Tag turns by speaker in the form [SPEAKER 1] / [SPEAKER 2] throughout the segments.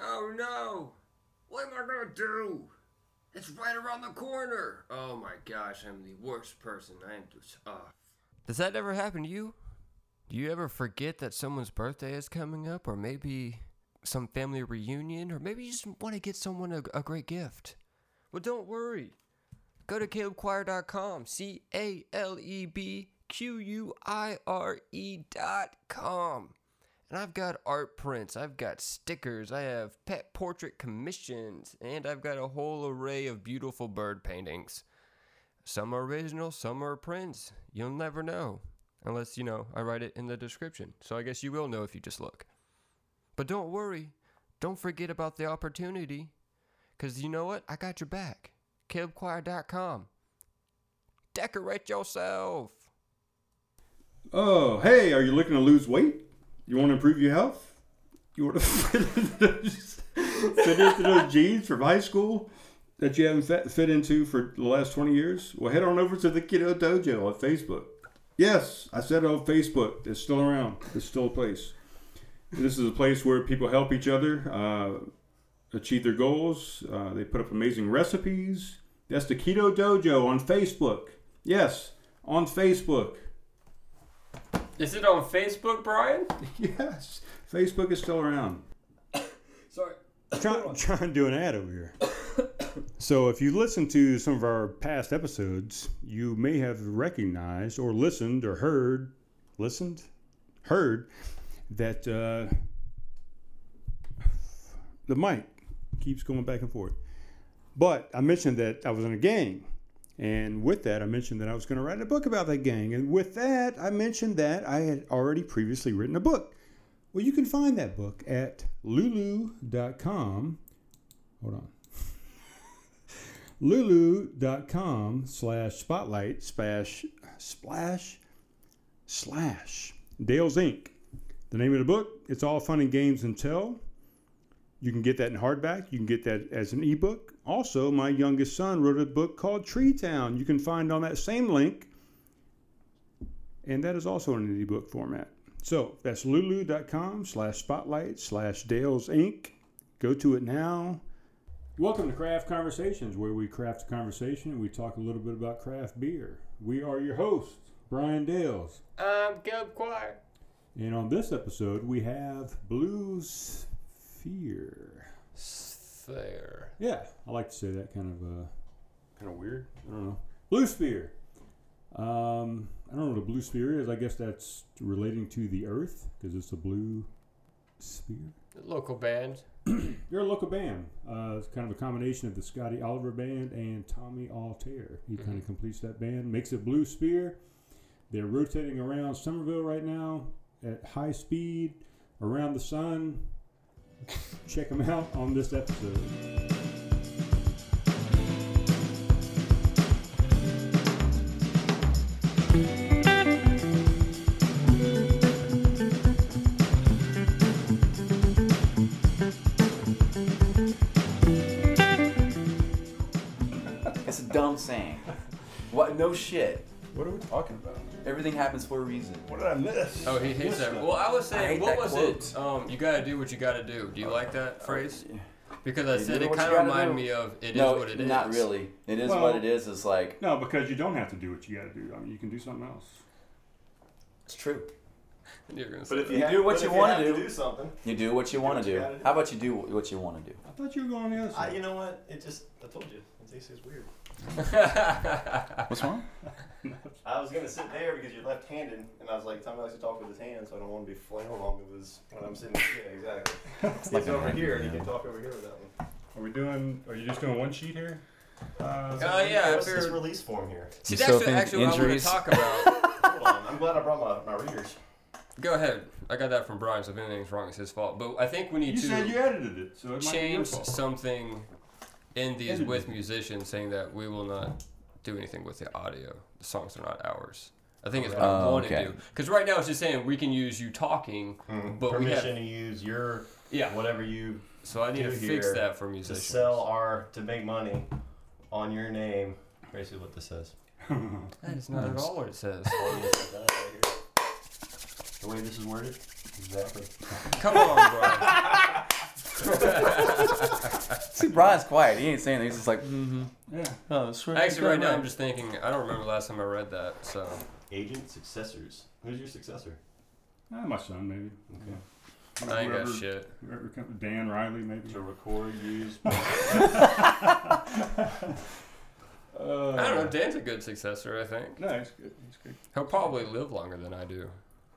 [SPEAKER 1] Oh no! What am I gonna do? It's right around the corner! Oh my gosh, I'm the worst person. I am just. Uh. Does that ever happen to you? Do you ever forget that someone's birthday is coming up, or maybe some family reunion, or maybe you just want to get someone a, a great gift? Well, don't worry. Go to calebchoir.com, C A L E B Q U I R E dot com. And I've got art prints, I've got stickers, I have pet portrait commissions, and I've got a whole array of beautiful bird paintings. Some are original, some are prints. You'll never know. Unless, you know, I write it in the description. So I guess you will know if you just look. But don't worry, don't forget about the opportunity. Because you know what? I got your back. CalebChoir.com. Decorate yourself.
[SPEAKER 2] Oh, hey, are you looking to lose weight? You want to improve your health? You want to fit into those, fit into those jeans from high school that you haven't fit, fit into for the last 20 years? Well, head on over to the Kiddo Dojo on Facebook. Yes, I said on Facebook. It's still around, it's still a place. This is a place where people help each other uh, achieve their goals. Uh, they put up amazing recipes. That's the Keto Dojo on Facebook. Yes, on Facebook.
[SPEAKER 1] Is it on Facebook, Brian?
[SPEAKER 2] Yes, Facebook is still around.
[SPEAKER 1] Sorry.
[SPEAKER 2] Try, try and do an ad over here.
[SPEAKER 3] So, if you listen to some of our past episodes, you may have recognized or listened or heard, listened, heard that uh, the mic keeps going back and forth. But I mentioned that I was in a gang. And with that, I mentioned that I was going to write a book about that gang. And with that, I mentioned that I had already previously written a book. Well, you can find that book at lulu.com. Hold on lulu.com slash spotlight slash splash slash dale's inc the name of the book it's all fun and games until you can get that in hardback you can get that as an ebook also my youngest son wrote a book called tree town you can find on that same link and that is also in an ebook format so that's lulu.com slash spotlight slash dale's inc go to it now
[SPEAKER 2] Welcome to Craft Conversations, where we craft a conversation and we talk a little bit about craft beer. We are your hosts, Brian Dales.
[SPEAKER 1] I'm Um, Caleb Choir.
[SPEAKER 2] And on this episode, we have Blue Sphere.
[SPEAKER 1] Sphere.
[SPEAKER 2] Yeah, I like to say that kind of uh, kind of weird. I don't know. Blue Sphere. Um, I don't know what a blue sphere is. I guess that's relating to the Earth because it's a blue sphere.
[SPEAKER 1] Local band.
[SPEAKER 2] You're a local band. Uh, it's kind of a combination of the Scotty Oliver band and Tommy Altair. He kind of completes that band, makes it Blue Spear. They're rotating around Somerville right now at high speed, around the sun. Check them out on this episode.
[SPEAKER 4] That's a dumb saying. What? No shit.
[SPEAKER 3] What are we talking about?
[SPEAKER 4] Everything happens for a reason.
[SPEAKER 3] What did I miss?
[SPEAKER 1] Oh, he hates that. Well, I was
[SPEAKER 4] I
[SPEAKER 1] saying,
[SPEAKER 4] hate
[SPEAKER 1] what was
[SPEAKER 4] that quote. Oh,
[SPEAKER 1] it? Um, you gotta do what you gotta do. Do you like that phrase? Because I
[SPEAKER 4] You
[SPEAKER 1] said
[SPEAKER 4] do
[SPEAKER 1] it
[SPEAKER 4] what you
[SPEAKER 1] kind of
[SPEAKER 4] gotta
[SPEAKER 1] reminded
[SPEAKER 4] do.
[SPEAKER 1] me of "It is
[SPEAKER 4] no,
[SPEAKER 1] what it is."
[SPEAKER 4] not really. It is
[SPEAKER 2] Well-
[SPEAKER 4] what it is. It's like
[SPEAKER 2] No, because you don't have to do what you got to do. I mean, you can do something else.
[SPEAKER 4] it's true.
[SPEAKER 1] You're gonna say
[SPEAKER 5] But if
[SPEAKER 1] that.
[SPEAKER 5] you
[SPEAKER 4] You
[SPEAKER 5] have-
[SPEAKER 4] do what
[SPEAKER 5] but
[SPEAKER 4] you
[SPEAKER 5] if you
[SPEAKER 4] wanna
[SPEAKER 5] have
[SPEAKER 4] do.
[SPEAKER 5] to do something,
[SPEAKER 4] You do what you want
[SPEAKER 5] what
[SPEAKER 4] to
[SPEAKER 5] you
[SPEAKER 4] do.
[SPEAKER 5] gotta do.
[SPEAKER 4] How about you do what you want to do?
[SPEAKER 2] I thought you were going on the other
[SPEAKER 5] I,
[SPEAKER 2] side.
[SPEAKER 5] you know what? It just I told you. This is weird.
[SPEAKER 4] What's wrong?
[SPEAKER 5] I was gonna sit there because you're left-handed, and I was like, Tommy likes to talk with his hands, so I don't want to be flailing on me with his when I'm sitting. Yeah, exactly.
[SPEAKER 4] not
[SPEAKER 5] He's
[SPEAKER 4] gonna
[SPEAKER 5] over
[SPEAKER 4] happen,
[SPEAKER 5] here, and he
[SPEAKER 4] yeah.
[SPEAKER 5] can talk over here with that one.
[SPEAKER 2] Are we doing? Are you just doing one sheet here? Uh,
[SPEAKER 1] Oh yeah,
[SPEAKER 5] What's
[SPEAKER 1] if
[SPEAKER 5] this
[SPEAKER 1] you're-
[SPEAKER 5] release form here?
[SPEAKER 1] See,
[SPEAKER 4] You
[SPEAKER 1] that's
[SPEAKER 4] still
[SPEAKER 1] the
[SPEAKER 4] think
[SPEAKER 1] actual what I want to
[SPEAKER 4] injuries?
[SPEAKER 1] talk about.
[SPEAKER 5] Hold on. I'm glad I brought my, my readers.
[SPEAKER 1] Go ahead. I got that from Brian, so if anything's wrong, it's his fault. But I think we need to
[SPEAKER 2] edited it, so it
[SPEAKER 1] change something in these
[SPEAKER 2] Edited.
[SPEAKER 1] with musicians saying that we will not do anything with the audio. The songs are not ours. I think it's what I
[SPEAKER 4] Oh,
[SPEAKER 1] want
[SPEAKER 4] okay.
[SPEAKER 1] to do. Because right now it's just saying we can use you talking, but we
[SPEAKER 5] Mm-hmm. Permission
[SPEAKER 1] have.
[SPEAKER 5] to use your
[SPEAKER 1] Yeah.
[SPEAKER 5] whatever you
[SPEAKER 1] So I need to
[SPEAKER 5] do
[SPEAKER 1] fix
[SPEAKER 5] here
[SPEAKER 1] that for
[SPEAKER 5] to
[SPEAKER 1] musicians.
[SPEAKER 5] sell our to make money on your name. Basically, what this says.
[SPEAKER 1] That is not at all what it says.
[SPEAKER 5] The way this is worded. Exactly.
[SPEAKER 1] Come on, Brian.
[SPEAKER 4] See, Brian's quiet. He ain't saying anything. He's just like, mm.
[SPEAKER 3] Yeah.
[SPEAKER 4] oh, swear to
[SPEAKER 1] Actually,
[SPEAKER 4] God,
[SPEAKER 1] right now I'm
[SPEAKER 4] Brian."
[SPEAKER 1] just thinking. I don't remember the last time I read that. So
[SPEAKER 5] Agent successors. Who's your successor?
[SPEAKER 3] Ah, my son, maybe.
[SPEAKER 1] I ain't got
[SPEAKER 3] Whoever-
[SPEAKER 1] shit.
[SPEAKER 3] whoever come- Dan Riley, maybe.
[SPEAKER 5] To record, use. Oh,
[SPEAKER 3] Uh,
[SPEAKER 1] I don't know. Dan's a good successor. I think
[SPEAKER 3] No, he's good. He's good.
[SPEAKER 1] he'll probably live longer than I do.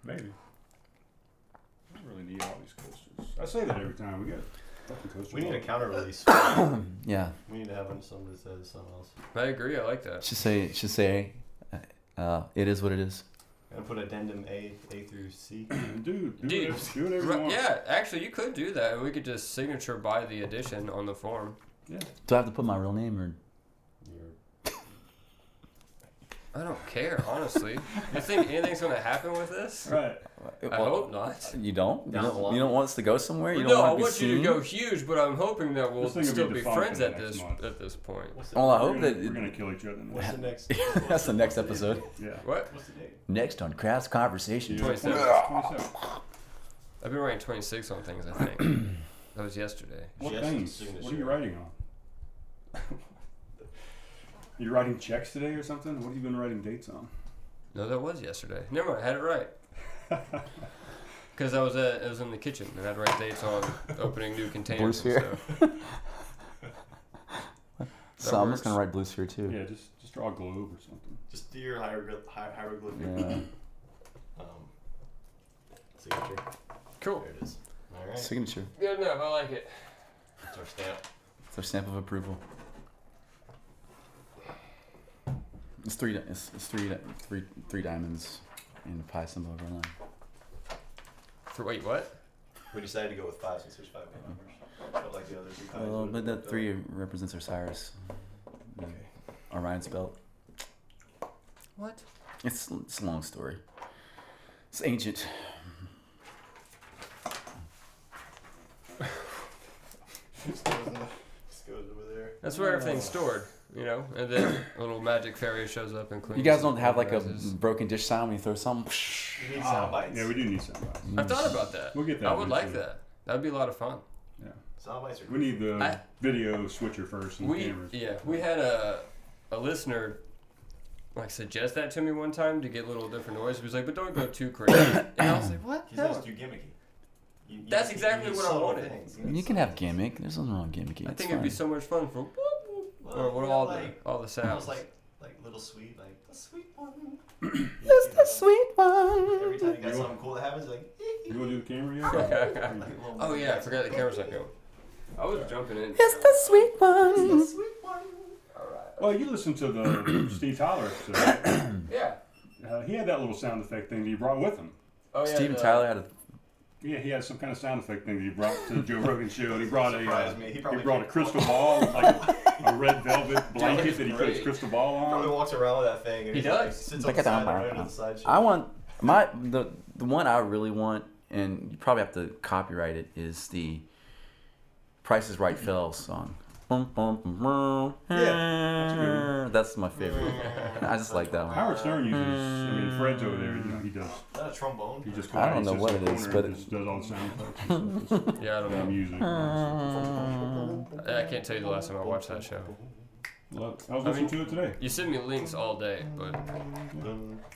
[SPEAKER 3] Maybe. I don't really need all these coasters. I say that every time. We got fucking coasters.
[SPEAKER 5] we need a
[SPEAKER 3] all-
[SPEAKER 5] counter release.
[SPEAKER 4] Yeah.
[SPEAKER 5] we need to have something that says something else.
[SPEAKER 1] I agree. I like that.
[SPEAKER 4] Should say, should say, uh, it is what it is.
[SPEAKER 5] And put addendum A, A through C.
[SPEAKER 3] Dude, do,
[SPEAKER 1] Dude.
[SPEAKER 3] whatever, do whatever you
[SPEAKER 1] Ru-
[SPEAKER 3] want.
[SPEAKER 1] Yeah, actually, you could do that. We could just signature by the addition on the form.
[SPEAKER 4] Do I have to put my real name or?
[SPEAKER 1] I don't care, honestly. you think anything's gonna happen with this?
[SPEAKER 3] Right.
[SPEAKER 1] I hope not.
[SPEAKER 4] You don't? You
[SPEAKER 5] Down the
[SPEAKER 4] don't,
[SPEAKER 5] line.
[SPEAKER 4] you don't want us to go somewhere? You don't
[SPEAKER 1] No, I
[SPEAKER 4] want to be
[SPEAKER 1] want
[SPEAKER 4] seen?
[SPEAKER 1] you to go huge, but I'm hoping that we'll
[SPEAKER 3] This thing will
[SPEAKER 1] still
[SPEAKER 3] be
[SPEAKER 1] be
[SPEAKER 3] defunct
[SPEAKER 1] friends
[SPEAKER 3] in
[SPEAKER 1] at
[SPEAKER 3] the next
[SPEAKER 1] this
[SPEAKER 3] month.
[SPEAKER 1] at this point.
[SPEAKER 5] What's the,
[SPEAKER 4] Well, I
[SPEAKER 3] We're
[SPEAKER 4] hope
[SPEAKER 3] gonna,
[SPEAKER 4] that.
[SPEAKER 3] we're gonna kill each other. In the
[SPEAKER 5] what's the next?
[SPEAKER 4] that's the next episode.
[SPEAKER 3] yeah.
[SPEAKER 1] What?
[SPEAKER 4] Next on Crafts Conversation.
[SPEAKER 1] Twenty seven.
[SPEAKER 3] Twenty-seven.
[SPEAKER 1] I've been writing 26 on things, I think. that was yesterday.
[SPEAKER 3] What
[SPEAKER 5] Just
[SPEAKER 3] things?
[SPEAKER 5] signature.
[SPEAKER 3] What are you writing on? you writing checks today or something? What have you been writing dates on?
[SPEAKER 1] No, that was yesterday. Never mind, I had it right. Because I was at, I was in the kitchen and I'd write dates on opening new containers
[SPEAKER 4] Blue
[SPEAKER 1] and
[SPEAKER 4] sphere.
[SPEAKER 1] stuff.
[SPEAKER 4] So I'm just
[SPEAKER 1] works.
[SPEAKER 4] gonna write Blue Sphere too.
[SPEAKER 3] Yeah, just just draw a globe or something.
[SPEAKER 5] Just do your hieroglyph. Hi- hieroglyphic.
[SPEAKER 4] Yeah.
[SPEAKER 5] Um, signature.
[SPEAKER 1] Cool.
[SPEAKER 5] There it is. All right.
[SPEAKER 4] Signature.
[SPEAKER 1] Good enough. I like it.
[SPEAKER 5] That's our stamp.
[SPEAKER 4] It's our stamp of approval. It's three. di- It's, it's three, di- three, three diamonds and a pie symbol of our line.
[SPEAKER 1] For, wait, what?
[SPEAKER 5] We decided to go with five since there's five band members. Felt like the other two kinds
[SPEAKER 4] Oh, Well,
[SPEAKER 5] would've
[SPEAKER 4] but
[SPEAKER 5] been
[SPEAKER 4] that
[SPEAKER 5] better.
[SPEAKER 4] three represents Osiris. Okay. Orion's belt.
[SPEAKER 1] What?
[SPEAKER 4] It's it's a long story. It's ancient.
[SPEAKER 5] Just goes in the- just goes over there.
[SPEAKER 1] That's where everything's stored, you know? And then a little magic fairy shows up and cleans.
[SPEAKER 4] You guys
[SPEAKER 1] and
[SPEAKER 4] don't have like a
[SPEAKER 1] organizes.
[SPEAKER 4] broken dish sound when you throw something.
[SPEAKER 5] You need sound bites.
[SPEAKER 3] Yeah, we do need sound bites.
[SPEAKER 1] I've thought about that.
[SPEAKER 3] We'll get that
[SPEAKER 1] I would like
[SPEAKER 3] eventually.
[SPEAKER 1] that. That'd be a lot of fun.
[SPEAKER 5] Sound bites are
[SPEAKER 3] We need the
[SPEAKER 1] I-
[SPEAKER 3] video switcher first and the
[SPEAKER 1] We
[SPEAKER 3] cameras.
[SPEAKER 1] yeah, we had a a listener like suggest that to me one time to get a little different noise. He was like, "But don't go too crazy." and I was like, "What?
[SPEAKER 5] He's
[SPEAKER 1] No."
[SPEAKER 5] always too gimmicky. You- you
[SPEAKER 1] That's
[SPEAKER 5] need-
[SPEAKER 1] exactly
[SPEAKER 5] you need
[SPEAKER 1] what I
[SPEAKER 5] subtle
[SPEAKER 1] wanted.
[SPEAKER 5] things.
[SPEAKER 4] You
[SPEAKER 5] need
[SPEAKER 4] can have
[SPEAKER 5] subtle
[SPEAKER 4] gimmick. There's nothing wrong with gimmicky.
[SPEAKER 1] I
[SPEAKER 4] It's
[SPEAKER 1] think it'd be
[SPEAKER 4] fine.
[SPEAKER 1] so much fun for whoop, whoop,
[SPEAKER 5] Well,
[SPEAKER 1] or what
[SPEAKER 5] you know,
[SPEAKER 1] all
[SPEAKER 5] like-
[SPEAKER 1] the all the
[SPEAKER 5] things. Almost
[SPEAKER 1] sounds.
[SPEAKER 5] like like little sweet, like the sweet one. It's the
[SPEAKER 4] Sweet one.
[SPEAKER 5] Every time you got
[SPEAKER 3] You want-
[SPEAKER 5] something cool that happens, like.
[SPEAKER 3] You want to do the camera yet?
[SPEAKER 5] like a little-
[SPEAKER 1] oh yeah, I forgot the camera's not going. I was jumping in.
[SPEAKER 4] sweet one.
[SPEAKER 3] well, Oh, you listened to the Steve Tyler episode. right?
[SPEAKER 1] Yeah.
[SPEAKER 3] Uh, he had that little sound effect thing that he brought with him.
[SPEAKER 1] Oh yeah.
[SPEAKER 4] Steven
[SPEAKER 1] the-
[SPEAKER 4] Tyler had a
[SPEAKER 3] Yeah, he had some kind of sound effect thing that he brought to the Joe Rogan show. And he brought a uh,
[SPEAKER 5] Surprised me. He
[SPEAKER 3] he,
[SPEAKER 5] probably
[SPEAKER 3] brought a
[SPEAKER 5] picked
[SPEAKER 3] crystal ball, with, like a red velvet blanket
[SPEAKER 1] it's
[SPEAKER 3] that he put his
[SPEAKER 1] great.
[SPEAKER 3] crystal ball
[SPEAKER 5] Probably
[SPEAKER 3] on.
[SPEAKER 5] walks around with that thing. And
[SPEAKER 1] He
[SPEAKER 5] he's like,
[SPEAKER 1] does.
[SPEAKER 5] sits on the side, right under the side.
[SPEAKER 4] I want my the the one I really want, and you probably have to copyright it. Is the Price is Right fell song. Bum, bum, bum, bum.
[SPEAKER 3] Yeah, that's a good
[SPEAKER 4] that's my favorite. I just like that one.
[SPEAKER 3] Howard Stern uses. I mean, Fred's over there. You know, he does.
[SPEAKER 5] Is that a trombone?
[SPEAKER 3] He just.
[SPEAKER 4] Hmm. I don't know
[SPEAKER 3] sits
[SPEAKER 4] what
[SPEAKER 3] in
[SPEAKER 4] it
[SPEAKER 3] the
[SPEAKER 4] is,
[SPEAKER 3] corner
[SPEAKER 4] but
[SPEAKER 3] and
[SPEAKER 4] it-
[SPEAKER 3] just does all the sound effects. It's just
[SPEAKER 1] Yeah, I don't
[SPEAKER 3] the
[SPEAKER 1] know.
[SPEAKER 3] music.
[SPEAKER 4] Hmm.
[SPEAKER 3] Love
[SPEAKER 1] I can't tell you the last time I watched that show.
[SPEAKER 3] it. I was listening to it today.
[SPEAKER 1] You send me links all day, but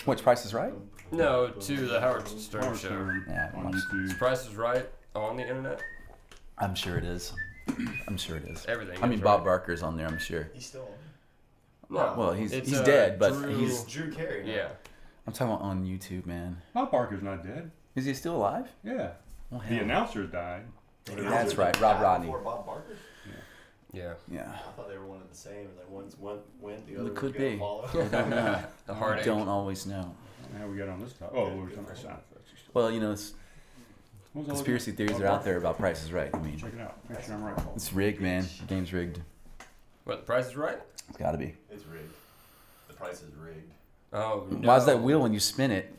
[SPEAKER 4] Which Price is Right?
[SPEAKER 1] no to the Howard Stern
[SPEAKER 3] Howard
[SPEAKER 1] show.
[SPEAKER 3] Stern
[SPEAKER 4] Yeah,
[SPEAKER 3] on
[SPEAKER 4] watch-
[SPEAKER 3] YouTube.
[SPEAKER 1] Price is right on the internet.
[SPEAKER 4] I'm sure it is. I'm sure it is.
[SPEAKER 1] Everything.
[SPEAKER 4] I mean,
[SPEAKER 1] is
[SPEAKER 4] Bob
[SPEAKER 1] right.
[SPEAKER 4] Barker's on there. I'm sure.
[SPEAKER 5] He's still on.
[SPEAKER 1] No.
[SPEAKER 4] Well, he's
[SPEAKER 1] It's,
[SPEAKER 4] he's
[SPEAKER 1] uh,
[SPEAKER 4] dead, but
[SPEAKER 1] Drew-
[SPEAKER 4] he's.
[SPEAKER 5] Drew Carey. now.
[SPEAKER 1] Yeah.
[SPEAKER 4] I'm talking about on YouTube, man.
[SPEAKER 3] Bob Barker's not dead.
[SPEAKER 4] Is he still alive?
[SPEAKER 3] Yeah.
[SPEAKER 4] Well,
[SPEAKER 3] The
[SPEAKER 4] hell.
[SPEAKER 3] announcer died.
[SPEAKER 4] That's right, Rob
[SPEAKER 5] Died
[SPEAKER 4] Rodney.
[SPEAKER 5] Before Bob Barker.
[SPEAKER 1] Yeah.
[SPEAKER 4] Yeah.
[SPEAKER 5] I thought they were one and the same. Like one's went, went the other
[SPEAKER 4] could
[SPEAKER 5] was gonna
[SPEAKER 4] be.
[SPEAKER 5] Follow.
[SPEAKER 4] Don't know.
[SPEAKER 1] The heartache.
[SPEAKER 4] Don't always know.
[SPEAKER 3] Now we got on this topic. Oh, we were talking about sound effects.
[SPEAKER 4] Well, you know, it's,
[SPEAKER 3] What was I looking
[SPEAKER 4] conspiracy
[SPEAKER 3] at?
[SPEAKER 4] theories
[SPEAKER 3] Bob
[SPEAKER 4] are out
[SPEAKER 3] Barker.
[SPEAKER 4] there about Price is Right. I mean,
[SPEAKER 3] Check it out. Make sure I'm right.
[SPEAKER 4] It's rigged, man. The game's rigged.
[SPEAKER 1] What? The price is right?
[SPEAKER 4] It's gotta be.
[SPEAKER 5] it's rigged. The price is rigged.
[SPEAKER 1] Oh, no.
[SPEAKER 4] Why's that wheel when you spin it?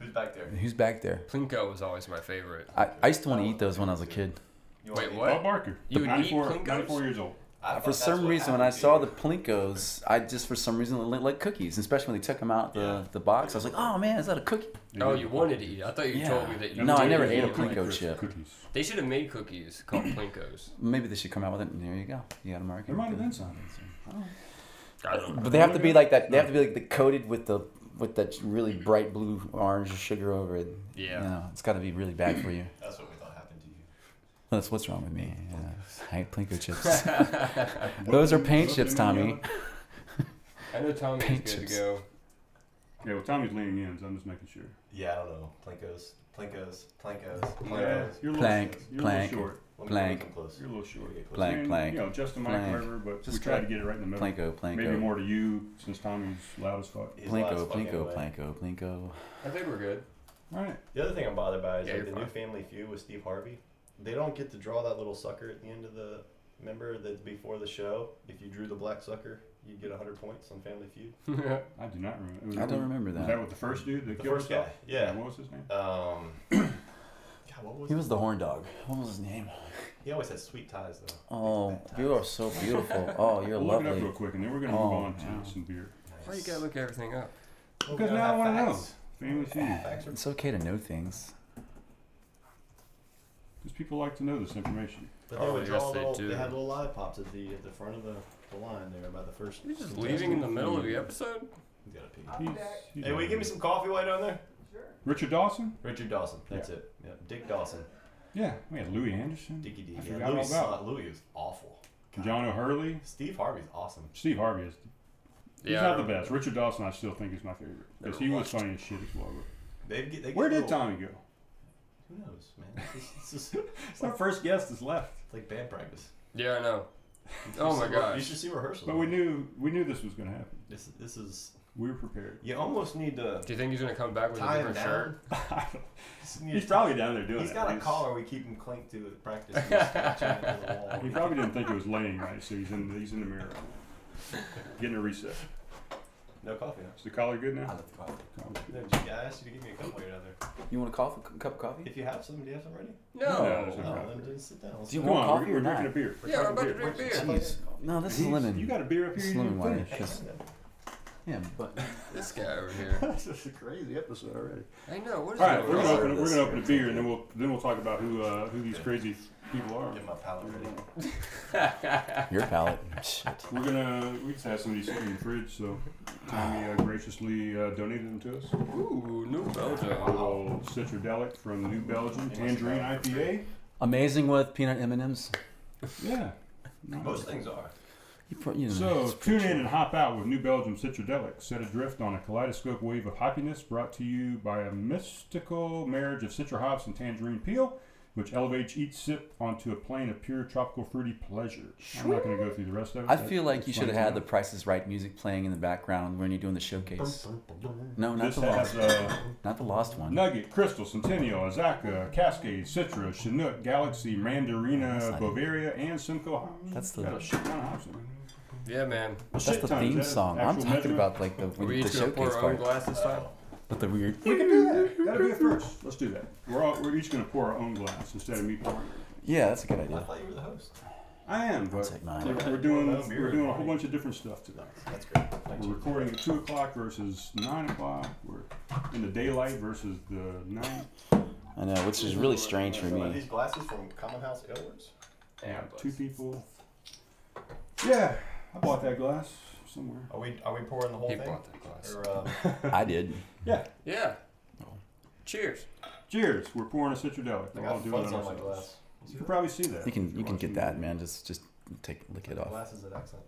[SPEAKER 5] Who's back there?
[SPEAKER 4] Who's back there?
[SPEAKER 1] Plinko was always my favorite.
[SPEAKER 4] I, I used to want to eat those when I was a kid.
[SPEAKER 5] You
[SPEAKER 1] Wait,
[SPEAKER 5] want me-
[SPEAKER 1] what?
[SPEAKER 3] Bob Barker.
[SPEAKER 1] You would eat
[SPEAKER 3] 94,
[SPEAKER 1] Plinkos?
[SPEAKER 3] 94 years old.
[SPEAKER 5] I
[SPEAKER 4] Uh, for
[SPEAKER 5] thought that's
[SPEAKER 4] some
[SPEAKER 5] what
[SPEAKER 4] reason, when I
[SPEAKER 5] happened to
[SPEAKER 4] saw
[SPEAKER 5] you.
[SPEAKER 4] the Plinkos, I just for some reason li- like cookies, especially when they took them out the, the box. I was like, oh man, is that a cookie?
[SPEAKER 1] Oh, you wanted to eat. it. I thought you
[SPEAKER 4] Yeah.
[SPEAKER 1] told me that you.
[SPEAKER 4] No, I
[SPEAKER 1] did.
[SPEAKER 4] never ate a
[SPEAKER 3] Look like
[SPEAKER 4] Plinko
[SPEAKER 3] crisp
[SPEAKER 4] chip.
[SPEAKER 3] Cookies.
[SPEAKER 1] They should have made cookies called Plinkos.
[SPEAKER 4] Maybe they should come out with it. And there you go. You got American.
[SPEAKER 3] There might have been some.
[SPEAKER 1] I don't know.
[SPEAKER 4] But they have to be like that. They have to be like the coated with the with that really bright blue orange sugar over it.
[SPEAKER 1] Yeah.
[SPEAKER 4] You know, it's got to be really bad for you.
[SPEAKER 5] That's what we thought happened to you.
[SPEAKER 4] That's what's wrong with me. Yeah. I hate Plinko chips. Those are paint
[SPEAKER 3] Look
[SPEAKER 4] chips,
[SPEAKER 3] at me,
[SPEAKER 4] Tommy.
[SPEAKER 1] I know Tommy's
[SPEAKER 4] Paint
[SPEAKER 1] good to
[SPEAKER 4] chips.
[SPEAKER 1] go.
[SPEAKER 3] Yeah, well, Tommy's leaning in, so I'm just making sure.
[SPEAKER 5] Yeah, I don't know. Plinkos, Plinkos, Plinkos, Plinkos.
[SPEAKER 3] Yeah, you're a little,
[SPEAKER 4] Plank,
[SPEAKER 3] you're
[SPEAKER 4] plank,
[SPEAKER 3] a little short.
[SPEAKER 5] Let me
[SPEAKER 4] Plank.
[SPEAKER 5] come close.
[SPEAKER 3] You're a little short.
[SPEAKER 5] Get close.
[SPEAKER 4] Plank,
[SPEAKER 3] And,
[SPEAKER 4] plank,
[SPEAKER 3] You know, Justin
[SPEAKER 4] plank.
[SPEAKER 3] Mike, whatever, but
[SPEAKER 4] Just
[SPEAKER 3] we tried to
[SPEAKER 4] like
[SPEAKER 3] get it right in the middle.
[SPEAKER 4] Plinko,
[SPEAKER 3] Maybe
[SPEAKER 4] Plinko,
[SPEAKER 3] more to you since Tommy's loud as fuck.
[SPEAKER 5] He's loud as
[SPEAKER 4] Plinko,
[SPEAKER 5] fuck
[SPEAKER 4] Plinko,
[SPEAKER 5] anyway.
[SPEAKER 4] Plinko, Plinko.
[SPEAKER 1] I think we're good.
[SPEAKER 3] All right.
[SPEAKER 5] The other thing I'm bothered by is
[SPEAKER 1] Yeah,
[SPEAKER 5] like the
[SPEAKER 1] you're
[SPEAKER 5] new
[SPEAKER 1] fine.
[SPEAKER 5] Family Feud with Steve Harvey. They don't get to draw that little sucker at the end of the. Remember that before the show, if you drew the black sucker, you'd get 100 points on Family Feud.
[SPEAKER 3] I do not remember. Was
[SPEAKER 4] I don't
[SPEAKER 3] that-
[SPEAKER 4] remember
[SPEAKER 3] Was
[SPEAKER 4] that.
[SPEAKER 3] that with the first dude? The,
[SPEAKER 5] The
[SPEAKER 3] killer
[SPEAKER 5] first
[SPEAKER 3] stuff?
[SPEAKER 5] guy, yeah.
[SPEAKER 3] What was his name?
[SPEAKER 5] Um, God, what was
[SPEAKER 4] He
[SPEAKER 5] he?
[SPEAKER 4] was the horn dog. What was his name?
[SPEAKER 5] He always had sweet ties though.
[SPEAKER 4] Oh, you are so beautiful. Oh, you're
[SPEAKER 3] We'll look it up
[SPEAKER 4] lovely.
[SPEAKER 3] real quick, and then we're gonna
[SPEAKER 4] Oh,
[SPEAKER 3] move on to
[SPEAKER 4] wow.
[SPEAKER 3] some beer.
[SPEAKER 1] Why you gotta look everything up?
[SPEAKER 5] Well, we
[SPEAKER 3] Because
[SPEAKER 5] gotta
[SPEAKER 3] now I
[SPEAKER 5] have
[SPEAKER 3] want to know.
[SPEAKER 5] facts.
[SPEAKER 3] Family feud.
[SPEAKER 5] Facts are-
[SPEAKER 4] It's okay to know things.
[SPEAKER 3] Because people like to know this information.
[SPEAKER 5] But they
[SPEAKER 1] Oh,
[SPEAKER 5] would
[SPEAKER 1] yes,
[SPEAKER 5] draw
[SPEAKER 1] they
[SPEAKER 5] little.
[SPEAKER 1] do.
[SPEAKER 5] They had little lollipops at the at the front of the, the line there by the first.
[SPEAKER 1] You're just Ah.
[SPEAKER 5] contestant.
[SPEAKER 1] leaving in the middle of the episode?
[SPEAKER 5] He's gotta pee.
[SPEAKER 3] He's, he's
[SPEAKER 5] Hey, will you give me some coffee while you're down there?
[SPEAKER 3] Richard Dawson?
[SPEAKER 5] Richard Dawson. That's it. Yep. Dick Dawson.
[SPEAKER 3] Yeah. We had Louis Anderson,
[SPEAKER 5] Dickie D.
[SPEAKER 3] I
[SPEAKER 5] Yeah,
[SPEAKER 3] forgot
[SPEAKER 5] Louis,
[SPEAKER 3] all about
[SPEAKER 5] sucked. Louis was awful.
[SPEAKER 3] John O'Hurley,
[SPEAKER 5] Steve Harvey's awesome.
[SPEAKER 3] Steve Harvey is. He's
[SPEAKER 1] Yeah, I
[SPEAKER 3] not the
[SPEAKER 1] remember.
[SPEAKER 3] best. Richard Dawson, I still think, is my favorite because
[SPEAKER 5] Never
[SPEAKER 3] he was
[SPEAKER 5] watched.
[SPEAKER 3] funny as shit as well.
[SPEAKER 5] They get, they get
[SPEAKER 3] Where did
[SPEAKER 5] little-
[SPEAKER 3] Tommy go?
[SPEAKER 5] Who knows, man? It's, just- it's, just, it's
[SPEAKER 3] It's our first guest that's left.
[SPEAKER 5] like band practice.
[SPEAKER 1] Yeah, I know. Oh my
[SPEAKER 5] You
[SPEAKER 1] gosh.
[SPEAKER 5] should see rehearsal.
[SPEAKER 3] But we knew we knew this was going to happen.
[SPEAKER 5] This, this is.
[SPEAKER 3] We were prepared.
[SPEAKER 5] You almost need to
[SPEAKER 1] Do you think he's gonna come back with a
[SPEAKER 5] tie him
[SPEAKER 1] different
[SPEAKER 5] down.
[SPEAKER 1] shirt?
[SPEAKER 5] Just need
[SPEAKER 3] he's
[SPEAKER 5] to-
[SPEAKER 3] probably down there doing
[SPEAKER 5] He's
[SPEAKER 3] it.
[SPEAKER 5] got a collar we keep him clinked to at practice. and just attach it to the wall.
[SPEAKER 3] He probably didn't think it was laying right, so he's in he's in the mirror, getting a reset.
[SPEAKER 5] No coffee, huh?
[SPEAKER 3] Is the collar good
[SPEAKER 4] I
[SPEAKER 3] now?
[SPEAKER 4] love the coffee.
[SPEAKER 3] Collar's
[SPEAKER 5] No,
[SPEAKER 3] good.
[SPEAKER 5] I asked you to give me a cup while you're out there.
[SPEAKER 4] You want a coffee, cup of coffee?
[SPEAKER 5] If you have some, do you have some ready?
[SPEAKER 3] there's
[SPEAKER 1] No.
[SPEAKER 3] no-
[SPEAKER 5] No,
[SPEAKER 3] problem.
[SPEAKER 5] then just sit down. Let's
[SPEAKER 4] Do you
[SPEAKER 5] go.
[SPEAKER 3] Come on,
[SPEAKER 4] coffee
[SPEAKER 3] we're, we're
[SPEAKER 4] or not?
[SPEAKER 3] drinking a beer. We're
[SPEAKER 1] Yeah, we're
[SPEAKER 3] drinking
[SPEAKER 1] about
[SPEAKER 3] a
[SPEAKER 1] to
[SPEAKER 3] beer.
[SPEAKER 1] drink beer.
[SPEAKER 4] Jeez. No, this is
[SPEAKER 3] He's-
[SPEAKER 4] lemon.
[SPEAKER 3] You got a beer up here?
[SPEAKER 4] It's
[SPEAKER 3] you
[SPEAKER 4] lemon
[SPEAKER 3] didn't
[SPEAKER 4] water.
[SPEAKER 3] finish.
[SPEAKER 4] It's just- yeah, but
[SPEAKER 1] This guy over here.
[SPEAKER 3] This is a crazy episode already.
[SPEAKER 1] I know. What is
[SPEAKER 3] All right,
[SPEAKER 1] that?
[SPEAKER 3] we're gonna open, we're
[SPEAKER 4] this.
[SPEAKER 3] gonna open a beer and then we'll then we'll talk about who uh, who these crazy people are.
[SPEAKER 5] Get my palate ready.
[SPEAKER 4] your palate. Shit.
[SPEAKER 3] We're gonna we just have some of these sitting in the fridge, so Tommy uh, graciously uh, donated them to us.
[SPEAKER 1] Ooh, New
[SPEAKER 3] A
[SPEAKER 1] Belgium.
[SPEAKER 3] little Citradelic from New Belgium, Tangerine IPA.
[SPEAKER 4] Amazing with peanut M and M's.
[SPEAKER 3] Yeah.
[SPEAKER 5] Most things are.
[SPEAKER 4] You put, you know,
[SPEAKER 3] So
[SPEAKER 4] it's
[SPEAKER 3] tune
[SPEAKER 4] pretty-
[SPEAKER 3] in and hop out with New Belgium Citradelic, set adrift on a kaleidoscope wave of hoppiness brought to you by a mystical marriage of citra hops and tangerine peel, which elevates each sip onto a plane of pure tropical fruity pleasure. I'm not going to go through the rest of it.
[SPEAKER 4] I
[SPEAKER 3] That
[SPEAKER 4] feel like you should
[SPEAKER 3] explains
[SPEAKER 4] have had the
[SPEAKER 3] enough.
[SPEAKER 4] Price is Right music playing in the background when you're doing the showcase. No, not
[SPEAKER 3] This
[SPEAKER 4] the lost,
[SPEAKER 3] has uh,
[SPEAKER 4] not the lost one.
[SPEAKER 3] Nugget, Crystal, Centennial, Azaka, Cascade, Citra, Chinook, Galaxy,
[SPEAKER 4] That's
[SPEAKER 3] Mandarina,
[SPEAKER 4] not it.
[SPEAKER 3] Bavaria, and Simcoe hops.
[SPEAKER 4] That's the-
[SPEAKER 3] Got a shit ton of hops in it.
[SPEAKER 1] Yeah, man.
[SPEAKER 4] That's
[SPEAKER 3] Shit
[SPEAKER 4] the
[SPEAKER 3] ton. Is
[SPEAKER 4] theme
[SPEAKER 3] that an
[SPEAKER 4] song. I'm
[SPEAKER 3] actual
[SPEAKER 4] talking
[SPEAKER 3] measurement?
[SPEAKER 4] about like the,
[SPEAKER 1] Are we
[SPEAKER 4] the
[SPEAKER 1] each gonna pour
[SPEAKER 4] showcase
[SPEAKER 1] our own
[SPEAKER 4] part.
[SPEAKER 1] glass this time?
[SPEAKER 4] But the weird.
[SPEAKER 3] We can do that. That'll be a first. Let's do that. We're all, we're each gonna pour our own glass instead of me pouring.
[SPEAKER 4] Yeah, that's a good
[SPEAKER 5] I
[SPEAKER 4] idea.
[SPEAKER 5] thought you were the host.
[SPEAKER 3] I am, but
[SPEAKER 4] take mine.
[SPEAKER 3] we're, we're doing we're doing a whole bunch of different stuff today.
[SPEAKER 5] That's great. Thank
[SPEAKER 3] We're
[SPEAKER 5] you.
[SPEAKER 3] recording at two o'clock versus nine o'clock. We're in the daylight versus the night.
[SPEAKER 4] I know, which is really strange for
[SPEAKER 5] Are
[SPEAKER 4] me.
[SPEAKER 5] these glasses from Common House Edwards?
[SPEAKER 1] Yeah,
[SPEAKER 3] Two people. Yeah, I bought that glass somewhere.
[SPEAKER 5] Are we are we pouring the whole
[SPEAKER 1] He
[SPEAKER 5] thing?
[SPEAKER 1] bought that glass.
[SPEAKER 5] Or, um,
[SPEAKER 4] I did.
[SPEAKER 3] Yeah.
[SPEAKER 1] Yeah. Cheers.
[SPEAKER 3] Cheers. We're pouring a citradelic.
[SPEAKER 5] I
[SPEAKER 3] We're all
[SPEAKER 5] got
[SPEAKER 3] doing it
[SPEAKER 5] fuzz on my
[SPEAKER 3] ourselves.
[SPEAKER 5] glass.
[SPEAKER 3] You can probably see that.
[SPEAKER 4] You
[SPEAKER 3] if
[SPEAKER 4] can you
[SPEAKER 3] you're
[SPEAKER 4] can get
[SPEAKER 3] watching.
[SPEAKER 4] that, man. Just just take lick it off.
[SPEAKER 5] Glass is an accent.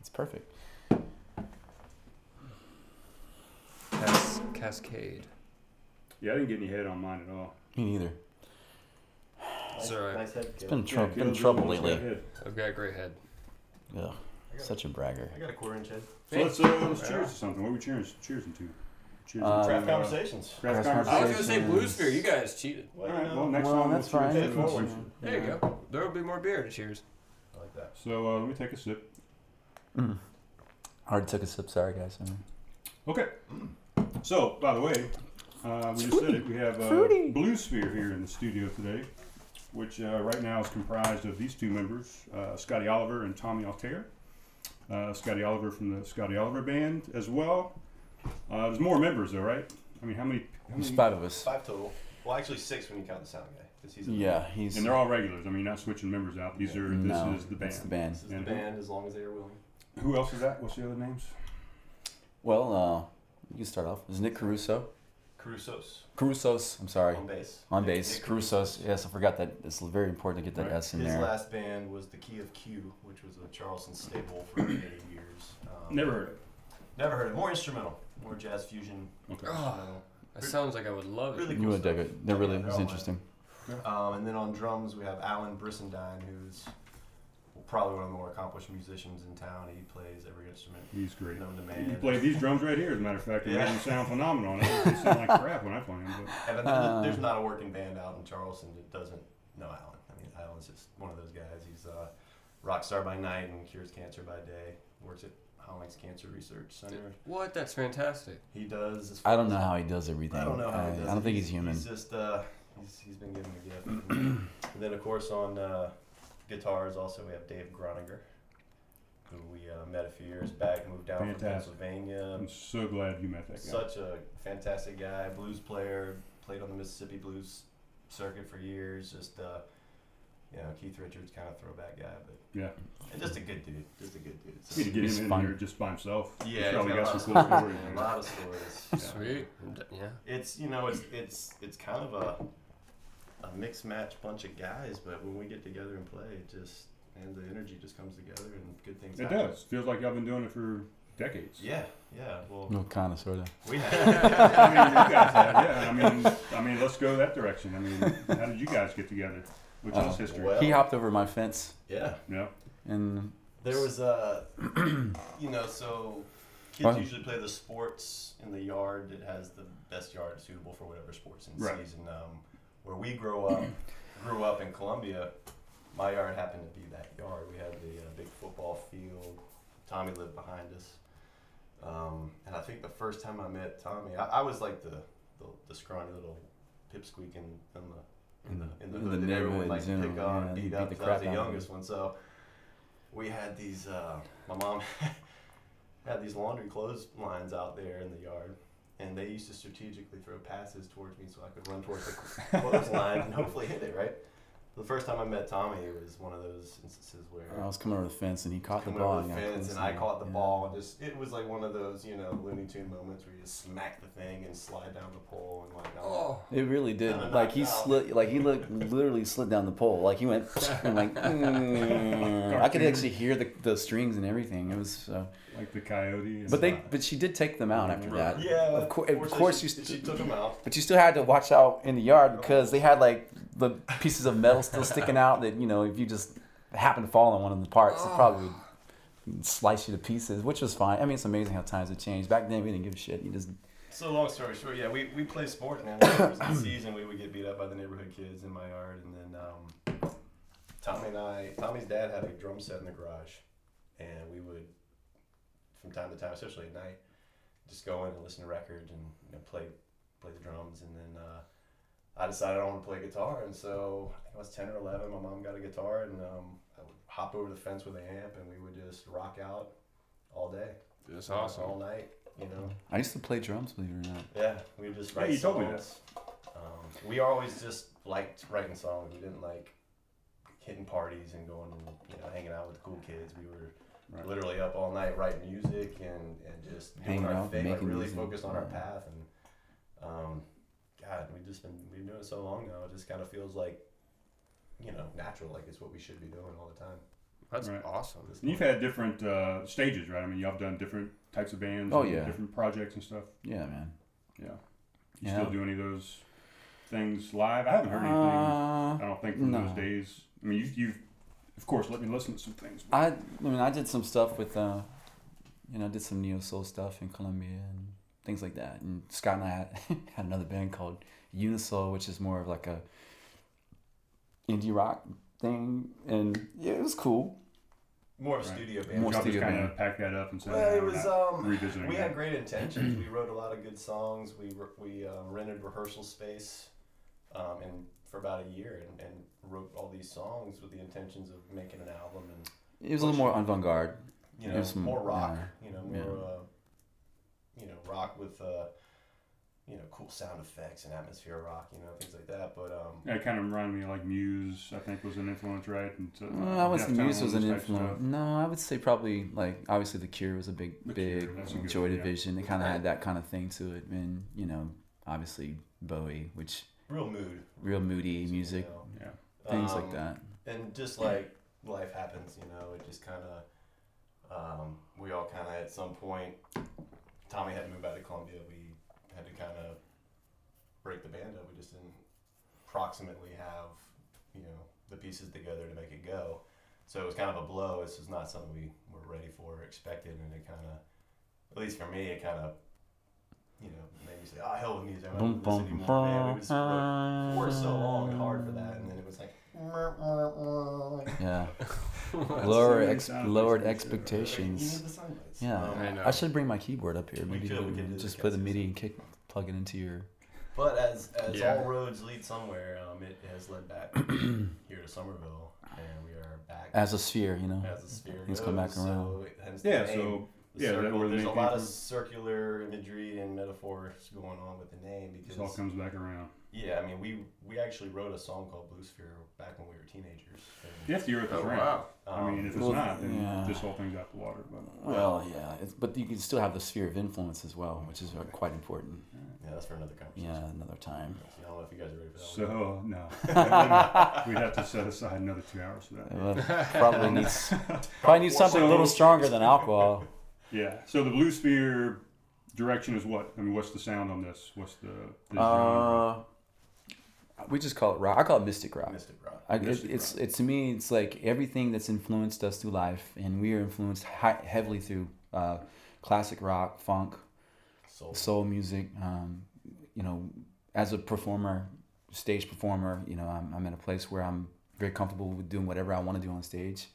[SPEAKER 4] It's perfect.
[SPEAKER 1] Cas- Cascade.
[SPEAKER 3] Yeah, I didn't get any head on mine at all.
[SPEAKER 4] Me neither.
[SPEAKER 1] It's alright.
[SPEAKER 5] Nice head
[SPEAKER 4] It's
[SPEAKER 5] kill.
[SPEAKER 4] been, trou-
[SPEAKER 3] Yeah,
[SPEAKER 4] been in
[SPEAKER 3] Gil's
[SPEAKER 4] trouble
[SPEAKER 3] almost got
[SPEAKER 4] lately.
[SPEAKER 3] head.
[SPEAKER 1] I've got a great head.
[SPEAKER 4] Ugh, such a bragger.
[SPEAKER 5] I got a quarter inch head.
[SPEAKER 3] So let's, uh, let's cheers to something. What are we cheers cheersing to? Cheers
[SPEAKER 4] Uh,
[SPEAKER 3] to
[SPEAKER 5] Craft
[SPEAKER 3] uh,
[SPEAKER 5] conversations.
[SPEAKER 3] Craft
[SPEAKER 4] Craft
[SPEAKER 1] I
[SPEAKER 3] conversation.
[SPEAKER 1] was gonna say Blue Sphere. You guys cheated.
[SPEAKER 5] Well,
[SPEAKER 3] All
[SPEAKER 5] you
[SPEAKER 3] right.
[SPEAKER 5] know,
[SPEAKER 3] Well, next
[SPEAKER 4] Well,
[SPEAKER 3] time
[SPEAKER 4] that's
[SPEAKER 3] we'll cheers
[SPEAKER 5] right.
[SPEAKER 3] to
[SPEAKER 5] That's
[SPEAKER 3] Blue
[SPEAKER 5] right.
[SPEAKER 3] Sphere.
[SPEAKER 1] There you go. There will be more beer to cheers.
[SPEAKER 5] I like that.
[SPEAKER 3] So uh, let me take a sip.
[SPEAKER 4] I already took a sip. Sorry, guys.
[SPEAKER 3] Okay. So by the way, uh, we just said it. We have uh, Blue Sphere here in the studio today. which uh, right now is comprised of these two members, uh, Scotty Oliver and Tommy Altair. Uh, Scotty Oliver from the Scotty Oliver Band as well. Uh, there's more members though, right? I mean, how many? How
[SPEAKER 4] There's
[SPEAKER 3] many
[SPEAKER 4] five of us.
[SPEAKER 5] Five total. Well, actually six when you count the sound guy, because he's in the-
[SPEAKER 4] Yeah, he's.
[SPEAKER 3] and they're all regulars. I mean, you're not switching members out. These are. This
[SPEAKER 4] no,
[SPEAKER 3] is the band.
[SPEAKER 4] It's the band.
[SPEAKER 5] This is the
[SPEAKER 3] And-
[SPEAKER 5] band as long as they are willing.
[SPEAKER 3] Who else is that? What's the other names?
[SPEAKER 4] Well, uh, you can start off. There's Nick Caruso.
[SPEAKER 5] Caruso's
[SPEAKER 4] Caruso's. I'm sorry.
[SPEAKER 5] on bass.
[SPEAKER 4] On
[SPEAKER 5] Nick-
[SPEAKER 4] bass.
[SPEAKER 5] Nick
[SPEAKER 4] Caruso's. Yes, I forgot that. It's very important to get that
[SPEAKER 3] Right.
[SPEAKER 4] S in
[SPEAKER 5] His
[SPEAKER 4] there.
[SPEAKER 5] last band was the Key of Q, which was a Charleston staple for many years. Um,
[SPEAKER 3] Never heard of.
[SPEAKER 5] never heard it. More instrumental, more jazz fusion.
[SPEAKER 3] Okay.
[SPEAKER 5] instrumental.
[SPEAKER 1] Ah, That sounds like I would love it.
[SPEAKER 5] Really
[SPEAKER 4] you
[SPEAKER 5] cool
[SPEAKER 4] would
[SPEAKER 5] stuff.
[SPEAKER 4] dig it. They're really
[SPEAKER 5] Yeah, they're
[SPEAKER 4] it's
[SPEAKER 5] all
[SPEAKER 4] interesting.
[SPEAKER 5] Um, and then on drums, we have Alan Brissendine, who's probably one of the more accomplished musicians in town. He plays every instrument
[SPEAKER 3] He's great.
[SPEAKER 5] known to
[SPEAKER 3] You
[SPEAKER 5] man.
[SPEAKER 3] play these drums right here, as a matter of fact. It
[SPEAKER 5] Yeah.
[SPEAKER 3] makes them sound phenomenal. They sound like crap when I play them. But
[SPEAKER 5] And I think
[SPEAKER 4] Uh.
[SPEAKER 5] there's not a working band out in Charleston that doesn't know Alan. I mean, Alan's just one of those guys. He's a rock star by night and cures cancer by day. Works at Hollings Cancer Research Center.
[SPEAKER 1] What? That's fantastic.
[SPEAKER 5] He does. As
[SPEAKER 4] I don't know how he does everything.
[SPEAKER 5] I don't know how he does.
[SPEAKER 4] I don't
[SPEAKER 5] it.
[SPEAKER 4] think he's human.
[SPEAKER 5] He's just uh, he's, he's been given a gift. and then of course on uh, guitars also we have Dave Groninger, who we uh, met a few years back, moved down
[SPEAKER 3] Fantastic.
[SPEAKER 5] from Pennsylvania.
[SPEAKER 3] I'm so glad you met that guy.
[SPEAKER 5] Such a fantastic guy, blues player, played on the Mississippi blues circuit for years. Just uh, you know Keith Richards kind of throwback guy, but
[SPEAKER 3] yeah.
[SPEAKER 5] and just a good dude, just a good dude. So-
[SPEAKER 3] We need to get
[SPEAKER 4] He's
[SPEAKER 3] him in
[SPEAKER 4] fun.
[SPEAKER 3] here just by himself.
[SPEAKER 5] Yeah,
[SPEAKER 3] He's probably
[SPEAKER 5] he's got
[SPEAKER 3] got
[SPEAKER 5] a
[SPEAKER 3] some cool
[SPEAKER 5] lot of
[SPEAKER 3] stories.
[SPEAKER 5] a
[SPEAKER 3] man.
[SPEAKER 5] lot of stories.
[SPEAKER 1] Sweet. Yeah.
[SPEAKER 5] it's you know it's it's it's kind of a a mixed match bunch of guys, but when we get together and play, it just and the energy just comes together and good things.
[SPEAKER 3] It
[SPEAKER 5] happen.
[SPEAKER 3] does. Feels like y'all been doing it for decades.
[SPEAKER 5] Yeah, yeah. Well,
[SPEAKER 4] No, kind of, sort of.
[SPEAKER 5] we have.
[SPEAKER 3] I mean, you guys have, yeah. I mean, I mean, let's go that direction. I mean, how did you guys get together? Which
[SPEAKER 4] Uh,
[SPEAKER 3] is history.
[SPEAKER 5] well-
[SPEAKER 4] He hopped over my fence,
[SPEAKER 5] yeah.
[SPEAKER 3] yeah.
[SPEAKER 4] and
[SPEAKER 5] There was a, you know, so kids
[SPEAKER 4] Right.
[SPEAKER 5] usually play the sports in the yard that has the best yard suitable for whatever sports in
[SPEAKER 3] Right.
[SPEAKER 5] season. Um, where we grow up, grew up in Columbia, my yard happened to be that yard. We had the uh, big football field. Tommy lived behind us, um, and I think the first time I met Tommy, I, I was like the, the the scrawny little pipsqueak in, in the in the in the,
[SPEAKER 4] In
[SPEAKER 5] hood
[SPEAKER 4] the
[SPEAKER 5] that everyone
[SPEAKER 4] neighborhood
[SPEAKER 5] like
[SPEAKER 4] in
[SPEAKER 5] pick
[SPEAKER 4] general,
[SPEAKER 5] on,
[SPEAKER 4] yeah,
[SPEAKER 5] beat,
[SPEAKER 4] you beat
[SPEAKER 5] up.
[SPEAKER 4] the
[SPEAKER 5] 'cause I
[SPEAKER 4] crap out
[SPEAKER 5] was the
[SPEAKER 4] of them.
[SPEAKER 5] youngest one, so we had these. Uh, my mom had these laundry clotheslines out there in the yard, and they used to strategically throw passes towards me so I could run towards the clothesline and hopefully hit it right. The first time I met Tommy, it was one of those instances where
[SPEAKER 4] I was coming over the fence, and he caught the
[SPEAKER 5] coming
[SPEAKER 4] ball.
[SPEAKER 5] over
[SPEAKER 4] and
[SPEAKER 5] the
[SPEAKER 4] got
[SPEAKER 5] fence,
[SPEAKER 4] close
[SPEAKER 5] and
[SPEAKER 4] to
[SPEAKER 5] I
[SPEAKER 4] me.
[SPEAKER 5] caught the
[SPEAKER 4] Yeah.
[SPEAKER 5] ball. And just it was like one of those, you know, Looney Tune moments where you just smack the thing and slide down the pole and like. Oh.
[SPEAKER 1] Oh.
[SPEAKER 4] It really did.
[SPEAKER 5] Kinda
[SPEAKER 4] Like he
[SPEAKER 5] knocked out.
[SPEAKER 4] slid, like he look, literally slid down the pole. Like he went, and like mm. I could actually hear the, the strings and everything. It was, uh,
[SPEAKER 3] Like the coyote. And
[SPEAKER 4] but they, but she did take them out after that.
[SPEAKER 5] Yeah,
[SPEAKER 4] of, cour- of
[SPEAKER 5] fortunately,
[SPEAKER 4] course
[SPEAKER 5] she,
[SPEAKER 4] you.
[SPEAKER 5] she
[SPEAKER 4] St-
[SPEAKER 5] took him out.
[SPEAKER 4] but you still had to watch out in the yard because they had like the pieces of metal still sticking out that you know if you just happen to fall on one of the parts, it probably would slice you to pieces, which was fine. I mean, it's amazing how times have changed. Back then, we didn't give a shit. You just
[SPEAKER 5] So long story short, yeah, we, we play sport now. It was the season we would get beat up by the neighborhood kids in my yard, and then um, Tommy and I, Tommy's dad had a drum set in the garage, and we would, from time to time, especially at night, just go in and listen to records and you know, play play the drums, and then uh, I decided I want to play guitar, and so I think I was ten or eleven. My mom got a guitar, and um, I would hop over the fence with an amp, and we would just rock out all day,
[SPEAKER 1] That's awesome.
[SPEAKER 5] all night, you know.
[SPEAKER 4] I used to play drums, believe it or not.
[SPEAKER 5] Yeah, we just
[SPEAKER 3] Yeah,
[SPEAKER 5] write
[SPEAKER 3] you told me
[SPEAKER 5] songs. Um, we always just liked writing songs. We didn't like hitting parties and going, and, you know, hanging out with the cool kids. We were
[SPEAKER 3] Right.
[SPEAKER 5] literally up all night writing music and, and just doing
[SPEAKER 4] Hanging
[SPEAKER 5] our
[SPEAKER 4] out,
[SPEAKER 5] thing, like
[SPEAKER 4] making
[SPEAKER 5] really
[SPEAKER 4] music,
[SPEAKER 5] focused on our
[SPEAKER 4] yeah.
[SPEAKER 5] path. And um, God, we've just been we've been doing it so long now. It just kind of feels like you know natural, like it's what we should be doing all the time.
[SPEAKER 1] That's
[SPEAKER 3] Right.
[SPEAKER 1] awesome.
[SPEAKER 5] This
[SPEAKER 3] And you've had different uh, stages, right? I mean, y'all have done different types of bands.
[SPEAKER 4] Oh,
[SPEAKER 3] and
[SPEAKER 4] yeah.
[SPEAKER 3] Different projects and stuff.
[SPEAKER 4] Yeah, man.
[SPEAKER 3] Yeah. You
[SPEAKER 4] Yeah.
[SPEAKER 3] still do any of those things live? I haven't heard anything. I
[SPEAKER 4] Uh,
[SPEAKER 3] don't think from
[SPEAKER 4] no.
[SPEAKER 3] those days. I mean, you've, you've of course let me listen to some things. but-
[SPEAKER 4] I, I mean, I did some stuff with, uh, you know, I did some neo soul stuff in Colombia and things like that. And Scott and I had, had another band called Unisoul, which is more of like a indie rock thing, and yeah, it was cool.
[SPEAKER 5] More of a
[SPEAKER 3] Right.
[SPEAKER 5] studio band.
[SPEAKER 3] Y'all
[SPEAKER 4] More
[SPEAKER 3] just
[SPEAKER 4] studio
[SPEAKER 3] kind
[SPEAKER 4] band.
[SPEAKER 3] of pack that up and say,
[SPEAKER 5] Well,
[SPEAKER 3] "No,
[SPEAKER 5] it
[SPEAKER 3] we're
[SPEAKER 5] was
[SPEAKER 3] not
[SPEAKER 5] um,
[SPEAKER 3] revisiting
[SPEAKER 5] we
[SPEAKER 3] that."
[SPEAKER 5] had great intentions. we wrote a lot of good songs. We re- we um, rented rehearsal space, um, and for about a year and, and wrote all these songs with the intentions of making an album and
[SPEAKER 4] It was a little more avant garde.
[SPEAKER 5] you know
[SPEAKER 4] There's some-
[SPEAKER 5] more rock.
[SPEAKER 4] yeah,
[SPEAKER 5] You know
[SPEAKER 4] yeah.
[SPEAKER 5] more uh, you know rock with uh, you know cool sound effects and atmosphere rock. You know things like that. But um,
[SPEAKER 3] That kind of reminded me like Muse. I think was an influence, right? And so,
[SPEAKER 4] Well, Uh, I would say
[SPEAKER 3] uh, Deftones,
[SPEAKER 4] Muse was an
[SPEAKER 3] those types of
[SPEAKER 4] influence. No, I would say probably like obviously The Cure was a big,
[SPEAKER 3] The Cure,
[SPEAKER 4] big
[SPEAKER 3] that's a good
[SPEAKER 4] Joy
[SPEAKER 3] one, yeah.
[SPEAKER 4] Division. It kind of had that kind of thing to it, and you know, obviously Bowie, which
[SPEAKER 5] real mood.
[SPEAKER 4] real moody music,
[SPEAKER 5] You know?
[SPEAKER 3] stuff. Yeah.
[SPEAKER 4] things
[SPEAKER 5] Um,
[SPEAKER 4] like that.
[SPEAKER 5] and just like life happens, you know, it just kind of, um, we all kind of at some point, Tommy had to move out to Columbia. We had to kind of break the band up. We just didn't approximately have, you know, the pieces together to make it go. So it was kind of a blow. This was not something we were ready for or expected. And it kind of, at least for me, it kind of, you know, made me say, oh, hell with music. I'm not
[SPEAKER 4] Boom,
[SPEAKER 5] doing this
[SPEAKER 4] boom,
[SPEAKER 5] anymore. Man, we just worked for so long and
[SPEAKER 4] boom.
[SPEAKER 5] hard for that. And then it was like,
[SPEAKER 4] Yeah,
[SPEAKER 3] That's
[SPEAKER 4] lower
[SPEAKER 3] the
[SPEAKER 4] ex-
[SPEAKER 3] sound
[SPEAKER 4] lowered
[SPEAKER 3] effects we should have,
[SPEAKER 4] expectations. Yeah,
[SPEAKER 1] I know.
[SPEAKER 4] I should bring my keyboard up here.
[SPEAKER 5] We
[SPEAKER 4] Maybe
[SPEAKER 5] could, we
[SPEAKER 4] we
[SPEAKER 5] could do
[SPEAKER 4] can
[SPEAKER 5] the
[SPEAKER 4] just put the
[SPEAKER 5] cast
[SPEAKER 4] MIDI and kick, plug it into your.
[SPEAKER 5] But as as
[SPEAKER 1] Yeah.
[SPEAKER 5] all roads lead somewhere, um, it has led back here to Somerville, and we are back
[SPEAKER 4] As a sphere, you know.
[SPEAKER 5] as the sphere
[SPEAKER 4] Things
[SPEAKER 5] goes,
[SPEAKER 4] come back
[SPEAKER 5] So
[SPEAKER 4] around.
[SPEAKER 5] it- hence the
[SPEAKER 3] Yeah.
[SPEAKER 5] name,
[SPEAKER 3] So
[SPEAKER 5] the
[SPEAKER 3] yeah, that
[SPEAKER 5] circle.
[SPEAKER 3] where the
[SPEAKER 5] there's a
[SPEAKER 3] name
[SPEAKER 5] lot
[SPEAKER 3] came
[SPEAKER 5] of
[SPEAKER 3] from.
[SPEAKER 5] circular imagery and metaphors going on with the name
[SPEAKER 3] this all
[SPEAKER 5] because
[SPEAKER 3] comes back around.
[SPEAKER 5] yeah, I mean we we actually wrote a song called Blue Sphere back when we were teenagers. Um, And,
[SPEAKER 3] You have to hear it this
[SPEAKER 1] Oh,
[SPEAKER 3] round.
[SPEAKER 1] wow.
[SPEAKER 3] I mean, if it's
[SPEAKER 4] Well,
[SPEAKER 3] not, then
[SPEAKER 4] yeah.
[SPEAKER 3] this whole thing's out the water. But
[SPEAKER 4] Well, yeah, it's, but you can still have the sphere of influence as well, which is uh, quite important.
[SPEAKER 5] yeah, that's for another conversation.
[SPEAKER 4] Yeah, another time.
[SPEAKER 5] So I don't know if you guys are ready for that. one.
[SPEAKER 3] so no, we'd have to set aside another two hours for that.
[SPEAKER 4] Uh, probably needs probably needs something a little stronger than alcohol.
[SPEAKER 3] Yeah. So the blue sphere direction is what? I mean, what's the sound on this? What's the, the genre?
[SPEAKER 4] Uh, we just call it rock. I call it mystic rock.
[SPEAKER 5] Mystic Rock.
[SPEAKER 4] I, it,
[SPEAKER 3] Mystic
[SPEAKER 4] it's it, to me. It's like everything that's influenced us through life, and we are influenced hi- heavily through uh, classic rock, funk,
[SPEAKER 5] Soul.
[SPEAKER 4] soul music. Um, you know, as a performer, stage performer, you know, I'm, I'm in a place where I'm very comfortable with doing whatever I want to do on stage.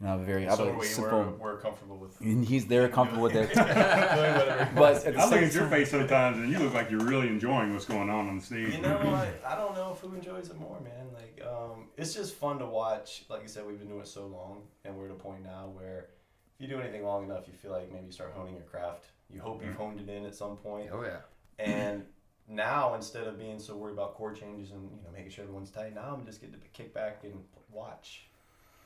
[SPEAKER 4] You know, I have a very I have
[SPEAKER 5] So
[SPEAKER 4] a
[SPEAKER 5] we, we're,
[SPEAKER 4] simple.
[SPEAKER 5] we're comfortable with
[SPEAKER 4] And he's they're comfortable with it,
[SPEAKER 5] doing whatever.
[SPEAKER 4] but at the
[SPEAKER 3] I look
[SPEAKER 4] same
[SPEAKER 3] at your face sometimes, and you look like you're really enjoying what's going on on the stage.
[SPEAKER 5] You know, I, I don't know if who enjoys it more, man. Like, um, it's just fun to watch. Like you said, we've been doing it so long, and we're at a point now where if you do anything long enough, you feel like maybe you start honing your craft. You hope you've honed it in at some point.
[SPEAKER 1] Oh yeah.
[SPEAKER 5] And now, instead of being so worried about chord changes and you know making sure everyone's tight, now I'm just getting to kick back and watch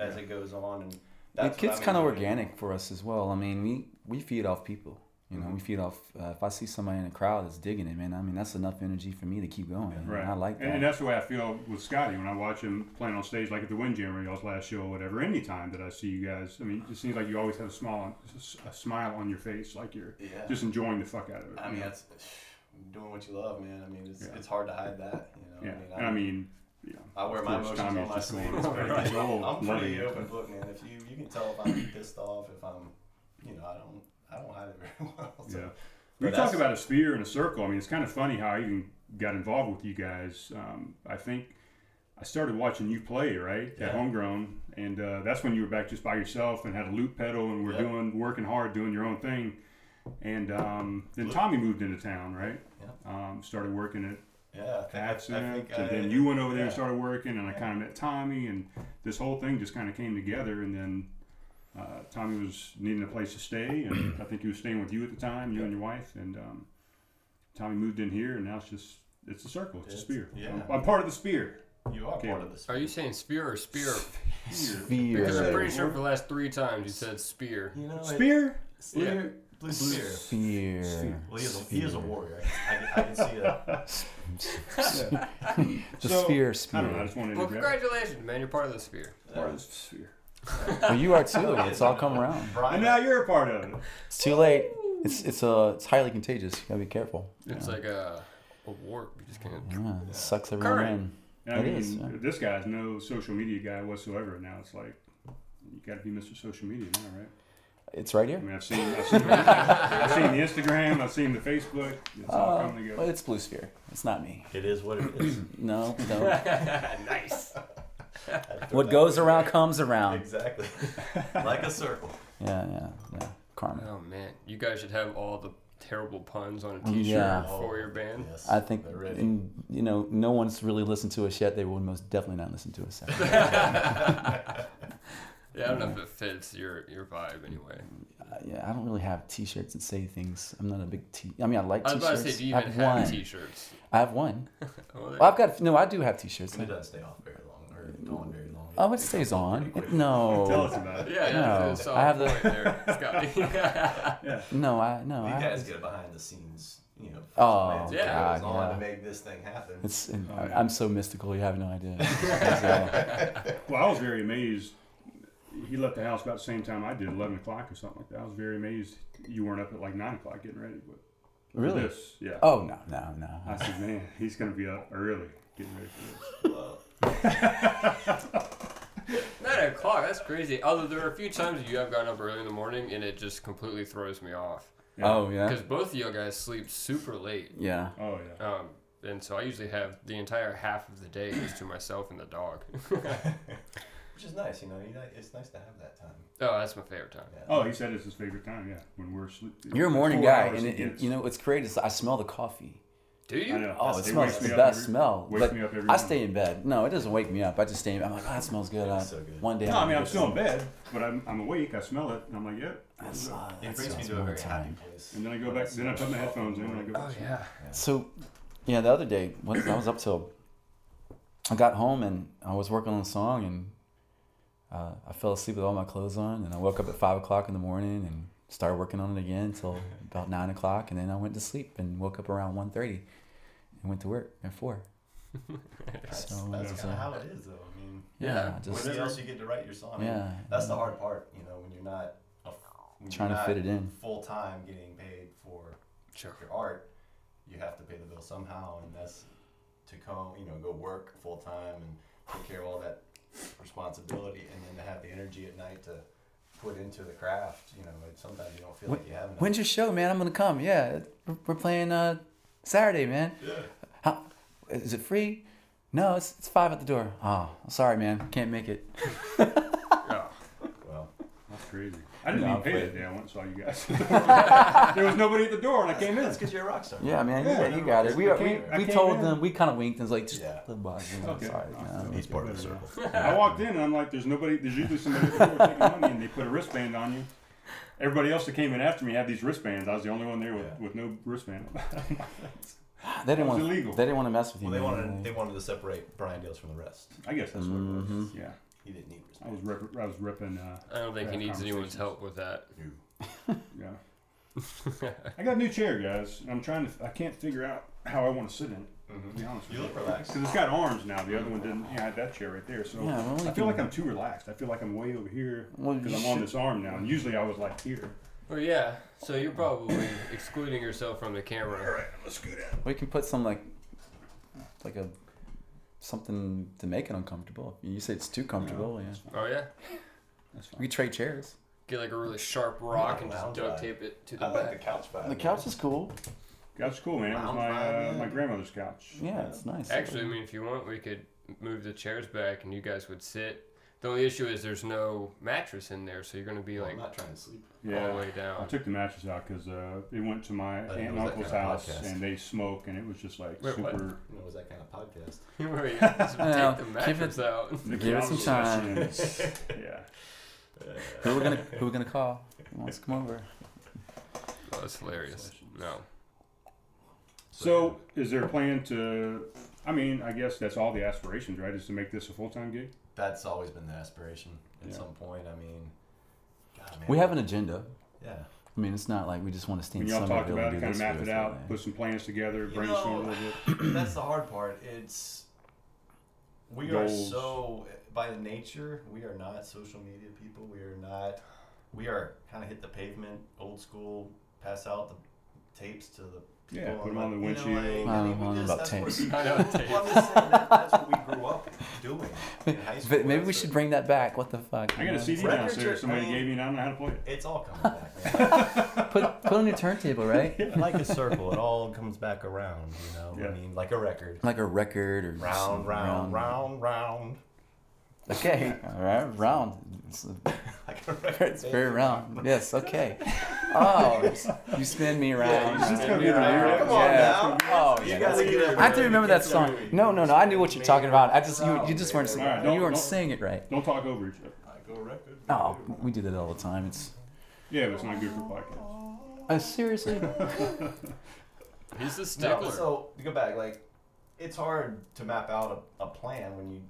[SPEAKER 5] as it goes on. And that's
[SPEAKER 4] it
[SPEAKER 5] what
[SPEAKER 4] gets
[SPEAKER 5] I'm
[SPEAKER 4] kind of
[SPEAKER 5] enjoying.
[SPEAKER 4] organic for us as well. I mean, we we feed off people. You know, we
[SPEAKER 3] Mm-hmm.
[SPEAKER 4] feed off. Uh, if I see somebody in a crowd that's digging it, man, I mean, that's enough energy for me to keep going. and
[SPEAKER 3] Right.
[SPEAKER 4] I like
[SPEAKER 3] And,
[SPEAKER 4] that.
[SPEAKER 3] and that's the way I feel with Scotty when I watch him playing on stage, like at the Windjammer, y'all's last show or whatever. Any time that I see you guys, I mean, it seems like you always have a small, a smile on your face, like you're
[SPEAKER 5] Yeah.
[SPEAKER 3] just enjoying the fuck out of it.
[SPEAKER 5] I
[SPEAKER 3] you
[SPEAKER 5] mean,
[SPEAKER 3] know?
[SPEAKER 5] that's doing what you love, man. I mean, it's,
[SPEAKER 3] Yeah.
[SPEAKER 5] it's hard to hide that. You know?
[SPEAKER 3] yeah.
[SPEAKER 5] I mean,
[SPEAKER 3] and I mean, yeah.
[SPEAKER 5] I wear
[SPEAKER 3] Of
[SPEAKER 5] my
[SPEAKER 3] course,
[SPEAKER 5] emotions
[SPEAKER 3] Tommy's
[SPEAKER 5] on my
[SPEAKER 3] just
[SPEAKER 5] sleeve.
[SPEAKER 3] going, "Right,
[SPEAKER 5] It's pretty-
[SPEAKER 3] oh,
[SPEAKER 5] I'm
[SPEAKER 3] loving
[SPEAKER 5] pretty
[SPEAKER 3] it."
[SPEAKER 5] open book, man. If you you can tell if I'm pissed off, if I'm, you know, I don't I don't hide it very well. So.
[SPEAKER 3] Yeah.
[SPEAKER 5] But
[SPEAKER 3] We talk
[SPEAKER 5] that's-
[SPEAKER 3] about a sphere and a circle. I mean, it's kind of funny how I even got involved with you guys. Um, I think I started watching you play, right,
[SPEAKER 5] Yeah.
[SPEAKER 3] at Homegrown. And uh, that's when you were back just by yourself and had a loop pedal and were
[SPEAKER 5] Yep.
[SPEAKER 3] doing, working hard, doing your own thing. And um, then Tommy moved into town, right?
[SPEAKER 5] Yep.
[SPEAKER 3] Um, started working at
[SPEAKER 5] Yeah, I
[SPEAKER 3] Pat's.
[SPEAKER 5] think, I- I
[SPEAKER 3] And
[SPEAKER 5] think I-
[SPEAKER 3] then you went over there and
[SPEAKER 5] yeah.
[SPEAKER 3] started working. And I
[SPEAKER 5] Yeah.
[SPEAKER 3] kind of met Tommy. And this whole thing just kind of came together. And then uh, Tommy was needing a place to stay, and I think he was staying with you at the time, you and your wife. And um, Tommy moved in here, and now it's just it's a circle, it's, a
[SPEAKER 5] It's-
[SPEAKER 3] spear.
[SPEAKER 5] yeah.
[SPEAKER 3] I'm, I'm part of the spear.
[SPEAKER 5] You are part
[SPEAKER 3] Caleb.
[SPEAKER 5] of this.
[SPEAKER 1] Are you saying spear or spear? Because I'm
[SPEAKER 4] Sphere.
[SPEAKER 1] pretty sure for the last three times you said spear.
[SPEAKER 5] You know, it-
[SPEAKER 3] Spear.
[SPEAKER 5] Spear, blue spear.
[SPEAKER 4] Sphere.
[SPEAKER 5] Well, he is, a, he is a warrior. I, can- I can see that.
[SPEAKER 4] The
[SPEAKER 3] So,
[SPEAKER 4] sphere,
[SPEAKER 3] I don't know. I
[SPEAKER 4] sphere.
[SPEAKER 3] just wanted to
[SPEAKER 1] Well,
[SPEAKER 3] grab
[SPEAKER 1] congratulations, man. You're part of the spear.
[SPEAKER 3] part of the spear.
[SPEAKER 4] Well, you are too. It's all come around.
[SPEAKER 5] Brian,
[SPEAKER 3] And now you're a part of it.
[SPEAKER 4] It's too late. It's it's uh, it's highly contagious. You gotta be careful.
[SPEAKER 1] It's like a, a warp. You just can't.
[SPEAKER 4] Yeah, it sucks everyone
[SPEAKER 1] Current.
[SPEAKER 4] in.
[SPEAKER 3] And I
[SPEAKER 4] It
[SPEAKER 3] mean,
[SPEAKER 4] is, yeah.
[SPEAKER 3] this guy's no social media guy whatsoever. Now it's like you got to be Mr. Social Media now, right?
[SPEAKER 4] It's right
[SPEAKER 3] I
[SPEAKER 4] here.
[SPEAKER 3] mean, I've seen, I've seen, I've seen the Instagram, I've seen the Facebook. It's all
[SPEAKER 4] Uh,
[SPEAKER 3] coming
[SPEAKER 4] well,
[SPEAKER 3] together.
[SPEAKER 4] it's blue sphere. It's not me.
[SPEAKER 5] it is what it is.
[SPEAKER 4] No, no.
[SPEAKER 1] nice.
[SPEAKER 4] what goes around comes around.
[SPEAKER 5] exactly, like a circle.
[SPEAKER 4] Yeah, yeah, yeah. Karma.
[SPEAKER 1] Oh man, you guys should have all the terrible puns on a t-shirt
[SPEAKER 4] Mm, Yeah.
[SPEAKER 1] for your band.
[SPEAKER 5] Yes,
[SPEAKER 4] I think,
[SPEAKER 5] they're ready.
[SPEAKER 4] and, you know, no one's really listened to us yet. They will most definitely not listen to us. uh, After.
[SPEAKER 1] Yeah, I don't know if it fits your your vibe anyway.
[SPEAKER 4] Uh, yeah, I don't really have T-shirts that say things. I'm not a big T. I mean, I like
[SPEAKER 1] I
[SPEAKER 4] T-shirts.
[SPEAKER 1] was about to say, do you
[SPEAKER 4] I
[SPEAKER 1] even have
[SPEAKER 4] one.
[SPEAKER 1] t-shirts?
[SPEAKER 4] I have one.
[SPEAKER 1] Oh, there-
[SPEAKER 4] Well, I've got no. I do have T-shirts.
[SPEAKER 5] It doesn't stay off very long or on very long.
[SPEAKER 4] Oh, it stays on. It- no,
[SPEAKER 2] about it.
[SPEAKER 1] yeah, yeah,
[SPEAKER 4] No,
[SPEAKER 1] that's a solid
[SPEAKER 4] I have the-
[SPEAKER 1] point there, Scotty. yeah.
[SPEAKER 4] no, I no.
[SPEAKER 5] You
[SPEAKER 4] I,
[SPEAKER 5] guys get behind the scenes, you know.
[SPEAKER 4] Oh,
[SPEAKER 5] plans and
[SPEAKER 1] yeah,
[SPEAKER 5] goes on
[SPEAKER 4] yeah.
[SPEAKER 5] to make this thing happen.
[SPEAKER 4] It's, and
[SPEAKER 1] Oh,
[SPEAKER 4] I- I'm so mystical. You have no idea. It's, uh,
[SPEAKER 3] Well, I was very amazed. He left the house about the same time I did, eleven o'clock or something like that. I was very amazed you weren't up at like nine o'clock getting ready. But for
[SPEAKER 4] really?
[SPEAKER 3] this, yeah.
[SPEAKER 4] Oh no, no, no.
[SPEAKER 3] I said, man, he's gonna be up early getting ready for this.
[SPEAKER 1] Nine o'clock. That's crazy. Although there are a few times you have gotten up early in the morning and it just completely throws me off
[SPEAKER 4] Oh yeah.
[SPEAKER 1] because both of you guys sleep super late.
[SPEAKER 4] Yeah.
[SPEAKER 3] Oh yeah.
[SPEAKER 1] Um, and so I usually have the entire half of the day just to myself and the dog. Oh,
[SPEAKER 5] Which is nice, you know. You, like- it's nice to have that time.
[SPEAKER 1] Oh, that's my favorite time.
[SPEAKER 3] Oh, he said it's his favorite time. Yeah, when we're asleep.
[SPEAKER 4] You're a morning
[SPEAKER 3] Four
[SPEAKER 4] guy,
[SPEAKER 3] hours
[SPEAKER 4] and
[SPEAKER 3] he
[SPEAKER 4] it, it-
[SPEAKER 3] gets.
[SPEAKER 4] you know what's great is I smell the coffee.
[SPEAKER 1] Do you?
[SPEAKER 3] I know.
[SPEAKER 4] Oh, it
[SPEAKER 3] That's-
[SPEAKER 4] smells
[SPEAKER 3] wakes me
[SPEAKER 4] the
[SPEAKER 3] up
[SPEAKER 4] best
[SPEAKER 3] every-
[SPEAKER 4] smell.
[SPEAKER 3] Wakes
[SPEAKER 4] But
[SPEAKER 3] me up every
[SPEAKER 4] I
[SPEAKER 3] morning.
[SPEAKER 4] stay in bed. No, it doesn't wake me up. I just stay. in I'm like, oh, that smells good. I,
[SPEAKER 5] so good.
[SPEAKER 4] One day.
[SPEAKER 3] No, I mean I'm
[SPEAKER 4] gonna
[SPEAKER 3] still in
[SPEAKER 4] do
[SPEAKER 3] bed, but I'm, I'm awake. I smell it, and I'm like, yep.
[SPEAKER 4] this. That's, uh,
[SPEAKER 5] It
[SPEAKER 4] that
[SPEAKER 5] brings me
[SPEAKER 4] sounds
[SPEAKER 5] to a
[SPEAKER 4] more
[SPEAKER 5] very happy
[SPEAKER 4] time.
[SPEAKER 5] place.
[SPEAKER 3] And then I go back. Then I put my headphones in. And I go.
[SPEAKER 5] Oh,
[SPEAKER 3] Back.
[SPEAKER 1] yeah.
[SPEAKER 4] So, yeah, the other day, what, I was up till. I got home and I was working on a song and uh, I fell asleep with all my clothes on and I woke up at five o'clock in the morning and started working on it again until about nine o'clock and then I went to sleep and woke up around 1.30 and went to work at four.
[SPEAKER 5] That's,
[SPEAKER 4] So,
[SPEAKER 5] that's
[SPEAKER 4] it's,
[SPEAKER 5] kind
[SPEAKER 4] uh,
[SPEAKER 5] of how it is, though. I mean,
[SPEAKER 4] Yeah,
[SPEAKER 1] Yeah.
[SPEAKER 4] just
[SPEAKER 5] whenever else you get to write your song,
[SPEAKER 4] Yeah.
[SPEAKER 5] that's the hard part, you know, when you're not a, when
[SPEAKER 4] Trying to
[SPEAKER 5] you're not
[SPEAKER 4] fit it in.
[SPEAKER 5] full time getting paid for
[SPEAKER 1] Sure.
[SPEAKER 5] your art. You have to pay the bill somehow, and that's to come, you know, go work full time and take care of all that responsibility, and then to have the energy at night to put into the craft. You know, like sometimes you don't feel like you have enough.
[SPEAKER 4] When's your show, man? I'm gonna come. Yeah, we're, we're playing uh, Saturday, man. Yeah. How, is it free? No, it's, it's five at the door. Oh, sorry, man, can't make it.
[SPEAKER 5] well,
[SPEAKER 3] That's crazy. I didn't
[SPEAKER 4] No,
[SPEAKER 3] even pay
[SPEAKER 4] but-
[SPEAKER 3] that day. I went and saw you guys. there was nobody at the door, and I came in.
[SPEAKER 5] that's because you're a rock star.
[SPEAKER 4] Yeah, man, you-
[SPEAKER 5] Yeah.
[SPEAKER 4] you, got it. We
[SPEAKER 3] I
[SPEAKER 4] we,
[SPEAKER 3] came- I
[SPEAKER 4] we
[SPEAKER 3] came
[SPEAKER 4] told
[SPEAKER 3] in.
[SPEAKER 4] them. We kind of winked and was like, just
[SPEAKER 5] Yeah.
[SPEAKER 4] the box. You know,
[SPEAKER 3] Okay.
[SPEAKER 4] Sorry, man.
[SPEAKER 5] He's part of the circle.
[SPEAKER 3] I walked in, and I'm like, "There's nobody. There's usually somebody at the door taking money, and they put a wristband on you." Everybody else that came in after me had these wristbands. I was the only one there with,
[SPEAKER 5] Yeah.
[SPEAKER 3] with no wristband.
[SPEAKER 4] They didn't
[SPEAKER 3] was
[SPEAKER 4] want.
[SPEAKER 3] illegal.
[SPEAKER 4] They didn't want to mess with you.
[SPEAKER 5] Well, they
[SPEAKER 4] man.
[SPEAKER 5] wanted they wanted to separate Brian Dales from the rest.
[SPEAKER 3] I guess that's what
[SPEAKER 4] Mm-hmm.
[SPEAKER 3] it was.
[SPEAKER 5] Mm.
[SPEAKER 3] Yeah,
[SPEAKER 5] He didn't need
[SPEAKER 3] I
[SPEAKER 5] respect.
[SPEAKER 3] was rep- I was ripping. Uh,
[SPEAKER 1] I don't think he
[SPEAKER 3] Have
[SPEAKER 1] needs anyone's
[SPEAKER 3] conversations.
[SPEAKER 1] help with that.
[SPEAKER 3] Yeah. I got a new chair, guys. and I'm trying to. I can't figure out how I want to sit in it. To be honest with
[SPEAKER 5] Mm-hmm. You
[SPEAKER 3] you,
[SPEAKER 5] look relaxed.
[SPEAKER 3] because it's got arms now. The other one didn't. Yeah, I had that chair right there. So
[SPEAKER 4] Yeah, well, you
[SPEAKER 3] I feel
[SPEAKER 4] can-
[SPEAKER 3] like I'm too relaxed. I feel like I'm way over here
[SPEAKER 4] Well,
[SPEAKER 3] because
[SPEAKER 4] you
[SPEAKER 3] I'm on
[SPEAKER 4] should-
[SPEAKER 3] this arm now. And usually I was like here.
[SPEAKER 1] Well, yeah. So you're probably excluding yourself from the camera.
[SPEAKER 3] right, let's scoot out.
[SPEAKER 4] We can put some like, like a, something to make it uncomfortable. You say it's too comfortable. yeah.
[SPEAKER 1] Oh yeah.
[SPEAKER 3] That's fine.
[SPEAKER 4] We could trade chairs.
[SPEAKER 1] Get like a really sharp rock and just
[SPEAKER 5] Lounge
[SPEAKER 1] duct
[SPEAKER 5] vibe.
[SPEAKER 1] tape it to the
[SPEAKER 5] I like the
[SPEAKER 1] back.
[SPEAKER 5] couch vibe.
[SPEAKER 4] The couch is cool.
[SPEAKER 3] That's cool, man. It was
[SPEAKER 5] Lounge
[SPEAKER 3] my
[SPEAKER 5] vibe,
[SPEAKER 3] uh,
[SPEAKER 5] yeah.
[SPEAKER 3] my grandmother's couch.
[SPEAKER 4] Yeah, it's nice.
[SPEAKER 1] Actually, I mean, if you want, we could move the chairs back and you guys would sit. The only issue is there's no mattress in there, so you're gonna be like
[SPEAKER 5] I'm not trying to sleep.
[SPEAKER 1] all the
[SPEAKER 3] Yeah.
[SPEAKER 1] way
[SPEAKER 3] I
[SPEAKER 1] down.
[SPEAKER 3] took the mattress out because uh, it went to my
[SPEAKER 5] didn't
[SPEAKER 3] aunt and
[SPEAKER 5] know it was that
[SPEAKER 3] uncle's
[SPEAKER 5] kind of
[SPEAKER 3] house,
[SPEAKER 5] podcast.
[SPEAKER 3] and they smoke, and it was just like
[SPEAKER 1] Wait, what?
[SPEAKER 3] super.
[SPEAKER 5] You know, it was that kind of podcast.
[SPEAKER 1] Where you just
[SPEAKER 4] Yeah,
[SPEAKER 1] take the
[SPEAKER 4] give
[SPEAKER 1] mattress
[SPEAKER 4] it-
[SPEAKER 1] out.
[SPEAKER 3] The
[SPEAKER 4] Give it some
[SPEAKER 3] couch was- yeah.
[SPEAKER 4] who are we gonna who we gonna call? Who wants to come over?
[SPEAKER 1] Oh, that's hilarious. No.
[SPEAKER 3] So, is there a plan to? I mean, I guess that's all the aspirations, right? Is to make this a full time gig?
[SPEAKER 5] That's always been the aspiration. At
[SPEAKER 3] Yeah.
[SPEAKER 5] some point, I mean, God, man,
[SPEAKER 4] We have an agenda.
[SPEAKER 5] yeah.
[SPEAKER 4] I mean, it's not like we just want to stay in
[SPEAKER 3] When y'all talked
[SPEAKER 4] Somerville
[SPEAKER 3] about
[SPEAKER 4] and do
[SPEAKER 3] it, kind
[SPEAKER 4] this
[SPEAKER 3] of map
[SPEAKER 4] for
[SPEAKER 3] it
[SPEAKER 4] the rest of
[SPEAKER 3] out,
[SPEAKER 4] the
[SPEAKER 3] put some plans together,
[SPEAKER 5] You
[SPEAKER 3] brainstorm
[SPEAKER 5] know-
[SPEAKER 3] a little bit.
[SPEAKER 5] That's the hard part. It's we
[SPEAKER 3] Goals.
[SPEAKER 5] are so by nature we are not social media people. We are not. We are kind of hit the pavement, old school. Pass out the tapes to the people.
[SPEAKER 3] Yeah, put 'em
[SPEAKER 5] like,
[SPEAKER 3] on the
[SPEAKER 5] you know,
[SPEAKER 3] windshield.
[SPEAKER 5] like, I mean,
[SPEAKER 4] I don't
[SPEAKER 5] we
[SPEAKER 4] know
[SPEAKER 5] just-
[SPEAKER 4] about
[SPEAKER 5] that's
[SPEAKER 4] tapes.
[SPEAKER 5] what-
[SPEAKER 1] I know, tape.
[SPEAKER 5] Well, I'm just saying that, that's what we grew up doing in high
[SPEAKER 4] day.
[SPEAKER 5] school.
[SPEAKER 4] But maybe we
[SPEAKER 5] That's
[SPEAKER 4] should
[SPEAKER 5] what-
[SPEAKER 4] bring that back. What the fuck?
[SPEAKER 3] I
[SPEAKER 4] you
[SPEAKER 3] got a
[SPEAKER 4] know?
[SPEAKER 3] CD
[SPEAKER 5] Record
[SPEAKER 3] downstairs
[SPEAKER 5] ch-
[SPEAKER 3] somebody
[SPEAKER 5] I mean-
[SPEAKER 3] gave me, and I don't know how to play it.
[SPEAKER 5] It's all coming back. Man.
[SPEAKER 4] Put put a new turntable, right?
[SPEAKER 5] like a circle, it all comes back around. You know,
[SPEAKER 3] Yeah.
[SPEAKER 5] I mean, like a record.
[SPEAKER 4] Like a record or
[SPEAKER 5] Round,
[SPEAKER 4] some
[SPEAKER 5] round, round, round.
[SPEAKER 4] Okay, all right, round. It's,
[SPEAKER 5] Like a record.
[SPEAKER 4] it's very round. Yes, okay. Oh, you spin me around.
[SPEAKER 3] just gonna be
[SPEAKER 5] Yeah,
[SPEAKER 3] the
[SPEAKER 5] yeah,
[SPEAKER 3] weird-
[SPEAKER 5] Come on
[SPEAKER 4] yeah.
[SPEAKER 5] now.
[SPEAKER 4] Oh,
[SPEAKER 5] You
[SPEAKER 4] yeah.
[SPEAKER 5] gotta get it.
[SPEAKER 4] I have to remember that song. No, no, no. I knew what you're talking about. I just you,
[SPEAKER 5] Oh,
[SPEAKER 4] you just weren't
[SPEAKER 5] man.
[SPEAKER 4] sing-
[SPEAKER 3] All right, don't-
[SPEAKER 4] you weren't
[SPEAKER 3] don't-
[SPEAKER 4] saying it right.
[SPEAKER 3] Don't talk over each other.
[SPEAKER 5] I go record.
[SPEAKER 4] Oh, we do that all the time. It's
[SPEAKER 3] Yeah, but it's not good for podcasts.
[SPEAKER 4] uh, seriously.
[SPEAKER 1] He's the
[SPEAKER 5] No,
[SPEAKER 1] stickler.
[SPEAKER 5] but so to go back, like it's hard to map out a, a plan when you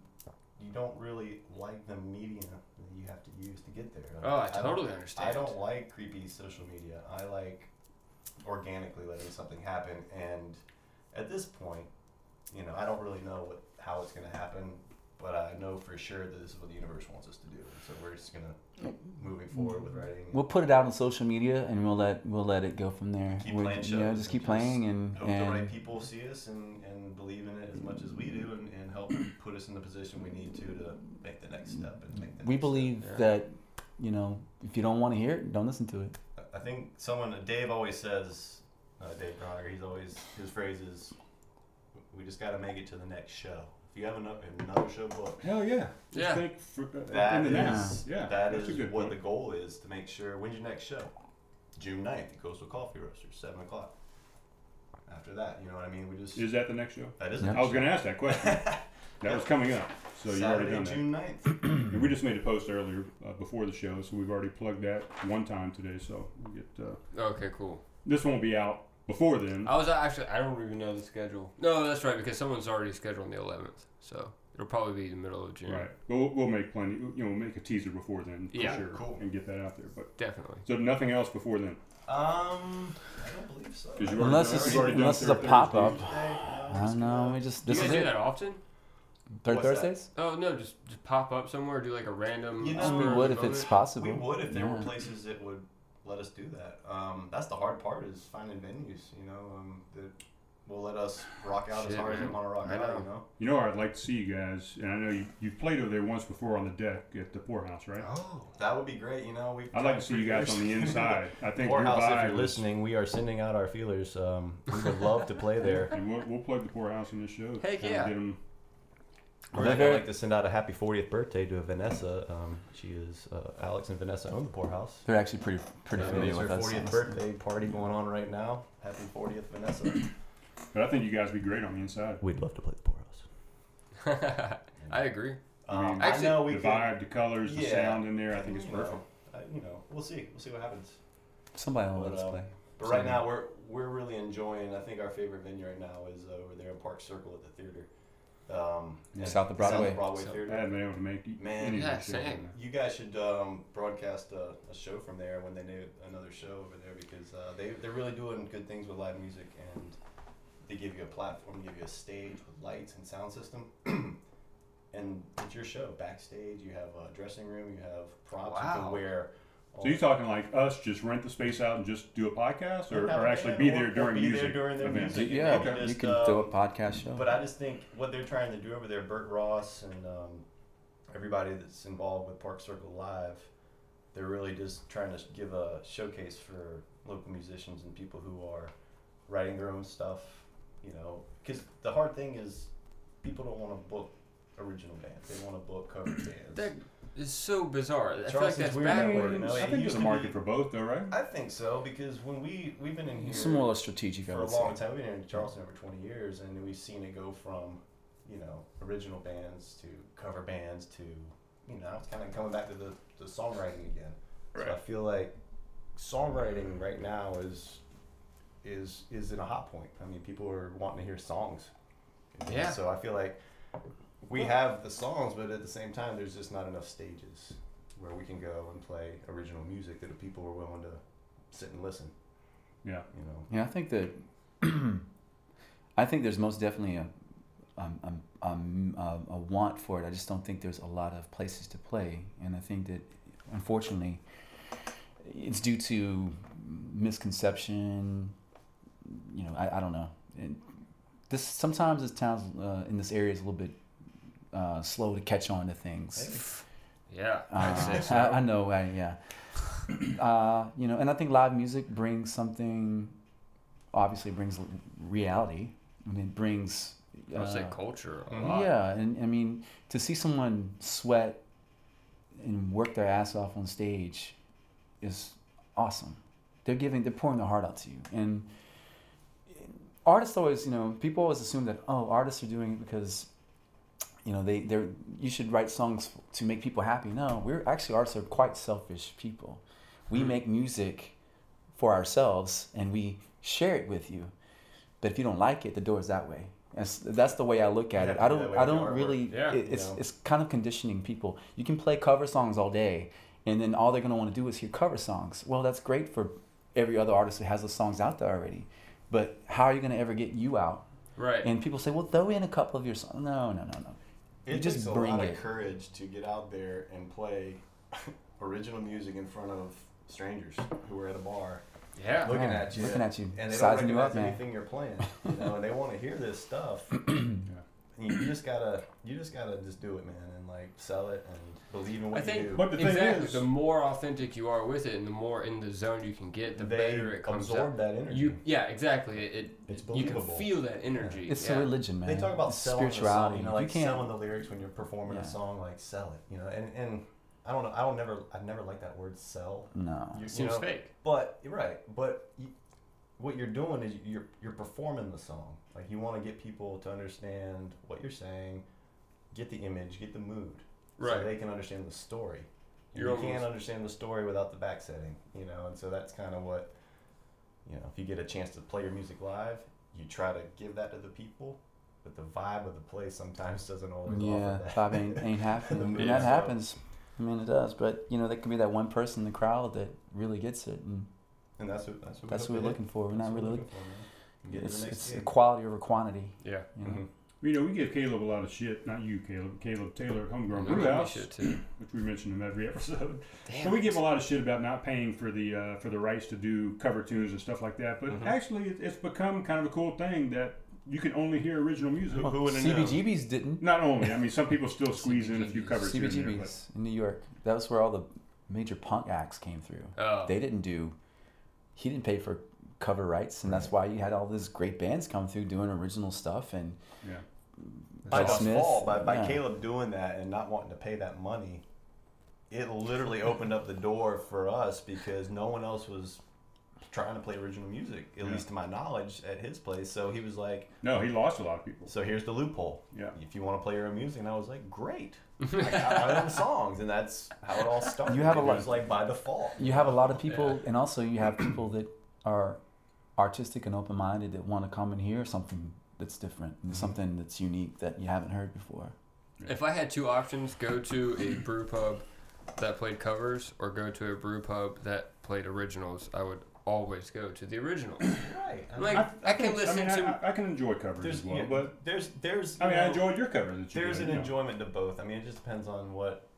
[SPEAKER 5] you don't really like the media that you have to use to get there. Like,
[SPEAKER 1] Oh, I
[SPEAKER 5] don't-
[SPEAKER 1] totally understand.
[SPEAKER 5] I don't like creepy social media. I like organically letting something happen, and at this point, you know, I don't really know what how it's gonna happen, but I know for sure that this is what the universe wants us to do. So we're just gonna keep moving forward
[SPEAKER 1] Mm-hmm.
[SPEAKER 5] with writing.
[SPEAKER 4] We'll put it out on social media and we'll let we'll let it go from there.
[SPEAKER 5] Keep
[SPEAKER 4] We-
[SPEAKER 5] playing
[SPEAKER 4] you know,
[SPEAKER 5] shows
[SPEAKER 4] just
[SPEAKER 5] and
[SPEAKER 4] keep
[SPEAKER 5] just
[SPEAKER 4] playing and,
[SPEAKER 5] hope the right
[SPEAKER 4] and
[SPEAKER 5] people see us and, and believe in it as much as we do and, and help put us in the position we need to to make the next step and make the
[SPEAKER 4] we
[SPEAKER 5] next
[SPEAKER 4] believe
[SPEAKER 1] Yeah.
[SPEAKER 4] that you know if you don't want to hear it, don't listen to it.
[SPEAKER 5] step. I I think someone Dave always says uh, Dave Broniger he's always his phrase is we just got to make it to the next show if you have another, another show booked
[SPEAKER 3] Hell yeah. Just
[SPEAKER 1] Yeah.
[SPEAKER 3] think for, uh,
[SPEAKER 5] that
[SPEAKER 3] in the
[SPEAKER 5] is
[SPEAKER 3] now. Yeah,
[SPEAKER 5] that
[SPEAKER 3] that's a
[SPEAKER 5] is
[SPEAKER 3] good
[SPEAKER 5] what
[SPEAKER 3] point.
[SPEAKER 5] the goal is to make sure when's your next show June 9th at Coastal Coffee Roasters 7 o'clock after that you know what I mean we just
[SPEAKER 3] Is that the next show?
[SPEAKER 5] that is
[SPEAKER 4] Yeah.
[SPEAKER 5] the
[SPEAKER 3] I was going to ask that question. That was coming up. So you already
[SPEAKER 5] Saturday
[SPEAKER 3] done that.
[SPEAKER 5] June 9th
[SPEAKER 3] And we just made a post earlier uh, before the show, so we've already plugged that one time today. So we get uh,
[SPEAKER 1] Okay, cool.
[SPEAKER 3] this won't be out before then.
[SPEAKER 1] I was uh, actually I don't even know the schedule. No, that's right because someone's already scheduled on the 11th, so it'll probably be the middle of June.
[SPEAKER 3] Right, but we'll, we'll make plenty. You know, we'll make a teaser before then, for
[SPEAKER 1] Yeah,
[SPEAKER 3] sure,
[SPEAKER 5] cool.
[SPEAKER 3] and get that out there. But
[SPEAKER 1] Definitely.
[SPEAKER 3] so nothing else before then,
[SPEAKER 5] Um, I don't believe so.
[SPEAKER 3] 'Cause you already
[SPEAKER 4] Unless
[SPEAKER 3] done-
[SPEAKER 4] it's
[SPEAKER 3] you've already done
[SPEAKER 4] unless it's a
[SPEAKER 3] third
[SPEAKER 4] pop up.
[SPEAKER 3] Thursdays.
[SPEAKER 4] I don't know. We just
[SPEAKER 1] Do
[SPEAKER 4] this
[SPEAKER 1] you guys
[SPEAKER 4] is
[SPEAKER 1] do
[SPEAKER 4] it.
[SPEAKER 1] that often?
[SPEAKER 4] Third
[SPEAKER 5] What's that?
[SPEAKER 4] Thursdays.
[SPEAKER 1] Oh no, just just pop up somewhere, do like a random.
[SPEAKER 5] You
[SPEAKER 1] spur
[SPEAKER 5] know-
[SPEAKER 1] of
[SPEAKER 4] we
[SPEAKER 1] the
[SPEAKER 4] would if
[SPEAKER 1] moment?
[SPEAKER 4] it's possible.
[SPEAKER 5] We would if there were
[SPEAKER 4] Yeah.
[SPEAKER 5] places that would let us do that. Um, that's the hard part is finding venues, you know, um, that will let us rock out as
[SPEAKER 1] Shit,
[SPEAKER 5] hard as we
[SPEAKER 1] man.
[SPEAKER 5] want to rock
[SPEAKER 1] I
[SPEAKER 5] out,
[SPEAKER 1] know.
[SPEAKER 5] you know?
[SPEAKER 3] You know, I'd like to see you guys, and I know you, you've played over there once before on the deck at the poorhouse, right?
[SPEAKER 5] Oh, that would be great, you know? We've
[SPEAKER 3] I'd like to see you guys on the inside. I think your vibe is-
[SPEAKER 5] we are sending out our feelers. Um, we would love to play there.
[SPEAKER 3] And we'll, we'll plug the poorhouse in this show.
[SPEAKER 1] Heck
[SPEAKER 3] kinda
[SPEAKER 1] yeah.
[SPEAKER 3] Get 'em-
[SPEAKER 5] I'd
[SPEAKER 4] They're very-
[SPEAKER 5] like to send out a happy 40th birthday to Vanessa. Um, she is, uh, Alex and Vanessa own the poorhouse.
[SPEAKER 4] They're actually pretty pretty
[SPEAKER 5] Uh,
[SPEAKER 4] familiar
[SPEAKER 5] it's her
[SPEAKER 4] with us.
[SPEAKER 5] 40th birthday party going on right now. Happy 40th, Vanessa.
[SPEAKER 3] but I think you guys would be great on the inside.
[SPEAKER 5] We'd love to play the poorhouse. Oh.
[SPEAKER 1] I agree.
[SPEAKER 5] Um,
[SPEAKER 1] I Actually,
[SPEAKER 5] I know
[SPEAKER 3] The
[SPEAKER 5] we could-
[SPEAKER 3] vibe, the colors, the
[SPEAKER 5] Yeah.
[SPEAKER 3] sound in there, I think it's
[SPEAKER 5] you know,
[SPEAKER 3] perfect.
[SPEAKER 5] I- you know, we'll see. We'll see what happens.
[SPEAKER 4] Somebody will let
[SPEAKER 5] But,
[SPEAKER 4] us
[SPEAKER 5] um,
[SPEAKER 4] play.
[SPEAKER 5] But right now, we're we're really enjoying. I think our favorite venue right now is over there in Park Circle at the theater, um,
[SPEAKER 4] Yeah.
[SPEAKER 5] at
[SPEAKER 4] South of Broadway.
[SPEAKER 5] South Broadway
[SPEAKER 1] South-
[SPEAKER 3] I
[SPEAKER 5] Theater.
[SPEAKER 3] haven't been able to make e-
[SPEAKER 5] Man,
[SPEAKER 3] any
[SPEAKER 1] yeah,
[SPEAKER 3] of the shows
[SPEAKER 1] same.
[SPEAKER 3] in there.
[SPEAKER 5] You guys should um, broadcast a, a show from there when they do another show over there because uh, they they're really doing good things with live music and they give you a platform, give you a stage with lights and sound system. And it's your show. Backstage, you have a dressing room, you have props you
[SPEAKER 1] Wow.
[SPEAKER 5] can wear. all
[SPEAKER 3] So you're talking like us just rent the space out and just do a podcast, or, or actually be there during
[SPEAKER 5] be
[SPEAKER 3] music
[SPEAKER 5] There during their
[SPEAKER 3] events?
[SPEAKER 5] music.
[SPEAKER 4] yeah,
[SPEAKER 5] and
[SPEAKER 4] you
[SPEAKER 5] just,
[SPEAKER 4] can
[SPEAKER 5] um,
[SPEAKER 4] do a podcast show.
[SPEAKER 5] But I just think what they're trying to do over there, Burt Ross and um, everybody that's involved with Park Circle Live, they're really just trying to give a showcase for local musicians and people who are writing their own stuff. You know, because the hard thing is people don't want to book original bands; they want to book cover bands.
[SPEAKER 1] That is so bizarre. I feel like
[SPEAKER 5] Charleston's
[SPEAKER 1] that's
[SPEAKER 5] weird that way,
[SPEAKER 1] backwards.
[SPEAKER 5] you know?
[SPEAKER 3] I
[SPEAKER 5] It
[SPEAKER 3] think
[SPEAKER 5] used
[SPEAKER 3] there's a
[SPEAKER 5] to
[SPEAKER 3] market
[SPEAKER 5] be-
[SPEAKER 3] for both, though, right?
[SPEAKER 5] I think so because when we we've been in here
[SPEAKER 4] It's more strategic, I
[SPEAKER 5] for a
[SPEAKER 4] would
[SPEAKER 5] long
[SPEAKER 4] say.
[SPEAKER 5] time. We've been in Charleston over 20 years, and we've seen it go from, you know, original bands to cover bands to, you know, it's kind of coming back to the, the songwriting again. So I feel like songwriting right now is is is in a hot point. I mean, people are wanting to hear songs. And
[SPEAKER 1] Yeah.
[SPEAKER 5] So I feel like we have the songs, but at the same time, there's just not enough stages where we can go and play original music that the people are willing to sit and listen.
[SPEAKER 3] Yeah.
[SPEAKER 5] You know.
[SPEAKER 4] Yeah, I think that. I think there's most definitely a, um, um, um, um, a want for it. I just don't think there's a lot of places to play, and I think that unfortunately, it's due to misconception. You know, I, I don't know. And this sometimes this town's uh, in this area is a little bit uh, slow to catch on to things.
[SPEAKER 1] Yeah, I'd say
[SPEAKER 4] Uh,
[SPEAKER 1] so.
[SPEAKER 4] I, I know, I, yeah. Uh, you know, and I think live music brings something. Obviously, brings l- reality. I mean, it brings.
[SPEAKER 1] I would say
[SPEAKER 4] uh,
[SPEAKER 1] culture a
[SPEAKER 5] Mhm.
[SPEAKER 1] lot.
[SPEAKER 4] yeah, and I mean to see someone sweat and work their ass off on stage is awesome. They're giving, they're pouring their heart out to you. And artists always, you know, people always assume that oh, artists are doing it because, you know, they they're you should write songs to make people happy. No, we're actually artists are quite selfish people.
[SPEAKER 5] Hmm.
[SPEAKER 4] We make music for ourselves and we share it with you. But if you don't like it, the door is that way. That's, that's the way I look at
[SPEAKER 5] Yeah,
[SPEAKER 4] it. I
[SPEAKER 5] that
[SPEAKER 4] don't.
[SPEAKER 5] way
[SPEAKER 4] I
[SPEAKER 5] with
[SPEAKER 4] don't
[SPEAKER 5] your artwork.
[SPEAKER 4] really.
[SPEAKER 5] Yeah,
[SPEAKER 4] it, it's
[SPEAKER 5] you know.
[SPEAKER 4] it's kind of conditioning people. You can play cover songs all day, and then all they're gonna want to do is hear cover songs. Well, that's great for every other artist who has those songs out there already. But how are you gonna ever get you out?
[SPEAKER 1] Right.
[SPEAKER 4] And people say, well, throw in a couple of your songs. No, no, no, no.
[SPEAKER 5] It
[SPEAKER 4] You just
[SPEAKER 5] takes
[SPEAKER 4] bring
[SPEAKER 5] a lot
[SPEAKER 4] it.
[SPEAKER 5] of courage to get out there and play original music in front of strangers who are at a bar
[SPEAKER 1] yeah.
[SPEAKER 5] looking
[SPEAKER 4] Yeah,
[SPEAKER 5] at you,
[SPEAKER 4] looking at you,
[SPEAKER 5] and they don't
[SPEAKER 4] sizing you up,
[SPEAKER 5] recognize
[SPEAKER 4] man.
[SPEAKER 5] anything you're playing. You know, and they want to hear this stuff. And you just gotta, you just gotta just do it, man, and like sell it and believe in
[SPEAKER 1] I
[SPEAKER 5] what you
[SPEAKER 1] think
[SPEAKER 5] do.
[SPEAKER 2] But the thing
[SPEAKER 1] exactly.
[SPEAKER 2] is-
[SPEAKER 1] the more authentic you are with it, and the more in the zone you can get, the
[SPEAKER 5] they
[SPEAKER 1] better it comes
[SPEAKER 5] absorb
[SPEAKER 1] out.
[SPEAKER 5] that energy.
[SPEAKER 1] You, yeah, exactly. It, it
[SPEAKER 5] It's
[SPEAKER 1] you can
[SPEAKER 5] believable.
[SPEAKER 1] feel that energy.
[SPEAKER 4] It's
[SPEAKER 1] yeah.
[SPEAKER 4] a religion, man.
[SPEAKER 5] they talk about
[SPEAKER 4] It's
[SPEAKER 5] selling
[SPEAKER 4] spirituality.
[SPEAKER 5] The song, you know,
[SPEAKER 4] If
[SPEAKER 5] like
[SPEAKER 4] you can't.
[SPEAKER 5] selling the lyrics when you're performing
[SPEAKER 4] Yeah.
[SPEAKER 5] a song, like sell it. You know, and and I don't know, I don't never, I never like that word sell.
[SPEAKER 4] no.
[SPEAKER 5] You- you
[SPEAKER 1] It seems
[SPEAKER 5] know,
[SPEAKER 1] fake.
[SPEAKER 5] But you're right. But you, what you're doing is you're you're performing the song. Like you want to get people to understand what you're saying, get the image, get the mood,
[SPEAKER 1] Right.
[SPEAKER 5] So they can understand the story. And
[SPEAKER 1] You're
[SPEAKER 5] you can't
[SPEAKER 1] almost-
[SPEAKER 5] understand the story without the back setting, you know. And so that's kind of what you know. If you get a chance to play your music live, you try to give that to the people. But the vibe of the place sometimes doesn't always
[SPEAKER 4] Yeah,
[SPEAKER 5] offer that.
[SPEAKER 4] Bob ain't, ain't happening.
[SPEAKER 5] The
[SPEAKER 4] and that
[SPEAKER 5] moves, so.
[SPEAKER 4] happens. I mean, it does. But, you know, there can be that one person in the crowd that really gets it. And
[SPEAKER 5] and that's what that's what,
[SPEAKER 4] that's
[SPEAKER 5] we
[SPEAKER 4] what we're looking for. We're not really looking
[SPEAKER 5] Get to the
[SPEAKER 4] It's,
[SPEAKER 5] next
[SPEAKER 4] it's
[SPEAKER 5] gig.
[SPEAKER 4] quality over quantity.
[SPEAKER 1] Yeah.
[SPEAKER 4] You know?
[SPEAKER 5] Mhm.
[SPEAKER 3] You know, we give Caleb a lot of shit. Not you, Caleb. Caleb Taylor, at Homegrown
[SPEAKER 1] No, we
[SPEAKER 3] Brewhouse,
[SPEAKER 1] should too.
[SPEAKER 3] which we mention in every episode.
[SPEAKER 1] Damn.
[SPEAKER 3] So we
[SPEAKER 1] it.
[SPEAKER 3] give a lot of shit about not paying for the uh, for the rights to do cover tunes and stuff like that. But
[SPEAKER 5] Mhm.
[SPEAKER 3] actually, it, it's become kind of a cool thing that you can only hear original music.
[SPEAKER 5] Who- who would've known?
[SPEAKER 4] CBGBs didn't.
[SPEAKER 3] Not only, I mean, some people still squeeze in a few
[SPEAKER 1] CBGBs.
[SPEAKER 3] covers here and there. But
[SPEAKER 4] CBGBs in New York. That was where all the major punk acts came through.
[SPEAKER 1] Oh.
[SPEAKER 4] They didn't do. He didn't pay for cover rights, and that's why you had all these great bands come through doing original stuff. And
[SPEAKER 3] yeah,
[SPEAKER 5] by
[SPEAKER 4] Joe Smith,
[SPEAKER 5] default, by, by
[SPEAKER 4] yeah.
[SPEAKER 5] Caleb doing that and not wanting to pay that money, it literally opened up the door for us because no one else was trying to play original music, at
[SPEAKER 3] Yeah.
[SPEAKER 5] least to my knowledge, at his place. So he was like,
[SPEAKER 3] no, he lost a lot of people.
[SPEAKER 5] "So here's the loophole.
[SPEAKER 3] Yeah.
[SPEAKER 5] If you want to play your own music," and I was like, "Great, I got my own songs," and that's how it all started.
[SPEAKER 4] You have a
[SPEAKER 5] It
[SPEAKER 4] lot-
[SPEAKER 5] was like by default.
[SPEAKER 4] you have a lot of people, and also you have people that are artistic and open-minded that want to come and hear something that's different, and something that's unique that you haven't heard before.
[SPEAKER 1] If I had two options, go to a brew pub that played covers or go to a brew pub that played originals, I would always go to the original.
[SPEAKER 5] Right. I mean,
[SPEAKER 1] Like, I, can listen
[SPEAKER 3] I mean,
[SPEAKER 1] to.
[SPEAKER 3] I, I can enjoy covers
[SPEAKER 5] there's
[SPEAKER 3] as well,
[SPEAKER 5] yeah,
[SPEAKER 3] but
[SPEAKER 5] there's there's
[SPEAKER 3] I mean,
[SPEAKER 5] you
[SPEAKER 3] I
[SPEAKER 5] know,
[SPEAKER 3] enjoyed your cover. That you
[SPEAKER 5] There's
[SPEAKER 3] did,
[SPEAKER 5] an
[SPEAKER 3] you know.
[SPEAKER 5] enjoyment to both. I mean, it just depends on what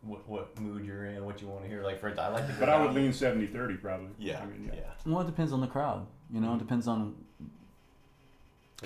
[SPEAKER 5] what, what mood you're in, what you want to hear. Like for I like to. Go
[SPEAKER 3] But I would
[SPEAKER 5] down-
[SPEAKER 3] lean 70-30 probably.
[SPEAKER 5] Yeah,
[SPEAKER 3] I mean,
[SPEAKER 5] yeah.
[SPEAKER 4] Well, it depends on the crowd. You know, it depends on
[SPEAKER 1] I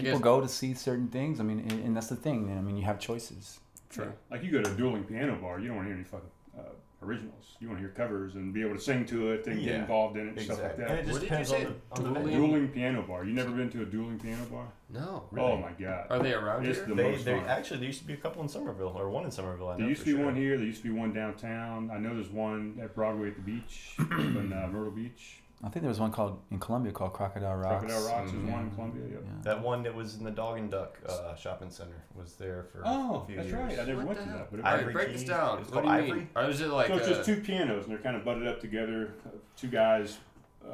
[SPEAKER 4] people
[SPEAKER 1] guess-
[SPEAKER 4] go to see certain things. I mean, and, and that's the thing. I mean, you have choices.
[SPEAKER 1] True.
[SPEAKER 3] Like you go to a dueling piano bar, you don't want to hear any fucking uh, originals. You want to hear covers and be able to sing to it and get
[SPEAKER 5] Yeah.
[SPEAKER 3] involved in it and stuff
[SPEAKER 5] Exactly.
[SPEAKER 3] like
[SPEAKER 5] And
[SPEAKER 3] that.
[SPEAKER 5] it just
[SPEAKER 1] What did you
[SPEAKER 5] depends
[SPEAKER 1] say?
[SPEAKER 5] on the, on the
[SPEAKER 1] Dueling?
[SPEAKER 5] venue.
[SPEAKER 3] Dueling piano bar. You never been to a dueling piano bar?
[SPEAKER 1] No.
[SPEAKER 3] Oh my god.
[SPEAKER 1] Are they around
[SPEAKER 3] It's
[SPEAKER 1] here?
[SPEAKER 3] the
[SPEAKER 5] They,
[SPEAKER 3] most
[SPEAKER 5] they
[SPEAKER 3] fun.
[SPEAKER 5] actually there used to be a couple in Somerville or one in Somerville. I know
[SPEAKER 3] There used
[SPEAKER 5] for
[SPEAKER 3] to be
[SPEAKER 5] sure.
[SPEAKER 3] one here. There used to be one downtown. I know there's one at Broadway at the beach, up in uh, Myrtle Beach.
[SPEAKER 4] I think there was one called in Colombia called Crocodile Rocks.
[SPEAKER 3] Crocodile Rocks is
[SPEAKER 4] Yeah.
[SPEAKER 5] Mm-hmm.
[SPEAKER 3] one in Columbia. Yep.
[SPEAKER 4] Yeah.
[SPEAKER 5] That one that was in the Dog and Duck uh, shopping center was there for
[SPEAKER 3] Oh,
[SPEAKER 5] a few
[SPEAKER 3] that's
[SPEAKER 5] years.
[SPEAKER 3] right. I never
[SPEAKER 1] What
[SPEAKER 3] went
[SPEAKER 1] the
[SPEAKER 3] to
[SPEAKER 1] hell?
[SPEAKER 3] that. But it
[SPEAKER 5] I-
[SPEAKER 1] All right,
[SPEAKER 3] was,
[SPEAKER 5] Ivory
[SPEAKER 1] break
[SPEAKER 5] Keys.
[SPEAKER 1] this down.
[SPEAKER 5] It's
[SPEAKER 1] What do you
[SPEAKER 5] called
[SPEAKER 1] mean?
[SPEAKER 5] Ivory?
[SPEAKER 1] Or is it like uh,
[SPEAKER 3] so it's
[SPEAKER 1] a-
[SPEAKER 3] just
[SPEAKER 5] uh,
[SPEAKER 3] two pianos and they're kind of butted up together. Uh, two guys, uh,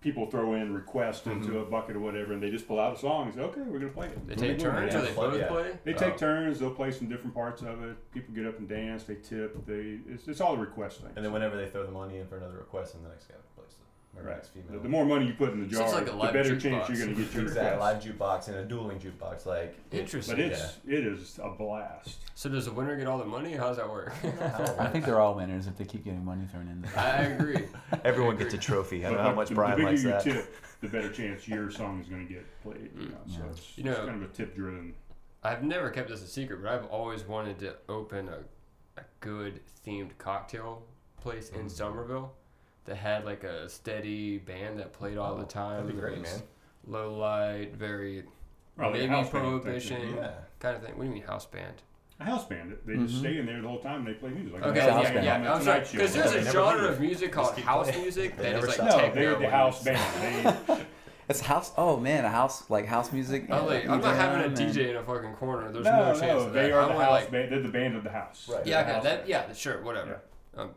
[SPEAKER 3] people throw in requests
[SPEAKER 5] Mm-hmm.
[SPEAKER 3] into a bucket or whatever, and they just pull out a song. And say, okay, we're gonna play it.
[SPEAKER 1] They
[SPEAKER 3] We're
[SPEAKER 1] take
[SPEAKER 3] gonna do it.
[SPEAKER 1] turns,
[SPEAKER 5] yeah.
[SPEAKER 1] or they
[SPEAKER 5] Play-
[SPEAKER 1] both
[SPEAKER 5] yeah.
[SPEAKER 1] play.
[SPEAKER 3] They take
[SPEAKER 1] Oh.
[SPEAKER 3] turns. They'll play some different parts of it. People get up and dance. They tip. They it's, it's all a request thing.
[SPEAKER 5] And then whenever they throw the money in for another request, then the next guy replaces it. Or
[SPEAKER 3] Right.
[SPEAKER 5] next
[SPEAKER 3] The,
[SPEAKER 5] female.
[SPEAKER 3] the more money you put in the
[SPEAKER 1] So
[SPEAKER 3] jar,
[SPEAKER 1] it's like a
[SPEAKER 3] the
[SPEAKER 1] live
[SPEAKER 3] better
[SPEAKER 1] jukebox.
[SPEAKER 3] chance you're going to get your
[SPEAKER 5] exactly.
[SPEAKER 3] request.
[SPEAKER 5] Live jukebox and a dueling jukebox. Like
[SPEAKER 1] Interesting.
[SPEAKER 3] But it's it is a blast.
[SPEAKER 1] So does the winner get all the money? How's that work?
[SPEAKER 4] I think they're all winners if they keep getting money thrown in. There.
[SPEAKER 1] I agree.
[SPEAKER 5] everyone gets a trophy.
[SPEAKER 3] But
[SPEAKER 5] I don't know how
[SPEAKER 3] the-
[SPEAKER 5] much
[SPEAKER 3] the,
[SPEAKER 5] Brian
[SPEAKER 3] the
[SPEAKER 5] likes
[SPEAKER 3] bigger
[SPEAKER 5] that. Mm.
[SPEAKER 3] you tip, the better chance your song is going to get played. You know, so it's,
[SPEAKER 1] You know-
[SPEAKER 3] it's kind of a tip driven.
[SPEAKER 1] I've never kept this a secret, but I've always wanted to open a, a good themed cocktail place
[SPEAKER 5] Mm.
[SPEAKER 1] in Somerville that had like a steady band that played all the time.
[SPEAKER 5] Oh, That'd be
[SPEAKER 1] It
[SPEAKER 5] great,
[SPEAKER 1] was
[SPEAKER 5] man.
[SPEAKER 1] Low light, very
[SPEAKER 3] Probably a
[SPEAKER 1] maybe
[SPEAKER 3] house band type thing,
[SPEAKER 1] prohibition
[SPEAKER 5] Yeah.
[SPEAKER 1] kind of thing. What do you mean house band?
[SPEAKER 3] a house band. They
[SPEAKER 4] Mm-hmm.
[SPEAKER 3] just stay in there the whole time and they play music. Like
[SPEAKER 1] Okay,
[SPEAKER 3] a house
[SPEAKER 1] yeah,
[SPEAKER 3] band
[SPEAKER 1] yeah.
[SPEAKER 3] on the
[SPEAKER 1] I'm sorry.
[SPEAKER 3] Tonight Show.
[SPEAKER 1] Because there's a
[SPEAKER 5] never
[SPEAKER 1] genre
[SPEAKER 5] leave.
[SPEAKER 1] of music called
[SPEAKER 5] keep
[SPEAKER 1] house
[SPEAKER 5] playing.
[SPEAKER 1] music
[SPEAKER 5] They
[SPEAKER 1] that is
[SPEAKER 5] never
[SPEAKER 1] like
[SPEAKER 5] stop.
[SPEAKER 3] no,
[SPEAKER 1] techno.
[SPEAKER 3] they're the
[SPEAKER 1] and
[SPEAKER 3] house band. They,
[SPEAKER 4] It's house. Oh man, a house like house music.
[SPEAKER 1] I'm Oh, like, I'm not having a
[SPEAKER 4] Yeah, man.
[SPEAKER 1] DJ in a fucking corner. There's no,
[SPEAKER 3] no, no,
[SPEAKER 1] chance. of
[SPEAKER 3] they
[SPEAKER 1] that.
[SPEAKER 3] are
[SPEAKER 1] I
[SPEAKER 3] the
[SPEAKER 1] want,
[SPEAKER 3] house
[SPEAKER 1] like,
[SPEAKER 3] band. They're the band of the house.
[SPEAKER 5] Right.
[SPEAKER 1] Yeah,
[SPEAKER 5] They're the
[SPEAKER 1] okay,
[SPEAKER 5] house
[SPEAKER 1] that,
[SPEAKER 5] band.
[SPEAKER 1] yeah, sure, whatever. Um,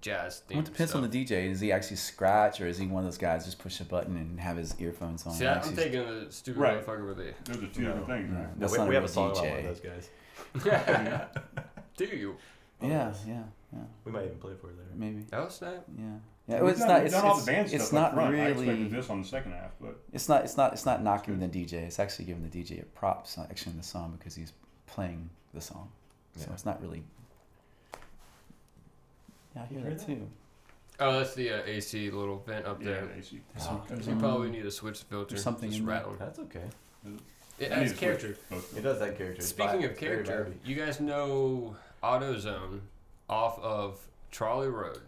[SPEAKER 1] jazz.
[SPEAKER 4] Well,
[SPEAKER 1] themed
[SPEAKER 4] it depends on
[SPEAKER 1] stuff.
[SPEAKER 4] the DJ. Does he actually scratch, or is he one of those guys just push a button and have his earphones on?
[SPEAKER 1] See,
[SPEAKER 4] and
[SPEAKER 1] I- I'm
[SPEAKER 4] actually-
[SPEAKER 1] thinking of the stupid
[SPEAKER 3] Right.
[SPEAKER 1] motherfucker with the.
[SPEAKER 3] Those are two different things. right?
[SPEAKER 4] That's
[SPEAKER 5] we,
[SPEAKER 4] not
[SPEAKER 5] we
[SPEAKER 4] a
[SPEAKER 5] have a
[SPEAKER 4] real
[SPEAKER 5] song about
[SPEAKER 4] DJ.
[SPEAKER 5] one of those guys.
[SPEAKER 1] Do you?
[SPEAKER 4] Yeah, yeah, yeah.
[SPEAKER 5] We might even play for it later.
[SPEAKER 4] Maybe.
[SPEAKER 1] Oh snap!
[SPEAKER 4] Yeah. Yeah.
[SPEAKER 3] We've
[SPEAKER 4] it's
[SPEAKER 3] done-
[SPEAKER 4] not.
[SPEAKER 3] we've
[SPEAKER 4] It's,
[SPEAKER 3] done
[SPEAKER 4] it's,
[SPEAKER 3] all the band stuff
[SPEAKER 4] it's
[SPEAKER 3] up
[SPEAKER 4] not
[SPEAKER 3] front. I expected
[SPEAKER 4] really.
[SPEAKER 3] this on the second half, but
[SPEAKER 4] It's not. It's not. It's not knocking the DJ. It's actually giving the DJ a prop. It's not actually in the song because he's playing the song. So
[SPEAKER 5] Yeah.
[SPEAKER 4] it's not really. Yeah, I hear
[SPEAKER 5] hear
[SPEAKER 4] that
[SPEAKER 5] that?
[SPEAKER 4] too.
[SPEAKER 1] Oh, that's the uh, AC little vent up
[SPEAKER 3] yeah,
[SPEAKER 1] there.
[SPEAKER 3] Mm. AC.
[SPEAKER 1] You probably need to switch the filter.
[SPEAKER 4] There's something
[SPEAKER 1] Just
[SPEAKER 4] in there.
[SPEAKER 1] rattling.
[SPEAKER 5] That's okay.
[SPEAKER 1] It
[SPEAKER 3] I need
[SPEAKER 1] adds
[SPEAKER 3] to switch
[SPEAKER 1] character.
[SPEAKER 3] both
[SPEAKER 5] It
[SPEAKER 3] of them.
[SPEAKER 5] does that character.
[SPEAKER 1] Speaking
[SPEAKER 5] It's
[SPEAKER 1] of
[SPEAKER 5] vi- it's very
[SPEAKER 1] character,
[SPEAKER 5] vibey.
[SPEAKER 1] you guys know AutoZone off of Trolley Road.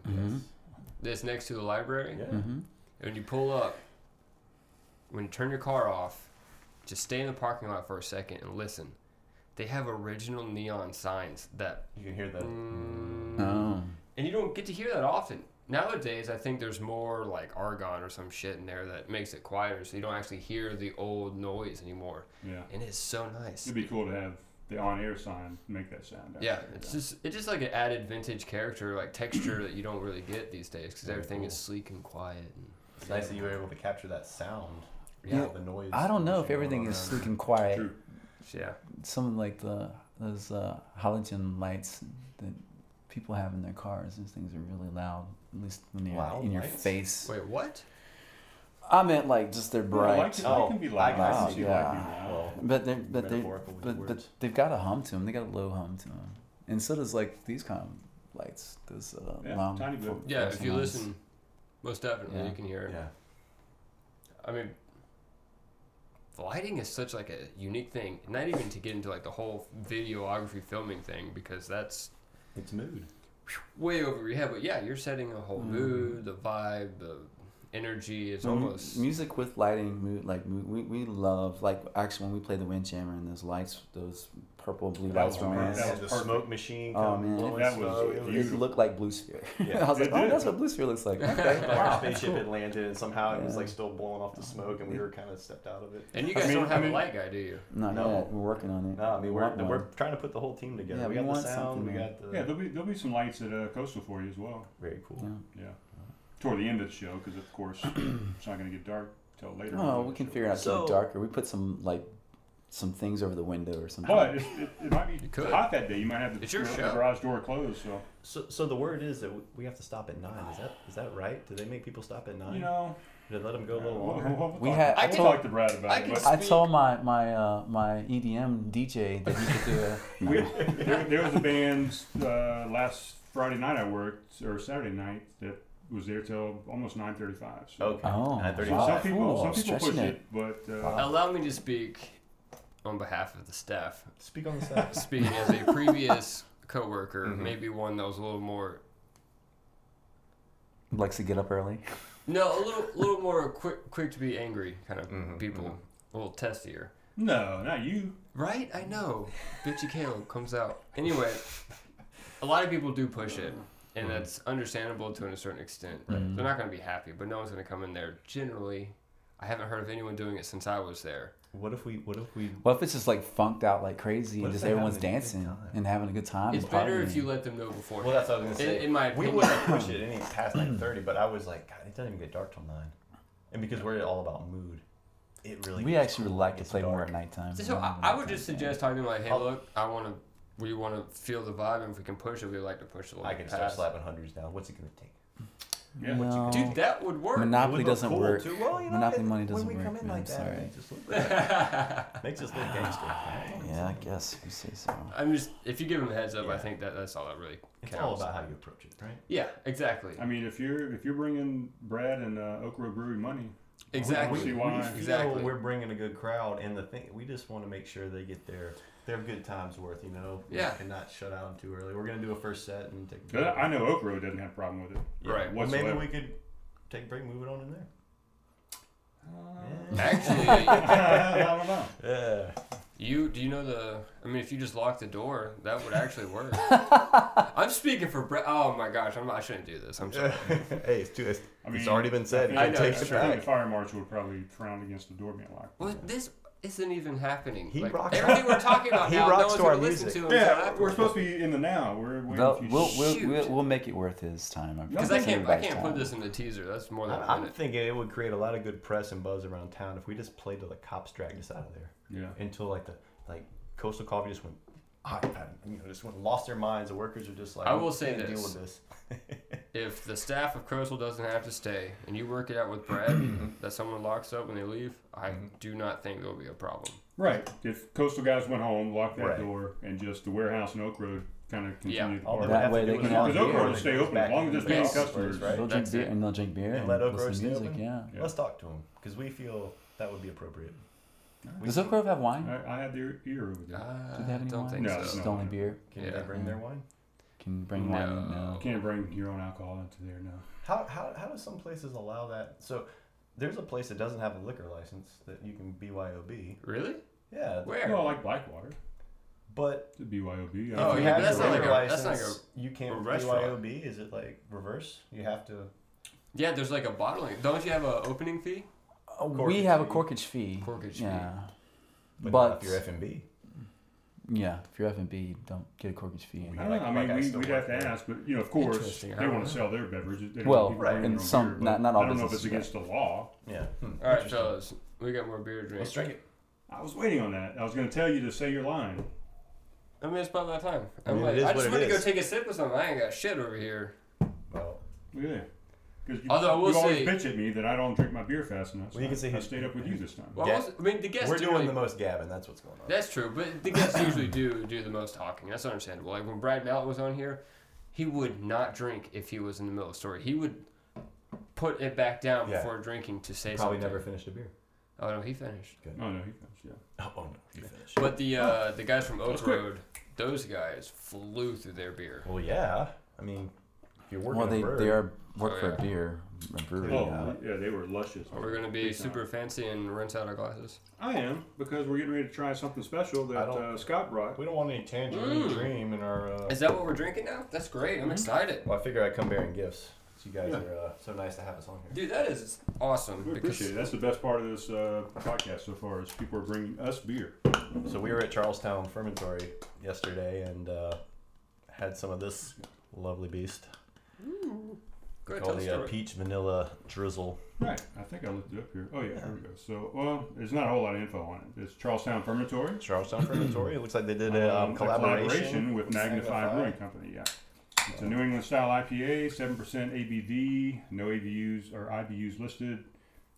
[SPEAKER 1] That's next to the library.
[SPEAKER 5] Yeah.
[SPEAKER 4] Mm-hmm.
[SPEAKER 1] When you pull up, when you turn your car off, just stay in the parking lot for a second and listen. They have original neon signs that, mm.
[SPEAKER 5] You can hear the.
[SPEAKER 4] Oh.
[SPEAKER 1] and you don't get to hear that often. Nowadays, I think there's more like argon or some shit in there that makes it quieter, so you don't actually hear the old noise anymore.
[SPEAKER 3] Yeah,
[SPEAKER 1] And it's so nice.
[SPEAKER 3] it'd be cool to have the on-air sign make that sound.
[SPEAKER 1] Yeah, it's just it's just like an added vintage character, like texture that you don't really get these days because everything is sleek and quiet. And,
[SPEAKER 5] It's nice that you were able to capture that sound.
[SPEAKER 1] Yeah.
[SPEAKER 5] Yeah. The noise.
[SPEAKER 4] I don't know if
[SPEAKER 5] going
[SPEAKER 4] everything
[SPEAKER 5] on
[SPEAKER 4] is
[SPEAKER 5] around.
[SPEAKER 4] sleek and quiet.
[SPEAKER 3] True.
[SPEAKER 1] yeah,
[SPEAKER 4] Some like the those uh, halogen lights that people have in their cars. Those things are really loud. At least when they're
[SPEAKER 5] Loud
[SPEAKER 4] in your
[SPEAKER 5] lights?
[SPEAKER 4] face.
[SPEAKER 1] wait, what?
[SPEAKER 4] I meant like just they're
[SPEAKER 3] Well,
[SPEAKER 4] bright.
[SPEAKER 3] lights-
[SPEAKER 5] Oh,
[SPEAKER 3] light can be
[SPEAKER 5] I-
[SPEAKER 3] loud.
[SPEAKER 5] I
[SPEAKER 3] I
[SPEAKER 4] see.
[SPEAKER 3] can see light being loud.
[SPEAKER 5] Well,
[SPEAKER 4] But they but they
[SPEAKER 5] Metaphorical with
[SPEAKER 4] but, but
[SPEAKER 5] words.
[SPEAKER 4] they've got a hum to them. They got a low hum to them, and so does like these kind of lights. Those uh,
[SPEAKER 3] Yeah,
[SPEAKER 4] long
[SPEAKER 3] tiny bit.
[SPEAKER 4] fo-
[SPEAKER 1] Yeah, if
[SPEAKER 4] flashing
[SPEAKER 1] you
[SPEAKER 4] lights.
[SPEAKER 1] listen, most definitely
[SPEAKER 4] Yeah.
[SPEAKER 1] you can hear. it.
[SPEAKER 5] Yeah.
[SPEAKER 1] I mean, lighting is such like a unique thing. Not even to get into like the whole videography filming thing because that's
[SPEAKER 5] It's mood.
[SPEAKER 1] way over your head. But yeah, you're setting a whole mood, the vibe, the energy is
[SPEAKER 4] Mu-
[SPEAKER 1] almost
[SPEAKER 4] music with lighting. Mood, like mu- we, we love like actually when we play the Windjammer and those lights, those purple blue
[SPEAKER 3] That was
[SPEAKER 4] lights from
[SPEAKER 3] perfect.
[SPEAKER 4] us.
[SPEAKER 3] That
[SPEAKER 5] Yeah,
[SPEAKER 3] was
[SPEAKER 5] the
[SPEAKER 3] perfect.
[SPEAKER 5] smoke machine.
[SPEAKER 4] Oh,
[SPEAKER 5] kind of
[SPEAKER 4] man.
[SPEAKER 5] blowing
[SPEAKER 3] That was
[SPEAKER 5] smoke. It
[SPEAKER 4] It
[SPEAKER 3] beautiful.
[SPEAKER 4] looked like Blue Sphere.
[SPEAKER 5] Yeah.
[SPEAKER 4] I was
[SPEAKER 3] It
[SPEAKER 4] like, oh,
[SPEAKER 3] did.
[SPEAKER 4] that's what Blue Sphere looks like. Okay,
[SPEAKER 5] Like
[SPEAKER 4] wow,
[SPEAKER 5] our
[SPEAKER 4] that's
[SPEAKER 5] spaceship
[SPEAKER 4] cool.
[SPEAKER 5] had landed, and somehow it was
[SPEAKER 4] Yeah. Oh.
[SPEAKER 5] like still blowing off the smoke, and we were kind of stepped out of it.
[SPEAKER 1] And you guys
[SPEAKER 3] mean-
[SPEAKER 1] don't have
[SPEAKER 3] I mean-
[SPEAKER 1] a light guy, do you?
[SPEAKER 4] Not
[SPEAKER 5] No.
[SPEAKER 4] yet. We're working on it.
[SPEAKER 5] No, I
[SPEAKER 4] We
[SPEAKER 5] mean we're
[SPEAKER 4] want one.
[SPEAKER 5] we're trying to put the whole team together.
[SPEAKER 4] Yeah,
[SPEAKER 5] we
[SPEAKER 4] we
[SPEAKER 5] got the
[SPEAKER 4] want
[SPEAKER 5] sound, we
[SPEAKER 4] something,
[SPEAKER 5] got the
[SPEAKER 3] Yeah, there'll be there'll be some lights at uh, Coastal for you as well.
[SPEAKER 5] very cool.
[SPEAKER 4] Yeah.
[SPEAKER 3] Yeah, toward the end of the show because of course it's not going to get dark till later.
[SPEAKER 4] Oh,
[SPEAKER 3] on in
[SPEAKER 4] we
[SPEAKER 3] the
[SPEAKER 4] can
[SPEAKER 3] show.
[SPEAKER 4] figure it out
[SPEAKER 5] So-
[SPEAKER 4] something darker. We put some like some things over the window or something.
[SPEAKER 3] But it, it, it might be
[SPEAKER 1] could.
[SPEAKER 3] hot that day. You might have the,
[SPEAKER 1] It's your
[SPEAKER 3] the
[SPEAKER 1] show.
[SPEAKER 3] garage door closed, so
[SPEAKER 5] So, so the word is that w- we have to stop at nine. Is that is that right? Do they make people stop at nine?
[SPEAKER 3] you know. Uh,
[SPEAKER 5] Did they let them go Uh, a little
[SPEAKER 3] we'll-
[SPEAKER 5] longer?
[SPEAKER 3] we'll- we'll
[SPEAKER 4] We
[SPEAKER 3] talk-
[SPEAKER 4] had- I
[SPEAKER 3] we'll
[SPEAKER 4] told-
[SPEAKER 3] talk to Brad about
[SPEAKER 1] I
[SPEAKER 3] it.
[SPEAKER 1] can
[SPEAKER 3] but-
[SPEAKER 4] I told my my uh, my EDM DJ that he could do a.
[SPEAKER 3] We, there, there was a band uh, last Friday night I worked or Saturday night that was there till almost nine thirty-five. So,
[SPEAKER 5] Okay.
[SPEAKER 4] Oh,
[SPEAKER 5] Nine
[SPEAKER 3] so
[SPEAKER 5] thirty-five.
[SPEAKER 3] some
[SPEAKER 4] wow.
[SPEAKER 3] people,
[SPEAKER 4] Cool,
[SPEAKER 3] some people push
[SPEAKER 4] stretching
[SPEAKER 3] it, but uh,
[SPEAKER 1] Allow me to speak on behalf of the staff.
[SPEAKER 5] Speak on the staff.
[SPEAKER 1] Speaking as a previous coworker, maybe one that was a little more
[SPEAKER 4] likes to get up early.
[SPEAKER 1] no, a little little more quick quick to be angry kind of people, a little testier.
[SPEAKER 3] no, not you.
[SPEAKER 1] Right? I know. Bitchy Caleb comes out. Anyway, a lot of people do push it, and that's understandable to a certain extent. They're not going to be happy, but no one's going to come in there. Generally, I haven't heard of anyone doing it since I was there.
[SPEAKER 5] what if we? What if we?
[SPEAKER 4] What if it's just like funked out like crazy
[SPEAKER 5] What
[SPEAKER 4] and
[SPEAKER 5] if
[SPEAKER 4] just
[SPEAKER 5] they're
[SPEAKER 4] everyone's
[SPEAKER 5] having a good
[SPEAKER 4] dancing
[SPEAKER 5] time?
[SPEAKER 4] and having a good time?
[SPEAKER 1] It's
[SPEAKER 4] and
[SPEAKER 1] better
[SPEAKER 4] partying?
[SPEAKER 1] if you let them know before.
[SPEAKER 5] Well, that's what I was gonna
[SPEAKER 1] in,
[SPEAKER 5] say.
[SPEAKER 1] in my
[SPEAKER 5] we
[SPEAKER 1] opinion,
[SPEAKER 5] wouldn't push it any past nine thirty, but I was like, God, it doesn't even get dark till nine, and because we're all about mood, it really.
[SPEAKER 4] We
[SPEAKER 5] gets
[SPEAKER 4] actually
[SPEAKER 5] cool,
[SPEAKER 4] would like
[SPEAKER 5] it
[SPEAKER 4] to
[SPEAKER 5] gets
[SPEAKER 4] play more
[SPEAKER 5] dark.
[SPEAKER 4] at nighttime.
[SPEAKER 1] So I,
[SPEAKER 5] Mm-hmm.
[SPEAKER 1] I would just suggest talking like, hey, look, I want to, we want to feel the vibe, and if we can push it, we like to push it. a little
[SPEAKER 5] I
[SPEAKER 1] bit
[SPEAKER 5] can start
[SPEAKER 1] past.
[SPEAKER 5] slapping hundreds now. What's it gonna take?
[SPEAKER 3] Yeah,
[SPEAKER 4] No.
[SPEAKER 1] Dude, that would work.
[SPEAKER 4] Monopoly
[SPEAKER 5] It would look
[SPEAKER 4] doesn't
[SPEAKER 5] cool,
[SPEAKER 4] work.
[SPEAKER 5] too. Well, you know,
[SPEAKER 4] Monopoly
[SPEAKER 5] it-
[SPEAKER 4] money doesn't
[SPEAKER 5] when we
[SPEAKER 4] work.
[SPEAKER 5] come in
[SPEAKER 4] man,
[SPEAKER 5] like that,
[SPEAKER 4] sorry.
[SPEAKER 5] it makes us look bad. makes us look gangster. right?
[SPEAKER 4] Yeah, I guess you say so.
[SPEAKER 1] I'm just, if you give them a heads up, I
[SPEAKER 5] Yeah.
[SPEAKER 1] think that that's all that really
[SPEAKER 5] It's all
[SPEAKER 1] counts.
[SPEAKER 5] about how you approach it, right?
[SPEAKER 1] Yeah, exactly.
[SPEAKER 3] I mean, if you're if you're bringing Brad and uh, Oak Road Brewery money,
[SPEAKER 1] Exactly.
[SPEAKER 3] see why.
[SPEAKER 5] We feel
[SPEAKER 1] Exactly.
[SPEAKER 5] we're bringing a good crowd, and the thing we just want to make sure they get their their good times worth. You know,
[SPEAKER 1] Yeah.
[SPEAKER 5] and not shut out too early. We're gonna do a first set and take. A
[SPEAKER 3] I I know Oak Road doesn't have a problem with it.
[SPEAKER 5] Yeah,
[SPEAKER 1] Right.
[SPEAKER 5] Well, maybe
[SPEAKER 3] whatsoever.
[SPEAKER 5] we could take a break, move it on in there.
[SPEAKER 1] Actually,
[SPEAKER 3] I don't know.
[SPEAKER 5] Yeah.
[SPEAKER 1] You do you know the? I mean, if you just lock the door, that would actually work. I'm speaking for Brett. Oh my gosh, I'm, I shouldn't do this. I'm sorry.
[SPEAKER 5] hey, it's, too, it's,
[SPEAKER 3] I mean,
[SPEAKER 5] it's already been said. You
[SPEAKER 1] I
[SPEAKER 5] can
[SPEAKER 1] know,
[SPEAKER 5] take
[SPEAKER 1] that's
[SPEAKER 5] it
[SPEAKER 1] true.
[SPEAKER 5] back.
[SPEAKER 3] The fire marshal would probably frown against the door being locked.
[SPEAKER 1] Well, this isn't even happening.
[SPEAKER 5] He
[SPEAKER 1] like,
[SPEAKER 5] rocks-
[SPEAKER 1] everything we're talking about
[SPEAKER 5] He
[SPEAKER 1] now,
[SPEAKER 5] rocks
[SPEAKER 1] no one's
[SPEAKER 5] to our
[SPEAKER 1] gonna listen
[SPEAKER 5] music.
[SPEAKER 1] to him.
[SPEAKER 3] yeah, we're, supposed to be in the now. We're waiting
[SPEAKER 4] Well,
[SPEAKER 3] for you.
[SPEAKER 4] we'll, we'll,
[SPEAKER 1] Shoot.
[SPEAKER 4] we'll, we'll make it worth his time. I'm
[SPEAKER 1] because
[SPEAKER 4] sure
[SPEAKER 1] I can't. I
[SPEAKER 4] everybody's
[SPEAKER 1] can't put
[SPEAKER 4] time.
[SPEAKER 1] this in the teaser. That's more than a
[SPEAKER 5] I'm, I'm
[SPEAKER 1] minute.
[SPEAKER 5] thinking it would create a lot of good press and buzz around town if we just played till the cops dragged us out of there.
[SPEAKER 3] Yeah.
[SPEAKER 5] Until like the like coastal coffee just went. I, I, you know, just went lost their minds. The workers are just like, "Oh,
[SPEAKER 1] I will
[SPEAKER 5] "We
[SPEAKER 1] say
[SPEAKER 5] can't Deal
[SPEAKER 1] this.
[SPEAKER 5] with this.
[SPEAKER 1] If the staff of Coastal doesn't have to stay, and you work it out with Brad that someone locks up when they leave, I
[SPEAKER 5] Mm-hmm.
[SPEAKER 1] do not think there'll be a problem.
[SPEAKER 3] Right. If coastal guys went home, locked that
[SPEAKER 5] Right.
[SPEAKER 3] door, and just the warehouse and Oak Road kind of continued.
[SPEAKER 1] Yeah.
[SPEAKER 3] to
[SPEAKER 5] All
[SPEAKER 3] party.
[SPEAKER 5] they would have
[SPEAKER 4] way
[SPEAKER 5] to
[SPEAKER 4] they
[SPEAKER 5] do is
[SPEAKER 4] can
[SPEAKER 5] lock
[SPEAKER 4] have
[SPEAKER 5] the
[SPEAKER 4] Oak
[SPEAKER 5] door
[SPEAKER 4] Road
[SPEAKER 5] and
[SPEAKER 3] stay
[SPEAKER 5] they go
[SPEAKER 3] open,
[SPEAKER 5] back
[SPEAKER 3] as long
[SPEAKER 5] in
[SPEAKER 3] as
[SPEAKER 5] the
[SPEAKER 3] there's
[SPEAKER 5] house,
[SPEAKER 3] customers.
[SPEAKER 5] right?
[SPEAKER 4] They'll
[SPEAKER 1] That's
[SPEAKER 4] drink beer
[SPEAKER 1] it.
[SPEAKER 4] and they'll drink beer
[SPEAKER 5] And
[SPEAKER 4] and,
[SPEAKER 5] let Oak Grove
[SPEAKER 4] listen to
[SPEAKER 5] stay
[SPEAKER 4] music.
[SPEAKER 5] open?
[SPEAKER 4] Yeah.
[SPEAKER 5] Let's talk to them because we feel that would be appropriate. We
[SPEAKER 4] Does Oak Grove have wine?
[SPEAKER 3] I, I had their ear over there.
[SPEAKER 1] Uh,
[SPEAKER 4] Do they have any
[SPEAKER 1] don't
[SPEAKER 4] wine?
[SPEAKER 1] think
[SPEAKER 3] No,
[SPEAKER 1] so.
[SPEAKER 4] It's
[SPEAKER 3] no.
[SPEAKER 4] the only beer.
[SPEAKER 5] Can
[SPEAKER 1] Yeah. Mm.
[SPEAKER 5] they bring their wine?
[SPEAKER 4] Can bring wine in.
[SPEAKER 1] No.
[SPEAKER 4] No.
[SPEAKER 3] Can't bring your own alcohol into there now.
[SPEAKER 5] How, how, how do some places allow that? So there's a place that doesn't have a liquor license that you can BYOB.
[SPEAKER 1] Really?
[SPEAKER 5] Yeah,
[SPEAKER 1] Where?
[SPEAKER 3] Well, like Blackwater,
[SPEAKER 5] but
[SPEAKER 3] the BYOB.
[SPEAKER 1] Oh,
[SPEAKER 5] if you
[SPEAKER 1] yeah,
[SPEAKER 5] have
[SPEAKER 1] but that's
[SPEAKER 5] your
[SPEAKER 1] not like
[SPEAKER 5] liquor
[SPEAKER 1] a- that's
[SPEAKER 5] license,
[SPEAKER 1] not like
[SPEAKER 5] you
[SPEAKER 1] a
[SPEAKER 5] can't
[SPEAKER 1] restaurant.
[SPEAKER 5] BYOB. Is it like reverse? You have to.
[SPEAKER 1] Yeah, there's like a bottling. Don't you have a opening fee?
[SPEAKER 4] Oh, we
[SPEAKER 5] Corkage
[SPEAKER 4] have a
[SPEAKER 5] fee.
[SPEAKER 4] corkage fee.
[SPEAKER 1] Corkage fee.
[SPEAKER 4] yeah.
[SPEAKER 5] But,
[SPEAKER 4] But-
[SPEAKER 5] not if you're F and B.
[SPEAKER 4] Yeah. If you're F and B, don't get a corkage fee.
[SPEAKER 3] I don't
[SPEAKER 1] oh
[SPEAKER 3] know. I
[SPEAKER 5] Like- like I
[SPEAKER 3] mean, we,
[SPEAKER 5] still
[SPEAKER 3] we'd have
[SPEAKER 5] work
[SPEAKER 3] to
[SPEAKER 5] there.
[SPEAKER 3] ask, but you know, of course,
[SPEAKER 1] Interesting.
[SPEAKER 3] they
[SPEAKER 1] I don't
[SPEAKER 3] want
[SPEAKER 1] know.
[SPEAKER 3] to sell their beverages. They don't
[SPEAKER 4] Well,
[SPEAKER 3] want people bringing
[SPEAKER 5] right,
[SPEAKER 3] their
[SPEAKER 4] and
[SPEAKER 3] own
[SPEAKER 4] some-
[SPEAKER 3] beer, but
[SPEAKER 4] not- not all
[SPEAKER 3] I don't know if it's
[SPEAKER 4] businesses do
[SPEAKER 3] against the law.
[SPEAKER 5] Yeah. Hmm.
[SPEAKER 1] All right,
[SPEAKER 5] Interesting.
[SPEAKER 1] fellas, we got more beer to drink.
[SPEAKER 5] Let's drink it.
[SPEAKER 3] I was waiting on that. I was going to tell you to say your line.
[SPEAKER 1] I mean, it's about that time. I'm
[SPEAKER 5] mean,
[SPEAKER 1] like,
[SPEAKER 5] it is
[SPEAKER 1] I
[SPEAKER 5] what
[SPEAKER 1] just
[SPEAKER 5] it
[SPEAKER 1] want to go
[SPEAKER 5] is.
[SPEAKER 1] take a sip of something. I ain't got shit over here.
[SPEAKER 5] Well,
[SPEAKER 3] Yeah. Because you,
[SPEAKER 1] Although I will
[SPEAKER 3] you always
[SPEAKER 1] say-
[SPEAKER 3] bitch at me that I don't drink my beer fast enough. So
[SPEAKER 5] Well, you can say
[SPEAKER 3] I, I
[SPEAKER 5] he's-
[SPEAKER 3] stayed up with you this time.
[SPEAKER 1] Well,
[SPEAKER 5] Yeah.
[SPEAKER 1] I, was, I mean, the guests
[SPEAKER 5] we're doing
[SPEAKER 1] generally-
[SPEAKER 5] the most gabbing. That's what's going on.
[SPEAKER 1] That's true, but the guests usually do do the most talking. That's understandable. Like when Brad Mallet was on here, he would not drink if he was in the middle of a story. He would put it back down
[SPEAKER 5] Yeah.
[SPEAKER 1] before drinking to say
[SPEAKER 5] Probably
[SPEAKER 1] something.
[SPEAKER 5] never finished a beer.
[SPEAKER 1] Oh no, he finished.
[SPEAKER 3] oh, no, he comes, yeah.
[SPEAKER 5] Oh, oh no, you finished.
[SPEAKER 1] But the uh, the guys from Oak Road, those guys flew through their beer.
[SPEAKER 5] Well, yeah. I mean, if you're working
[SPEAKER 4] Well, they
[SPEAKER 5] a bird,
[SPEAKER 4] they are work
[SPEAKER 1] Oh,
[SPEAKER 4] for
[SPEAKER 1] yeah.
[SPEAKER 4] a beer, a brewery.
[SPEAKER 3] Oh,
[SPEAKER 4] yeah.
[SPEAKER 3] yeah, they were luscious.
[SPEAKER 1] Are we gonna be
[SPEAKER 3] Big time.
[SPEAKER 1] super fancy and rinse out our glasses?
[SPEAKER 3] I am, because we're getting ready to try something special that
[SPEAKER 5] don't-
[SPEAKER 3] uh, Scott brought.
[SPEAKER 5] We don't want any tangerine
[SPEAKER 1] Mm.
[SPEAKER 5] dream in our. Uh,
[SPEAKER 1] Is that what we're drinking now? That's great.
[SPEAKER 3] Mm-hmm.
[SPEAKER 1] I'm excited.
[SPEAKER 5] well, I figure I come bearing gifts. So you guys are uh, so nice to have us on here.
[SPEAKER 1] Dude, that is awesome.
[SPEAKER 3] We
[SPEAKER 1] because
[SPEAKER 3] appreciate it. That's the best part of this uh, podcast so far is people are bringing us beer.
[SPEAKER 5] So we were at Charlestown Fermentory yesterday and uh, had some of this lovely beast
[SPEAKER 1] Go ahead, tell
[SPEAKER 5] called
[SPEAKER 1] the
[SPEAKER 5] the uh,
[SPEAKER 1] story.
[SPEAKER 5] peach vanilla drizzle.
[SPEAKER 3] Right. I think I looked it up here. Oh, yeah, here we go. So, well, there's not a whole lot of info on it. It's Charlestown Fermentory.
[SPEAKER 5] Charlestown Fermentory. It looks like they did a um,
[SPEAKER 3] a
[SPEAKER 5] collaboration.
[SPEAKER 3] with Magnify Brewing Company, yeah. It's a New England style IPA, 7% ABV, no ABUs or IBUs listed.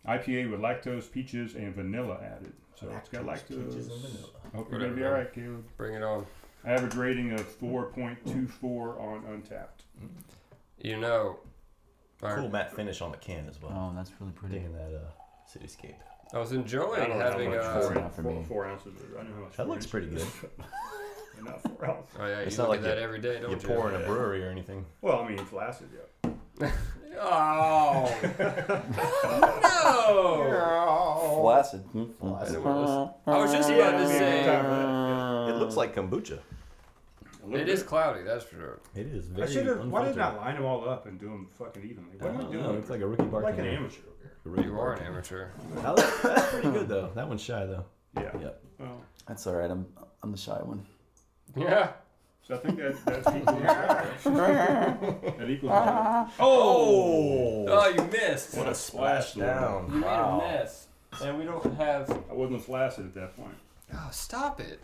[SPEAKER 3] IPA with lactose, peaches, and vanilla added. So it's got
[SPEAKER 5] Lactose,
[SPEAKER 3] lactose.
[SPEAKER 5] peaches, and vanilla.
[SPEAKER 3] I hope you're going to be all right, Caleb.
[SPEAKER 1] Bring it on.
[SPEAKER 3] Average rating of 4.24 on Untapped.
[SPEAKER 1] You know. our-
[SPEAKER 5] Cool matte finish on the can as well.
[SPEAKER 4] Oh, that's really pretty.
[SPEAKER 5] Digging that uh, cityscape.
[SPEAKER 1] I was enjoying
[SPEAKER 3] know how
[SPEAKER 1] having
[SPEAKER 3] much
[SPEAKER 1] uh,
[SPEAKER 3] four,
[SPEAKER 4] Not for
[SPEAKER 3] four-
[SPEAKER 4] me.
[SPEAKER 3] four ounces. Is. I know how much.
[SPEAKER 5] That
[SPEAKER 3] four
[SPEAKER 5] looks
[SPEAKER 3] ounces
[SPEAKER 5] pretty good.
[SPEAKER 3] is, Not four ounces.
[SPEAKER 1] Oh yeah,
[SPEAKER 5] It's
[SPEAKER 1] you
[SPEAKER 5] not
[SPEAKER 1] look
[SPEAKER 5] like
[SPEAKER 1] at that
[SPEAKER 5] you-
[SPEAKER 1] every day, don't
[SPEAKER 5] you
[SPEAKER 1] you?
[SPEAKER 5] pour in a brewery or anything.
[SPEAKER 3] Well, I mean, it's acid, yeah.
[SPEAKER 1] Oh no!
[SPEAKER 4] Flaccid. Mm-hmm. Uh-huh.
[SPEAKER 5] Flaccid.
[SPEAKER 1] I was just about to
[SPEAKER 3] Yeah,
[SPEAKER 1] say
[SPEAKER 3] yeah.
[SPEAKER 5] It looks like kombucha.
[SPEAKER 3] A little
[SPEAKER 1] it is
[SPEAKER 3] bit.
[SPEAKER 1] cloudy. That's for sure.
[SPEAKER 5] It is
[SPEAKER 3] I
[SPEAKER 5] very.
[SPEAKER 3] should have. Why didn't I
[SPEAKER 5] unfiltered.
[SPEAKER 3] line them all up and do them fucking evenly? What
[SPEAKER 5] I
[SPEAKER 3] am I
[SPEAKER 5] don't know,
[SPEAKER 3] doing?
[SPEAKER 5] It's like a rookie
[SPEAKER 3] I'm like an
[SPEAKER 5] bartender.
[SPEAKER 3] amateur over here.
[SPEAKER 5] A rookie
[SPEAKER 1] You are an
[SPEAKER 5] bartender.
[SPEAKER 1] amateur.
[SPEAKER 5] That looks- That's pretty good though. That one's shy though.
[SPEAKER 3] Yeah. Oh.
[SPEAKER 5] Yep.
[SPEAKER 3] Well,
[SPEAKER 4] That's all right. I'm I'm the shy one.
[SPEAKER 1] Yeah.
[SPEAKER 3] so I think that that's equals that equals. out.
[SPEAKER 5] Oh!
[SPEAKER 1] Oh, you missed.
[SPEAKER 3] What a
[SPEAKER 5] Splash
[SPEAKER 1] You
[SPEAKER 5] down.
[SPEAKER 1] made a mess, and we don't have.
[SPEAKER 3] I wasn't flaccid at that point.
[SPEAKER 1] Oh, stop it!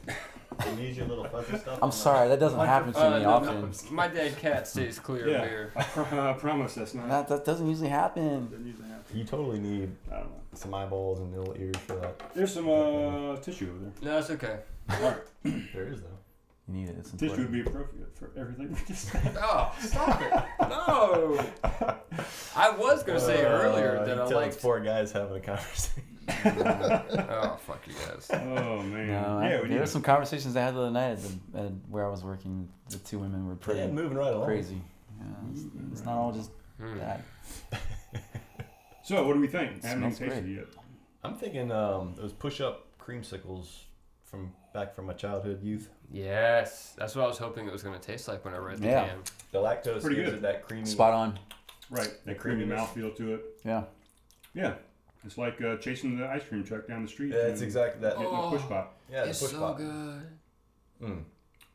[SPEAKER 5] You need your little fuzzy stuff.
[SPEAKER 4] I'm sorry. That doesn't happen to
[SPEAKER 1] Uh,
[SPEAKER 4] me
[SPEAKER 1] no,
[SPEAKER 4] often.
[SPEAKER 1] no, my dead cat stays clear
[SPEAKER 3] Yeah.
[SPEAKER 1] of beer.
[SPEAKER 3] I, pr- I promise that's not.
[SPEAKER 4] That that doesn't usually happen.
[SPEAKER 3] doesn't usually happen.
[SPEAKER 5] You totally need
[SPEAKER 3] I don't know.
[SPEAKER 5] some eyeballs and little ears for that.
[SPEAKER 3] There's some uh, tissue over
[SPEAKER 1] No, it's okay.
[SPEAKER 3] there. All right.
[SPEAKER 5] There is though.
[SPEAKER 4] You need it. It's
[SPEAKER 3] Tissue would
[SPEAKER 4] important.
[SPEAKER 3] be appropriate for everything we just said.
[SPEAKER 1] Oh, stop it! No. I was gonna
[SPEAKER 4] Uh,
[SPEAKER 1] say earlier that I
[SPEAKER 5] like
[SPEAKER 1] liked.
[SPEAKER 5] four guys having a conversation.
[SPEAKER 1] Oh, fuck you guys.
[SPEAKER 3] Oh man.
[SPEAKER 4] No, I-
[SPEAKER 3] yeah, we
[SPEAKER 4] there
[SPEAKER 3] need
[SPEAKER 4] were some conversations I had the other night at, the, at where I was working. The two women were pretty
[SPEAKER 5] Yeah, moving right along.
[SPEAKER 4] crazy. Yeah, it's, it's not all just
[SPEAKER 1] Hmm.
[SPEAKER 4] that.
[SPEAKER 3] So, what do we think?
[SPEAKER 4] It
[SPEAKER 3] Haven't even
[SPEAKER 4] smells
[SPEAKER 3] tasted it yet.
[SPEAKER 5] I'm thinking um, those push-up creamsicles from back from my childhood youth.
[SPEAKER 1] Yes, that's what I was hoping it was going to taste like when I read the
[SPEAKER 4] Yeah.
[SPEAKER 1] can.
[SPEAKER 5] The lactose
[SPEAKER 3] Pretty
[SPEAKER 5] gives
[SPEAKER 3] good.
[SPEAKER 5] it that creamy.
[SPEAKER 4] Spot on.
[SPEAKER 3] Right, that creamy
[SPEAKER 5] creaminess.
[SPEAKER 3] mouthfeel to it.
[SPEAKER 4] Yeah.
[SPEAKER 3] Yeah, it's like uh, chasing the ice cream truck down the street.
[SPEAKER 5] Yeah, it's
[SPEAKER 3] and
[SPEAKER 5] exactly that.
[SPEAKER 3] Getting a
[SPEAKER 1] Oh.
[SPEAKER 3] push pop.
[SPEAKER 5] Yeah,
[SPEAKER 1] it's
[SPEAKER 5] the push
[SPEAKER 1] so
[SPEAKER 5] pop.
[SPEAKER 1] good.
[SPEAKER 5] Mm.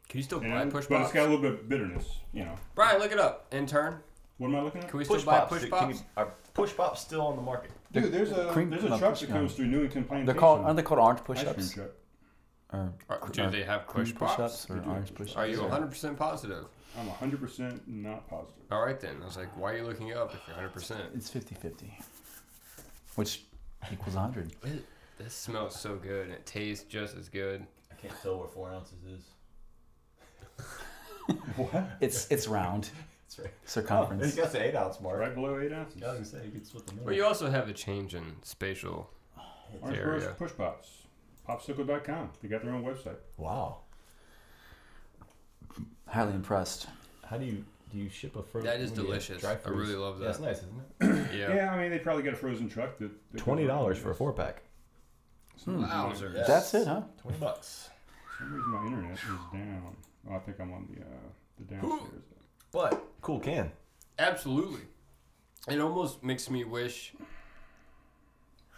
[SPEAKER 1] Can you still
[SPEAKER 3] And
[SPEAKER 1] buy
[SPEAKER 3] it-
[SPEAKER 1] push
[SPEAKER 3] but it's
[SPEAKER 1] pops?
[SPEAKER 3] got a little bit of bitterness. You know,
[SPEAKER 1] Brian, look it up. Intern,
[SPEAKER 3] what am I looking at?
[SPEAKER 1] can we still
[SPEAKER 5] Push
[SPEAKER 1] buy
[SPEAKER 5] pops.
[SPEAKER 1] push
[SPEAKER 5] dude,
[SPEAKER 1] pops?
[SPEAKER 5] can you- are push pops still on the market?
[SPEAKER 3] Dude, there's a
[SPEAKER 4] Cream-
[SPEAKER 3] there's a
[SPEAKER 4] no,
[SPEAKER 3] truck
[SPEAKER 4] push-
[SPEAKER 3] that
[SPEAKER 4] no.
[SPEAKER 3] comes through Newington Plantation.
[SPEAKER 4] They're called aren't they called orange push
[SPEAKER 3] ice cream
[SPEAKER 4] ups?
[SPEAKER 3] truck.
[SPEAKER 4] Or
[SPEAKER 1] Or do they have
[SPEAKER 4] cream
[SPEAKER 1] uh, push pops?
[SPEAKER 4] or orange push ups?
[SPEAKER 1] Are you 100% positive?
[SPEAKER 3] I'm 100 percent not positive.
[SPEAKER 1] All right then. I was like, why are you looking it up if you're 100%?
[SPEAKER 4] It's 50 50. Which equals 100.
[SPEAKER 1] This smells so good and it tastes just as good.
[SPEAKER 5] I can't tell where four ounces is.
[SPEAKER 3] What?
[SPEAKER 4] It's it's round
[SPEAKER 5] That's right. Oh, It's
[SPEAKER 4] circumference.
[SPEAKER 5] got the eight ounce mark.
[SPEAKER 3] Right below eight ounces.
[SPEAKER 5] I was gonna say you could split the
[SPEAKER 1] Well, you also have a change in spatial.
[SPEAKER 3] Orange
[SPEAKER 1] There we
[SPEAKER 3] Groves Push Pops. Popsicle.com. They got their own website.
[SPEAKER 5] Wow.
[SPEAKER 4] Highly impressed.
[SPEAKER 5] How do you do you ship a frozen?
[SPEAKER 1] That is delicious. I really love
[SPEAKER 5] That's
[SPEAKER 1] that.
[SPEAKER 5] nice, isn't it?
[SPEAKER 1] Yeah.
[SPEAKER 3] Yeah. I mean, they probably got a frozen truck. That, that
[SPEAKER 5] Twenty dollars for a four pack.
[SPEAKER 1] Wowzers.
[SPEAKER 5] Yeah.
[SPEAKER 4] Hmm. That's it, huh?
[SPEAKER 5] Twenty bucks.
[SPEAKER 3] For some reason, my internet is down. Oh, I think I'm on the uh, the downstairs.
[SPEAKER 5] But cool can.
[SPEAKER 1] Absolutely. It almost makes me wish.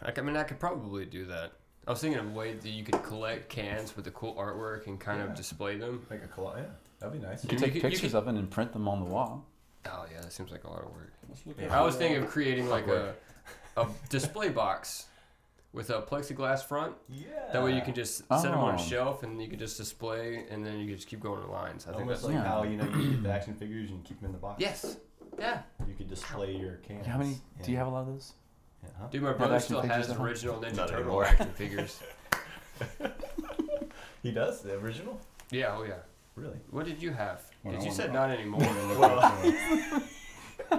[SPEAKER 1] Like, I mean, I could probably do that. I was thinking of a way that you could collect cans with the cool artwork and kind
[SPEAKER 5] Yeah.
[SPEAKER 1] of display them.
[SPEAKER 5] Like a collage. Yeah, that'd be nice.
[SPEAKER 4] You
[SPEAKER 1] You
[SPEAKER 4] take
[SPEAKER 1] could- you
[SPEAKER 4] pictures of it and print them on the wall.
[SPEAKER 1] Oh yeah, that seems like a lot of work.
[SPEAKER 3] Let's look
[SPEAKER 5] Yeah.
[SPEAKER 3] at
[SPEAKER 1] I was thinking of creating like a a display box with a plexiglass front.
[SPEAKER 5] Yeah.
[SPEAKER 1] That way you can just set them on a
[SPEAKER 4] Oh.
[SPEAKER 1] shelf and you can just display and then you can just keep going in lines. I think
[SPEAKER 5] Almost
[SPEAKER 1] that's
[SPEAKER 5] like
[SPEAKER 4] Yeah.
[SPEAKER 5] how you know you get the action figures and keep them in the box.
[SPEAKER 1] yes, yeah.
[SPEAKER 5] You could display your cans.
[SPEAKER 4] How many? Do you have a lot of those?
[SPEAKER 5] Yeah, huh?
[SPEAKER 1] Dude, my brother
[SPEAKER 4] action
[SPEAKER 1] still
[SPEAKER 4] figures
[SPEAKER 1] has
[SPEAKER 4] at home?
[SPEAKER 1] original Ninja
[SPEAKER 5] Not
[SPEAKER 1] Turtle
[SPEAKER 5] anymore.
[SPEAKER 1] action figures.
[SPEAKER 5] He does the original.
[SPEAKER 1] Yeah, oh yeah.
[SPEAKER 5] Really?
[SPEAKER 1] What did you have?
[SPEAKER 3] Well,
[SPEAKER 1] did
[SPEAKER 3] I
[SPEAKER 1] you
[SPEAKER 3] want
[SPEAKER 1] said
[SPEAKER 3] one.
[SPEAKER 1] not anymore?
[SPEAKER 3] well,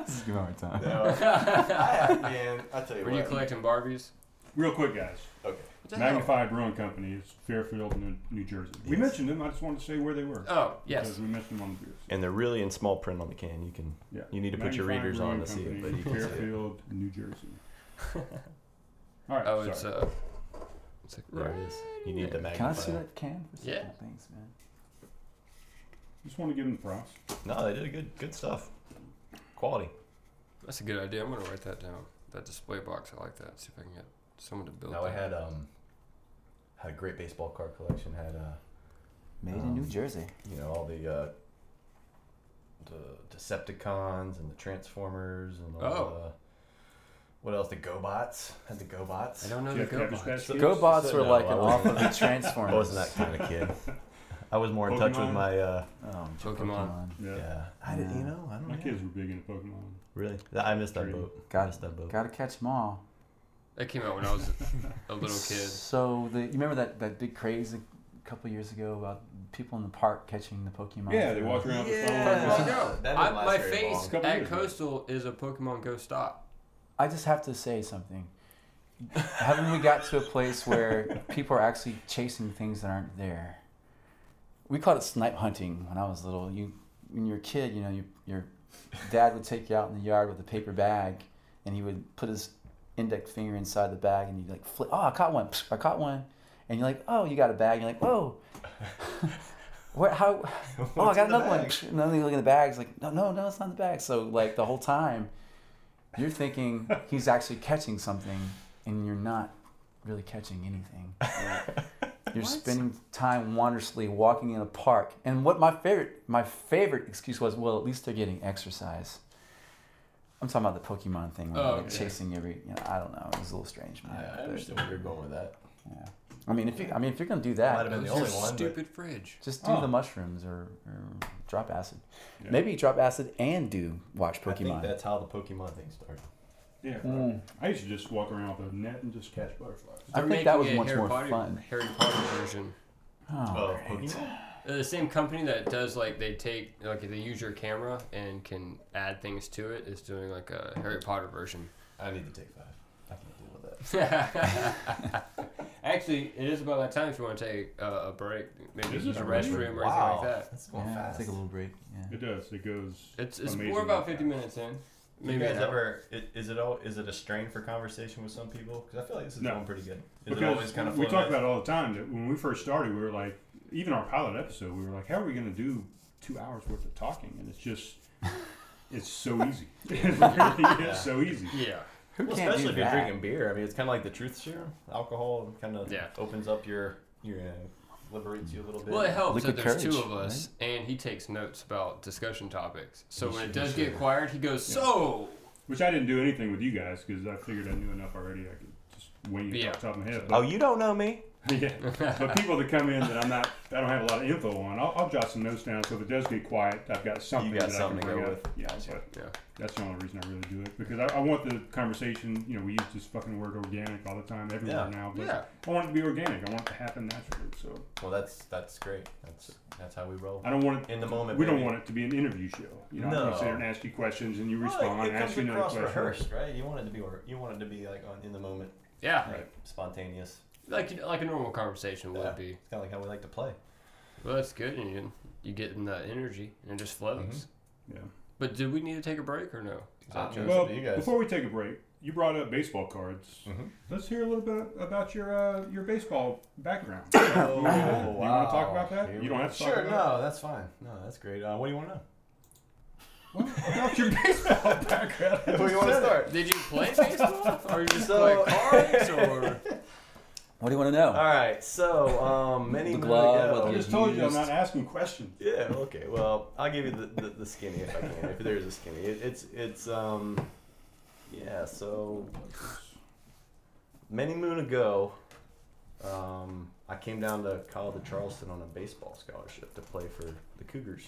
[SPEAKER 4] Just give them time.
[SPEAKER 5] No. I, man, I tell you
[SPEAKER 1] Were
[SPEAKER 5] what.
[SPEAKER 1] you collecting Barbies?
[SPEAKER 3] Real quick, guys.
[SPEAKER 5] okay.
[SPEAKER 1] What the hell?
[SPEAKER 3] Magnified Brewing Company is Fairfield, New, New Jersey. We
[SPEAKER 5] Yes.
[SPEAKER 3] mentioned them. I just wanted to say where they were.
[SPEAKER 1] Oh
[SPEAKER 3] Because
[SPEAKER 1] yes.
[SPEAKER 3] we mentioned them on the beers.
[SPEAKER 5] And they're really in small print on the can. You can.
[SPEAKER 3] Yeah.
[SPEAKER 5] You need to put your
[SPEAKER 3] Magnified
[SPEAKER 5] readers on
[SPEAKER 3] Brewing
[SPEAKER 5] to see it, but
[SPEAKER 3] Company,
[SPEAKER 5] you can see it.
[SPEAKER 3] Fairfield, New Jersey. All right.
[SPEAKER 1] Oh,
[SPEAKER 3] sorry.
[SPEAKER 1] it's uh. It's like
[SPEAKER 5] There it is. You need the
[SPEAKER 4] Can I
[SPEAKER 5] magnifier.
[SPEAKER 4] see that can? For a second?
[SPEAKER 1] Yeah.
[SPEAKER 4] Thanks, man.
[SPEAKER 3] Just want to give them props.
[SPEAKER 5] No, they did good, good stuff. Quality.
[SPEAKER 1] That's a good idea. I'm gonna write that down. That display box, I like that. See if I can get someone to build.
[SPEAKER 5] No, I
[SPEAKER 1] that.
[SPEAKER 5] had um, had a great baseball card collection. Had uh,
[SPEAKER 4] Made in
[SPEAKER 5] Um,
[SPEAKER 4] New Jersey.
[SPEAKER 5] you know, all the uh, the Decepticons and the Transformers and all
[SPEAKER 1] Oh.
[SPEAKER 5] the what else? The GoBots had the GoBots.
[SPEAKER 1] I don't know
[SPEAKER 3] Jeff
[SPEAKER 1] Oh, the
[SPEAKER 3] Cabbage
[SPEAKER 1] GoBots.
[SPEAKER 3] Patch
[SPEAKER 5] So-
[SPEAKER 3] Kids.
[SPEAKER 4] GoBots
[SPEAKER 5] so
[SPEAKER 4] were
[SPEAKER 5] no,
[SPEAKER 4] like
[SPEAKER 5] I
[SPEAKER 4] an off
[SPEAKER 5] wasn't-
[SPEAKER 4] of the
[SPEAKER 5] I
[SPEAKER 4] Transformers.
[SPEAKER 5] wasn't that kind of kid. I was more in touch with
[SPEAKER 3] Pokemon?
[SPEAKER 5] my uh,
[SPEAKER 4] Oh,
[SPEAKER 1] Pokemon.
[SPEAKER 3] Yeah.
[SPEAKER 5] yeah. I didn't, you know, I don't
[SPEAKER 3] My
[SPEAKER 5] know.
[SPEAKER 3] kids were big into Pokemon.
[SPEAKER 5] Really, Th- I missed that
[SPEAKER 3] Three.
[SPEAKER 5] boat.
[SPEAKER 4] Got
[SPEAKER 5] missed that boat.
[SPEAKER 4] Gotta catch them all.
[SPEAKER 1] That came out when I was a little kid.
[SPEAKER 4] So the you remember that, that big craze a couple years ago about people in the park catching the Pokemon?
[SPEAKER 3] Yeah, they walked around with the phone.
[SPEAKER 5] Yeah.
[SPEAKER 1] Well,
[SPEAKER 3] like
[SPEAKER 1] no,
[SPEAKER 5] That didn't
[SPEAKER 1] I,
[SPEAKER 5] last
[SPEAKER 1] my
[SPEAKER 5] very long.
[SPEAKER 1] face
[SPEAKER 3] Couple
[SPEAKER 1] at
[SPEAKER 3] years, man.
[SPEAKER 1] Coastal is a Pokemon Go stop.
[SPEAKER 4] I just have to say something. Haven't we got to a place where people are actually chasing things that aren't there? We called it snipe hunting when I was little. You, when you're a kid, you know, you, your dad would take you out in the yard with a paper bag, and he would put his index finger inside the bag, and you'd like flip. Oh, I caught one! I caught one! And you're like, oh, you got a bag. And you're like, whoa. Where, how, oh, I got
[SPEAKER 5] What's in the
[SPEAKER 4] another one.
[SPEAKER 5] bag?
[SPEAKER 4] And then you look in the bags, like, no, no, no, it's not in the bag. So, like, the whole time, you're thinking he's actually catching something, and you're not really catching anything. You're spending time wondrously walking in a park, and what my favorite my favorite excuse was, well, at least they're getting exercise. I'm talking about the Pokemon thing, where
[SPEAKER 1] Oh,
[SPEAKER 4] they're, like
[SPEAKER 1] okay.
[SPEAKER 4] chasing every. You know, I don't know. It was a little strange, man.
[SPEAKER 5] I, I
[SPEAKER 4] but,
[SPEAKER 5] understand where you're going with that.
[SPEAKER 4] yeah. I mean, if you, I mean, if you're gonna do
[SPEAKER 5] Might
[SPEAKER 4] that,
[SPEAKER 5] have
[SPEAKER 1] That
[SPEAKER 5] been the
[SPEAKER 1] was
[SPEAKER 5] only
[SPEAKER 1] your
[SPEAKER 5] one. but-
[SPEAKER 1] stupid fridge.
[SPEAKER 4] just do
[SPEAKER 3] Oh.
[SPEAKER 4] the mushrooms or, or drop acid.
[SPEAKER 3] Yeah.
[SPEAKER 4] Maybe drop acid and do watch
[SPEAKER 5] I think
[SPEAKER 4] Pokemon.
[SPEAKER 5] that's how the Pokemon thing started.
[SPEAKER 3] Yeah.
[SPEAKER 4] Mm.
[SPEAKER 3] I used to just walk around with a net and just catch butterflies.
[SPEAKER 4] I
[SPEAKER 1] They're
[SPEAKER 4] think that
[SPEAKER 1] making a
[SPEAKER 4] was much
[SPEAKER 1] Harry
[SPEAKER 4] more
[SPEAKER 1] Potter,
[SPEAKER 4] fun.
[SPEAKER 1] Harry Potter version.
[SPEAKER 4] Oh,
[SPEAKER 5] Oh,
[SPEAKER 4] great.
[SPEAKER 5] Pokemon?
[SPEAKER 1] They're Uh, the same company that does like they take like they use your camera and can add things to it is doing like a Harry Potter version.
[SPEAKER 5] I need to take five. I can't deal with that.
[SPEAKER 1] Actually, it is about that time if you want to take uh, a break, maybe
[SPEAKER 3] Is
[SPEAKER 1] use
[SPEAKER 3] it
[SPEAKER 1] a
[SPEAKER 3] really?
[SPEAKER 1] restroom or anything like that.
[SPEAKER 5] That's going
[SPEAKER 4] Yeah,
[SPEAKER 5] fast.
[SPEAKER 4] take a little break. Yeah.
[SPEAKER 3] It does. It goes.
[SPEAKER 1] It's it's
[SPEAKER 3] amazing.
[SPEAKER 1] we're about fifty minutes in.
[SPEAKER 5] you
[SPEAKER 1] Maybe
[SPEAKER 5] guys
[SPEAKER 1] not.
[SPEAKER 5] ever i- is it all is it a strain for conversation with some people? Because I feel like this is
[SPEAKER 3] No.
[SPEAKER 5] going pretty good. Is it
[SPEAKER 3] Because
[SPEAKER 5] always kind of
[SPEAKER 3] we talk about it all the time that when we first started, we were like, even our pilot episode, we were like, how are we going to do two hours worth of talking? And it's just, it's so easy. it really is so easy.
[SPEAKER 5] yeah.
[SPEAKER 4] Who
[SPEAKER 5] Well,
[SPEAKER 4] can't
[SPEAKER 5] especially
[SPEAKER 4] do
[SPEAKER 5] if you're
[SPEAKER 4] that?
[SPEAKER 5] drinking beer. I mean, it's kind of like the truth serum. Alcohol kind of
[SPEAKER 1] Yeah.
[SPEAKER 5] opens up your your uh, liberates you a little bit.
[SPEAKER 1] Well, it helps that
[SPEAKER 4] Liquid
[SPEAKER 1] there's two
[SPEAKER 4] courage,
[SPEAKER 1] of us, and he takes notes about discussion topics. So when it does get quiet, he goes, "So,
[SPEAKER 3] Which I didn't do anything with you guys because I figured I knew enough already. I could just wing it
[SPEAKER 1] Yeah.
[SPEAKER 3] off the top of my head.
[SPEAKER 5] Oh,
[SPEAKER 3] But,
[SPEAKER 5] you don't know me.
[SPEAKER 3] yeah. but people that come in that I'm not, I don't have a lot of info on, I'll, I'll jot some notes down. So if it does get quiet, I've got something
[SPEAKER 5] got
[SPEAKER 3] that
[SPEAKER 5] something
[SPEAKER 3] I
[SPEAKER 5] to
[SPEAKER 3] can bring
[SPEAKER 5] go
[SPEAKER 3] up.
[SPEAKER 5] with.
[SPEAKER 3] Yeah,
[SPEAKER 5] Gotcha.
[SPEAKER 3] but
[SPEAKER 1] yeah,
[SPEAKER 3] That's the only reason I really do it because I, I want the conversation. You know, we use this fucking word organic all the time everywhere
[SPEAKER 5] Yeah.
[SPEAKER 3] now, but
[SPEAKER 1] Yeah.
[SPEAKER 3] I want it to be organic. I want it to happen naturally. So
[SPEAKER 5] Well, that's that's great. That's that's how we roll.
[SPEAKER 3] I don't want it.
[SPEAKER 5] In the moment,
[SPEAKER 3] we don't
[SPEAKER 5] baby.
[SPEAKER 3] want it to be an interview show. You know, I want to sit there and ask you questions and you
[SPEAKER 5] Well,
[SPEAKER 3] respond.
[SPEAKER 5] it, it
[SPEAKER 3] ask
[SPEAKER 5] comes
[SPEAKER 3] you another
[SPEAKER 5] across
[SPEAKER 3] question.
[SPEAKER 5] rehearsed, right? You wanted to be or- you wanted to be like on, in the moment,
[SPEAKER 1] yeah."
[SPEAKER 5] like spontaneous.
[SPEAKER 1] Like like a normal conversation would
[SPEAKER 5] Yeah.
[SPEAKER 1] be.
[SPEAKER 5] It's kind of like how we like to play.
[SPEAKER 1] Well, that's good, and you, you get in that energy, and it just flows.
[SPEAKER 5] Mm-hmm.
[SPEAKER 3] Yeah.
[SPEAKER 1] But do we need to take a break or no?
[SPEAKER 5] Is that
[SPEAKER 3] Well,
[SPEAKER 5] Up to you guys.
[SPEAKER 3] before we take a break, you brought up baseball cards.
[SPEAKER 5] Mhm.
[SPEAKER 3] Let's hear a little bit about your uh, your baseball background. oh, you want to talk about that?
[SPEAKER 5] Here
[SPEAKER 3] You
[SPEAKER 5] we
[SPEAKER 3] don't
[SPEAKER 5] go.
[SPEAKER 3] have to.
[SPEAKER 5] Oh, Sure,
[SPEAKER 3] talk about
[SPEAKER 5] no, that's fine. No, that's great. Uh, what do you want to know?
[SPEAKER 3] it. about your baseball background.
[SPEAKER 5] Where do you want to start?
[SPEAKER 1] Did you play baseball, or you just
[SPEAKER 5] So-
[SPEAKER 1] play cards, or
[SPEAKER 4] What do you want to know?
[SPEAKER 5] All right, so um, many
[SPEAKER 4] The
[SPEAKER 5] moons
[SPEAKER 4] glove,
[SPEAKER 5] ago-
[SPEAKER 4] what
[SPEAKER 3] I just told you I'm not asking questions.
[SPEAKER 5] Yeah. Okay. Well, I'll give you the, the, the skinny if I can. If there's a skinny, it, it's it's um, yeah. So many moon ago, um, I came down to College of Charleston on a baseball scholarship to play for the Cougars.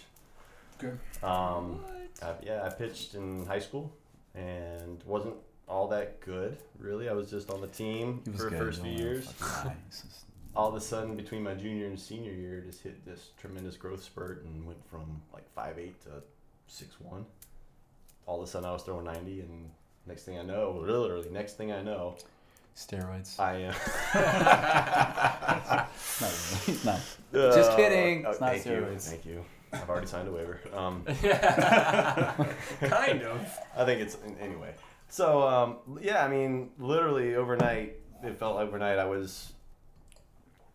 [SPEAKER 3] Okay.
[SPEAKER 5] Um, I, yeah, I pitched in high school and wasn't all that good really. I was just on the team
[SPEAKER 4] He was
[SPEAKER 5] for the
[SPEAKER 4] good.
[SPEAKER 5] first
[SPEAKER 4] Don't
[SPEAKER 5] few
[SPEAKER 4] wanna
[SPEAKER 5] years
[SPEAKER 4] fucking lie. It's just-
[SPEAKER 5] all of a sudden between my junior and senior year just hit this tremendous growth spurt and went from like 5'8 to 6'1 all of a sudden i was throwing 90 and next thing i know literally next thing i know
[SPEAKER 4] Steroids.
[SPEAKER 5] i am
[SPEAKER 4] It's not really- It's not. Just kidding.
[SPEAKER 5] oh,
[SPEAKER 4] It's not
[SPEAKER 5] thank you
[SPEAKER 4] steroids.
[SPEAKER 5] thank you i've already signed a waiver um,
[SPEAKER 1] kind of?
[SPEAKER 5] I think it's anyway. So um, yeah, I mean, literally overnight, it felt like overnight I was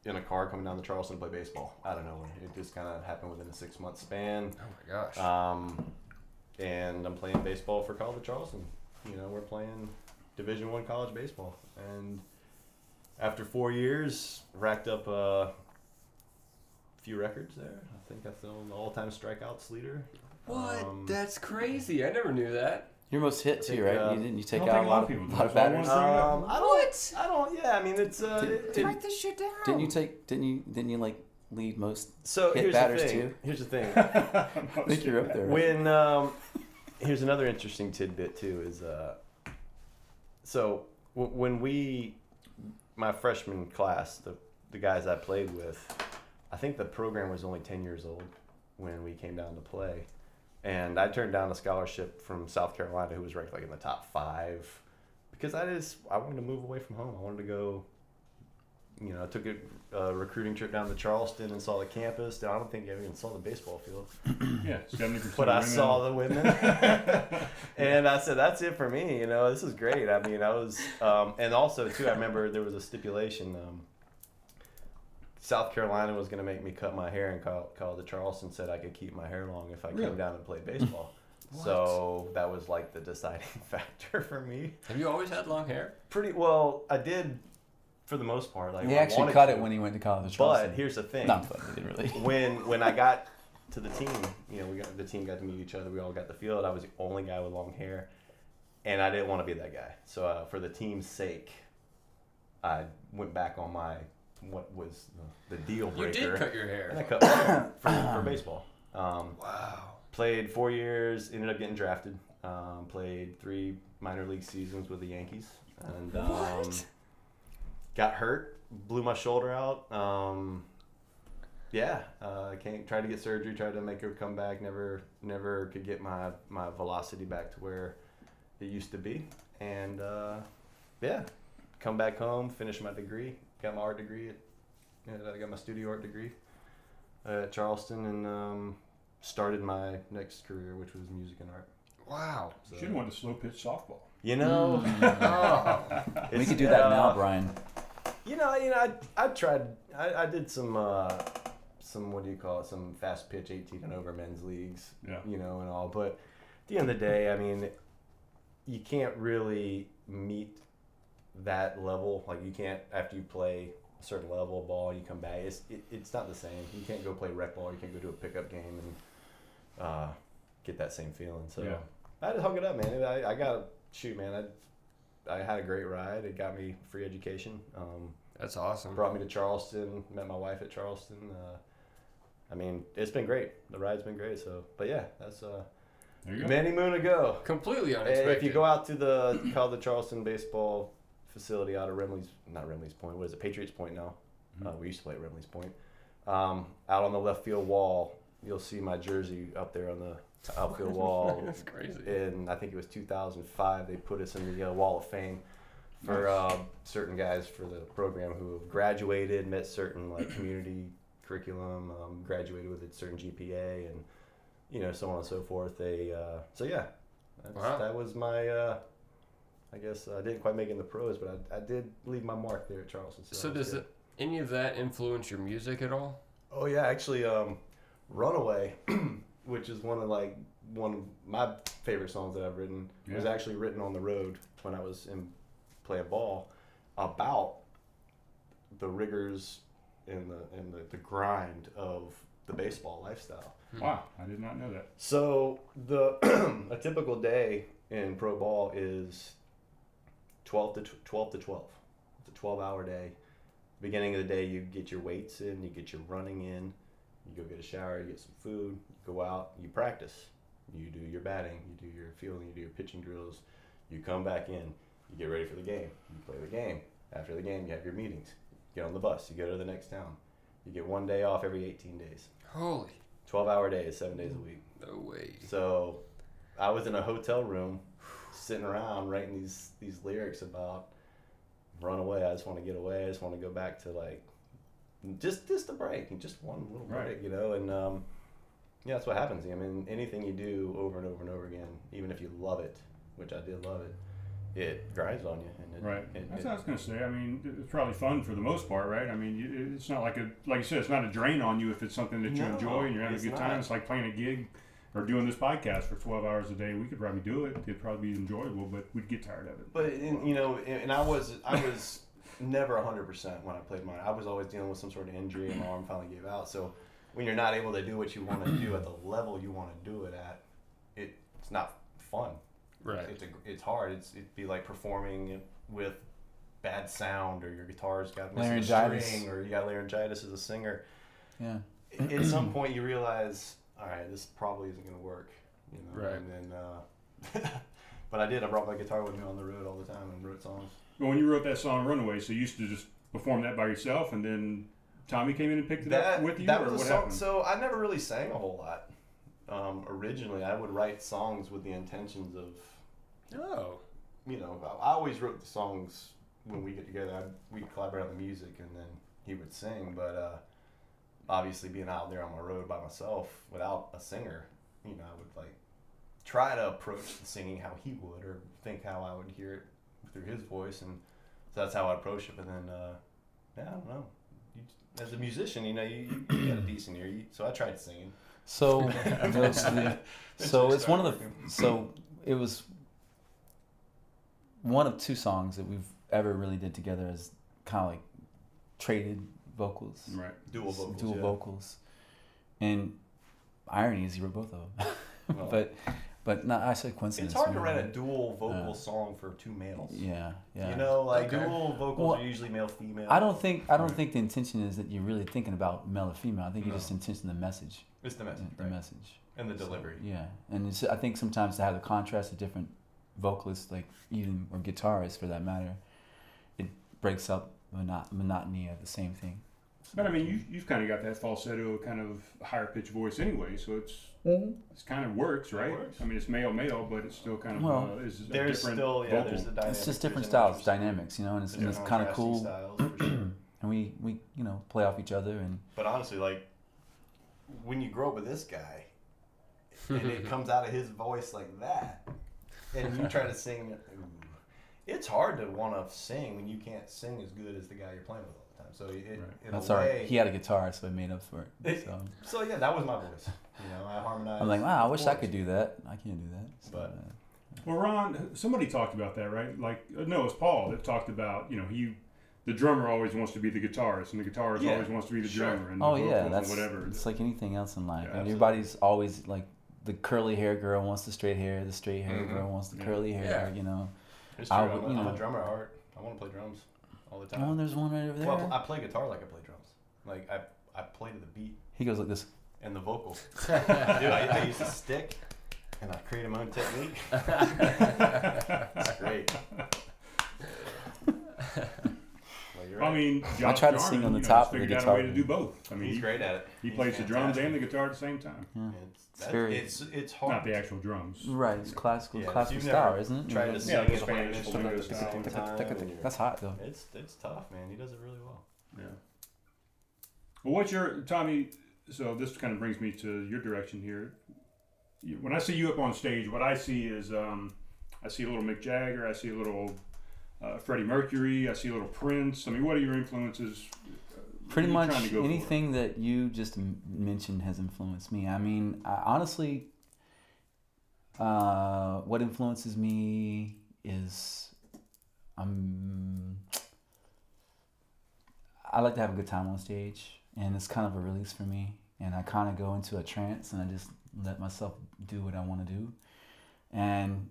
[SPEAKER 5] in a car coming down to Charleston to play baseball. I don't know. It just kind of happened within a six month span.
[SPEAKER 1] Oh my gosh!
[SPEAKER 5] Um, and I'm playing baseball for College of Charleston. You know, we're playing Division One college baseball, and after four years, racked up a few records there. I think I still the all time strikeouts leader.
[SPEAKER 1] what?
[SPEAKER 5] um,
[SPEAKER 1] That's crazy. I never knew that.
[SPEAKER 4] Your most hit
[SPEAKER 5] think,
[SPEAKER 4] too, right?
[SPEAKER 5] uh,
[SPEAKER 4] you didn't. You
[SPEAKER 3] I
[SPEAKER 4] take
[SPEAKER 3] don't
[SPEAKER 4] out
[SPEAKER 3] think
[SPEAKER 4] a lot of,
[SPEAKER 3] people do.
[SPEAKER 4] lot of
[SPEAKER 3] That's why I
[SPEAKER 4] batters.
[SPEAKER 3] wanna bring it up.
[SPEAKER 5] Um, I don't.
[SPEAKER 1] What?
[SPEAKER 5] I don't. Yeah, I mean, it's. Uh,
[SPEAKER 4] Did-
[SPEAKER 5] it-
[SPEAKER 4] did-
[SPEAKER 5] it-
[SPEAKER 1] this shit down.
[SPEAKER 4] Didn't you take? Didn't you? Didn't you like lead most?
[SPEAKER 5] so
[SPEAKER 4] hit
[SPEAKER 5] here's
[SPEAKER 4] batters
[SPEAKER 5] the thing.
[SPEAKER 4] too?
[SPEAKER 5] Here's the thing.
[SPEAKER 4] I think you're up there. right?
[SPEAKER 5] when um, here's another interesting tidbit too is uh, so w- when we my freshman class the the guys I played with, I think the program was only ten years old when we came down to play, and I turned down a scholarship from South Carolina who was ranked like in the top five because I just I wanted to move away from home. I wanted to go. You know, I took a uh, recruiting trip down to Charleston and saw the campus. I don't think I even saw the baseball field
[SPEAKER 3] Yeah, seventy percent.
[SPEAKER 5] but I saw the women, and I said, "That's it for me." You know, this is great. I mean, I was, um, and also too, I remember there was a stipulation. Um, South Carolina was going to make me cut my hair, and call, call the Charleston said I could keep my hair long if I
[SPEAKER 3] Really?
[SPEAKER 5] came down and played baseball. so that was like the deciding factor for me.
[SPEAKER 1] Have you always had long hair?
[SPEAKER 5] Pretty well, I did for the most part. Like
[SPEAKER 4] He
[SPEAKER 5] I
[SPEAKER 4] actually
[SPEAKER 5] wanted
[SPEAKER 4] cut
[SPEAKER 5] to,
[SPEAKER 4] it when he went to college.
[SPEAKER 5] But
[SPEAKER 4] Charleston.
[SPEAKER 5] here's the thing:
[SPEAKER 4] no, but he didn't really.
[SPEAKER 5] when when I got to the team, you know, we got the team got to meet each other. We all got the field. I was the only guy with long hair, and I didn't want to be that guy. So uh, for the team's sake, I went back on my what was the deal
[SPEAKER 1] You
[SPEAKER 5] breaker,
[SPEAKER 1] did cut your
[SPEAKER 5] and I
[SPEAKER 1] hair.
[SPEAKER 5] cut my hair for, for baseball. Um,
[SPEAKER 1] Wow.
[SPEAKER 5] played four years, ended up getting drafted. Um, played three minor league seasons with the Yankees, and um, got hurt, blew my shoulder out. Um, yeah, uh, came, tried to get surgery, tried to make her come back. Never, never could get my my velocity back to where it used to be. And uh, yeah, come back home, finish my degree, got my art degree. At, yeah, I got my studio art degree at Charleston, and um, started my next career, which was music and art.
[SPEAKER 1] Wow.
[SPEAKER 3] Should have wanted to slow pitch softball.
[SPEAKER 5] You know,
[SPEAKER 1] Oh.
[SPEAKER 4] Mm. We
[SPEAKER 5] It's-
[SPEAKER 4] could do that now,
[SPEAKER 5] uh,
[SPEAKER 4] Brian.
[SPEAKER 5] You know, you know, I, I tried. I, I did some, uh, some what do you call it? Some fast pitch, eighteen and over men's leagues.
[SPEAKER 3] Yeah.
[SPEAKER 5] You know, and all. But at the end of the day, I mean, you can't really meet that level. Like you can't after you play a certain level of ball, you come back. It's it, it's not the same. You can't go play rec ball. You can't go do a pickup game and uh, get that same feeling. So
[SPEAKER 3] Yeah.
[SPEAKER 5] I had to hug it up, man. And I I got shoot, man. I I had a great ride. It got me free education. Um,
[SPEAKER 1] That's awesome.
[SPEAKER 5] brought me to Charleston. Met my wife at Charleston. Uh, I mean, it's been great. The ride's been great. So, but yeah, that's uh,
[SPEAKER 3] There you go.
[SPEAKER 5] many moon ago.
[SPEAKER 1] Completely
[SPEAKER 5] And
[SPEAKER 1] unexpected.
[SPEAKER 5] If you go out to the called the Charleston baseball facility out of Remley's, not Remley's Point. What is it? Patriots Point now.
[SPEAKER 3] Mm-hmm.
[SPEAKER 5] Uh, we used to play at Remley's Point. Um, out on the left field wall, you'll see my jersey up there on the outfield wall
[SPEAKER 1] That's crazy.
[SPEAKER 5] in I think it was 2005. They put us in the uh, Wall of Fame for uh, certain guys for the program who have graduated, met certain like community curriculum, um, graduated with a certain GPA, and you know so on and so forth. They uh, so yeah, that's,
[SPEAKER 1] Wow.
[SPEAKER 5] that was my. Uh, I guess I didn't quite make it in the pros, but I, I did leave my mark there at Charleston.
[SPEAKER 1] So
[SPEAKER 5] that was
[SPEAKER 1] does
[SPEAKER 5] good.
[SPEAKER 1] it, any of that influence your music at all?
[SPEAKER 5] Oh yeah, actually, um, "Runaway," which is one of like one of my favorite songs that I've written, was
[SPEAKER 3] Yeah.
[SPEAKER 5] actually written on the road when I was in playing ball about the rigors and the and the, the grind of the baseball lifestyle.
[SPEAKER 3] Wow, I did not know that.
[SPEAKER 5] So the a typical day in pro ball is twelve to tw- twelve to twelve. It's a twelve hour day. Beginning of the day, you get your weights in, you get your running in, you go get a shower, you get some food, you go out, you practice, you do your batting, you do your fielding, you do your pitching drills, you come back in, you get ready for the game, you play the game. After the game, you have your meetings. You get on the bus, you go to the next town. You get one day off every 18 days.
[SPEAKER 1] Holy
[SPEAKER 5] 12 hour days, seven days a week.
[SPEAKER 1] no way.
[SPEAKER 5] So I was in a hotel room sitting around writing these these lyrics about run away, I just want to get away, I just want to go back to like just just a break and just one little break,
[SPEAKER 3] Right.
[SPEAKER 5] you know, and um yeah, that's what happens. I mean, anything you do over and over and over again, even if you love it, which I did love it, it grinds on you. And it,
[SPEAKER 3] Right.
[SPEAKER 5] It,
[SPEAKER 3] That's
[SPEAKER 5] it-
[SPEAKER 3] what I was going to say. I mean, it- it's probably fun for the most part, right? I mean, you- it's not like a, like you said, it's not a drain on you if it's something that you
[SPEAKER 5] No,
[SPEAKER 3] enjoy and you're having a
[SPEAKER 5] it's
[SPEAKER 3] good time.
[SPEAKER 5] not.
[SPEAKER 3] It's like playing a gig or doing this podcast for 12 hours a day. We could probably do it. It'd probably be enjoyable, but we'd get tired of it.
[SPEAKER 5] But and, you know, and, and I was I was never hundred percent when I played mine. I was always dealing with some sort of injury, and my arm finally gave out. So when you're not able to do what you want to do at the level you want to do it at, it, it's not fun.
[SPEAKER 1] Right.
[SPEAKER 5] It's a, it's hard. It's it'd be like performing with bad sound, or your guitar's got missing a
[SPEAKER 4] Laryngitis.
[SPEAKER 5] string, or you got laryngitis as a singer.
[SPEAKER 4] Yeah.
[SPEAKER 5] At some point, you realize, all right, this probably isn't going to work. You know?
[SPEAKER 1] Right.
[SPEAKER 5] And then, uh, but I did. I brought my guitar with me on the road all the time and wrote songs.
[SPEAKER 3] But when you wrote that song "Runaway," so you used to just perform that by yourself, and then Tommy came in and picked it up with you,
[SPEAKER 5] that
[SPEAKER 3] or
[SPEAKER 5] was a
[SPEAKER 3] what
[SPEAKER 5] song-
[SPEAKER 3] happened?
[SPEAKER 5] So I never really sang a whole lot. Um, originally, I would write songs with the intentions of,
[SPEAKER 1] Oh.
[SPEAKER 5] you know, I I always wrote the songs when we get together. I, we'd collaborate on the music, and then he would sing. But uh, obviously, being out there on my road by myself without a singer, you know, I would like try to approach the singing how he would, or think how I would hear it through his voice, and so that's how I approached it. But then, uh, yeah, I don't know. You, as a musician, you know, you, you, you got a decent ear, you, so I tried singing.
[SPEAKER 4] So, those- the- so it's one of
[SPEAKER 5] Sorry.
[SPEAKER 4] the. So it was one of two songs that we've ever really did together as kind of like traded vocals,
[SPEAKER 3] right.
[SPEAKER 5] Dual vocals.
[SPEAKER 4] dual
[SPEAKER 5] yeah.
[SPEAKER 4] vocals, and irony is he wrote both of them.
[SPEAKER 5] Well,
[SPEAKER 4] but, but no, I said
[SPEAKER 5] it's
[SPEAKER 4] coincidence.
[SPEAKER 5] hard to
[SPEAKER 4] man.
[SPEAKER 5] write a dual vocal
[SPEAKER 4] Uh,
[SPEAKER 5] song for two males.
[SPEAKER 4] Yeah, yeah.
[SPEAKER 5] You know, like
[SPEAKER 1] Okay.
[SPEAKER 5] dual vocals
[SPEAKER 4] Well,
[SPEAKER 5] are usually male female.
[SPEAKER 4] I don't think I don't think the intention is that you're really thinking about male or female. I think you're just intention the message,
[SPEAKER 5] It's the
[SPEAKER 4] the,
[SPEAKER 5] message,
[SPEAKER 4] the
[SPEAKER 5] right?
[SPEAKER 4] message.
[SPEAKER 5] And the delivery.
[SPEAKER 4] Mm, Yeah, and it's, I think sometimes to have the contrast of different vocalists, like even or guitarists for that matter, it breaks up monot- monotony of the same thing.
[SPEAKER 3] But I mean, you, you've kind of got that falsetto, kind of higher pitched voice anyway, so it's
[SPEAKER 4] Mm-hmm.
[SPEAKER 3] it's kind of works, right?
[SPEAKER 5] works.
[SPEAKER 3] I mean, it's male male, but it's still kind of
[SPEAKER 4] Well,
[SPEAKER 3] uh, is a
[SPEAKER 5] There's
[SPEAKER 3] different
[SPEAKER 5] still yeah,
[SPEAKER 3] vocal.
[SPEAKER 5] there's the dynamic.
[SPEAKER 4] It's just different
[SPEAKER 5] there's
[SPEAKER 4] styles,
[SPEAKER 5] interesting-
[SPEAKER 4] dynamics, you know, and it's, and
[SPEAKER 5] there's
[SPEAKER 4] it's kind of
[SPEAKER 5] contrasting
[SPEAKER 4] cool.
[SPEAKER 5] styles, for sure.
[SPEAKER 4] And we we you know play off each other and
[SPEAKER 5] But honestly, like when you grow up with this guy, and it comes out of his voice like that, and you try to sing. ooh. It's hard to want to sing when you can't sing as good as the guy you're playing with all the time. So it, in
[SPEAKER 4] That's
[SPEAKER 5] a
[SPEAKER 4] all right.
[SPEAKER 5] way,
[SPEAKER 4] He had a guitar, so I made up for it.
[SPEAKER 5] it-
[SPEAKER 4] So
[SPEAKER 5] so yeah, that was my voice. You know, I harmonized.
[SPEAKER 4] I'm like, wow, I
[SPEAKER 5] with
[SPEAKER 4] wish I
[SPEAKER 5] chords.
[SPEAKER 4] could do that. I can't do that. So,
[SPEAKER 5] But-
[SPEAKER 4] uh,
[SPEAKER 3] Well, Ron, somebody talked about that, right? Like, uh, no, it was Paul that talked about, you know, he, the drummer always wants to be the guitarist, and the guitarist
[SPEAKER 5] Yeah,
[SPEAKER 3] always wants to be the
[SPEAKER 5] sure.
[SPEAKER 3] drummer, and
[SPEAKER 4] oh
[SPEAKER 3] the
[SPEAKER 4] yeah,
[SPEAKER 3] vocals
[SPEAKER 4] that's
[SPEAKER 3] and whatever.
[SPEAKER 4] It's like anything else in life.
[SPEAKER 3] Yeah,
[SPEAKER 4] Everybody's always like the curly hair girl wants the straight hair, the straight hair girl wants the curly hair.
[SPEAKER 5] Mm-hmm.
[SPEAKER 4] You
[SPEAKER 5] Yeah.
[SPEAKER 4] know.
[SPEAKER 5] It's true.
[SPEAKER 4] I
[SPEAKER 5] I'm,
[SPEAKER 4] would-
[SPEAKER 5] a-
[SPEAKER 4] you
[SPEAKER 5] I'm
[SPEAKER 4] know.
[SPEAKER 5] a drummer at heart. I want to play drums all the time.
[SPEAKER 4] Oh, there's one right over there.
[SPEAKER 5] Well, I play guitar like I play drums. Like I, I play to the beat
[SPEAKER 4] he goes like this.
[SPEAKER 5] and the vocal. Dude, I, I use a stick, and I create my own technique. it's great. Well, you're
[SPEAKER 3] I
[SPEAKER 5] right.
[SPEAKER 3] mean, Josh
[SPEAKER 4] tried to sing
[SPEAKER 3] Jarman,
[SPEAKER 4] on the
[SPEAKER 3] you know,
[SPEAKER 4] top of the
[SPEAKER 3] figured out
[SPEAKER 4] guitar.
[SPEAKER 3] a way to do both. I mean,
[SPEAKER 5] he's
[SPEAKER 3] he,
[SPEAKER 5] great at it.
[SPEAKER 3] he
[SPEAKER 5] He's
[SPEAKER 3] plays the drums and the
[SPEAKER 5] fantastic.
[SPEAKER 3] guitar at the same time,
[SPEAKER 5] It's,
[SPEAKER 4] It's
[SPEAKER 5] that's-
[SPEAKER 4] very-
[SPEAKER 5] it's it's
[SPEAKER 3] not
[SPEAKER 5] hard.
[SPEAKER 3] the actual drums.
[SPEAKER 4] Right, it's classical,
[SPEAKER 5] Yeah, if
[SPEAKER 4] classical
[SPEAKER 5] you've
[SPEAKER 4] style,
[SPEAKER 5] never
[SPEAKER 4] isn't it?
[SPEAKER 5] tried to
[SPEAKER 4] That's-
[SPEAKER 5] sing
[SPEAKER 3] Yeah,
[SPEAKER 5] and
[SPEAKER 3] the
[SPEAKER 5] play an
[SPEAKER 3] Spanish
[SPEAKER 5] instrument at the
[SPEAKER 3] flamingo
[SPEAKER 5] same
[SPEAKER 4] that's-
[SPEAKER 5] time.
[SPEAKER 4] that's-
[SPEAKER 5] and you're-
[SPEAKER 4] That's hot though.
[SPEAKER 5] It's it's tough, man. He does it really well.
[SPEAKER 3] Well, what's your Tommy? So this kind of brings me to your direction here. You- When I see you up on stage, what I see is um, I see a little Mick Jagger, I see a little uh, Freddie Mercury, I see a little Prince. I mean, what are your influences?
[SPEAKER 4] Pretty
[SPEAKER 3] What are you
[SPEAKER 4] much
[SPEAKER 3] trying to go for?
[SPEAKER 4] anything that you just m- mentioned has influenced me. I mean, I, honestly, uh, what influences me is um, I like to have a good time on stage, and it's kind of a release for me. And I kind of go into a trance, and I just let myself do what I want to do, and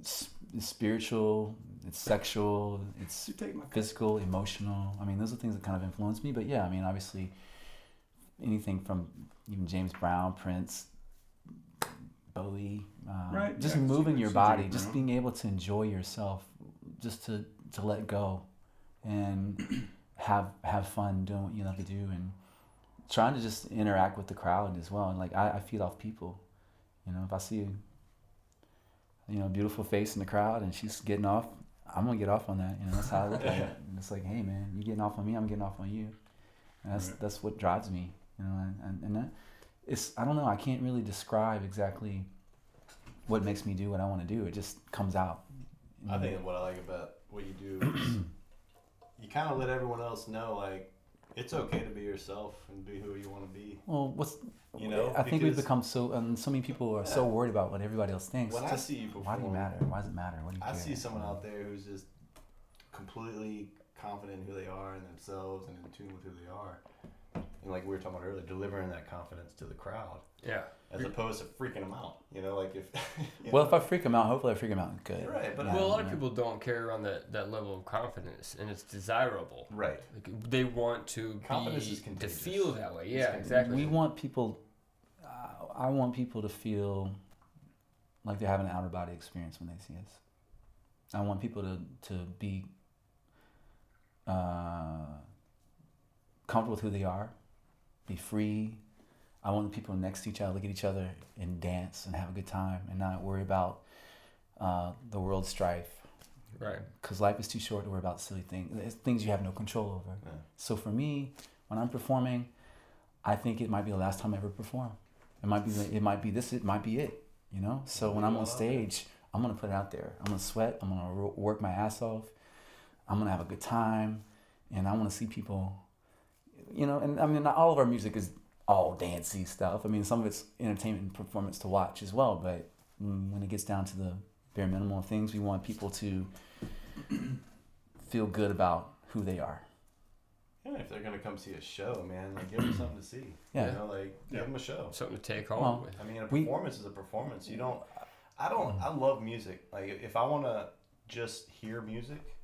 [SPEAKER 4] s- it's spiritual, it's sexual, it's
[SPEAKER 3] take my
[SPEAKER 4] physical, emotional. I mean, those are things that kind of influence me. But yeah, I mean, obviously, anything from even James Brown, Prince, Bowie, um,
[SPEAKER 3] Right,
[SPEAKER 4] just
[SPEAKER 3] yeah, I can see
[SPEAKER 4] moving
[SPEAKER 3] that.
[SPEAKER 4] your
[SPEAKER 3] See
[SPEAKER 4] body,
[SPEAKER 3] James
[SPEAKER 4] just
[SPEAKER 3] Brown.
[SPEAKER 4] being able to enjoy yourself, just to to let go, and have have fun doing what you love to do, and trying to just interact with the crowd as well. And like I, I feed off people, you know. If I see you know, beautiful face in the crowd and she's getting off. I'm gonna get off on that. You know, that's how I look at it. And it's like, hey man, you getting off on me, I'm getting off on you. And that's
[SPEAKER 3] Right.
[SPEAKER 4] that's what drives me. You know, and, and, and that it's I don't know, I can't really describe exactly what makes me do what I want to do. It just comes out.
[SPEAKER 5] I think
[SPEAKER 4] Mm-hmm.
[SPEAKER 5] what I like about what you do is you kind of let everyone else know, like, it's okay to be yourself and be who you want to be.
[SPEAKER 4] Well, what's
[SPEAKER 5] You know,
[SPEAKER 4] I think we've
[SPEAKER 5] because-
[SPEAKER 4] become so and so many people are so worried about what everybody else thinks.
[SPEAKER 5] When I
[SPEAKER 4] Just,
[SPEAKER 5] see you
[SPEAKER 4] why do you
[SPEAKER 5] perform-
[SPEAKER 4] matter? Why does it matter? What do you
[SPEAKER 5] I
[SPEAKER 4] care?
[SPEAKER 5] see someone out there who's just completely confident in who they are and themselves and in tune with who they are. And like we were talking about earlier, delivering that confidence to the crowd
[SPEAKER 1] Yeah.
[SPEAKER 5] as opposed to freaking them out. You know, like if. you
[SPEAKER 4] Well,
[SPEAKER 5] know,
[SPEAKER 4] if I freak them out, hopefully I freak them out good.
[SPEAKER 5] Right, but-
[SPEAKER 4] Yeah,
[SPEAKER 1] Well, a lot of
[SPEAKER 4] yeah.
[SPEAKER 1] people don't carry around that, that level of confidence, and it's desirable.
[SPEAKER 5] Right.
[SPEAKER 1] Like, they want to
[SPEAKER 5] Confidence
[SPEAKER 1] be,
[SPEAKER 5] is
[SPEAKER 1] to
[SPEAKER 5] contagious.
[SPEAKER 1] feel that way. Yeah,
[SPEAKER 5] contagious.
[SPEAKER 1] exactly.
[SPEAKER 4] We want people. Uh, I want people to feel like they're having an outer body experience when they see us. I want people to to be uh, comfortable with who they are, be free. I want the people next to each other look at each other and dance and have a good time and not worry about uh, the world strife
[SPEAKER 1] right.
[SPEAKER 4] because life is too short to worry about silly things, It's things you have no control over.
[SPEAKER 5] Yeah.
[SPEAKER 4] So for me, when I'm performing, I think it might be the last time I ever perform. It might be it might be this it might be it. You know. So when I'm on stage, I'm gonna put it out there. I'm gonna sweat. I'm gonna ro- work my ass off. I'm gonna have a good time, and I want to see people. You know, and I mean, not all of our music is all dancey stuff. I mean, some of it's entertainment and performance to watch as well. But mm, when it gets down to the bare minimum of things, we want people to feel good about who they are.
[SPEAKER 5] Yeah, if they're going to come see a show, man, like give them something to see.
[SPEAKER 4] Yeah.
[SPEAKER 5] You know, like
[SPEAKER 3] Yeah.
[SPEAKER 5] give them a show.
[SPEAKER 1] Something to take home
[SPEAKER 4] Well,
[SPEAKER 1] with.
[SPEAKER 5] I mean, a
[SPEAKER 4] We- Mm-hmm.
[SPEAKER 5] performance is a performance. You don't. I don't. I love music. Like if I want to just hear music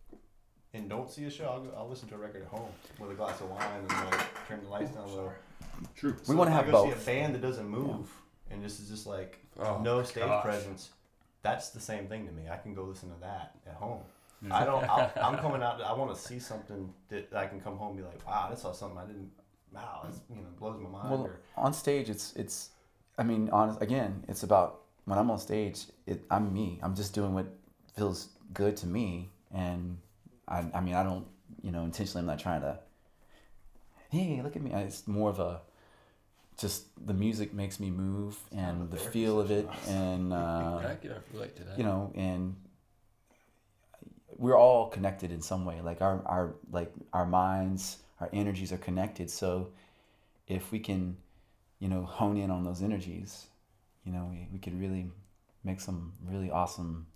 [SPEAKER 5] and don't see a show, I'll, go, I'll listen to a record at home with a glass of wine and like turn the lights down a little.
[SPEAKER 3] True.
[SPEAKER 4] We wanna
[SPEAKER 5] if
[SPEAKER 4] have
[SPEAKER 5] I go
[SPEAKER 4] both.
[SPEAKER 5] see a band that doesn't move and this is just like
[SPEAKER 1] Oh,
[SPEAKER 5] no stage
[SPEAKER 1] gosh.
[SPEAKER 5] presence. That's the same thing to me. I can go listen to that at home.
[SPEAKER 1] Mm-hmm.
[SPEAKER 5] I don't. i I'm coming out. I want to see something that I can come home and be like, wow, I saw something I didn't. Wow, that's, you know, blows my mind.
[SPEAKER 4] Well,
[SPEAKER 5] or,
[SPEAKER 4] on stage, it's it's. I mean, honest. Again, it's about when I'm on stage. It, I'm me. I'm just doing what feels good to me, and I. I mean, I don't. You know, intentionally, I'm not trying to. Hey, look at me. It's more of a just the music makes me move and the feel of it and uh,
[SPEAKER 1] I can relate to that.
[SPEAKER 4] you know and we're all connected in some way like our our like our minds our energies are connected so if we can you know hone in on those energies you know we, we could really make some really awesome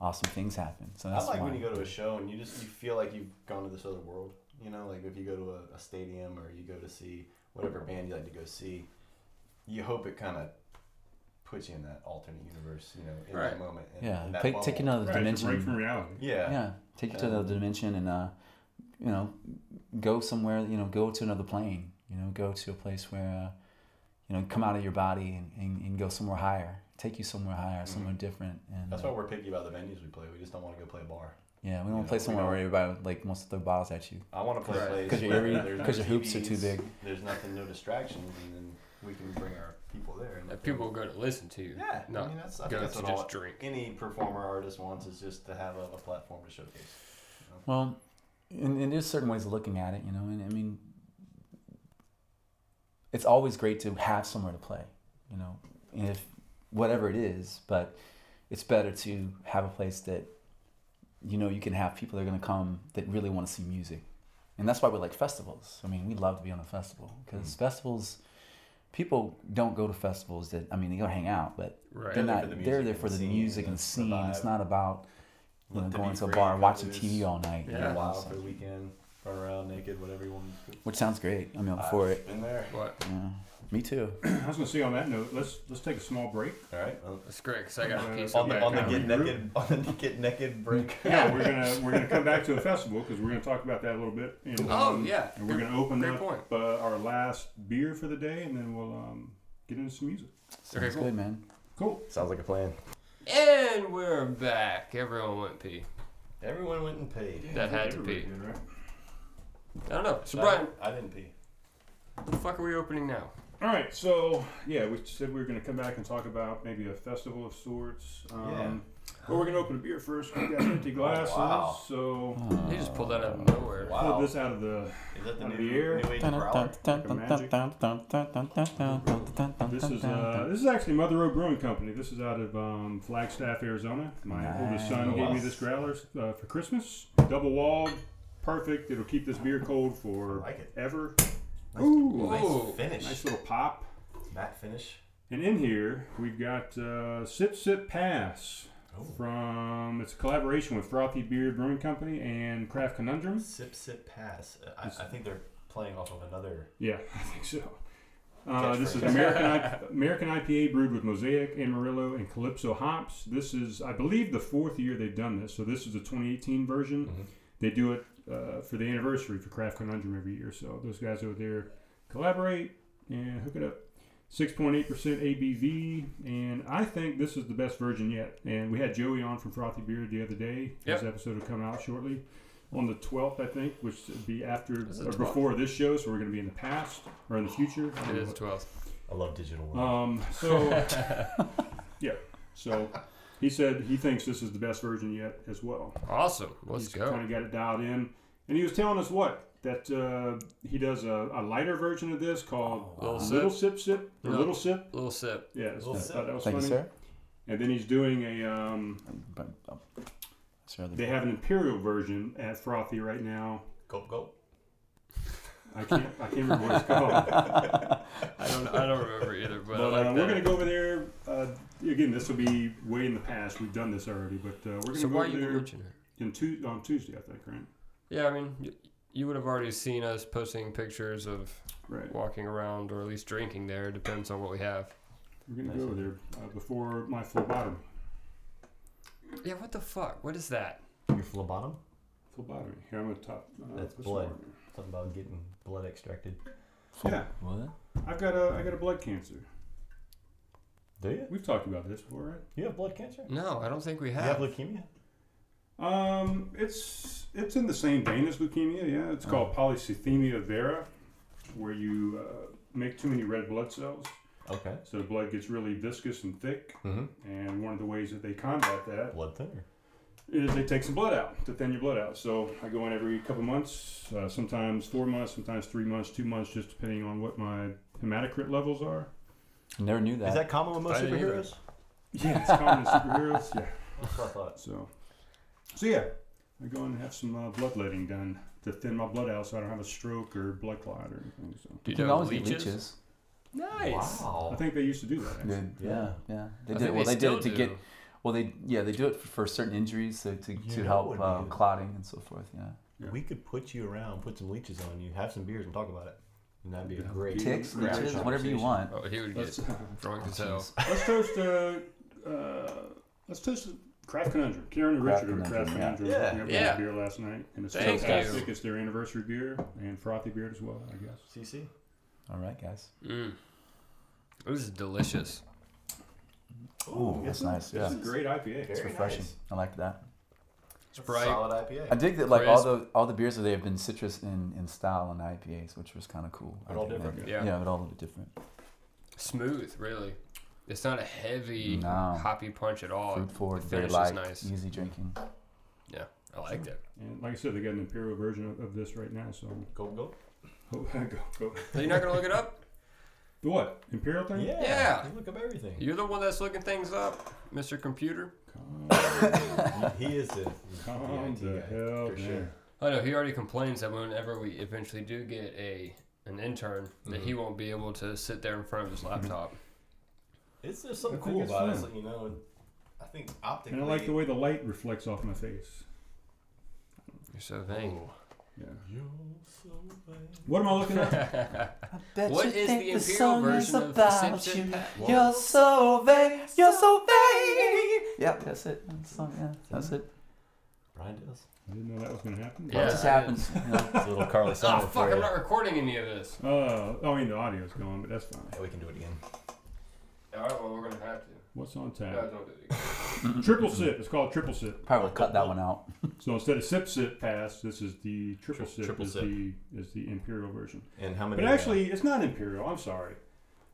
[SPEAKER 4] awesome things happen so
[SPEAKER 5] I
[SPEAKER 4] that's
[SPEAKER 5] like
[SPEAKER 4] why.
[SPEAKER 5] when you go to a show and you just you feel like you've gone to this other world. You know, like if you go to a, a stadium or you go to see whatever band you like to go see, you hope it kind of puts you in that alternate universe. You know, in
[SPEAKER 1] Right.
[SPEAKER 5] that moment. And,
[SPEAKER 4] yeah
[SPEAKER 5] and that
[SPEAKER 4] take, take
[SPEAKER 5] bubble.
[SPEAKER 4] another
[SPEAKER 3] Right, it's a
[SPEAKER 4] dimension
[SPEAKER 3] break from reality.
[SPEAKER 5] Yeah. Um,
[SPEAKER 4] yeah take it to another dimension and uh you know go somewhere you know go to another plane you know go to a place where uh, you know come out of your body and, and, and go somewhere higher take you somewhere higher somewhere different and
[SPEAKER 5] Mm-hmm. That's
[SPEAKER 4] uh,
[SPEAKER 5] why we're picky about the venues we play. We just don't want to go play a bar.
[SPEAKER 4] yeah we don't
[SPEAKER 5] Yeah,
[SPEAKER 4] play
[SPEAKER 5] we
[SPEAKER 4] somewhere
[SPEAKER 5] don't-
[SPEAKER 4] where everybody like wants to throw bottles at you
[SPEAKER 5] I want to play a
[SPEAKER 1] Right.
[SPEAKER 5] place
[SPEAKER 4] 'Cause your
[SPEAKER 5] where
[SPEAKER 4] area-
[SPEAKER 5] there's no
[SPEAKER 4] 'cause your hoops are too
[SPEAKER 5] TVs,
[SPEAKER 4] big.
[SPEAKER 5] There's nothing, no distractions, and then we can bring our people there. And
[SPEAKER 1] that
[SPEAKER 5] let
[SPEAKER 1] people
[SPEAKER 5] them-
[SPEAKER 1] are going to listen to you.
[SPEAKER 5] Yeah,
[SPEAKER 1] not
[SPEAKER 5] I mean that's I
[SPEAKER 1] go
[SPEAKER 5] think that's
[SPEAKER 1] to
[SPEAKER 5] what all-
[SPEAKER 1] just drink.
[SPEAKER 5] any performer artist wants is just to have a, a platform to showcase.
[SPEAKER 4] Well, and, and there's certain ways of looking at it, you know. And I mean, it's always great to have somewhere to play, you know, and if whatever it is. But it's better to have a place that you know you can have people that are going to come that really want to see music, and that's why we like festivals. I mean, we love to be on a festival because festivals. People don't go to festivals that I mean they go hang out, but
[SPEAKER 1] Right.
[SPEAKER 4] they're
[SPEAKER 5] They're there
[SPEAKER 4] not.
[SPEAKER 5] for the
[SPEAKER 4] they're
[SPEAKER 5] music
[SPEAKER 4] there
[SPEAKER 5] and
[SPEAKER 4] for the
[SPEAKER 5] scene,
[SPEAKER 4] music and
[SPEAKER 5] the
[SPEAKER 4] scene. It's
[SPEAKER 5] vibe.
[SPEAKER 4] not about you
[SPEAKER 5] Let
[SPEAKER 4] know
[SPEAKER 5] the
[SPEAKER 4] going
[SPEAKER 5] beat
[SPEAKER 4] to a
[SPEAKER 5] break,
[SPEAKER 4] bar,
[SPEAKER 5] let
[SPEAKER 4] watching
[SPEAKER 5] loose.
[SPEAKER 4] TV all night. you
[SPEAKER 5] Yeah,
[SPEAKER 1] Yeah.
[SPEAKER 4] know,
[SPEAKER 5] wild
[SPEAKER 4] so-
[SPEAKER 5] for the weekend, run around naked, whatever you want to do.
[SPEAKER 4] which sounds great. I mean, I'm for it.
[SPEAKER 5] Been there.
[SPEAKER 1] But
[SPEAKER 4] Yeah. Me too.
[SPEAKER 3] I was gonna say on that note, let's let's take a small break.
[SPEAKER 5] All right. well,
[SPEAKER 1] that's great because I got a
[SPEAKER 3] Uh,
[SPEAKER 1] piece
[SPEAKER 5] on
[SPEAKER 1] of
[SPEAKER 5] the
[SPEAKER 3] yeah,
[SPEAKER 5] on the
[SPEAKER 3] kinda
[SPEAKER 5] get
[SPEAKER 3] regroup.
[SPEAKER 5] naked on the get naked break.
[SPEAKER 3] Yeah, we're gonna we're gonna come back to a festival because we're gonna talk about that a little bit. And,
[SPEAKER 1] Oh, yeah.
[SPEAKER 3] and we're gonna open
[SPEAKER 1] Great
[SPEAKER 3] up
[SPEAKER 1] point.
[SPEAKER 3] Uh, our last beer for the day, and then we'll um, get into some music.
[SPEAKER 4] Sounds
[SPEAKER 1] cool.
[SPEAKER 4] good, man.
[SPEAKER 3] Cool.
[SPEAKER 5] Sounds like a plan.
[SPEAKER 1] And we're back. Everyone went pee.
[SPEAKER 5] Everyone Uh, went and paid.
[SPEAKER 1] That had to
[SPEAKER 3] Everybody
[SPEAKER 1] pee.
[SPEAKER 3] did, right?
[SPEAKER 1] I don't know. So Brian,
[SPEAKER 5] I didn't pee.
[SPEAKER 1] what the fuck are we opening now?
[SPEAKER 3] All right, so yeah, we said we were going to come back and talk about maybe a festival of sorts. Um, But we're going to open a beer first. We got empty glasses,
[SPEAKER 5] wow.
[SPEAKER 3] so
[SPEAKER 1] He just pulled that out of nowhere.
[SPEAKER 5] Wow.
[SPEAKER 3] pulled this out of the.
[SPEAKER 5] Is that the
[SPEAKER 3] Out of
[SPEAKER 5] new,
[SPEAKER 3] the air.
[SPEAKER 5] new age growler?
[SPEAKER 3] This is uh, this is actually Mother Road Brewing Company. This is out of um, Flagstaff, Arizona. My oldest son gave me
[SPEAKER 5] Nice.
[SPEAKER 3] this growler uh, for Christmas. Double walled, perfect. It'll keep this beer cold for
[SPEAKER 5] I like it.
[SPEAKER 3] ever. Ooh,
[SPEAKER 5] Nice
[SPEAKER 1] Ooh.
[SPEAKER 5] finish.
[SPEAKER 3] nice little pop.
[SPEAKER 5] Matte finish.
[SPEAKER 3] And in here we've got uh, Sip Sip Pass from it's a collaboration with Frothy Beer Brewing Company and Craft Conundrum.
[SPEAKER 5] Sip sip pass. Uh, I, I think they're playing off of another.
[SPEAKER 3] Yeah, I think so. Uh, this is
[SPEAKER 5] Catchphrase.
[SPEAKER 3] American I- American IPA brewed with Mosaic, Amarillo, and Calypso hops. This is, I believe, the fourth year they've done this. So this is the 2018 version.
[SPEAKER 5] Mm-hmm.
[SPEAKER 3] They do it uh, for the anniversary for Craft Conundrum every year. So those guys over there collaborate and hook it up. 6.8% ABV, and I think this is the best version yet. And we had Joey on from Frothy Beer the other day.
[SPEAKER 1] Yep.
[SPEAKER 3] His episode will come out shortly on the 12th, I think, which would be after
[SPEAKER 1] Is it
[SPEAKER 3] or
[SPEAKER 1] 12th?
[SPEAKER 3] before this show. So we're going to be in the past or in the future. I don't
[SPEAKER 1] It
[SPEAKER 3] know
[SPEAKER 1] is
[SPEAKER 3] what-
[SPEAKER 1] 12.
[SPEAKER 5] I love digital world.
[SPEAKER 3] um, so, yeah. So he said he thinks this is the best version yet as well.
[SPEAKER 1] Awesome. Let's
[SPEAKER 3] He's
[SPEAKER 1] go.
[SPEAKER 3] Kind of got it dialed in, and he was telling us what that uh, he does a, a lighter version of this called
[SPEAKER 1] Little Oh, Sip.
[SPEAKER 3] Little Sip Sip or
[SPEAKER 1] No.
[SPEAKER 3] Little Sip.
[SPEAKER 1] Little sip.
[SPEAKER 3] Yeah,
[SPEAKER 5] Little
[SPEAKER 3] I
[SPEAKER 5] Sip.
[SPEAKER 3] thought that was
[SPEAKER 4] Thank you,
[SPEAKER 3] funny.
[SPEAKER 4] sir.
[SPEAKER 3] And then he's doing a. Um,
[SPEAKER 4] But, um, that's your other-
[SPEAKER 3] they have an imperial version at Frothy right now.
[SPEAKER 5] Gulp gulp.
[SPEAKER 3] I can't. I can't remember what it's called.
[SPEAKER 1] I don't. I don't remember either. But,
[SPEAKER 3] But
[SPEAKER 1] I like
[SPEAKER 3] uh,
[SPEAKER 1] that.
[SPEAKER 3] we're going to go over there. Uh, again, this will be way in the past. We've done this already, but uh, we're going to
[SPEAKER 1] So
[SPEAKER 3] go
[SPEAKER 1] why
[SPEAKER 3] over
[SPEAKER 1] you
[SPEAKER 3] there
[SPEAKER 1] mention it?
[SPEAKER 3] in Tu- on Tuesday, I think, right?
[SPEAKER 1] Yeah, I mean, you, you would have already seen us posting pictures of
[SPEAKER 3] Right.
[SPEAKER 1] walking around or at least drinking there. Depends on what we have.
[SPEAKER 3] We're going to go over there uh, before my phlebotomy.
[SPEAKER 1] Yeah. What the fuck? What is that?
[SPEAKER 5] Your phlebotom.
[SPEAKER 3] Phlebotomy. Here, I'm going to top. Uh,
[SPEAKER 5] That's
[SPEAKER 3] put some
[SPEAKER 5] blood.
[SPEAKER 3] water.
[SPEAKER 5] Something about getting blood extracted.
[SPEAKER 3] Yeah,
[SPEAKER 4] What?
[SPEAKER 3] I've got a I got a blood cancer.
[SPEAKER 5] Do you?
[SPEAKER 3] We've talked about this before, right?
[SPEAKER 5] You have blood cancer?
[SPEAKER 1] No, I don't think we
[SPEAKER 5] You
[SPEAKER 1] have.
[SPEAKER 5] have leukemia?
[SPEAKER 3] Um, it's it's in the same vein as leukemia. Yeah, it's called polycythemia vera, where you uh, make too many red blood cells,
[SPEAKER 5] Okay.
[SPEAKER 3] so the blood gets really viscous and thick.
[SPEAKER 5] Mm-hmm.
[SPEAKER 3] And one of the ways that they combat that
[SPEAKER 5] Blood thinner.
[SPEAKER 3] is they take some blood out to thin your blood out. So I go in every couple months, uh, sometimes four months, sometimes three months, two months, just depending on what my hematocrit levels are?
[SPEAKER 4] Never knew that.
[SPEAKER 5] Is that common with most
[SPEAKER 1] I didn't either.
[SPEAKER 5] superheroes?
[SPEAKER 3] Yeah, it's common in superheroes. Yeah.
[SPEAKER 5] That's what I thought.
[SPEAKER 3] So, so yeah, I go and have some uh, bloodletting done to thin my blood out, so I don't have a stroke or blood clot or anything. So
[SPEAKER 1] Do
[SPEAKER 4] You can always eat leeches.
[SPEAKER 1] Nice.
[SPEAKER 3] I
[SPEAKER 5] Wow.
[SPEAKER 3] think they used to do that. Actually.
[SPEAKER 4] Yeah, yeah, yeah. They
[SPEAKER 1] I
[SPEAKER 4] did
[SPEAKER 1] think
[SPEAKER 4] it.
[SPEAKER 1] they
[SPEAKER 4] Well, they, did
[SPEAKER 1] still
[SPEAKER 4] it to get.
[SPEAKER 1] do.
[SPEAKER 4] Well, they yeah they do it for, for certain injuries so to
[SPEAKER 5] Yeah,
[SPEAKER 4] to
[SPEAKER 5] that
[SPEAKER 4] help
[SPEAKER 5] would
[SPEAKER 4] uh,
[SPEAKER 5] be-
[SPEAKER 4] clotting and so forth. Yeah.
[SPEAKER 3] Yeah.
[SPEAKER 5] We could put you around, put some leeches on you, have some beers, and talk about it. And that'd be a
[SPEAKER 3] Yeah.
[SPEAKER 5] great
[SPEAKER 4] Ticks,
[SPEAKER 5] great
[SPEAKER 4] leeches, whatever you
[SPEAKER 5] conversation.
[SPEAKER 4] want.
[SPEAKER 1] Oh, he would get
[SPEAKER 3] Let's,
[SPEAKER 1] drunk
[SPEAKER 4] Oh,
[SPEAKER 1] as hell.
[SPEAKER 3] let's toast. Uh, uh, let's toast. Craft Conundrum. Karen and
[SPEAKER 4] Kraft
[SPEAKER 3] Richard over at Craft Conundrum.
[SPEAKER 4] Conundrum,
[SPEAKER 5] yeah.
[SPEAKER 3] We had
[SPEAKER 1] Yeah.
[SPEAKER 3] beer last night, and it's
[SPEAKER 1] Thank you.
[SPEAKER 3] fantastic. It's their anniversary beer and frothy beer as well, I guess.
[SPEAKER 5] CC?
[SPEAKER 4] All right, guys.
[SPEAKER 1] Mm. It was delicious.
[SPEAKER 4] Ooh, that's nice. Yeah,
[SPEAKER 3] It's a great IPA.
[SPEAKER 5] Very
[SPEAKER 4] refreshing.
[SPEAKER 5] nice.
[SPEAKER 4] I like that.
[SPEAKER 5] That's a
[SPEAKER 1] Sprite.
[SPEAKER 5] Solid
[SPEAKER 4] I
[SPEAKER 5] IPA.
[SPEAKER 4] dig that like all
[SPEAKER 1] Crisp.
[SPEAKER 4] the all the beers today have been citrus in, in style and IPAs, which was kind of cool. I
[SPEAKER 5] They're all
[SPEAKER 4] think that-
[SPEAKER 5] different.
[SPEAKER 1] Yeah.
[SPEAKER 4] yeah, but all a bit different.
[SPEAKER 1] Smooth, really. It's not a heavy
[SPEAKER 4] No.
[SPEAKER 1] hoppy punch at all.
[SPEAKER 4] Fruit forward,
[SPEAKER 1] Oh, the
[SPEAKER 4] very
[SPEAKER 1] finish is
[SPEAKER 4] light,
[SPEAKER 1] nice.
[SPEAKER 4] easy drinking.
[SPEAKER 1] Yeah, I like that.
[SPEAKER 3] And like I said, they got an imperial version of, of this right now. So
[SPEAKER 5] Go, go.
[SPEAKER 3] oh, go go.
[SPEAKER 1] Are you not gonna look it up?
[SPEAKER 3] The what imperial thing?
[SPEAKER 5] Yeah.
[SPEAKER 1] Yeah.
[SPEAKER 5] You look up everything.
[SPEAKER 1] You're the one that's looking things up, Mr. Computer.
[SPEAKER 3] Come
[SPEAKER 5] he he is the,
[SPEAKER 3] Calm
[SPEAKER 5] the IT
[SPEAKER 3] the
[SPEAKER 5] guy,
[SPEAKER 3] hell
[SPEAKER 5] for
[SPEAKER 3] down.
[SPEAKER 5] sure.
[SPEAKER 1] I know Oh, he already complains that whenever we eventually do get a an intern, that
[SPEAKER 4] Mm-hmm.
[SPEAKER 1] he won't be able to sit there in front of his laptop.
[SPEAKER 5] It's there's something
[SPEAKER 3] They're
[SPEAKER 5] cool
[SPEAKER 3] cool,
[SPEAKER 5] about it.
[SPEAKER 3] it's
[SPEAKER 5] it's like, You know, I think optically.
[SPEAKER 3] And I like the way the light reflects off my face.
[SPEAKER 1] You're so vain.
[SPEAKER 4] Oh.
[SPEAKER 3] Yeah.
[SPEAKER 5] You're so vain.
[SPEAKER 3] What am I looking at?
[SPEAKER 4] Bet
[SPEAKER 1] What is the imperial version of the Simpson?
[SPEAKER 4] You're so vain. You're so vain. Yeah, that's it. That's, the song, yeah, that's it.
[SPEAKER 5] Brian does.
[SPEAKER 3] I didn't know that was gonna happen.
[SPEAKER 1] Yeah.
[SPEAKER 4] it just happens. You know.
[SPEAKER 5] It's a little Carly
[SPEAKER 1] Ah,
[SPEAKER 5] Simon
[SPEAKER 1] fuck!
[SPEAKER 5] for
[SPEAKER 1] I'm
[SPEAKER 5] you.
[SPEAKER 1] not recording any of this.
[SPEAKER 3] Uh, oh, I mean the audio's gone, but that's fine.
[SPEAKER 5] Hey, we can do it again.
[SPEAKER 1] All right, well we're gonna have to.
[SPEAKER 3] What's on
[SPEAKER 1] No,
[SPEAKER 3] tap?
[SPEAKER 1] don't do it again.
[SPEAKER 3] Triple sip. It's called triple sip.
[SPEAKER 4] Probably cut that one out.
[SPEAKER 3] So instead of sip sip pass, this is the triple
[SPEAKER 5] Tri-
[SPEAKER 3] sip.
[SPEAKER 5] triple
[SPEAKER 3] is
[SPEAKER 5] sip.
[SPEAKER 3] the is the imperial version.
[SPEAKER 5] And how many?
[SPEAKER 3] But actually, it's not imperial. I'm sorry.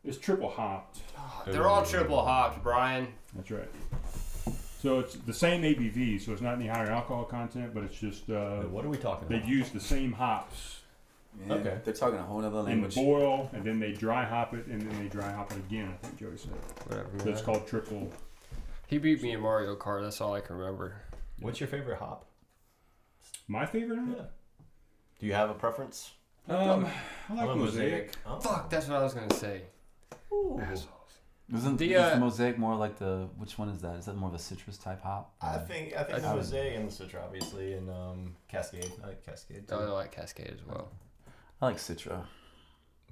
[SPEAKER 3] It's triple hopped.
[SPEAKER 1] Ah, They're all triple hopped, Brian.
[SPEAKER 3] That's right. So it's the same ABV, so it's not any higher alcohol content, but it's just uh,
[SPEAKER 5] uh, what are we talking
[SPEAKER 3] they
[SPEAKER 5] about?
[SPEAKER 3] use the same hops
[SPEAKER 5] Okay.
[SPEAKER 4] They're talking a whole other
[SPEAKER 3] and
[SPEAKER 4] language.
[SPEAKER 3] boil, and then they dry hop it, and then they dry hop it again. I think Joey said
[SPEAKER 1] Whatever.
[SPEAKER 3] so it's called triple.
[SPEAKER 1] He beat me in Mario Kart. That's all I can remember.
[SPEAKER 5] What's your favorite hop?
[SPEAKER 3] My favorite.
[SPEAKER 5] Yeah. Do you have a preference?
[SPEAKER 3] Um, I
[SPEAKER 5] I'm
[SPEAKER 3] like
[SPEAKER 5] a
[SPEAKER 3] mosaic.
[SPEAKER 5] Oh.
[SPEAKER 1] Fuck, that's what I was gonna say.
[SPEAKER 5] Ooh.
[SPEAKER 4] Isn't
[SPEAKER 1] The,
[SPEAKER 4] the, is
[SPEAKER 1] uh,
[SPEAKER 4] the mosaic more like the which one is that? Is that more of a citrus type hop? Uh,
[SPEAKER 5] I think I think
[SPEAKER 1] I-
[SPEAKER 5] the mosaic and the citra, obviously, and um, cascade. I like cascade too.
[SPEAKER 4] Oh,
[SPEAKER 1] I like Cascade as well.
[SPEAKER 4] I like citra.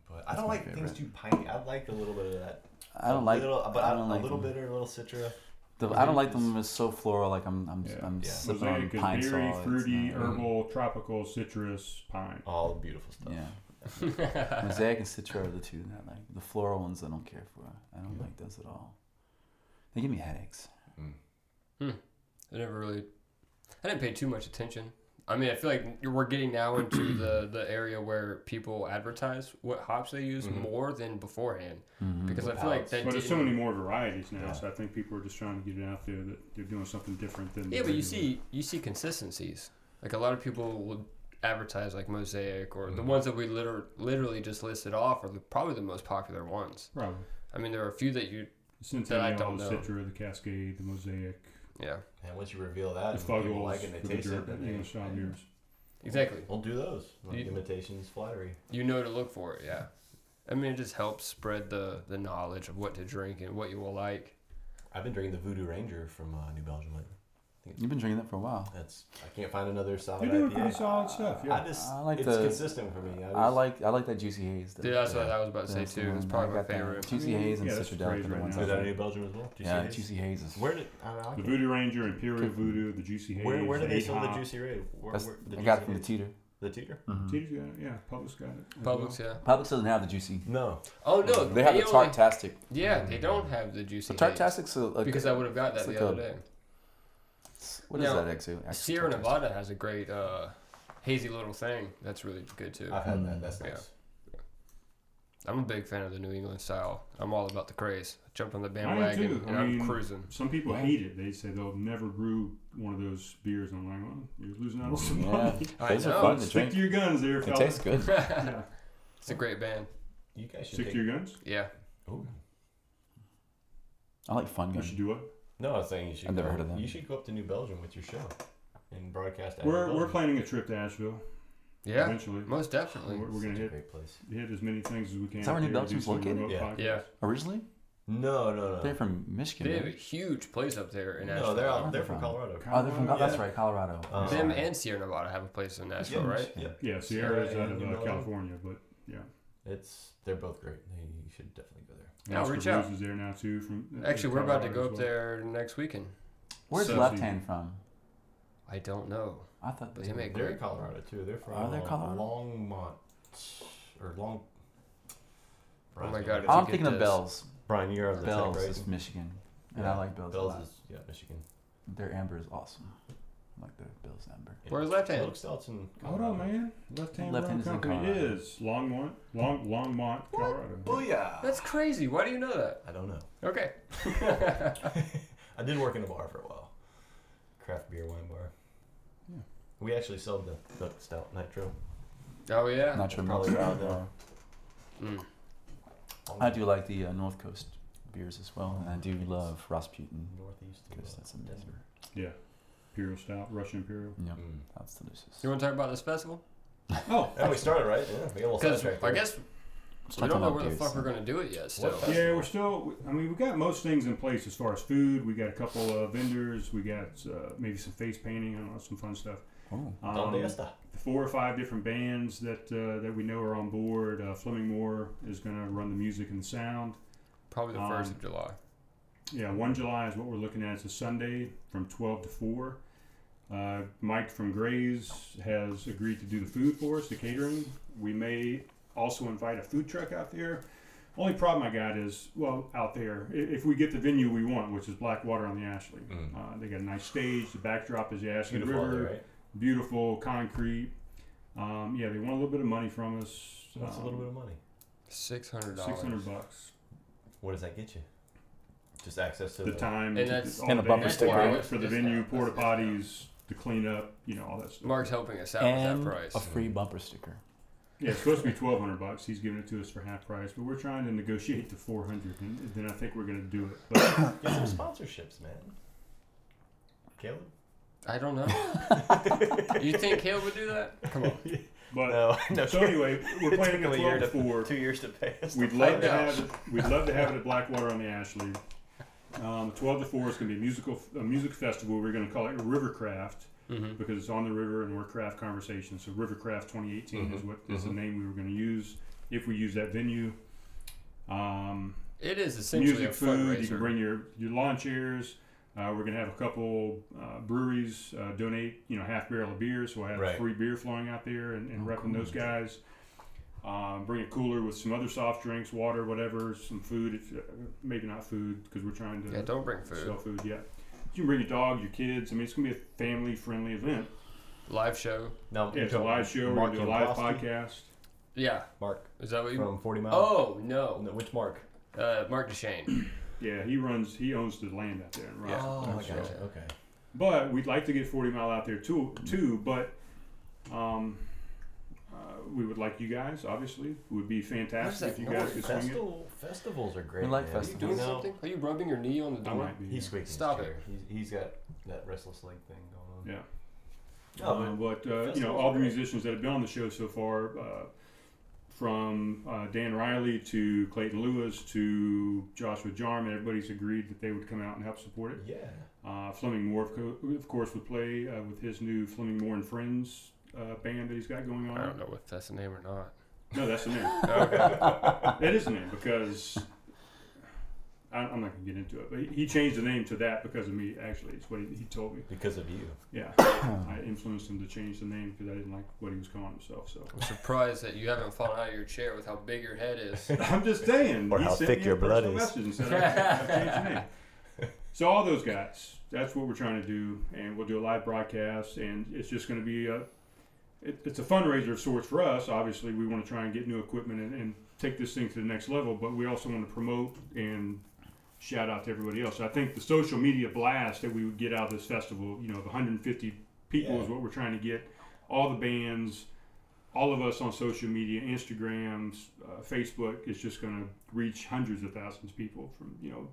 [SPEAKER 5] but I
[SPEAKER 4] That's
[SPEAKER 5] don't
[SPEAKER 4] my
[SPEAKER 5] like things too piney. I like a little bit of that.
[SPEAKER 4] I don't like.
[SPEAKER 5] little, but I
[SPEAKER 4] I don't like
[SPEAKER 5] a little
[SPEAKER 4] them.
[SPEAKER 5] bitter, a little citra.
[SPEAKER 4] The, I don't like them. when It's so floral. Like I'm, I'm,
[SPEAKER 3] Yeah.
[SPEAKER 4] I'm
[SPEAKER 5] Yeah.
[SPEAKER 4] sipping on
[SPEAKER 3] Mosaic
[SPEAKER 4] pine Mm.
[SPEAKER 3] is berry,
[SPEAKER 4] sol. It's
[SPEAKER 3] fruity,
[SPEAKER 4] not-
[SPEAKER 3] herbal, tropical, citrus, pine.
[SPEAKER 5] All beautiful stuff.
[SPEAKER 4] Yeah. Mosaic and citra are the two that I like. The floral ones I don't care for. I don't like those at all. They give me headaches.
[SPEAKER 1] I never really, I didn't pay too much attention. I mean, I feel like we're getting now into the the area where people advertise what hops they use more than beforehand
[SPEAKER 4] Mm-hmm.
[SPEAKER 1] because I feel like
[SPEAKER 5] Palettes.
[SPEAKER 1] that.
[SPEAKER 3] But there's so
[SPEAKER 1] didn't-
[SPEAKER 3] many more varieties now,
[SPEAKER 5] Yeah.
[SPEAKER 3] so I think people are just trying to get it out there that they're doing something different than.
[SPEAKER 1] Yeah, but you
[SPEAKER 3] regular.
[SPEAKER 1] see, you see consistencies. Like a lot of people would advertise like mosaic or the ones that we liter- literally just listed off are the, probably the most popular ones.
[SPEAKER 3] probably
[SPEAKER 1] I mean, there are a few that you,
[SPEAKER 3] the
[SPEAKER 1] That I
[SPEAKER 3] centennial,
[SPEAKER 1] don't
[SPEAKER 3] the
[SPEAKER 1] know.
[SPEAKER 3] citra, the cascade, the mosaic.
[SPEAKER 1] yeah,
[SPEAKER 5] And once you reveal
[SPEAKER 3] the
[SPEAKER 5] that, and people
[SPEAKER 3] fuggles
[SPEAKER 5] like it,
[SPEAKER 3] for
[SPEAKER 5] and
[SPEAKER 3] the
[SPEAKER 5] they taste it.
[SPEAKER 3] jerk,
[SPEAKER 5] Then
[SPEAKER 3] you know,
[SPEAKER 5] they,
[SPEAKER 3] strong beers.
[SPEAKER 1] exactly.
[SPEAKER 5] we'll do those. Like
[SPEAKER 1] You-
[SPEAKER 5] imitations, flattery.
[SPEAKER 1] you know to look for it. Yeah, I mean it just helps spread the the knowledge of what to drink and what you will like.
[SPEAKER 5] I've been drinking the Voodoo Ranger from uh, New Belgium lately.
[SPEAKER 4] You've been drinking that for a while.
[SPEAKER 5] That's I can't find another solid
[SPEAKER 3] They're doing
[SPEAKER 5] IPA.
[SPEAKER 3] pretty solid stuff. Yeah,
[SPEAKER 5] I just
[SPEAKER 4] I like
[SPEAKER 5] it's
[SPEAKER 4] the-
[SPEAKER 5] consistent for me. I,
[SPEAKER 4] I
[SPEAKER 5] just-
[SPEAKER 4] like, I like that juicy haze. though.
[SPEAKER 1] Dude, that's what I was about to say
[SPEAKER 4] That's the
[SPEAKER 1] too. It's
[SPEAKER 4] one.
[SPEAKER 1] probably
[SPEAKER 4] I
[SPEAKER 1] my
[SPEAKER 4] got that.
[SPEAKER 1] favorite.
[SPEAKER 4] Juicy haze and
[SPEAKER 3] Yeah, that's
[SPEAKER 4] citra
[SPEAKER 3] the phrase
[SPEAKER 4] delicate
[SPEAKER 3] right
[SPEAKER 4] ones.
[SPEAKER 3] now.
[SPEAKER 5] Is
[SPEAKER 4] I
[SPEAKER 5] that in
[SPEAKER 4] like.
[SPEAKER 5] New Belgium as well? Do you
[SPEAKER 4] Uh-huh. Yeah,
[SPEAKER 5] see it?
[SPEAKER 4] juicy haze is.
[SPEAKER 5] Where did I don't know, I
[SPEAKER 3] the
[SPEAKER 5] can't-
[SPEAKER 3] Voodoo Ranger, Imperial Voodoo, the Juicy Haze.
[SPEAKER 5] where, where do they
[SPEAKER 3] Eight
[SPEAKER 5] sell the
[SPEAKER 3] Hop.
[SPEAKER 5] juicy raid? Where,
[SPEAKER 4] That's,
[SPEAKER 5] where,
[SPEAKER 4] I got it
[SPEAKER 5] Juicy
[SPEAKER 4] from the
[SPEAKER 5] Raid?
[SPEAKER 4] teeter.
[SPEAKER 5] The teeter?
[SPEAKER 3] Teeter's got it. Yeah, Publix got it. as
[SPEAKER 1] Publix,
[SPEAKER 3] well.
[SPEAKER 1] yeah.
[SPEAKER 4] Publix doesn't have the juicy.
[SPEAKER 5] No.
[SPEAKER 1] Oh no,
[SPEAKER 4] Mm-hmm. They have the
[SPEAKER 1] only-
[SPEAKER 4] Tartastic.
[SPEAKER 1] Yeah, they don't have the juicy.
[SPEAKER 4] So
[SPEAKER 1] haze,
[SPEAKER 4] Tartastic's a, a
[SPEAKER 1] because I would have got that
[SPEAKER 4] it's
[SPEAKER 1] the
[SPEAKER 4] like
[SPEAKER 1] other
[SPEAKER 4] a-
[SPEAKER 1] day.
[SPEAKER 4] What is
[SPEAKER 1] Now,
[SPEAKER 4] that actually? actually
[SPEAKER 1] Sierra
[SPEAKER 4] Tartastic?
[SPEAKER 1] Nevada has a great uh, hazy little thing that's really good too.
[SPEAKER 5] I've had that. That's
[SPEAKER 1] Yeah.
[SPEAKER 5] nice.
[SPEAKER 1] I'm a big fan of the New England style. I'm all about the craze. I jumped on the
[SPEAKER 3] am
[SPEAKER 1] bandwagon
[SPEAKER 3] too.
[SPEAKER 1] and
[SPEAKER 3] I
[SPEAKER 1] I'm
[SPEAKER 3] mean-
[SPEAKER 1] cruising.
[SPEAKER 3] Some people
[SPEAKER 4] Yeah.
[SPEAKER 3] hate it. They say they'll never brew one of those beers. And I'm like, well, you're losing out on some money.
[SPEAKER 4] Yeah,
[SPEAKER 1] I
[SPEAKER 4] those
[SPEAKER 1] know.
[SPEAKER 4] are
[SPEAKER 1] Oh,
[SPEAKER 4] fun to
[SPEAKER 3] Stick
[SPEAKER 4] drink.
[SPEAKER 3] to your guns there,
[SPEAKER 4] It
[SPEAKER 3] fella.
[SPEAKER 4] tastes good.
[SPEAKER 3] Yeah.
[SPEAKER 1] It's a great band.
[SPEAKER 5] You guys should
[SPEAKER 3] Stick
[SPEAKER 5] take-
[SPEAKER 3] to your guns.
[SPEAKER 1] Yeah.
[SPEAKER 5] Ooh.
[SPEAKER 4] I like fun
[SPEAKER 3] You
[SPEAKER 4] guns.
[SPEAKER 3] should do what?
[SPEAKER 5] No, I was saying you should.
[SPEAKER 4] I've
[SPEAKER 5] go,
[SPEAKER 4] never heard of that.
[SPEAKER 5] You should go up to New Belgium with your show and broadcast. out of
[SPEAKER 3] We're,
[SPEAKER 5] Belgium.
[SPEAKER 3] we're planning a trip to Asheville
[SPEAKER 1] Yeah.
[SPEAKER 3] eventually.
[SPEAKER 4] Mm-hmm.
[SPEAKER 1] Most definitely.
[SPEAKER 3] We're, we're gonna
[SPEAKER 5] Such a
[SPEAKER 3] hit
[SPEAKER 5] great place.
[SPEAKER 3] hit as many things as we can.
[SPEAKER 4] Is that where New
[SPEAKER 3] here, do
[SPEAKER 4] Belgium's
[SPEAKER 3] some
[SPEAKER 4] located?
[SPEAKER 3] remote
[SPEAKER 5] Yeah.
[SPEAKER 1] Yeah.
[SPEAKER 4] Originally,
[SPEAKER 5] No, no,
[SPEAKER 4] they're
[SPEAKER 5] no.
[SPEAKER 4] from
[SPEAKER 1] They have
[SPEAKER 4] Michigan.
[SPEAKER 1] a
[SPEAKER 4] right?
[SPEAKER 1] huge place up there in Nashville.
[SPEAKER 5] No, they're out,
[SPEAKER 4] Where
[SPEAKER 5] they're
[SPEAKER 4] they
[SPEAKER 5] from
[SPEAKER 4] from?
[SPEAKER 5] Colorado.
[SPEAKER 4] Oh, they're from.
[SPEAKER 5] Yeah.
[SPEAKER 4] That's right, Colorado.
[SPEAKER 5] Um,
[SPEAKER 4] I'm
[SPEAKER 1] Them
[SPEAKER 4] sorry.
[SPEAKER 1] and Sierra Nevada have a place in Nashville, right?
[SPEAKER 5] Yeah,
[SPEAKER 3] Yeah, Sierra's
[SPEAKER 5] Sierra
[SPEAKER 3] out of
[SPEAKER 5] and New
[SPEAKER 3] uh,
[SPEAKER 5] Belgium.
[SPEAKER 3] California, but yeah,
[SPEAKER 5] it's they're both great. They, you should definitely go there.
[SPEAKER 3] And
[SPEAKER 1] Yeah,
[SPEAKER 3] Oscar
[SPEAKER 1] reach out.
[SPEAKER 3] Blues is there now too. From uh,
[SPEAKER 1] Oh, Actually, we're about to go
[SPEAKER 3] Colorado
[SPEAKER 1] up
[SPEAKER 3] as
[SPEAKER 1] there next weekend.
[SPEAKER 4] Where's
[SPEAKER 3] So-
[SPEAKER 4] Left Hand from?
[SPEAKER 1] I don't know.
[SPEAKER 4] I thought
[SPEAKER 1] They make
[SPEAKER 5] They're
[SPEAKER 1] great.
[SPEAKER 5] in Colorado too. They're from
[SPEAKER 4] Are they
[SPEAKER 5] uh,
[SPEAKER 4] Colorado?
[SPEAKER 5] Longmont or Long.
[SPEAKER 1] my
[SPEAKER 5] Brian's
[SPEAKER 1] God,
[SPEAKER 5] gonna-
[SPEAKER 1] it's-
[SPEAKER 4] I'm
[SPEAKER 1] get
[SPEAKER 4] thinking of
[SPEAKER 1] this.
[SPEAKER 4] Bells.
[SPEAKER 5] Brian, you're on the
[SPEAKER 4] Bells
[SPEAKER 5] tech, right?
[SPEAKER 4] is Michigan, and
[SPEAKER 5] Yeah.
[SPEAKER 4] I like Bells, a
[SPEAKER 5] Bells
[SPEAKER 4] lot.
[SPEAKER 5] is yeah, Michigan.
[SPEAKER 4] Their amber is awesome. I like their Bells amber.
[SPEAKER 5] Yeah.
[SPEAKER 1] Where's Left Hand?
[SPEAKER 5] It looks out in
[SPEAKER 3] well. Hold on, man. Left hand
[SPEAKER 4] Left
[SPEAKER 3] Left
[SPEAKER 4] Hand is in
[SPEAKER 3] company
[SPEAKER 4] Colorado.
[SPEAKER 3] is Longmont, Long Longmont, Colorado.
[SPEAKER 5] Booyah!
[SPEAKER 1] That's crazy. Why do you know that?
[SPEAKER 5] Oh, I don't know.
[SPEAKER 1] Okay.
[SPEAKER 5] I did work in a bar for a while, craft beer wine bar.
[SPEAKER 4] Yeah.
[SPEAKER 5] We actually sold the Duck Stout Nitro.
[SPEAKER 1] Oh yeah.
[SPEAKER 4] Not sure
[SPEAKER 5] Probably
[SPEAKER 4] milk's
[SPEAKER 5] out
[SPEAKER 4] good,
[SPEAKER 5] there.
[SPEAKER 1] Mm.
[SPEAKER 4] though. I do like the uh, North Coast beers as well, and I do love Rasputin
[SPEAKER 5] Northeast. of,
[SPEAKER 4] because
[SPEAKER 5] uh,
[SPEAKER 4] that's amazing.
[SPEAKER 5] Denver.
[SPEAKER 3] Yeah, Imperial Stout, Russian Imperial.
[SPEAKER 4] Yeah,
[SPEAKER 5] Mm.
[SPEAKER 4] that's delicious.
[SPEAKER 1] You want to talk about this festival?
[SPEAKER 3] Oh,
[SPEAKER 5] And we started right. Yeah, we got a little
[SPEAKER 1] Because
[SPEAKER 5] sidetracked
[SPEAKER 1] I
[SPEAKER 5] there.
[SPEAKER 1] guess
[SPEAKER 4] Let's
[SPEAKER 1] we
[SPEAKER 4] talk
[SPEAKER 1] don't know
[SPEAKER 4] about
[SPEAKER 1] where the
[SPEAKER 4] beers.
[SPEAKER 1] fuck we're gonna do it yet. Still.
[SPEAKER 5] What?
[SPEAKER 3] Yeah, we're still. I mean, we got most things in place as far as food. We got a couple of vendors. We got uh, maybe some face painting. I don't know, some fun stuff.
[SPEAKER 4] Oh,
[SPEAKER 3] Um,
[SPEAKER 5] Don Diesta.
[SPEAKER 3] four or five different bands that uh, that we know are on board. Uh, Fleming Moore is going to run the music and the sound.
[SPEAKER 1] Probably the
[SPEAKER 3] Um,
[SPEAKER 1] first of July.
[SPEAKER 3] Yeah, one July is what we're looking at. It's a Sunday from twelve to four. Uh, Mike from Gray's has agreed to do the food for us, the catering. We may also invite a food truck out there. Only problem I got is, well, out there, i- if we get the venue we want, which is Blackwater on the Ashley,
[SPEAKER 5] Mm.
[SPEAKER 3] uh, they got a nice stage. The backdrop is the Ashley
[SPEAKER 5] Beautiful out
[SPEAKER 3] River
[SPEAKER 5] there, right?
[SPEAKER 3] beautiful concrete. Um, yeah, they want a little bit of money from us. Um,
[SPEAKER 5] So that's a little bit of money.
[SPEAKER 1] Six hundred dollars.
[SPEAKER 3] Six hundred bucks.
[SPEAKER 5] What does that get you? Just access to
[SPEAKER 3] The time
[SPEAKER 1] And that's-
[SPEAKER 3] all
[SPEAKER 4] And a
[SPEAKER 3] day,
[SPEAKER 4] bumper
[SPEAKER 3] it's
[SPEAKER 4] sticker.
[SPEAKER 3] all for the
[SPEAKER 1] Discount,
[SPEAKER 3] venue,
[SPEAKER 1] that's
[SPEAKER 3] porta
[SPEAKER 1] discount.
[SPEAKER 3] potties, the cleanup, you know, all that stuff.
[SPEAKER 1] Mark's helping us out
[SPEAKER 4] and
[SPEAKER 1] with that
[SPEAKER 4] a
[SPEAKER 1] price.
[SPEAKER 4] free bumper sticker.
[SPEAKER 3] Yeah, it's supposed to be twelve hundred bucks. He's giving it to us for half price, but we're trying to negotiate to four hundred, and then I think we're going to do it. But
[SPEAKER 5] Get some sponsorships, man. Caleb?
[SPEAKER 1] I don't know. you think Hale would do that? Come on.
[SPEAKER 3] but
[SPEAKER 5] No, no.
[SPEAKER 3] so anyway, we're
[SPEAKER 5] It
[SPEAKER 3] planning
[SPEAKER 5] took
[SPEAKER 3] a
[SPEAKER 5] him year
[SPEAKER 3] twelve to four.
[SPEAKER 5] Two years to pay us.
[SPEAKER 3] We'd
[SPEAKER 5] to
[SPEAKER 3] love
[SPEAKER 5] find
[SPEAKER 3] to
[SPEAKER 5] out.
[SPEAKER 3] have it. We'd love to have it at Blackwater on the Ashley. Um, Twelve to four is going to be a musical a music festival. We're going to call it Rivercraft
[SPEAKER 1] Mm-hmm.
[SPEAKER 3] because it's on the river and we're craft conversation. So Rivercraft 2018 is what is the name we were going to use if we use that venue. Um,
[SPEAKER 1] It is essentially
[SPEAKER 3] music,
[SPEAKER 1] a
[SPEAKER 3] food. You
[SPEAKER 1] fundraiser.
[SPEAKER 3] can bring your your lawn chairs. Uh, we're going to have a couple uh, breweries uh, donate, you know, half barrel of beer, so I have
[SPEAKER 5] Right.
[SPEAKER 3] free beer flowing out there and, and
[SPEAKER 4] Oh,
[SPEAKER 3] repping
[SPEAKER 4] cool.
[SPEAKER 3] those guys. Um, bring a cooler with some other soft drinks, water, whatever, some food. If, uh, maybe not food because we're trying to
[SPEAKER 1] yeah, don't bring food.
[SPEAKER 3] sell food. Yeah, you can bring your dog, your kids. I mean, it's going to be a family friendly event.
[SPEAKER 1] Live show.
[SPEAKER 5] No,
[SPEAKER 3] Yeah, it's a live show. We're
[SPEAKER 5] Mark
[SPEAKER 3] gonna do a live
[SPEAKER 5] Yambrowski?
[SPEAKER 3] podcast.
[SPEAKER 1] Yeah.
[SPEAKER 5] Mark
[SPEAKER 1] Is that what you?
[SPEAKER 5] from 40 Mile.
[SPEAKER 1] oh no.
[SPEAKER 5] No, which Mark?
[SPEAKER 1] Uh, Mark Deshane.
[SPEAKER 3] Yeah, he runs. He owns the land out there. And runs
[SPEAKER 1] Yeah.
[SPEAKER 3] it.
[SPEAKER 5] Oh, I
[SPEAKER 1] that's
[SPEAKER 5] gotcha.
[SPEAKER 1] right.
[SPEAKER 5] Okay.
[SPEAKER 3] But we'd like to get Forty Mile out there too. Too, but um, uh, we would like you guys. Obviously, it would be fantastic
[SPEAKER 1] that
[SPEAKER 3] if you
[SPEAKER 1] going?
[SPEAKER 3] guys could swing it.
[SPEAKER 5] Festival, festivals are great.
[SPEAKER 4] We like
[SPEAKER 5] man.
[SPEAKER 1] Are you doing
[SPEAKER 4] You
[SPEAKER 1] something? Are you rubbing your knee on the
[SPEAKER 3] I
[SPEAKER 1] door?
[SPEAKER 3] might be.
[SPEAKER 5] He's squeaking.
[SPEAKER 1] Stop
[SPEAKER 5] his
[SPEAKER 1] it.
[SPEAKER 5] chair. He's, he's got that restless leg thing going on.
[SPEAKER 3] Yeah.
[SPEAKER 5] Oh,
[SPEAKER 3] Uh, but uh, you know,
[SPEAKER 5] festivals
[SPEAKER 3] all
[SPEAKER 5] are
[SPEAKER 3] the
[SPEAKER 5] great.
[SPEAKER 3] musicians that have been on the show so far, uh, from uh, Dan Riley to Clayton Lewis to Joshua Jarman, everybody's agreed that they would come out and help support it.
[SPEAKER 5] Yeah.
[SPEAKER 3] Uh, Fleming Moore, of, co- of course, would play uh, with his new Fleming Moore and Friends uh, band that he's got going
[SPEAKER 1] I don't
[SPEAKER 3] on.
[SPEAKER 1] know if that's the name or not.
[SPEAKER 3] No, that's the name.
[SPEAKER 1] Okay.
[SPEAKER 3] that is the name because I, I'm not going to get into it. But he, he changed the name to that because of me. Actually, it's what he, he told me.
[SPEAKER 5] Because of you.
[SPEAKER 3] Yeah, I influenced him to change the name because I didn't like what he was calling himself. So
[SPEAKER 1] I'm surprised that you haven't fallen out of your chair with how big your head is.
[SPEAKER 3] I'm just saying.
[SPEAKER 5] Or
[SPEAKER 3] he
[SPEAKER 5] how
[SPEAKER 3] sent
[SPEAKER 5] thick
[SPEAKER 3] me a
[SPEAKER 5] your blood
[SPEAKER 3] personal
[SPEAKER 5] is.
[SPEAKER 3] message and said, "I've- I've changed your name." So all those guys, that's what we're trying to do, and we'll do a live broadcast, and it's just going to be a, it, it's a fundraiser of sorts for us. Obviously, we want to try and get new equipment and, and take this thing to the next level, but we also want to promote and shout out to everybody else. I think the social media blast that we would get out of this festival, you know, of 150 people
[SPEAKER 5] Yeah.
[SPEAKER 3] is what we're trying to get. All the bands, all of us on social media, Instagrams, uh, Facebook, is just going to reach hundreds of thousands of people from you know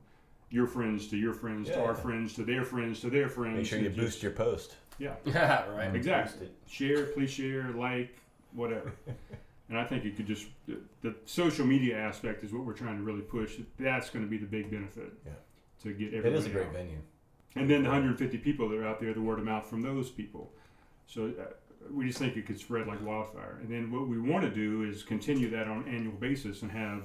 [SPEAKER 3] your friends to your friends to
[SPEAKER 5] Yeah.
[SPEAKER 3] our friends to their friends to their friends.
[SPEAKER 5] Make sure you
[SPEAKER 3] and just-
[SPEAKER 5] boost your post.
[SPEAKER 3] Yeah,
[SPEAKER 1] Yeah, right.
[SPEAKER 3] exactly.
[SPEAKER 5] Boost it.
[SPEAKER 3] Share, please share, like, whatever. and I think it could just the, the social media aspect is what we're trying to really push. That's going to be the big benefit.
[SPEAKER 5] Yeah.
[SPEAKER 3] To get
[SPEAKER 5] It
[SPEAKER 3] everybody.
[SPEAKER 5] is a great
[SPEAKER 3] out.
[SPEAKER 5] venue.
[SPEAKER 3] And then the 150 people that are out there, the word of mouth from those people. So uh, we just think it could spread like wildfire. And then what we want to do is continue that on an annual basis and have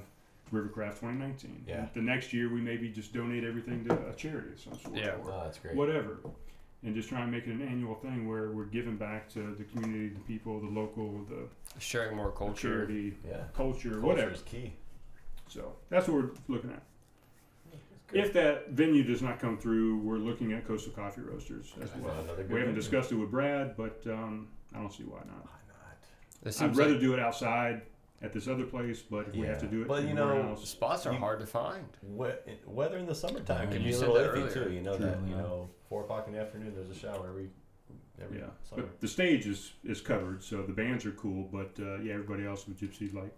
[SPEAKER 3] Rivercraft 2019.
[SPEAKER 5] Yeah.
[SPEAKER 3] The next year, we maybe just donate everything to a charity of some sort.
[SPEAKER 1] Yeah.
[SPEAKER 3] or
[SPEAKER 5] Oh, that's great.
[SPEAKER 3] Whatever. And just try and make it an annual thing where we're giving back to the community, the people, the local, the
[SPEAKER 1] Sharing more culture.
[SPEAKER 3] charity,
[SPEAKER 5] Yeah.
[SPEAKER 3] culture,
[SPEAKER 5] Culture
[SPEAKER 3] whatever.
[SPEAKER 5] is key.
[SPEAKER 3] So that's what we're looking at. If that venue does not come through, we're looking at Coastal Coffee Roasters as
[SPEAKER 5] I
[SPEAKER 3] well.
[SPEAKER 5] found another good
[SPEAKER 3] We haven't
[SPEAKER 5] venue.
[SPEAKER 3] discussed it with Brad, but um, I don't see why not.
[SPEAKER 5] Why not?
[SPEAKER 1] It seems
[SPEAKER 3] I'd rather
[SPEAKER 1] like
[SPEAKER 3] do it outside at this other place, but if we have to
[SPEAKER 5] Yeah.
[SPEAKER 3] do it
[SPEAKER 5] Well, you
[SPEAKER 3] somewhere
[SPEAKER 5] know,
[SPEAKER 3] else,
[SPEAKER 1] spots are
[SPEAKER 5] you-
[SPEAKER 1] hard to find.
[SPEAKER 5] We- weather in the summertime can
[SPEAKER 1] You
[SPEAKER 5] be a
[SPEAKER 1] said
[SPEAKER 5] little
[SPEAKER 1] that
[SPEAKER 5] iffy
[SPEAKER 1] earlier.
[SPEAKER 5] too. You know
[SPEAKER 4] True,
[SPEAKER 5] that. You
[SPEAKER 4] yeah.
[SPEAKER 5] know, four o'clock in the afternoon, there's a shower every every
[SPEAKER 3] yeah.
[SPEAKER 5] summer.
[SPEAKER 3] But the stage is, is covered, so the bands are cool. But uh, yeah, everybody else with Gypsy like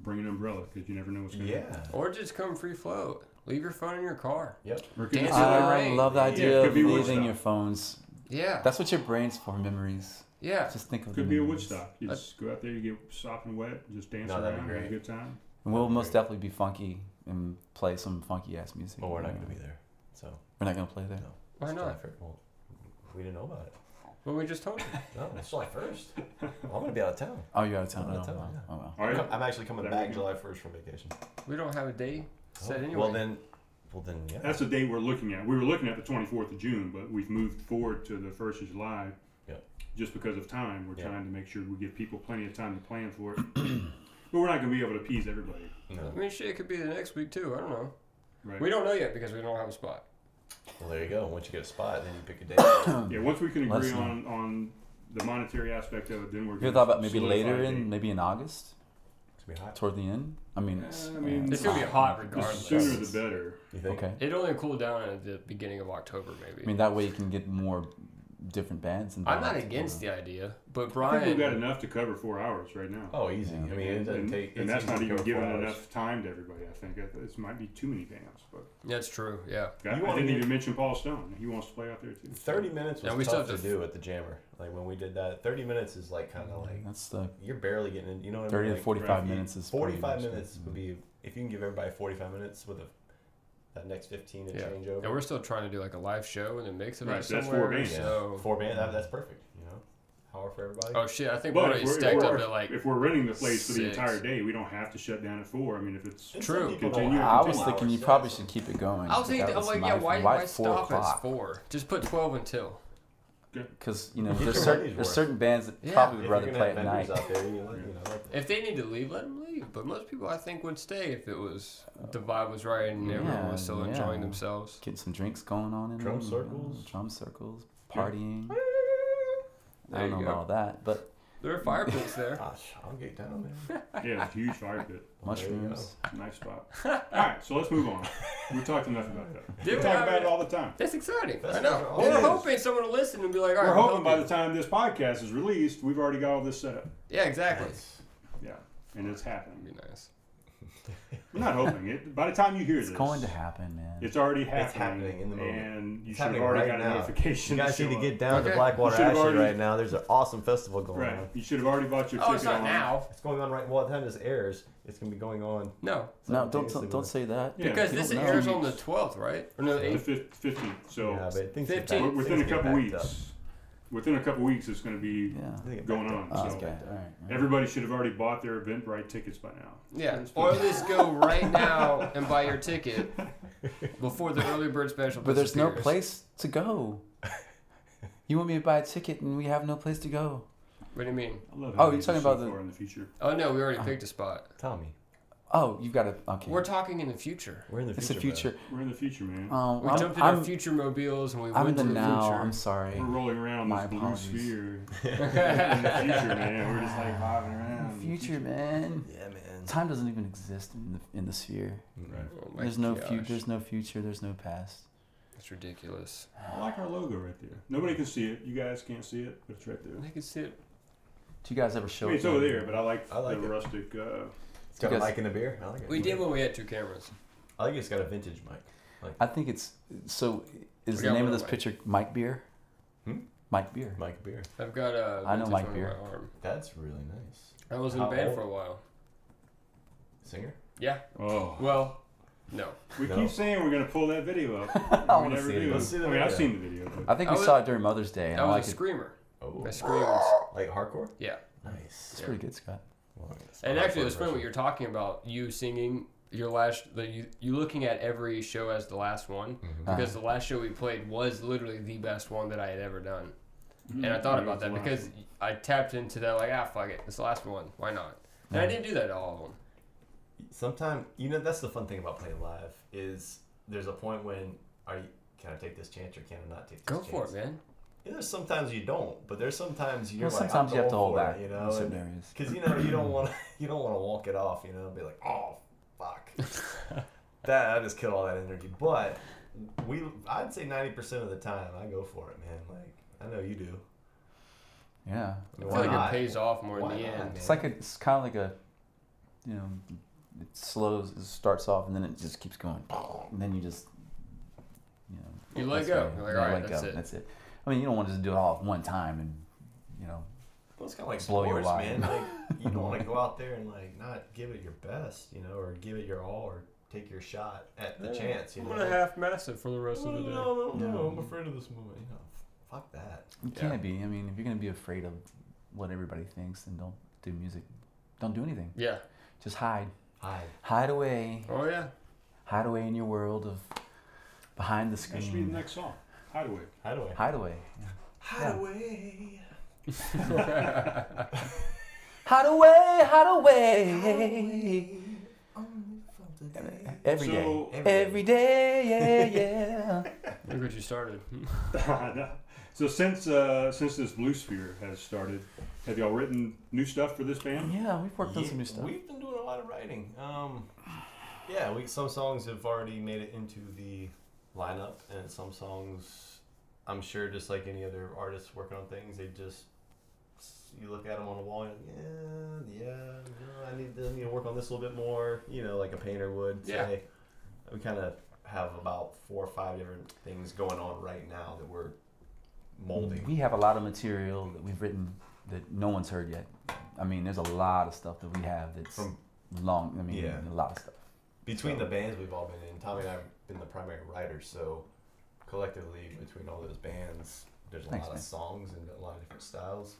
[SPEAKER 3] bring an umbrella because you never know what's going to happen.
[SPEAKER 5] Yeah.
[SPEAKER 1] Or just come free flow. Leave your phone in your car.
[SPEAKER 5] Yep.
[SPEAKER 3] Or it could just-
[SPEAKER 1] Dance-
[SPEAKER 4] I
[SPEAKER 1] rain.
[SPEAKER 4] love the
[SPEAKER 3] Yeah,
[SPEAKER 4] idea
[SPEAKER 3] it could
[SPEAKER 4] of
[SPEAKER 3] be wood
[SPEAKER 4] leaving
[SPEAKER 3] style.
[SPEAKER 4] your phones.
[SPEAKER 1] Yeah.
[SPEAKER 4] That's what your brain's for, memories.
[SPEAKER 1] yeah.
[SPEAKER 4] Just think of the
[SPEAKER 3] could be a
[SPEAKER 4] memories.
[SPEAKER 3] Woodstock. You just go out there, you get sopping wet, just dance
[SPEAKER 5] No, that'd be
[SPEAKER 3] around, have a
[SPEAKER 5] great.
[SPEAKER 3] good time.
[SPEAKER 4] And we'll most definitely be funky and play some funky ass music.
[SPEAKER 5] But Oh, we're not
[SPEAKER 4] you
[SPEAKER 5] going to
[SPEAKER 4] know.
[SPEAKER 5] be there. So
[SPEAKER 4] We're not gonna play there.
[SPEAKER 1] Why
[SPEAKER 5] it's
[SPEAKER 1] not?
[SPEAKER 5] July 1st. Well, we didn't know about it.
[SPEAKER 1] Well, we just told you.
[SPEAKER 5] No, it's July first. I'm going to be out of town.
[SPEAKER 4] Oh, you're out of town.
[SPEAKER 5] Out of
[SPEAKER 4] Oh,
[SPEAKER 5] town,
[SPEAKER 4] wow.
[SPEAKER 5] yeah.
[SPEAKER 4] Oh, wow.
[SPEAKER 3] All right.
[SPEAKER 5] I'm actually coming
[SPEAKER 3] That would
[SPEAKER 5] back
[SPEAKER 3] be-
[SPEAKER 5] July first from vacation.
[SPEAKER 1] We don't have a date set anyway.
[SPEAKER 5] Oh, Well then, well then, yeah.
[SPEAKER 3] That's the date we're looking at. We were looking at the 24th of June, but we've moved forward to the 1st of July.
[SPEAKER 5] Yep.
[SPEAKER 3] Just because of time, we're
[SPEAKER 5] Yeah.
[SPEAKER 3] trying to make sure we give people plenty of time to plan for it. but we're not going to be able to appease everybody,
[SPEAKER 5] no.
[SPEAKER 1] I mean, shit, it could be the next week too. I don't know.
[SPEAKER 3] right?
[SPEAKER 1] We don't know yet because we don't have a spot.
[SPEAKER 5] Well, there you go. Once you get a spot, then you pick a date.
[SPEAKER 3] yeah, once we can agree
[SPEAKER 4] Let's
[SPEAKER 3] on, on the monetary aspect of it, then we're
[SPEAKER 4] You ever
[SPEAKER 3] going
[SPEAKER 4] thought about maybe later in, maybe in August,
[SPEAKER 5] it's gonna be hot.
[SPEAKER 4] toward the end? I mean, it's,
[SPEAKER 3] I
[SPEAKER 4] yeah,
[SPEAKER 3] mean,
[SPEAKER 1] It's gonna be hot
[SPEAKER 3] The
[SPEAKER 1] regardless.
[SPEAKER 3] sooner the better.
[SPEAKER 5] You think?
[SPEAKER 4] Okay.
[SPEAKER 1] It'd only cool down at the beginning of October, maybe.
[SPEAKER 4] I mean, that way you can get more different bands.
[SPEAKER 1] I'm not against the idea, but
[SPEAKER 3] I think
[SPEAKER 1] Brian,
[SPEAKER 3] we've got enough to cover four hours right now.
[SPEAKER 5] Oh, easy.
[SPEAKER 4] Yeah.
[SPEAKER 5] I mean, it doesn't
[SPEAKER 3] and,
[SPEAKER 5] take.
[SPEAKER 3] and that's
[SPEAKER 5] it's easy
[SPEAKER 3] not
[SPEAKER 5] to
[SPEAKER 3] even
[SPEAKER 5] go four
[SPEAKER 3] giving
[SPEAKER 5] hours.
[SPEAKER 3] enough time to everybody, I think. I- This might be too many bands. But
[SPEAKER 1] that's true. Yeah,
[SPEAKER 3] I, I
[SPEAKER 5] wanna
[SPEAKER 3] didn't
[SPEAKER 5] hear-
[SPEAKER 3] even mention Paul Stone. He wants to play out there, too.
[SPEAKER 5] Thirty minutes was
[SPEAKER 1] Yeah, we still
[SPEAKER 5] tough to
[SPEAKER 1] have to- Mm-hmm.
[SPEAKER 5] do at the jammer. Like when we did that, thirty minutes is like kind of like
[SPEAKER 4] That's the
[SPEAKER 5] you're barely getting. in, You know what I
[SPEAKER 4] 30
[SPEAKER 5] mean?
[SPEAKER 4] to
[SPEAKER 5] Like,
[SPEAKER 4] 45
[SPEAKER 5] you-
[SPEAKER 4] minutes is pretty
[SPEAKER 5] Forty-five
[SPEAKER 4] much-
[SPEAKER 5] minutes would be if you can give everybody forty-five minutes with a that next fifteen to
[SPEAKER 1] yeah.
[SPEAKER 5] change over.
[SPEAKER 1] And we're still trying to do like a live show and then mix it
[SPEAKER 3] Right,
[SPEAKER 1] up
[SPEAKER 3] so um, that's four
[SPEAKER 1] somewhere.
[SPEAKER 3] bands.
[SPEAKER 1] So,
[SPEAKER 5] Four band. That, that's perfect. You know, hour for everybody.
[SPEAKER 1] oh shit, I think we're
[SPEAKER 3] But if
[SPEAKER 1] already
[SPEAKER 3] we're,
[SPEAKER 1] stacked
[SPEAKER 3] if,
[SPEAKER 1] up
[SPEAKER 3] we're,
[SPEAKER 1] at like.
[SPEAKER 3] if we're renting the place for the
[SPEAKER 1] six.
[SPEAKER 3] entire day, we don't have to shut down at four. I mean, if it's
[SPEAKER 5] And some
[SPEAKER 1] true.
[SPEAKER 5] people don't
[SPEAKER 3] Continue,
[SPEAKER 5] have
[SPEAKER 4] I
[SPEAKER 5] two
[SPEAKER 4] was
[SPEAKER 5] hours,
[SPEAKER 4] thinking you
[SPEAKER 5] yeah,
[SPEAKER 4] probably
[SPEAKER 5] so-
[SPEAKER 4] should keep it going.
[SPEAKER 1] I was thinking,
[SPEAKER 4] That
[SPEAKER 1] I'm like, yeah, why, why, stop at
[SPEAKER 4] o'clock?
[SPEAKER 1] four? Just put twelve until.
[SPEAKER 4] Because you know,
[SPEAKER 5] Get
[SPEAKER 4] there's
[SPEAKER 5] your
[SPEAKER 4] certain
[SPEAKER 5] money's
[SPEAKER 4] there's
[SPEAKER 5] worth.
[SPEAKER 4] certain bands that
[SPEAKER 1] Yeah.
[SPEAKER 4] probably would
[SPEAKER 5] If you're
[SPEAKER 4] rather
[SPEAKER 5] gonna
[SPEAKER 4] play
[SPEAKER 5] have
[SPEAKER 4] at
[SPEAKER 5] vendors
[SPEAKER 4] night.
[SPEAKER 5] out there, you let- you know, let them-
[SPEAKER 1] If they need to leave, let them leave. But most people, I think, would stay if it was the vibe was right and everyone
[SPEAKER 4] Yeah,
[SPEAKER 1] was still
[SPEAKER 4] yeah.
[SPEAKER 1] enjoying themselves.
[SPEAKER 4] Get some drinks going on in
[SPEAKER 5] Drum
[SPEAKER 4] there, you know,
[SPEAKER 5] circles.
[SPEAKER 4] drum circles, partying. I
[SPEAKER 1] There
[SPEAKER 4] don't
[SPEAKER 1] you
[SPEAKER 4] know
[SPEAKER 1] go.
[SPEAKER 4] about all that, but
[SPEAKER 1] There are fire pits there.
[SPEAKER 5] Gosh, I'll get down there.
[SPEAKER 3] yeah, it's a huge fire pit,
[SPEAKER 5] Well, there you
[SPEAKER 4] mushrooms.
[SPEAKER 3] nice spot. All right, so let's move on. We talked enough about that.
[SPEAKER 1] Did
[SPEAKER 3] we
[SPEAKER 1] we?
[SPEAKER 3] talk about it all the time.
[SPEAKER 1] That's exciting.
[SPEAKER 5] That's
[SPEAKER 1] I know.
[SPEAKER 5] what-
[SPEAKER 1] Well,
[SPEAKER 5] it
[SPEAKER 1] we're
[SPEAKER 5] is.
[SPEAKER 1] hoping someone will listen and be like, all right,
[SPEAKER 3] We're
[SPEAKER 1] we'll
[SPEAKER 3] hoping by
[SPEAKER 1] help
[SPEAKER 3] the
[SPEAKER 1] you.
[SPEAKER 3] time this podcast is released, we've already got all this set up.
[SPEAKER 1] Yeah, exactly.
[SPEAKER 5] Nice.
[SPEAKER 3] Yeah, and it's
[SPEAKER 1] That'd
[SPEAKER 3] happening.
[SPEAKER 1] be nice.
[SPEAKER 3] We're not hoping it. By the time you hear
[SPEAKER 4] It's
[SPEAKER 3] this,
[SPEAKER 4] going to happen, man.
[SPEAKER 3] it's already happening.
[SPEAKER 5] happening in the moment.
[SPEAKER 3] and you should have
[SPEAKER 5] It's happening
[SPEAKER 3] already
[SPEAKER 5] right
[SPEAKER 3] got
[SPEAKER 5] now.
[SPEAKER 3] a notification.
[SPEAKER 5] You guys
[SPEAKER 3] to
[SPEAKER 5] need to
[SPEAKER 3] show
[SPEAKER 5] get
[SPEAKER 3] up.
[SPEAKER 5] down
[SPEAKER 1] Okay.
[SPEAKER 5] to Blackwater
[SPEAKER 3] You should've
[SPEAKER 5] Ashes
[SPEAKER 3] already-
[SPEAKER 5] right now. There's an awesome festival going
[SPEAKER 3] right.
[SPEAKER 5] on.
[SPEAKER 3] You should have already bought your
[SPEAKER 1] Oh,
[SPEAKER 3] ticket
[SPEAKER 1] it's not
[SPEAKER 3] on-
[SPEAKER 1] now.
[SPEAKER 5] It's going on right. Well, by the time this airs, it's going to be going on.
[SPEAKER 1] No.
[SPEAKER 4] no, don't
[SPEAKER 5] simultaneously
[SPEAKER 4] don't, don't
[SPEAKER 5] with-
[SPEAKER 4] say that.
[SPEAKER 3] Yeah.
[SPEAKER 1] Because
[SPEAKER 4] You
[SPEAKER 1] this
[SPEAKER 4] don't know.
[SPEAKER 1] airs on the 12th, right? Or no, the
[SPEAKER 3] The
[SPEAKER 1] 8th.
[SPEAKER 3] fif- 15th. So
[SPEAKER 5] Yeah, but things get
[SPEAKER 1] 15.
[SPEAKER 5] back-
[SPEAKER 1] But
[SPEAKER 5] things
[SPEAKER 3] within a
[SPEAKER 5] get
[SPEAKER 3] couple
[SPEAKER 5] backed
[SPEAKER 3] weeks,
[SPEAKER 5] up.
[SPEAKER 3] within a couple weeks, it's going to be
[SPEAKER 4] Yeah.
[SPEAKER 5] They get
[SPEAKER 3] going
[SPEAKER 5] backed
[SPEAKER 3] on.
[SPEAKER 5] up.
[SPEAKER 4] Oh,
[SPEAKER 3] so
[SPEAKER 4] okay. All right.
[SPEAKER 3] everybody should have already bought their Eventbrite tickets by now.
[SPEAKER 1] Yeah. Or at least go right now and buy your ticket before the early bird special.
[SPEAKER 4] But there's no
[SPEAKER 1] disappears.
[SPEAKER 4] place to go. You want me to buy a ticket and we have no place to go?
[SPEAKER 1] What do you mean?
[SPEAKER 3] I love
[SPEAKER 4] Oh,
[SPEAKER 3] how
[SPEAKER 4] you're
[SPEAKER 3] these
[SPEAKER 4] talking
[SPEAKER 3] are so
[SPEAKER 4] about the-
[SPEAKER 3] far in the future.
[SPEAKER 1] Oh, no, we already picked a spot.
[SPEAKER 5] Tommy,
[SPEAKER 4] Oh, you've got to. Okay.
[SPEAKER 1] We're talking in the future.
[SPEAKER 5] we're in the
[SPEAKER 4] it's
[SPEAKER 5] future.
[SPEAKER 4] the future.
[SPEAKER 3] We're in the future, man.
[SPEAKER 4] Oh,
[SPEAKER 1] We
[SPEAKER 4] I'm,
[SPEAKER 1] jumped in
[SPEAKER 4] I'm,
[SPEAKER 1] our future mobiles and we
[SPEAKER 4] I'm
[SPEAKER 1] went
[SPEAKER 4] the
[SPEAKER 1] to the
[SPEAKER 4] now.
[SPEAKER 1] future.
[SPEAKER 4] I'm sorry.
[SPEAKER 3] We're rolling around
[SPEAKER 4] My
[SPEAKER 3] this blue
[SPEAKER 4] apologies.
[SPEAKER 3] sphere. in the future, man. We're just like bobbing around.
[SPEAKER 4] Future, man.
[SPEAKER 5] bro. Yeah, man.
[SPEAKER 4] Time doesn't even exist in the in the sphere.
[SPEAKER 3] Right.
[SPEAKER 1] Oh my
[SPEAKER 4] There's no
[SPEAKER 1] gosh.
[SPEAKER 4] future. There's no future. There's no past.
[SPEAKER 1] That's ridiculous.
[SPEAKER 3] I like our logo right there. Nobody can see it. You guys can't see it, but it's right there.
[SPEAKER 1] They can see it
[SPEAKER 4] Do you guys ever show?
[SPEAKER 3] I mean, it's
[SPEAKER 4] up
[SPEAKER 3] over
[SPEAKER 4] in-
[SPEAKER 3] there, but I like,
[SPEAKER 5] I like
[SPEAKER 3] the
[SPEAKER 5] it.
[SPEAKER 3] rustic. Uh,
[SPEAKER 5] It's got a
[SPEAKER 4] Because-
[SPEAKER 5] mic and a beer. I like it.
[SPEAKER 1] We did when we had two cameras.
[SPEAKER 5] I like it's got a vintage mic.
[SPEAKER 4] I think it's so. Is
[SPEAKER 1] We
[SPEAKER 4] the
[SPEAKER 1] got
[SPEAKER 4] name
[SPEAKER 1] one
[SPEAKER 4] of this
[SPEAKER 1] away.
[SPEAKER 4] picture Mike Beer?
[SPEAKER 5] Hmm?
[SPEAKER 4] Mike Beer.
[SPEAKER 5] Mic beer.
[SPEAKER 1] I've got a.
[SPEAKER 4] I know
[SPEAKER 1] vintage
[SPEAKER 4] Mike
[SPEAKER 1] on
[SPEAKER 4] Beer.
[SPEAKER 1] My arm.
[SPEAKER 5] That's really nice.
[SPEAKER 1] I was in a
[SPEAKER 5] How
[SPEAKER 1] band
[SPEAKER 5] old?
[SPEAKER 1] for a while.
[SPEAKER 5] Singer.
[SPEAKER 1] Yeah.
[SPEAKER 3] oh,
[SPEAKER 1] Well, no.
[SPEAKER 3] we
[SPEAKER 5] No.
[SPEAKER 3] keep saying we're gonna pull that video up.
[SPEAKER 4] I
[SPEAKER 3] we
[SPEAKER 4] wanna
[SPEAKER 3] never
[SPEAKER 4] see it.
[SPEAKER 3] do.
[SPEAKER 5] Let's see the
[SPEAKER 3] I mean, I've
[SPEAKER 5] video.
[SPEAKER 3] seen the video. But
[SPEAKER 4] I think
[SPEAKER 1] I
[SPEAKER 4] we
[SPEAKER 1] was-
[SPEAKER 4] saw it during Mother's Day, and
[SPEAKER 1] I
[SPEAKER 4] I
[SPEAKER 1] was
[SPEAKER 4] like
[SPEAKER 1] a
[SPEAKER 4] it.
[SPEAKER 1] screamer.
[SPEAKER 5] Oh,
[SPEAKER 1] I screamed.
[SPEAKER 5] like hardcore.
[SPEAKER 1] Yeah.
[SPEAKER 5] Nice.
[SPEAKER 4] It's pretty good, Scott.
[SPEAKER 5] Well,
[SPEAKER 1] And actually, it was funny
[SPEAKER 5] funny
[SPEAKER 1] what you're talking about. You singing your last, the, you, you looking at every show as the last one
[SPEAKER 5] Mm-hmm.
[SPEAKER 4] Uh-huh.
[SPEAKER 1] because the last show we played was literally the best one that I had ever done.
[SPEAKER 5] Mm-hmm.
[SPEAKER 1] And I thought
[SPEAKER 3] Yeah,
[SPEAKER 1] about
[SPEAKER 3] it's
[SPEAKER 1] that
[SPEAKER 3] the last
[SPEAKER 1] because I tapped into that like, ah, fuck it, it's the last one. Why not? And I didn't do that to all of them.
[SPEAKER 5] Sometimes you know that's the fun thing about playing live is there's a point when are you, can I take this chance or can I not take this
[SPEAKER 1] Go
[SPEAKER 5] chance?
[SPEAKER 1] for it, man.
[SPEAKER 5] And there's sometimes you don't, but there's sometimes you're
[SPEAKER 4] Well,
[SPEAKER 5] like,
[SPEAKER 4] sometimes
[SPEAKER 5] I'm
[SPEAKER 4] you have to
[SPEAKER 5] going
[SPEAKER 4] hold
[SPEAKER 5] for it,
[SPEAKER 4] back
[SPEAKER 5] you
[SPEAKER 4] in
[SPEAKER 5] know,
[SPEAKER 4] certain
[SPEAKER 5] and-
[SPEAKER 4] areas.
[SPEAKER 5] because you know you don't want to you don't want to walk it off, you know, and be like, oh fuck, that I just killed all that energy. But we, I'd say ninety percent of the time I go for it, man. Like I know you do.
[SPEAKER 4] Yeah,
[SPEAKER 1] I
[SPEAKER 5] Why
[SPEAKER 1] feel like
[SPEAKER 5] not?
[SPEAKER 1] it pays off more
[SPEAKER 5] Why
[SPEAKER 1] in the
[SPEAKER 5] not,
[SPEAKER 1] end.
[SPEAKER 5] man?
[SPEAKER 4] it's like a, it's kind of like a, you know, it slows, it starts off, and then it just keeps going, and then you just, you know,
[SPEAKER 1] You let go.
[SPEAKER 4] that's it.
[SPEAKER 1] You're like,
[SPEAKER 4] Yeah,
[SPEAKER 1] "All right,
[SPEAKER 4] let
[SPEAKER 1] that's
[SPEAKER 4] go.
[SPEAKER 1] it."
[SPEAKER 4] That's it. I mean, you don't want to just do it all at one time, and you know,
[SPEAKER 5] Well, it's kind of like
[SPEAKER 4] Blow your wad.
[SPEAKER 5] sports, man. Like you don't want to go out there and like not give it your best, you know, or give it your all, or take your shot at
[SPEAKER 1] Eh,
[SPEAKER 5] the chance. You know,
[SPEAKER 1] half massive for the rest
[SPEAKER 5] no, no, no, no, I'm afraid of this moment. You know, fuck that.
[SPEAKER 4] you
[SPEAKER 1] Yeah.
[SPEAKER 4] can't be. I mean, if you're gonna be afraid of what everybody thinks, then don't do music. Don't do anything.
[SPEAKER 1] Yeah.
[SPEAKER 4] Just hide.
[SPEAKER 5] Hi.
[SPEAKER 4] Hide away.
[SPEAKER 1] Oh yeah.
[SPEAKER 4] Hide away in your world of behind the
[SPEAKER 3] that should be the
[SPEAKER 4] screen.
[SPEAKER 3] next song. Hideaway.
[SPEAKER 5] Hideaway.
[SPEAKER 4] Hide away.
[SPEAKER 5] Hideaway.
[SPEAKER 4] Hide away. Hide away. Every day.
[SPEAKER 3] So-
[SPEAKER 4] Every day. Yeah, yeah.
[SPEAKER 1] Look what you started.
[SPEAKER 3] so since uh, since this Blue Sphere has started, have y'all written new stuff for this band?
[SPEAKER 4] yeah, we've worked on
[SPEAKER 5] Yeah,
[SPEAKER 4] some new stuff.
[SPEAKER 5] We've been doing a lot of writing. Um, yeah, we some songs have already made it into the lineup, and some songs, I'm sure, just like any other artists working on things, they just you look at them on the wall, and yeah, yeah, no, I need to, need to work on this a little bit more. You know, like a painter would
[SPEAKER 1] Yeah.
[SPEAKER 5] say. We kind of have about four or five different things going on right now that we're molding.
[SPEAKER 4] We have a lot of material that we've written that no one's heard yet. I mean, there's a lot of stuff that we have that's
[SPEAKER 5] From-
[SPEAKER 4] long. I mean,
[SPEAKER 5] Yeah.
[SPEAKER 4] a lot of stuff.
[SPEAKER 5] Between the bands we've all been in, Tommy and I have been the primary writers, so collectively between all those bands, there's a
[SPEAKER 4] Thanks,
[SPEAKER 5] lot
[SPEAKER 4] man.
[SPEAKER 5] of songs and a lot of different styles.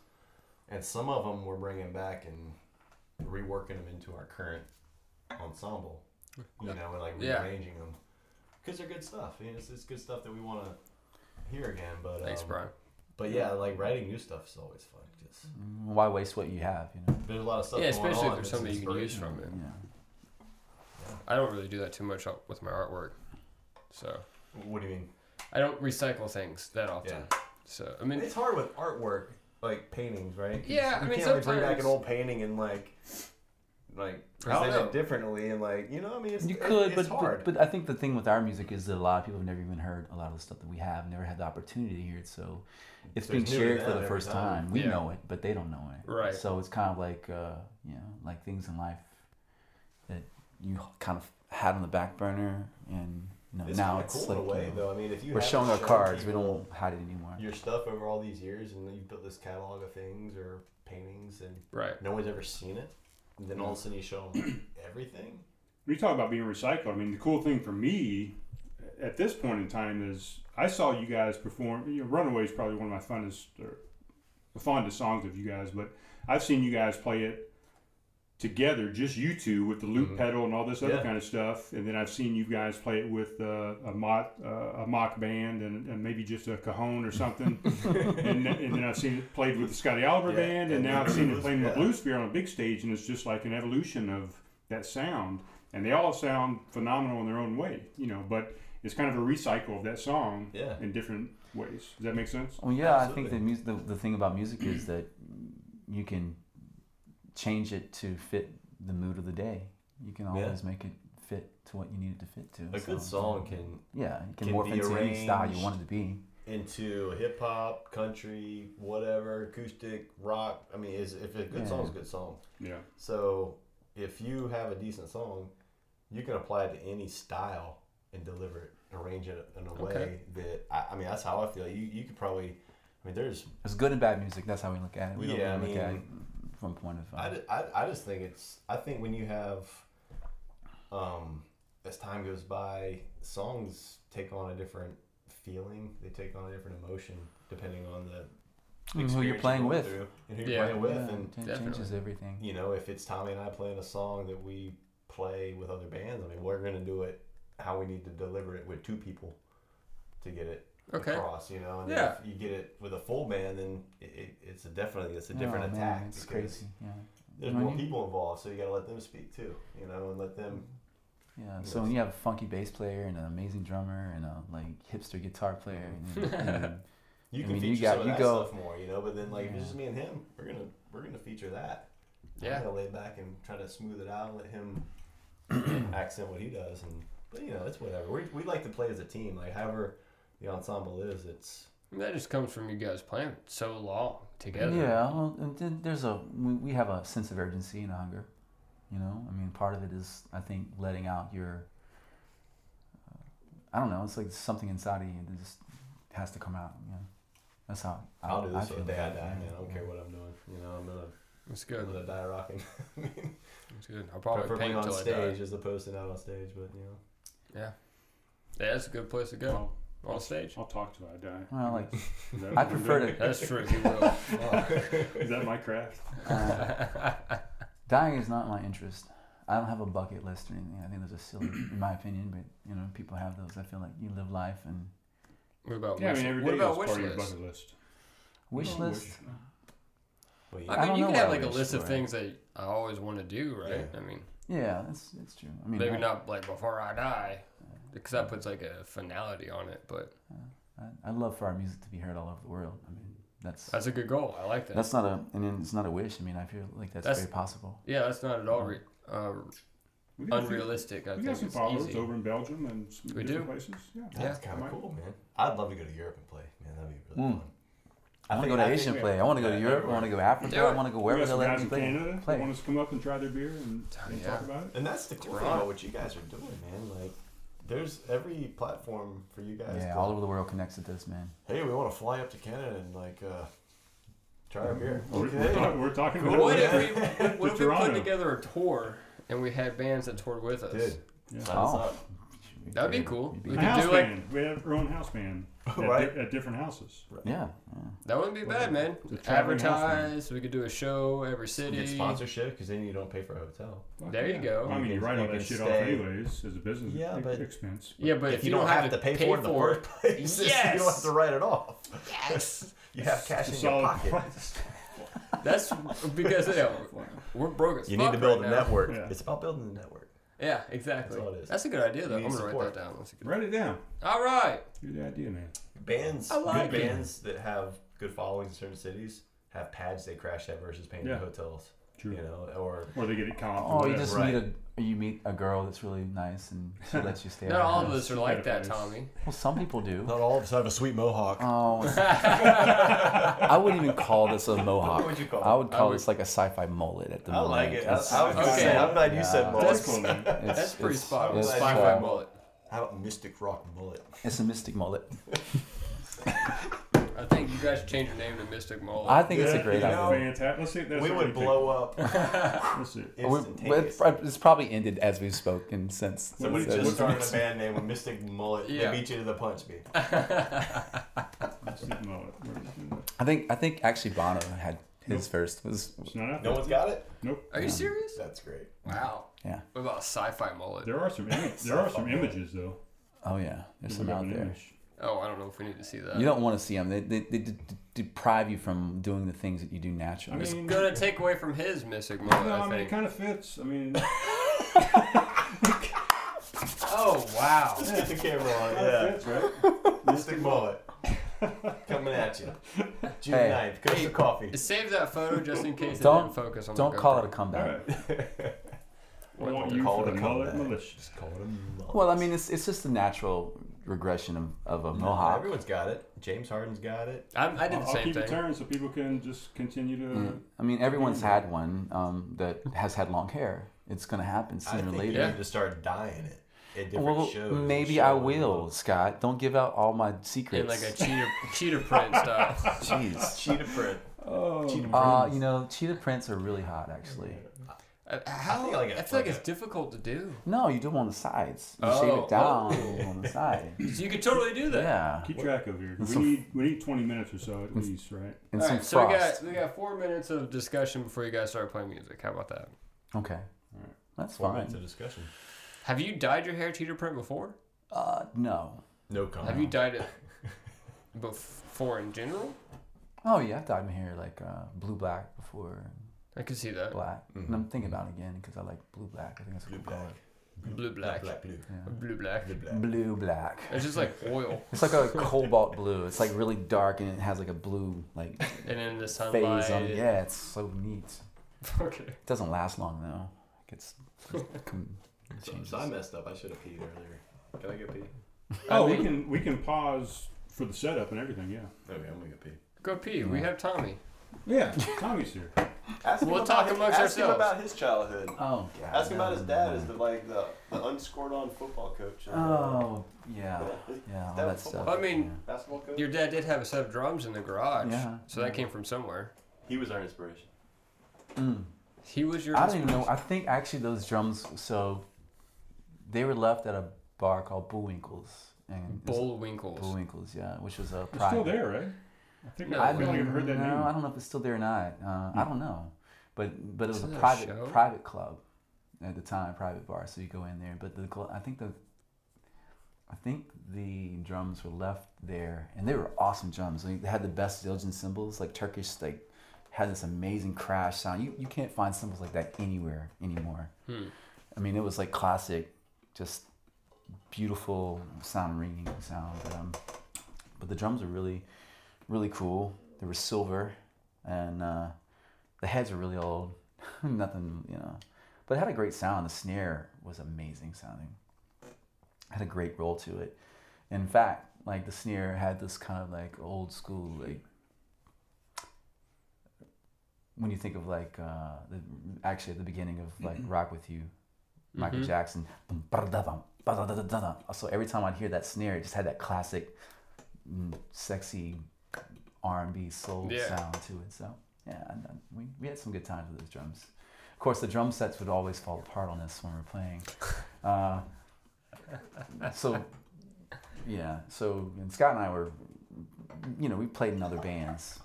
[SPEAKER 5] And some of them we're bringing back and reworking them into our current ensemble, you know, and like
[SPEAKER 1] Yeah.
[SPEAKER 5] rearranging them. Because they're good stuff. I mean, it's, it's good stuff that we want to hear again. But
[SPEAKER 1] Thanks,
[SPEAKER 5] um,
[SPEAKER 1] Brian.
[SPEAKER 5] But yeah, like writing new stuff is always fun. Just,
[SPEAKER 4] Why waste what you have? You know.
[SPEAKER 5] there's a lot of stuff.
[SPEAKER 1] Yeah,
[SPEAKER 5] going
[SPEAKER 1] especially
[SPEAKER 5] on
[SPEAKER 1] if there's
[SPEAKER 5] that's
[SPEAKER 1] something you can use
[SPEAKER 5] inspiration.
[SPEAKER 1] from it.
[SPEAKER 4] Yeah.
[SPEAKER 1] I don't really do that too much with my artwork, so
[SPEAKER 5] What do you mean?
[SPEAKER 1] I don't recycle things that often.
[SPEAKER 5] Yeah.
[SPEAKER 1] So I mean,
[SPEAKER 5] It's hard with artwork, like paintings, right? 'Cause
[SPEAKER 1] Yeah, I
[SPEAKER 5] you
[SPEAKER 1] mean,
[SPEAKER 5] can't really bring back
[SPEAKER 1] sometimes-
[SPEAKER 5] an old painting and like, like
[SPEAKER 1] I don't
[SPEAKER 5] present
[SPEAKER 1] know.
[SPEAKER 5] it differently and like, you know, what I mean, it's,
[SPEAKER 4] You
[SPEAKER 5] it-
[SPEAKER 4] could,
[SPEAKER 5] it's
[SPEAKER 4] but,
[SPEAKER 5] hard.
[SPEAKER 4] but but I think the thing with our music is that a lot of people have never even heard a lot of the stuff that we have, never had the opportunity to hear it. So it's
[SPEAKER 5] So
[SPEAKER 4] being
[SPEAKER 5] it's new to
[SPEAKER 4] shared
[SPEAKER 5] them
[SPEAKER 4] for the
[SPEAKER 5] every
[SPEAKER 4] first time.
[SPEAKER 5] time.
[SPEAKER 4] We
[SPEAKER 1] Yeah.
[SPEAKER 4] know it, but they don't know it.
[SPEAKER 1] Right.
[SPEAKER 4] So it's kind of like uh, you know, like things in life that you kind of had on the back burner, and you know,
[SPEAKER 5] it's uh,
[SPEAKER 4] now
[SPEAKER 5] kinda
[SPEAKER 4] it's
[SPEAKER 5] cool
[SPEAKER 4] like
[SPEAKER 5] in a way,
[SPEAKER 4] you know,
[SPEAKER 5] though. I mean, if you
[SPEAKER 4] we're
[SPEAKER 5] haven't
[SPEAKER 4] showing our
[SPEAKER 5] shown
[SPEAKER 4] cards. We
[SPEAKER 5] people
[SPEAKER 4] don't hide it anymore.
[SPEAKER 5] your stuff over all these years, and you've built this catalog of things or paintings, and
[SPEAKER 1] right.
[SPEAKER 5] no one's ever seen it. And then all of a sudden, you show them everything.
[SPEAKER 3] We talk about being recycled. I mean, the cool thing for me at this point in time is I saw you guys perform. You know, Runaway is probably one of my funnest or fondest songs of you guys, but I've seen you guys play it together, just you two with the loop pedal and all this other
[SPEAKER 5] Yeah.
[SPEAKER 3] kind of stuff. And then I've seen you guys play it with uh, a mock uh, a mock band and, and maybe just a cajon or something. and, th- and then I've seen it played with the Scotty Oliver
[SPEAKER 5] Yeah,
[SPEAKER 3] band, and
[SPEAKER 5] and
[SPEAKER 3] now
[SPEAKER 5] the
[SPEAKER 3] I've seen it
[SPEAKER 5] blues,
[SPEAKER 3] played in the
[SPEAKER 5] yeah.
[SPEAKER 3] Blue Spear on a big stage, and it's just like an evolution of that sound. And they all sound phenomenal in their own way, you know. But it's kind of a recycle of that song
[SPEAKER 5] Yeah.
[SPEAKER 3] in different ways. Does that make sense?
[SPEAKER 4] Well, yeah, I think
[SPEAKER 5] Absolutely.
[SPEAKER 4] the, mus- the the thing about music is that you can change it to fit the mood of the day. You can
[SPEAKER 5] Yeah.
[SPEAKER 4] always make it fit to what you need it to fit to.
[SPEAKER 5] A good
[SPEAKER 4] so,
[SPEAKER 5] song can
[SPEAKER 4] Yeah, you can,
[SPEAKER 5] can
[SPEAKER 4] morph
[SPEAKER 5] be
[SPEAKER 4] into any style you
[SPEAKER 5] arranged.
[SPEAKER 4] want it to be.
[SPEAKER 5] into hip hop, country, whatever, acoustic, rock. I mean, is if a good
[SPEAKER 4] Yeah.
[SPEAKER 5] song's a good song.
[SPEAKER 3] Yeah.
[SPEAKER 5] So if you have a decent song, you can apply it to any style and deliver it, arrange it in a way that I, I mean that's how I feel. You you could probably I mean there's
[SPEAKER 4] It's good and bad music. That's how we look at it. We don't
[SPEAKER 5] Yeah, I
[SPEAKER 4] really look at it
[SPEAKER 5] mean,
[SPEAKER 4] from a point of.
[SPEAKER 5] I,
[SPEAKER 4] uh,
[SPEAKER 5] ju- I, I just think it's I think when you have um as time goes by songs take on a different feeling they take on a different emotion depending on the
[SPEAKER 4] And who
[SPEAKER 5] experience
[SPEAKER 4] you're playing
[SPEAKER 5] going
[SPEAKER 4] with.
[SPEAKER 5] through and who you're
[SPEAKER 1] Yeah.
[SPEAKER 5] playing with
[SPEAKER 4] yeah,
[SPEAKER 5] and
[SPEAKER 4] it changes
[SPEAKER 1] definitely.
[SPEAKER 4] everything.
[SPEAKER 5] you know if it's Tommy and I playing a song that we play with other bands I mean we're gonna do it how we need to deliver it with two people to get it
[SPEAKER 1] Okay.
[SPEAKER 5] across you know and then
[SPEAKER 1] Yeah.
[SPEAKER 5] if you get it with a full band then it, it, it's a definitely it's a different
[SPEAKER 4] Oh, man,
[SPEAKER 5] attack
[SPEAKER 4] It's
[SPEAKER 5] because
[SPEAKER 4] crazy. Yeah.
[SPEAKER 5] there's
[SPEAKER 4] When
[SPEAKER 5] more
[SPEAKER 4] you-
[SPEAKER 5] people involved, so you gotta let them speak too, you know, and let them.
[SPEAKER 4] Yeah, so when you have a funky bass player and an amazing drummer and a like hipster guitar player, and, and
[SPEAKER 5] You
[SPEAKER 4] I
[SPEAKER 5] can
[SPEAKER 4] mean, you
[SPEAKER 5] feature
[SPEAKER 4] got-
[SPEAKER 5] some of
[SPEAKER 4] you
[SPEAKER 5] that
[SPEAKER 4] go-
[SPEAKER 5] stuff more, you know. But then, like, if it's
[SPEAKER 4] Yeah.
[SPEAKER 5] just me and him, we're gonna we're gonna feature that. I'm
[SPEAKER 1] Yeah.
[SPEAKER 5] gonna lay back and try to smooth it out, and let him accent what he does, and but you know, it's whatever. We we like to play as a team, like however the ensemble is. It's
[SPEAKER 1] That just comes from you guys playing so long
[SPEAKER 4] yeah,
[SPEAKER 1] together.
[SPEAKER 4] well, and then there's a we, we have a sense of urgency and hunger, you know. I mean, part of it is I think letting out your, uh, I don't know, it's like something inside of you that just has to come out. You know, that's how I,
[SPEAKER 5] I'll do
[SPEAKER 4] I
[SPEAKER 5] this till
[SPEAKER 4] feel
[SPEAKER 5] the day I
[SPEAKER 4] about it,
[SPEAKER 5] die,
[SPEAKER 4] yeah,
[SPEAKER 5] man. I don't
[SPEAKER 4] yeah.
[SPEAKER 5] care what I'm doing, you know. I'm gonna
[SPEAKER 1] That's
[SPEAKER 5] I'm
[SPEAKER 1] good.
[SPEAKER 5] gonna die rocking. I mean,
[SPEAKER 1] That's good. I'll probably
[SPEAKER 5] preferably
[SPEAKER 1] paint
[SPEAKER 5] on
[SPEAKER 1] till I die.
[SPEAKER 5] stage as opposed to not on stage, but you know.
[SPEAKER 1] Yeah, that's a good place to go.
[SPEAKER 3] I'll,
[SPEAKER 1] On stage.
[SPEAKER 3] I'll talk till I die.
[SPEAKER 4] Well, like
[SPEAKER 3] Is that
[SPEAKER 4] I
[SPEAKER 3] what we're
[SPEAKER 4] prefer
[SPEAKER 3] doing?
[SPEAKER 4] to
[SPEAKER 1] That's true. He will.
[SPEAKER 3] Is that my craft?
[SPEAKER 4] Uh, dying is not my interest. I don't have a bucket list or anything. I think those are silly, in my opinion. But you know, people have those. I feel like you live life and
[SPEAKER 1] What about
[SPEAKER 3] Yeah, I
[SPEAKER 1] wish-
[SPEAKER 3] mean, every
[SPEAKER 1] what
[SPEAKER 3] day is
[SPEAKER 1] about
[SPEAKER 3] part
[SPEAKER 1] wish
[SPEAKER 3] of your
[SPEAKER 1] list?
[SPEAKER 3] bucket list.
[SPEAKER 4] wish
[SPEAKER 3] Oh,
[SPEAKER 4] list.
[SPEAKER 3] wish-
[SPEAKER 5] But, you
[SPEAKER 1] I
[SPEAKER 4] I
[SPEAKER 1] mean,
[SPEAKER 4] don't
[SPEAKER 1] you
[SPEAKER 4] know
[SPEAKER 1] can
[SPEAKER 4] what
[SPEAKER 1] have
[SPEAKER 4] I
[SPEAKER 1] like a
[SPEAKER 4] wish
[SPEAKER 1] list of
[SPEAKER 4] for.
[SPEAKER 1] things that I always want to do, right? I mean,
[SPEAKER 4] Yeah, that's that's true. I mean,
[SPEAKER 1] maybe
[SPEAKER 4] I,
[SPEAKER 1] not like before I die, because that puts like a finality on it. But
[SPEAKER 4] I, I love for our music to be heard all over the world. I mean, that's
[SPEAKER 1] that's a good goal. I like that.
[SPEAKER 4] that's not a and it's not a wish. I mean, I feel like that's,
[SPEAKER 1] That's-
[SPEAKER 4] very possible.
[SPEAKER 1] yeah, that's not at all re- uh,
[SPEAKER 3] We got a few-
[SPEAKER 1] unrealistic. I
[SPEAKER 3] We
[SPEAKER 1] think
[SPEAKER 3] got some
[SPEAKER 1] it's
[SPEAKER 3] followers
[SPEAKER 1] easy.
[SPEAKER 3] over in Belgium and some
[SPEAKER 1] We
[SPEAKER 3] different
[SPEAKER 1] do.
[SPEAKER 3] places. Yeah.
[SPEAKER 5] That's
[SPEAKER 1] Yeah.
[SPEAKER 5] kind
[SPEAKER 3] Mike?
[SPEAKER 5] of cool, man. I'd love to go to Europe and play. Man, that'd be really
[SPEAKER 4] Mm.
[SPEAKER 5] fun.
[SPEAKER 4] I want to go
[SPEAKER 5] think-
[SPEAKER 4] to
[SPEAKER 5] I think
[SPEAKER 4] Asian
[SPEAKER 5] we-
[SPEAKER 4] play. I want to go to
[SPEAKER 5] yeah,
[SPEAKER 4] Europe. I want to go to Africa.
[SPEAKER 1] Do
[SPEAKER 4] I
[SPEAKER 1] it.
[SPEAKER 4] want to go
[SPEAKER 3] We
[SPEAKER 4] wherever
[SPEAKER 3] got
[SPEAKER 4] they
[SPEAKER 3] some
[SPEAKER 4] let
[SPEAKER 3] guys
[SPEAKER 4] me
[SPEAKER 3] in Canada
[SPEAKER 4] play.
[SPEAKER 3] that want
[SPEAKER 4] play.
[SPEAKER 3] us to come up and try their beer and, and
[SPEAKER 1] Oh, yeah.
[SPEAKER 3] talk about it.
[SPEAKER 5] And that's the cool thing
[SPEAKER 1] Toronto.
[SPEAKER 5] about what you guys are doing, man. Like, there's every platform for you guys.
[SPEAKER 4] Yeah,
[SPEAKER 5] to,
[SPEAKER 4] all over the world connects to this man.
[SPEAKER 5] hey, we want to fly up to Canada and like uh, try our beer.
[SPEAKER 3] Oh, We're, we're,
[SPEAKER 5] Okay.
[SPEAKER 3] talk, we're talking
[SPEAKER 1] But
[SPEAKER 3] about
[SPEAKER 1] what
[SPEAKER 3] it.
[SPEAKER 1] if we what, what
[SPEAKER 3] To
[SPEAKER 1] if we put
[SPEAKER 3] Toronto.
[SPEAKER 1] together a tour and we had bands that toured with us?
[SPEAKER 5] Dude,
[SPEAKER 3] Yeah.
[SPEAKER 5] sign us
[SPEAKER 4] Oh.
[SPEAKER 5] up.
[SPEAKER 1] That'd be cool.
[SPEAKER 4] It'd
[SPEAKER 1] We
[SPEAKER 3] A
[SPEAKER 1] could
[SPEAKER 3] house
[SPEAKER 1] do like
[SPEAKER 3] band. We have our own house band at, di-
[SPEAKER 5] Right.
[SPEAKER 3] at different houses.
[SPEAKER 4] Yeah, yeah.
[SPEAKER 1] that wouldn't be bad, man.
[SPEAKER 3] It's a traveling house band.
[SPEAKER 1] Advertise. We could do a show every city.
[SPEAKER 5] Get sponsorship because then you don't pay for a hotel.
[SPEAKER 3] Fuck
[SPEAKER 1] There you
[SPEAKER 3] yeah.
[SPEAKER 1] go.
[SPEAKER 3] I mean, you
[SPEAKER 5] You
[SPEAKER 3] write all that
[SPEAKER 5] can
[SPEAKER 3] shit off
[SPEAKER 5] stay.
[SPEAKER 3] anyways as a business
[SPEAKER 5] Yeah,
[SPEAKER 3] e-
[SPEAKER 5] but-
[SPEAKER 3] expense.
[SPEAKER 1] Yeah, but
[SPEAKER 5] if, you, don't have, to pay, for it in the
[SPEAKER 1] for it-
[SPEAKER 5] first place, you don't
[SPEAKER 1] Yes!
[SPEAKER 5] have to write it off. Yes. you have cash
[SPEAKER 3] It's
[SPEAKER 5] in
[SPEAKER 3] a
[SPEAKER 5] your
[SPEAKER 3] solid
[SPEAKER 5] pocket.
[SPEAKER 3] price.
[SPEAKER 1] That's because you know, we're broke as
[SPEAKER 5] You
[SPEAKER 1] fuck
[SPEAKER 5] need to build
[SPEAKER 1] right
[SPEAKER 5] a
[SPEAKER 1] now.
[SPEAKER 5] network.
[SPEAKER 3] Yeah.
[SPEAKER 5] It's about building a network.
[SPEAKER 1] Yeah, exactly.
[SPEAKER 5] That's
[SPEAKER 1] That's,
[SPEAKER 5] all it is.
[SPEAKER 1] a good idea, though.
[SPEAKER 5] You
[SPEAKER 1] I'm
[SPEAKER 5] need
[SPEAKER 1] gonna write
[SPEAKER 5] support.
[SPEAKER 1] that down. That's a good-
[SPEAKER 3] Write it down.
[SPEAKER 1] All right.
[SPEAKER 3] Good idea, man.
[SPEAKER 5] bands,
[SPEAKER 1] I like
[SPEAKER 5] good
[SPEAKER 1] it.
[SPEAKER 5] bands that have good followings in certain cities have pads they crash at versus paying
[SPEAKER 3] Yeah.
[SPEAKER 5] the hotels.
[SPEAKER 3] True.
[SPEAKER 5] You know, or
[SPEAKER 3] Or they get it comped. or
[SPEAKER 4] Oh, you
[SPEAKER 3] whatever.
[SPEAKER 4] just
[SPEAKER 5] Right.
[SPEAKER 4] meet a you meet a girl that's really nice and she lets you stay. at
[SPEAKER 1] Not
[SPEAKER 4] her
[SPEAKER 1] all of
[SPEAKER 4] house.
[SPEAKER 1] us are like that,
[SPEAKER 3] Pedophilies.
[SPEAKER 1] Tommy.
[SPEAKER 4] Well, some people do.
[SPEAKER 5] not all of us have a sweet mohawk.
[SPEAKER 4] Oh, I wouldn't even call this a mohawk.
[SPEAKER 5] What would you call
[SPEAKER 4] I would
[SPEAKER 1] it? I
[SPEAKER 4] call
[SPEAKER 1] would-
[SPEAKER 4] this like a sci-fi mullet at the
[SPEAKER 5] I
[SPEAKER 4] moment.
[SPEAKER 5] like it. I, I was
[SPEAKER 4] It's-
[SPEAKER 5] gonna
[SPEAKER 1] Okay.
[SPEAKER 5] say, I'm glad you said
[SPEAKER 4] Yeah.
[SPEAKER 5] mullet.
[SPEAKER 1] That's
[SPEAKER 3] cool, man.
[SPEAKER 4] it's-
[SPEAKER 1] That's pretty
[SPEAKER 4] it's-
[SPEAKER 1] spot on.
[SPEAKER 4] It's,
[SPEAKER 5] Glad you
[SPEAKER 1] Spy
[SPEAKER 5] said
[SPEAKER 1] by
[SPEAKER 4] uh,
[SPEAKER 1] mullet.
[SPEAKER 5] How about Mystic Rock mullet?
[SPEAKER 4] it's a mystic mullet.
[SPEAKER 1] I think you guys should change your name to Mystic Mullet.
[SPEAKER 4] I think it's a
[SPEAKER 3] Yeah,
[SPEAKER 4] great
[SPEAKER 3] you know,
[SPEAKER 4] idea.
[SPEAKER 3] Fantastic. Let's see if that's
[SPEAKER 5] we
[SPEAKER 3] what
[SPEAKER 5] would
[SPEAKER 3] think.
[SPEAKER 5] blow up
[SPEAKER 3] Let's see.
[SPEAKER 4] We- but
[SPEAKER 5] instantaneously.
[SPEAKER 4] it's, prob- it's probably ended as we've spoken since.
[SPEAKER 5] Somebody
[SPEAKER 4] since-
[SPEAKER 5] just started a band named Mystic Mullet.
[SPEAKER 1] Yeah.
[SPEAKER 5] They beat you to the punch, me.
[SPEAKER 3] Let's see. No, it- we're-
[SPEAKER 4] I think I think actually Bono had his first was
[SPEAKER 3] It's not out
[SPEAKER 5] No
[SPEAKER 3] there.
[SPEAKER 5] one's got it.
[SPEAKER 3] Nope.
[SPEAKER 1] Are you serious?
[SPEAKER 5] That's great.
[SPEAKER 1] Wow.
[SPEAKER 4] yeah.
[SPEAKER 1] What about sci-fi mullet?
[SPEAKER 3] There are some ima- there are some images though.
[SPEAKER 4] Oh yeah, there's
[SPEAKER 3] We
[SPEAKER 4] some
[SPEAKER 3] got
[SPEAKER 4] out
[SPEAKER 3] an
[SPEAKER 4] there.
[SPEAKER 3] image.
[SPEAKER 1] Oh, I don't know if we need to see that.
[SPEAKER 4] You don't want to see them. They they, they de- de- deprive you from doing the things that you do naturally.
[SPEAKER 3] I
[SPEAKER 1] It's
[SPEAKER 3] mean-
[SPEAKER 1] gonna take away from his Mystic Mullet.
[SPEAKER 3] No, I
[SPEAKER 1] I
[SPEAKER 3] mean it
[SPEAKER 1] think.
[SPEAKER 3] kind of fits. I mean,
[SPEAKER 1] Oh wow.
[SPEAKER 5] Let's get the camera on.
[SPEAKER 3] it
[SPEAKER 5] Yeah.
[SPEAKER 3] fits, right?
[SPEAKER 5] Mystic Mullet. Coming at you. June
[SPEAKER 4] Hey.
[SPEAKER 5] 9th. Costa Coffee.
[SPEAKER 1] Save that photo just in case it
[SPEAKER 4] Don't-
[SPEAKER 1] didn't focus on.
[SPEAKER 4] Don't
[SPEAKER 1] the
[SPEAKER 4] call
[SPEAKER 1] GoPro.
[SPEAKER 4] it a
[SPEAKER 3] All
[SPEAKER 4] comeback.
[SPEAKER 3] right. I
[SPEAKER 1] Well,
[SPEAKER 3] want you
[SPEAKER 5] call
[SPEAKER 3] for
[SPEAKER 5] it a
[SPEAKER 3] the mullet
[SPEAKER 5] comeback.
[SPEAKER 3] militia.
[SPEAKER 5] Just call it a mullet.
[SPEAKER 4] Well, I mean, it's it's just a natural regression of, of a
[SPEAKER 5] No,
[SPEAKER 4] mohawk.
[SPEAKER 5] Everyone's got it. James Harden's got it.
[SPEAKER 1] I'm, I did the
[SPEAKER 2] I'll, I'll
[SPEAKER 1] same
[SPEAKER 2] keep it
[SPEAKER 1] thing.
[SPEAKER 2] turned so people can just continue to.
[SPEAKER 3] Hmm.
[SPEAKER 4] Yeah. I mean, everyone's had one um, that has had long hair. It's gonna happen
[SPEAKER 5] I
[SPEAKER 4] sooner or
[SPEAKER 5] think
[SPEAKER 4] later.
[SPEAKER 5] you need to start dying it at different
[SPEAKER 4] Well,
[SPEAKER 5] shows. and
[SPEAKER 4] maybe I
[SPEAKER 5] showing it.
[SPEAKER 4] will, Scott. Don't give out all my
[SPEAKER 1] In
[SPEAKER 4] secrets.
[SPEAKER 1] like a cheetah, cheetah print style.
[SPEAKER 4] Jeez.
[SPEAKER 5] Cheetah print.
[SPEAKER 2] Oh,
[SPEAKER 5] Cheetah print.
[SPEAKER 4] Uh, you know, cheetah prints are really hot, actually.
[SPEAKER 1] Uh, How, I
[SPEAKER 5] think
[SPEAKER 1] feel
[SPEAKER 5] I
[SPEAKER 1] like,
[SPEAKER 5] like a- like
[SPEAKER 1] it's
[SPEAKER 5] a-
[SPEAKER 1] difficult to do.
[SPEAKER 4] No, you do them on the sides. You shave
[SPEAKER 1] Oh,
[SPEAKER 4] it down on the side.
[SPEAKER 1] So you could totally do that.
[SPEAKER 4] Yeah,
[SPEAKER 2] keep track of here. We
[SPEAKER 4] some-
[SPEAKER 2] need we need twenty minutes or so at least, right?
[SPEAKER 4] and
[SPEAKER 1] All
[SPEAKER 4] some
[SPEAKER 1] right, so we
[SPEAKER 4] frost.
[SPEAKER 1] got we got four minutes of discussion before you guys start playing music. How about that?
[SPEAKER 4] Okay, that's
[SPEAKER 5] Four minutes
[SPEAKER 4] fine.
[SPEAKER 5] of discussion.
[SPEAKER 1] Have you dyed your hair cheetah print before?
[SPEAKER 4] Uh, no.
[SPEAKER 5] No comment.
[SPEAKER 1] Have you dyed it before in general?
[SPEAKER 4] Oh yeah, I've dyed my hair like uh, blue black before
[SPEAKER 1] I can see that.
[SPEAKER 4] black, and I'm thinking about it again because I like blue black. I think that's a
[SPEAKER 5] Mm-hmm. Blue
[SPEAKER 4] cool color.
[SPEAKER 1] Blue black.
[SPEAKER 5] Black blue.
[SPEAKER 1] Blue black.
[SPEAKER 5] Blue black.
[SPEAKER 4] Blue black.
[SPEAKER 1] It's just like oil.
[SPEAKER 4] It's like a cobalt blue. It's like really dark and it has like a blue like
[SPEAKER 1] And then the sunlight.
[SPEAKER 4] phase on it. Yeah, it's so neat.
[SPEAKER 1] Okay.
[SPEAKER 4] It doesn't last long though. It gets it com- it
[SPEAKER 5] So,
[SPEAKER 4] changes.
[SPEAKER 5] so I messed up. I should have peed earlier. Can I go pee?
[SPEAKER 2] Oh, we
[SPEAKER 1] mean-
[SPEAKER 2] can we can pause for the setup and everything. Yeah.
[SPEAKER 5] Okay, I'm gonna go pee.
[SPEAKER 1] Go pee. We have Tommy.
[SPEAKER 2] Yeah. Tommy's here.
[SPEAKER 5] Ask
[SPEAKER 1] We'll about talk his- amongst ask him ourselves. about
[SPEAKER 5] his childhood.
[SPEAKER 4] Oh god.
[SPEAKER 5] Ask him about
[SPEAKER 4] no,
[SPEAKER 5] his
[SPEAKER 4] no,
[SPEAKER 5] dad
[SPEAKER 4] no.
[SPEAKER 5] as the like the, the unscored on football coach. and, uh,
[SPEAKER 4] Oh yeah, yeah, all
[SPEAKER 5] That
[SPEAKER 4] that
[SPEAKER 5] was
[SPEAKER 4] stuff.
[SPEAKER 1] I mean,
[SPEAKER 5] basketball coach.
[SPEAKER 1] your dad did have a set of drums in the garage.
[SPEAKER 4] Yeah.
[SPEAKER 1] So that came from somewhere.
[SPEAKER 5] He was our inspiration.
[SPEAKER 4] yeah. Mm.
[SPEAKER 1] He was your.
[SPEAKER 4] I don't even know. I think actually those drums. So they were left at a bar called Bullwinkles. And it's-
[SPEAKER 1] Bullwinkles.
[SPEAKER 4] Bullwinkles, yeah, which was a
[SPEAKER 2] It's
[SPEAKER 4] private.
[SPEAKER 2] still there, right? I think
[SPEAKER 1] No,
[SPEAKER 2] I
[SPEAKER 1] we
[SPEAKER 2] don't think I've heard that
[SPEAKER 4] no, I
[SPEAKER 2] name. Hmm.
[SPEAKER 4] don't know if it's still there or not. Uh, I don't know, but but it was
[SPEAKER 1] Isn't
[SPEAKER 4] a
[SPEAKER 1] it a
[SPEAKER 4] private
[SPEAKER 1] show?
[SPEAKER 4] private club at the time, private bar. So you go in there, but the gl- I think the I think the drums were left there, and they were awesome drums. Like, they had the best Zildjian cymbals, like Turkish, like had this amazing crash sound. You you can't find cymbals like that anywhere anymore.
[SPEAKER 1] Hmm. Mm-hmm.
[SPEAKER 4] I mean, it was like classic, just beautiful sound, ringing sound. Um, but the drums were really, really cool. They were silver, and uh, the heads were really old. Nothing, you know. But it had a great sound. The snare was amazing sounding. Had a great roll to it. In fact, like the snare had this kind of like old school like. When you think of like uh, the, actually at the beginning of like Rock with You, Michael
[SPEAKER 1] Mm-hmm.
[SPEAKER 4] Jackson. bum, ba-da-da, bum, ba-da-da-da-da-da. So every time I'd hear that snare, it just had that classic, mm, sexy R&B soul
[SPEAKER 1] Yeah.
[SPEAKER 4] sound to it. So yeah, and, uh, we, we had some good times with those drums. Of course, the drum sets would always fall apart on us when we were playing. Uh, so yeah, so and Scott and I were, you know, we played in other bands,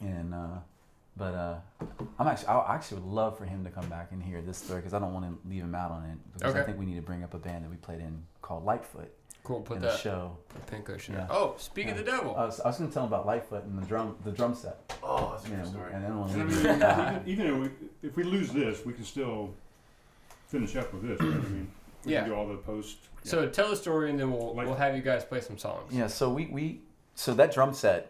[SPEAKER 4] and uh, but uh, I'm actually I actually would love for him to come back and hear this story because I don't want to leave him out on it because I
[SPEAKER 1] Okay.
[SPEAKER 4] think we need to bring up a band that we played in called Lightfoot
[SPEAKER 1] Cool. Put
[SPEAKER 4] in the
[SPEAKER 1] that
[SPEAKER 4] show.
[SPEAKER 1] pink cushion.
[SPEAKER 4] Yeah. Uh,
[SPEAKER 1] Oh, speak of the devil.
[SPEAKER 4] I was, I was going to tell him about Lightfoot and the drum the drum set,
[SPEAKER 5] Oh, that's a
[SPEAKER 4] you
[SPEAKER 5] good
[SPEAKER 4] know,
[SPEAKER 5] story.
[SPEAKER 4] and then we'll
[SPEAKER 2] And I
[SPEAKER 4] leave.
[SPEAKER 2] mean, even- even if we, if we lose this, we can still finish up with this. Right? I mean, we
[SPEAKER 1] Yeah.
[SPEAKER 2] can do all the post.
[SPEAKER 1] So tell the story, and then we'll
[SPEAKER 2] Like-
[SPEAKER 1] we'll have you guys play some songs.
[SPEAKER 4] yeah. So we, we so that drum set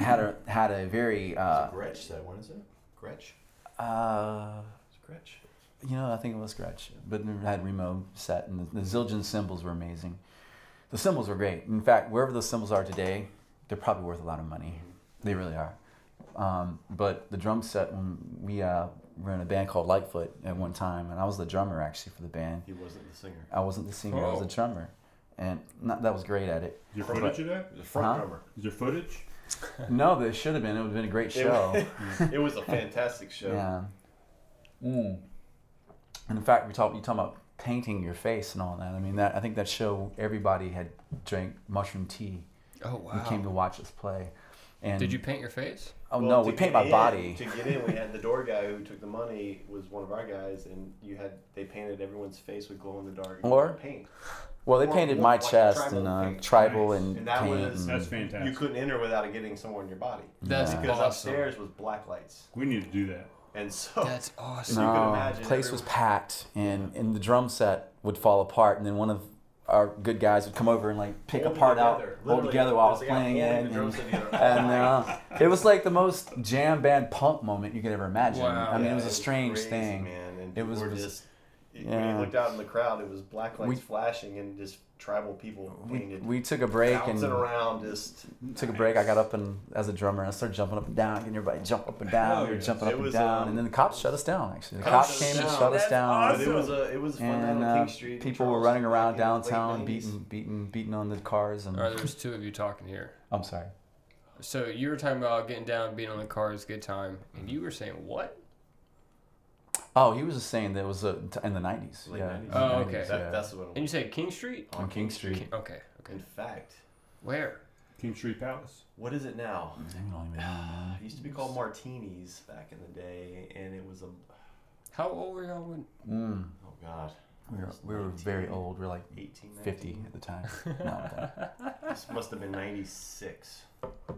[SPEAKER 4] had a had a very uh,
[SPEAKER 5] It's a Gretsch set, what is it? Gretsch?
[SPEAKER 4] uh,
[SPEAKER 5] It's Gretsch.
[SPEAKER 4] You know, I think it was Scratch, but it had Remo set, and the, the Zildjian cymbals were amazing. The cymbals were great. In fact, wherever those cymbals are today, they're probably worth a lot of money. They really are. Um, but the drum set, when we uh, were in a band called Lightfoot at one time, and I was the drummer actually for the band.
[SPEAKER 5] He wasn't the singer.
[SPEAKER 4] I wasn't the singer; I was
[SPEAKER 1] Oh.
[SPEAKER 4] the drummer, and not, that was great at it.
[SPEAKER 2] Is there footage of that?
[SPEAKER 5] The front
[SPEAKER 4] Huh?
[SPEAKER 5] drummer.
[SPEAKER 2] Is there footage?
[SPEAKER 4] No, there should have been. It would have been a great show.
[SPEAKER 5] It was a fantastic show.
[SPEAKER 4] Yeah. Mm. And in fact, we talk, you talk about painting your face and all that. I mean, that I think that show everybody had drank mushroom tea
[SPEAKER 1] Oh
[SPEAKER 4] and
[SPEAKER 1] wow.
[SPEAKER 4] came to watch us play. And
[SPEAKER 1] Did you paint your face?
[SPEAKER 4] Oh
[SPEAKER 5] Well,
[SPEAKER 4] no,
[SPEAKER 5] to
[SPEAKER 4] we paint
[SPEAKER 5] get
[SPEAKER 4] my
[SPEAKER 5] in-
[SPEAKER 4] body.
[SPEAKER 5] To get in, we had the door guy who took the money was one of our guys, and you had they painted everyone's face with glow in the dark
[SPEAKER 4] Or-
[SPEAKER 5] paint.
[SPEAKER 4] Well, they
[SPEAKER 5] Or-
[SPEAKER 4] painted
[SPEAKER 5] or
[SPEAKER 4] my
[SPEAKER 5] like a
[SPEAKER 4] chest
[SPEAKER 5] tribal
[SPEAKER 4] and uh,
[SPEAKER 5] paint.
[SPEAKER 4] tribal
[SPEAKER 2] Nice.
[SPEAKER 4] and,
[SPEAKER 5] And that
[SPEAKER 4] paint.
[SPEAKER 5] was-
[SPEAKER 4] and-
[SPEAKER 2] That's
[SPEAKER 5] You
[SPEAKER 2] fantastic.
[SPEAKER 5] couldn't enter without getting somewhere in your body
[SPEAKER 1] That's
[SPEAKER 4] Yeah.
[SPEAKER 5] because
[SPEAKER 1] awesome.
[SPEAKER 5] upstairs was black lights,
[SPEAKER 2] we need to do that.
[SPEAKER 5] and so
[SPEAKER 1] That's awesome.
[SPEAKER 5] you could
[SPEAKER 4] No,
[SPEAKER 5] imagine
[SPEAKER 4] the place was packed, and, and the drum set would fall apart, and then one of our good guys would come over and like pick
[SPEAKER 5] Hold it
[SPEAKER 4] apart out,
[SPEAKER 5] together.
[SPEAKER 4] hold
[SPEAKER 5] Literally,
[SPEAKER 4] together while I was
[SPEAKER 5] there's a guy
[SPEAKER 4] playing it,
[SPEAKER 5] holding the
[SPEAKER 4] and,
[SPEAKER 5] drums together.
[SPEAKER 4] and uh, it was like the most jam band punk moment you could ever imagine.
[SPEAKER 1] Wow.
[SPEAKER 4] I mean,
[SPEAKER 5] Yeah,
[SPEAKER 4] it was a strange
[SPEAKER 5] crazy,
[SPEAKER 4] thing.
[SPEAKER 5] man. And
[SPEAKER 4] It
[SPEAKER 5] it
[SPEAKER 4] was-
[SPEAKER 5] was
[SPEAKER 4] was-
[SPEAKER 5] just. When
[SPEAKER 4] yeah.
[SPEAKER 5] you looked out in the crowd, it was black lights
[SPEAKER 4] We-
[SPEAKER 5] flashing and just tribal people
[SPEAKER 4] We,
[SPEAKER 5] painted.
[SPEAKER 4] we took a break and
[SPEAKER 5] bouncing around just
[SPEAKER 4] took a break. I got up and as a drummer, I started jumping up and down, getting everybody to jump up and down, we were
[SPEAKER 2] yeah.
[SPEAKER 4] jumping
[SPEAKER 5] Oh,
[SPEAKER 4] up
[SPEAKER 5] It
[SPEAKER 4] and
[SPEAKER 5] was,
[SPEAKER 4] down,
[SPEAKER 5] um,
[SPEAKER 4] and then the cops shut us down. Actually, the
[SPEAKER 5] cops
[SPEAKER 4] cops
[SPEAKER 5] shut us
[SPEAKER 4] came and
[SPEAKER 5] down.
[SPEAKER 4] shut us
[SPEAKER 6] That's
[SPEAKER 4] down,
[SPEAKER 5] But it was a it was fun
[SPEAKER 4] and
[SPEAKER 5] down on
[SPEAKER 4] uh,
[SPEAKER 5] King Street. in
[SPEAKER 4] people were
[SPEAKER 5] Charleston
[SPEAKER 4] running
[SPEAKER 5] back
[SPEAKER 4] around
[SPEAKER 5] in the late
[SPEAKER 4] downtown,
[SPEAKER 5] 90s.
[SPEAKER 4] beating, beating, beating on the cars, and
[SPEAKER 1] All right, there's two of you talking here.
[SPEAKER 4] I'm sorry.
[SPEAKER 1] So you were talking about getting down, being on the cars, good time, and you were saying what?
[SPEAKER 4] Oh, he was just saying that it was uh, t- in the 90s.
[SPEAKER 5] Late
[SPEAKER 4] yeah.
[SPEAKER 5] 90s.
[SPEAKER 1] Oh,
[SPEAKER 4] Yeah.
[SPEAKER 1] okay.
[SPEAKER 5] That, That's what it
[SPEAKER 1] And you
[SPEAKER 5] was.
[SPEAKER 1] said King Street?
[SPEAKER 4] on King Street.
[SPEAKER 1] Ki- Okay, okay.
[SPEAKER 5] In fact,
[SPEAKER 1] Where?
[SPEAKER 2] King Street Palace.
[SPEAKER 5] what is it now?
[SPEAKER 4] I don't even know, man.
[SPEAKER 5] It used to be called Martinis back in the day, and it was a oh
[SPEAKER 1] How old were y'all when?
[SPEAKER 4] Mm.
[SPEAKER 5] god,
[SPEAKER 4] We were, we were very old. We were like
[SPEAKER 5] 18,
[SPEAKER 4] 50
[SPEAKER 5] 19.
[SPEAKER 4] at the time. No,
[SPEAKER 5] This must have been 96.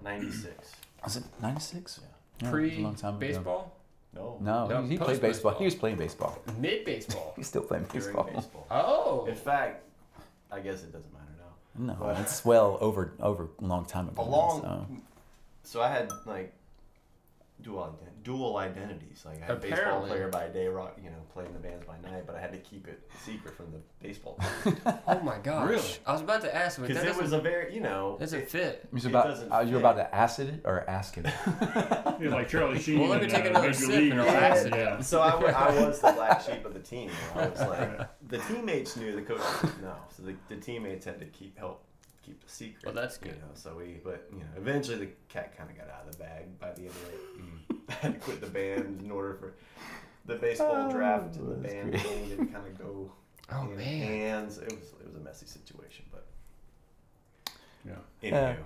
[SPEAKER 5] 96.
[SPEAKER 4] was it 96? Yeah, it was a
[SPEAKER 1] Pre
[SPEAKER 4] long time ago.
[SPEAKER 1] baseball?
[SPEAKER 5] No.
[SPEAKER 4] No,
[SPEAKER 1] No,
[SPEAKER 4] he, he played baseball.
[SPEAKER 1] post-baseball.
[SPEAKER 4] He was playing baseball.
[SPEAKER 1] Mid baseball.
[SPEAKER 4] He's still playing
[SPEAKER 5] During
[SPEAKER 4] baseball.
[SPEAKER 5] baseball.
[SPEAKER 1] Oh.
[SPEAKER 5] In fact, I guess it doesn't matter now.
[SPEAKER 4] No,
[SPEAKER 5] But-
[SPEAKER 4] it's well over over a long time ago.
[SPEAKER 5] A
[SPEAKER 4] now,
[SPEAKER 5] long.
[SPEAKER 4] so-
[SPEAKER 5] So I had like dual ident- dual identities. Like I had baseball
[SPEAKER 1] Apparently.
[SPEAKER 5] player by day, rock you know, played in the bands by night, but I had to keep it secret from the baseball
[SPEAKER 1] Oh my gosh.
[SPEAKER 2] Really?
[SPEAKER 1] I was about to ask, but that
[SPEAKER 5] because it
[SPEAKER 1] doesn't,
[SPEAKER 5] was a very you know.
[SPEAKER 1] doesn't
[SPEAKER 5] it-
[SPEAKER 1] fit.
[SPEAKER 4] He was
[SPEAKER 5] It
[SPEAKER 4] about,
[SPEAKER 5] doesn't
[SPEAKER 4] uh, you were
[SPEAKER 5] fit.
[SPEAKER 4] about to acid it or ask it.
[SPEAKER 2] Yeah, like Charlie Sheen.
[SPEAKER 1] Well, let me
[SPEAKER 2] in,
[SPEAKER 1] take
[SPEAKER 2] uh,
[SPEAKER 1] another
[SPEAKER 2] Major
[SPEAKER 1] sip
[SPEAKER 2] League
[SPEAKER 1] and
[SPEAKER 2] or
[SPEAKER 1] I'll
[SPEAKER 2] something.
[SPEAKER 1] ask it.
[SPEAKER 2] Yeah.
[SPEAKER 5] So I, wa- I was the black sheep of the team. you know, I was like the teammates knew the coach didn't know, so the, the teammates had to keep help keep the secret.
[SPEAKER 1] Well, that's
[SPEAKER 5] You
[SPEAKER 1] good.
[SPEAKER 5] know, so we, but you know, eventually the cat kind of got out of the bag by the end of it.
[SPEAKER 1] Mm.
[SPEAKER 5] I had to quit the band in order for the baseball draft and the
[SPEAKER 4] Oh, that's
[SPEAKER 5] band
[SPEAKER 4] great.
[SPEAKER 5] thing didn't kind of go.
[SPEAKER 1] Oh
[SPEAKER 5] hand in
[SPEAKER 1] man.
[SPEAKER 5] hands. It was it was a messy situation, but
[SPEAKER 2] Yeah.
[SPEAKER 5] anyway,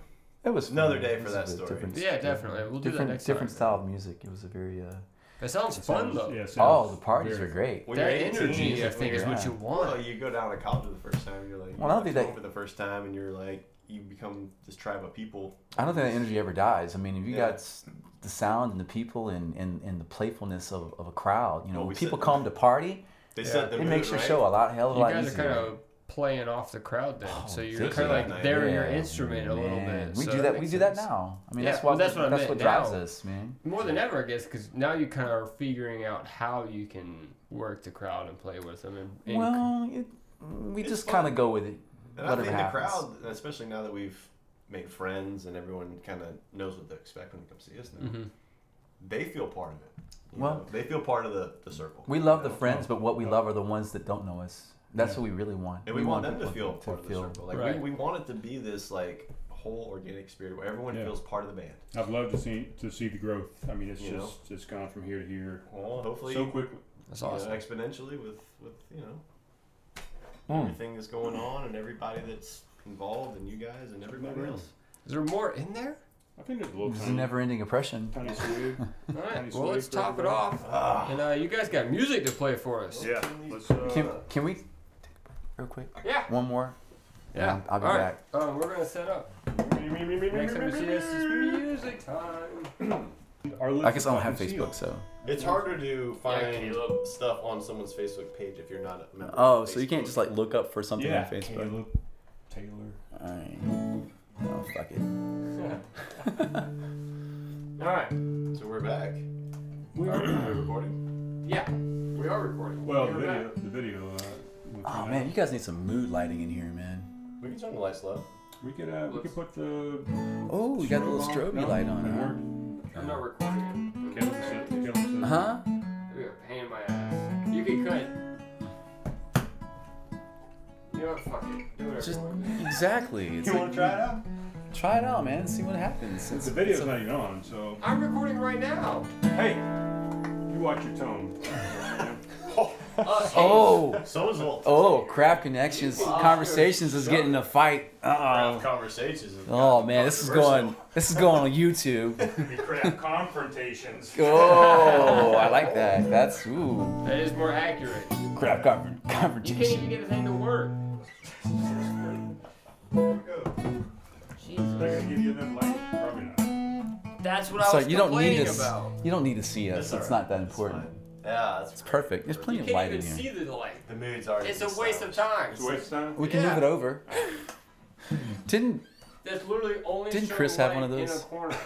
[SPEAKER 4] It was
[SPEAKER 5] Another
[SPEAKER 4] fun.
[SPEAKER 5] day
[SPEAKER 4] It
[SPEAKER 5] for
[SPEAKER 4] was
[SPEAKER 5] that
[SPEAKER 4] a
[SPEAKER 5] story.
[SPEAKER 4] different-
[SPEAKER 1] Yeah, definitely. We'll do that
[SPEAKER 4] different,
[SPEAKER 1] next
[SPEAKER 4] different
[SPEAKER 1] time.
[SPEAKER 4] style of music. It was a very. Uh,
[SPEAKER 1] That sounds fun
[SPEAKER 2] Sounds-
[SPEAKER 1] though.
[SPEAKER 2] yeah,
[SPEAKER 4] oh,
[SPEAKER 2] sounds
[SPEAKER 4] the parties
[SPEAKER 2] very-
[SPEAKER 4] were great.
[SPEAKER 5] when
[SPEAKER 1] That
[SPEAKER 5] you're 18,
[SPEAKER 1] energy, I
[SPEAKER 5] when
[SPEAKER 1] think, is
[SPEAKER 5] you're-
[SPEAKER 1] what you
[SPEAKER 5] Well,
[SPEAKER 1] want.
[SPEAKER 5] you go down to college for the first time, you're like,
[SPEAKER 4] Well, I don't think
[SPEAKER 5] you
[SPEAKER 4] that-
[SPEAKER 5] go for the first time, and you're like, you become this tribe of people.
[SPEAKER 4] I don't think that energy ever dies. I mean, if you
[SPEAKER 5] Yeah.
[SPEAKER 4] got s- the sound and the people and, and, and the playfulness of, of a crowd, you know,
[SPEAKER 5] Well,
[SPEAKER 4] when
[SPEAKER 5] we
[SPEAKER 4] people
[SPEAKER 5] said-
[SPEAKER 4] come to party,
[SPEAKER 5] They
[SPEAKER 1] Yeah.
[SPEAKER 5] set the
[SPEAKER 4] it
[SPEAKER 5] mood,
[SPEAKER 4] makes your
[SPEAKER 5] right?
[SPEAKER 4] show a lot hell of a
[SPEAKER 1] You
[SPEAKER 4] lot
[SPEAKER 1] guys are
[SPEAKER 4] easier.
[SPEAKER 1] kind of playing off the crowd then, so you're
[SPEAKER 5] seriously,
[SPEAKER 1] kind of like
[SPEAKER 5] that night.
[SPEAKER 1] there in your
[SPEAKER 4] Yeah,
[SPEAKER 1] instrument a little
[SPEAKER 4] man.
[SPEAKER 1] bit.
[SPEAKER 4] We
[SPEAKER 1] so
[SPEAKER 4] do that. We
[SPEAKER 1] makes
[SPEAKER 4] do that
[SPEAKER 1] sense.
[SPEAKER 4] now. I mean,
[SPEAKER 1] Yeah,
[SPEAKER 4] that's
[SPEAKER 1] well,
[SPEAKER 4] what
[SPEAKER 1] that's what I
[SPEAKER 4] that's
[SPEAKER 1] meant
[SPEAKER 4] what drives
[SPEAKER 1] now.
[SPEAKER 4] us, man.
[SPEAKER 1] More than ever, I guess, because now you kind of are figuring out how you can work the crowd and play with them. And, and
[SPEAKER 4] Well, it, we
[SPEAKER 5] It's
[SPEAKER 4] just
[SPEAKER 5] fun.
[SPEAKER 4] kind of go with it.
[SPEAKER 5] And I
[SPEAKER 4] whatever
[SPEAKER 5] think
[SPEAKER 4] happens.
[SPEAKER 5] the crowd, especially now that we've made friends and everyone kind of knows what to expect when they come see us now,
[SPEAKER 2] Mm-hmm.
[SPEAKER 1] Mhm.
[SPEAKER 5] they feel part of it. You
[SPEAKER 4] Well-
[SPEAKER 5] know, they feel part of the, the circle.
[SPEAKER 4] We love
[SPEAKER 5] you
[SPEAKER 4] the
[SPEAKER 5] know?
[SPEAKER 4] friends, but what we love are the ones that don't know us. That's what we really want.
[SPEAKER 5] And we, want, them to
[SPEAKER 4] people
[SPEAKER 5] feel part of the circle. Like
[SPEAKER 1] Right.
[SPEAKER 5] we, we want it to be this like whole organic spirit where everyone
[SPEAKER 2] Yeah.
[SPEAKER 5] feels part of the band.
[SPEAKER 2] I've loved to see to see the growth. I mean, it's
[SPEAKER 5] You
[SPEAKER 2] just it's gone from here to here
[SPEAKER 5] Well, hopefully,
[SPEAKER 2] so quickly.
[SPEAKER 1] That's
[SPEAKER 5] you know,
[SPEAKER 1] awesome.
[SPEAKER 5] exponentially with with you know
[SPEAKER 4] Mm.
[SPEAKER 5] everything that's going on and everybody that's involved and you guys and everybody else.
[SPEAKER 1] Is there more in there?
[SPEAKER 2] I think there's a little
[SPEAKER 4] This is
[SPEAKER 2] tiny,
[SPEAKER 4] never ending oppression.
[SPEAKER 2] tiny swig.
[SPEAKER 1] All right.
[SPEAKER 2] Tiny
[SPEAKER 1] Well, let's
[SPEAKER 2] swig for
[SPEAKER 1] top it
[SPEAKER 2] everybody.
[SPEAKER 1] off.
[SPEAKER 5] Ah,
[SPEAKER 1] And uh, you guys got music to play for us.
[SPEAKER 2] Yeah. Let's, uh,
[SPEAKER 4] Can, can we take a break real quick?
[SPEAKER 1] Yeah.
[SPEAKER 4] One more.
[SPEAKER 1] Yeah.
[SPEAKER 4] Um, I'll be
[SPEAKER 1] All right.
[SPEAKER 4] back.
[SPEAKER 1] Um, we're gonna set up. Next time you see us, it's music time.
[SPEAKER 4] I guess I don't have Facebook, so.
[SPEAKER 5] it's harder to
[SPEAKER 1] Yeah,
[SPEAKER 5] find
[SPEAKER 1] Caleb.
[SPEAKER 5] stuff on someone's Facebook page if you're not a member.
[SPEAKER 4] Oh,
[SPEAKER 5] of
[SPEAKER 4] so you can't
[SPEAKER 5] Facebook.
[SPEAKER 4] just like look up for something
[SPEAKER 2] Yeah.
[SPEAKER 4] on Facebook.
[SPEAKER 2] Caleb Taylor.
[SPEAKER 4] Alright. Oh fuck it.
[SPEAKER 5] All right, so we're back. We're recording.
[SPEAKER 1] Yeah, we are recording.
[SPEAKER 2] Well, the
[SPEAKER 1] We're
[SPEAKER 2] video,
[SPEAKER 1] back.
[SPEAKER 2] the video. Uh, we'll
[SPEAKER 4] Oh
[SPEAKER 2] find
[SPEAKER 4] man,
[SPEAKER 2] out.
[SPEAKER 4] you guys need some mood lighting in here, man.
[SPEAKER 5] We can turn the lights low.
[SPEAKER 2] we could uh, we could put the.
[SPEAKER 4] Oh, you got a little strobe
[SPEAKER 2] no,
[SPEAKER 4] light on.
[SPEAKER 2] it
[SPEAKER 4] huh?
[SPEAKER 2] worked.
[SPEAKER 1] I'm not recording.
[SPEAKER 2] Caleb said- Caleb said-
[SPEAKER 4] Huh?
[SPEAKER 1] You're a pain in my ass. You can cut. You know what? Fuck it. Do whatever.
[SPEAKER 4] Just
[SPEAKER 1] you want.
[SPEAKER 4] exactly. It's like-
[SPEAKER 5] it out?
[SPEAKER 4] Try it out, man. See what happens. It's,
[SPEAKER 2] The video's
[SPEAKER 4] it's a-
[SPEAKER 2] not even on, so
[SPEAKER 1] I'm recording right now.
[SPEAKER 2] hey, you watch your tone.
[SPEAKER 4] oh,
[SPEAKER 5] So is all
[SPEAKER 4] oh, crap! Connections, conversations is getting a fight. Uh oh.
[SPEAKER 5] conversations. have
[SPEAKER 4] Oh
[SPEAKER 5] gotten
[SPEAKER 4] man, this is going. This is going on YouTube.
[SPEAKER 2] Crap confrontations.
[SPEAKER 4] Oh, I like that. That's ooh.
[SPEAKER 1] That is more accurate.
[SPEAKER 4] Crap con-
[SPEAKER 1] You can't
[SPEAKER 4] confrontation.
[SPEAKER 1] even get a thing to work.
[SPEAKER 5] controversial.
[SPEAKER 2] They're
[SPEAKER 1] Jesus.
[SPEAKER 2] gonna give you another light. Probably not.
[SPEAKER 1] That's what
[SPEAKER 4] It's
[SPEAKER 1] I was
[SPEAKER 4] like you don't need
[SPEAKER 1] complaining
[SPEAKER 4] to. s-
[SPEAKER 1] about.
[SPEAKER 4] You don't need to see us.
[SPEAKER 5] That's all
[SPEAKER 4] It's
[SPEAKER 5] right.
[SPEAKER 4] not that
[SPEAKER 5] That's
[SPEAKER 4] important.
[SPEAKER 5] fine. Yeah, that's
[SPEAKER 4] It's perfect. There's plenty
[SPEAKER 1] You
[SPEAKER 4] of
[SPEAKER 1] can't
[SPEAKER 4] light
[SPEAKER 1] even
[SPEAKER 4] in here.
[SPEAKER 1] see the light.
[SPEAKER 5] The mood's already.
[SPEAKER 1] It's a waste of time.
[SPEAKER 2] It's a waste of time.
[SPEAKER 4] We can
[SPEAKER 1] Yeah.
[SPEAKER 4] move it over. Didn't
[SPEAKER 1] That's literally only.
[SPEAKER 4] Didn't
[SPEAKER 1] showing
[SPEAKER 4] Chris have
[SPEAKER 1] light
[SPEAKER 4] one of
[SPEAKER 1] in a
[SPEAKER 4] those?
[SPEAKER 1] corner.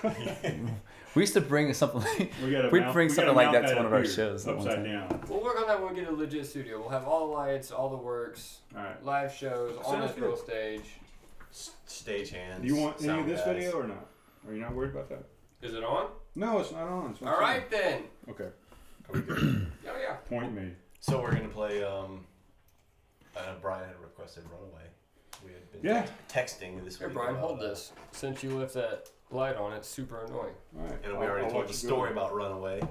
[SPEAKER 4] We used to bring something. Like,
[SPEAKER 2] We got a
[SPEAKER 4] we'd
[SPEAKER 2] mount- we
[SPEAKER 4] bring
[SPEAKER 2] got a
[SPEAKER 4] something like
[SPEAKER 2] mount
[SPEAKER 4] that to
[SPEAKER 2] pad
[SPEAKER 4] one of
[SPEAKER 2] up
[SPEAKER 4] our
[SPEAKER 2] here,
[SPEAKER 4] shows. at one
[SPEAKER 2] Upside
[SPEAKER 4] time.
[SPEAKER 2] down.
[SPEAKER 1] we'll work on that when we get a legit studio. We'll have all the lights, all the works,
[SPEAKER 2] All right.
[SPEAKER 1] live shows on
[SPEAKER 2] Sounds
[SPEAKER 1] this real
[SPEAKER 2] good.
[SPEAKER 1] stage.
[SPEAKER 5] Stage hands.
[SPEAKER 2] Do you want any of
[SPEAKER 5] sound
[SPEAKER 2] this
[SPEAKER 5] guys.
[SPEAKER 2] video or not? Are you not worried about that?
[SPEAKER 1] Is it on?
[SPEAKER 2] No, it's not on. It's not
[SPEAKER 1] All right then.
[SPEAKER 2] on. Okay.
[SPEAKER 5] Are we good?
[SPEAKER 1] Oh yeah.
[SPEAKER 2] Point made.
[SPEAKER 5] So we're gonna play. Um, uh, Brian had requested "Runaway." We had been
[SPEAKER 2] Yeah.
[SPEAKER 5] text- texting this
[SPEAKER 1] Here,
[SPEAKER 5] week.
[SPEAKER 1] Brian,
[SPEAKER 5] about
[SPEAKER 1] hold
[SPEAKER 5] that.
[SPEAKER 1] this. Since you left that light on, it's super annoying.
[SPEAKER 2] All right.
[SPEAKER 5] And we
[SPEAKER 2] I'll-
[SPEAKER 5] already
[SPEAKER 2] I'll
[SPEAKER 5] told
[SPEAKER 2] let
[SPEAKER 5] the
[SPEAKER 2] you go.
[SPEAKER 5] story about Runaway,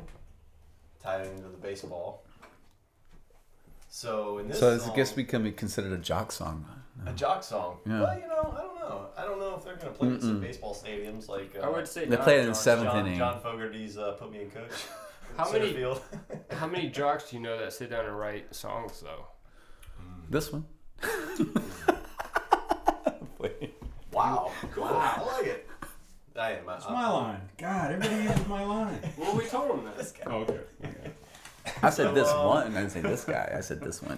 [SPEAKER 5] tied it into the baseball. So in this,
[SPEAKER 4] So I
[SPEAKER 5] song,
[SPEAKER 4] guess we can be considered a jock song.
[SPEAKER 5] a jock song.
[SPEAKER 4] Yeah.
[SPEAKER 5] Well, you know, I don't know. I don't know if they're gonna play this in baseball stadiums like. Uh,
[SPEAKER 1] I would say
[SPEAKER 4] They
[SPEAKER 1] not
[SPEAKER 4] play it in
[SPEAKER 1] jocks.
[SPEAKER 4] seventh
[SPEAKER 5] John,
[SPEAKER 4] inning.
[SPEAKER 5] John Fogerty's uh, put me in coach.
[SPEAKER 1] How
[SPEAKER 5] Center
[SPEAKER 1] many-
[SPEAKER 5] Field.
[SPEAKER 1] How many jocks do you know that sit down and write songs though?
[SPEAKER 4] This one.
[SPEAKER 5] wow. Cool. I like it. I am. uh, I,
[SPEAKER 2] It's my line. God, everybody uses my line.
[SPEAKER 1] Well, we told him that.
[SPEAKER 2] Oh, okay. okay.
[SPEAKER 4] I said this
[SPEAKER 5] um,
[SPEAKER 4] one. I didn't say this guy. I said this one.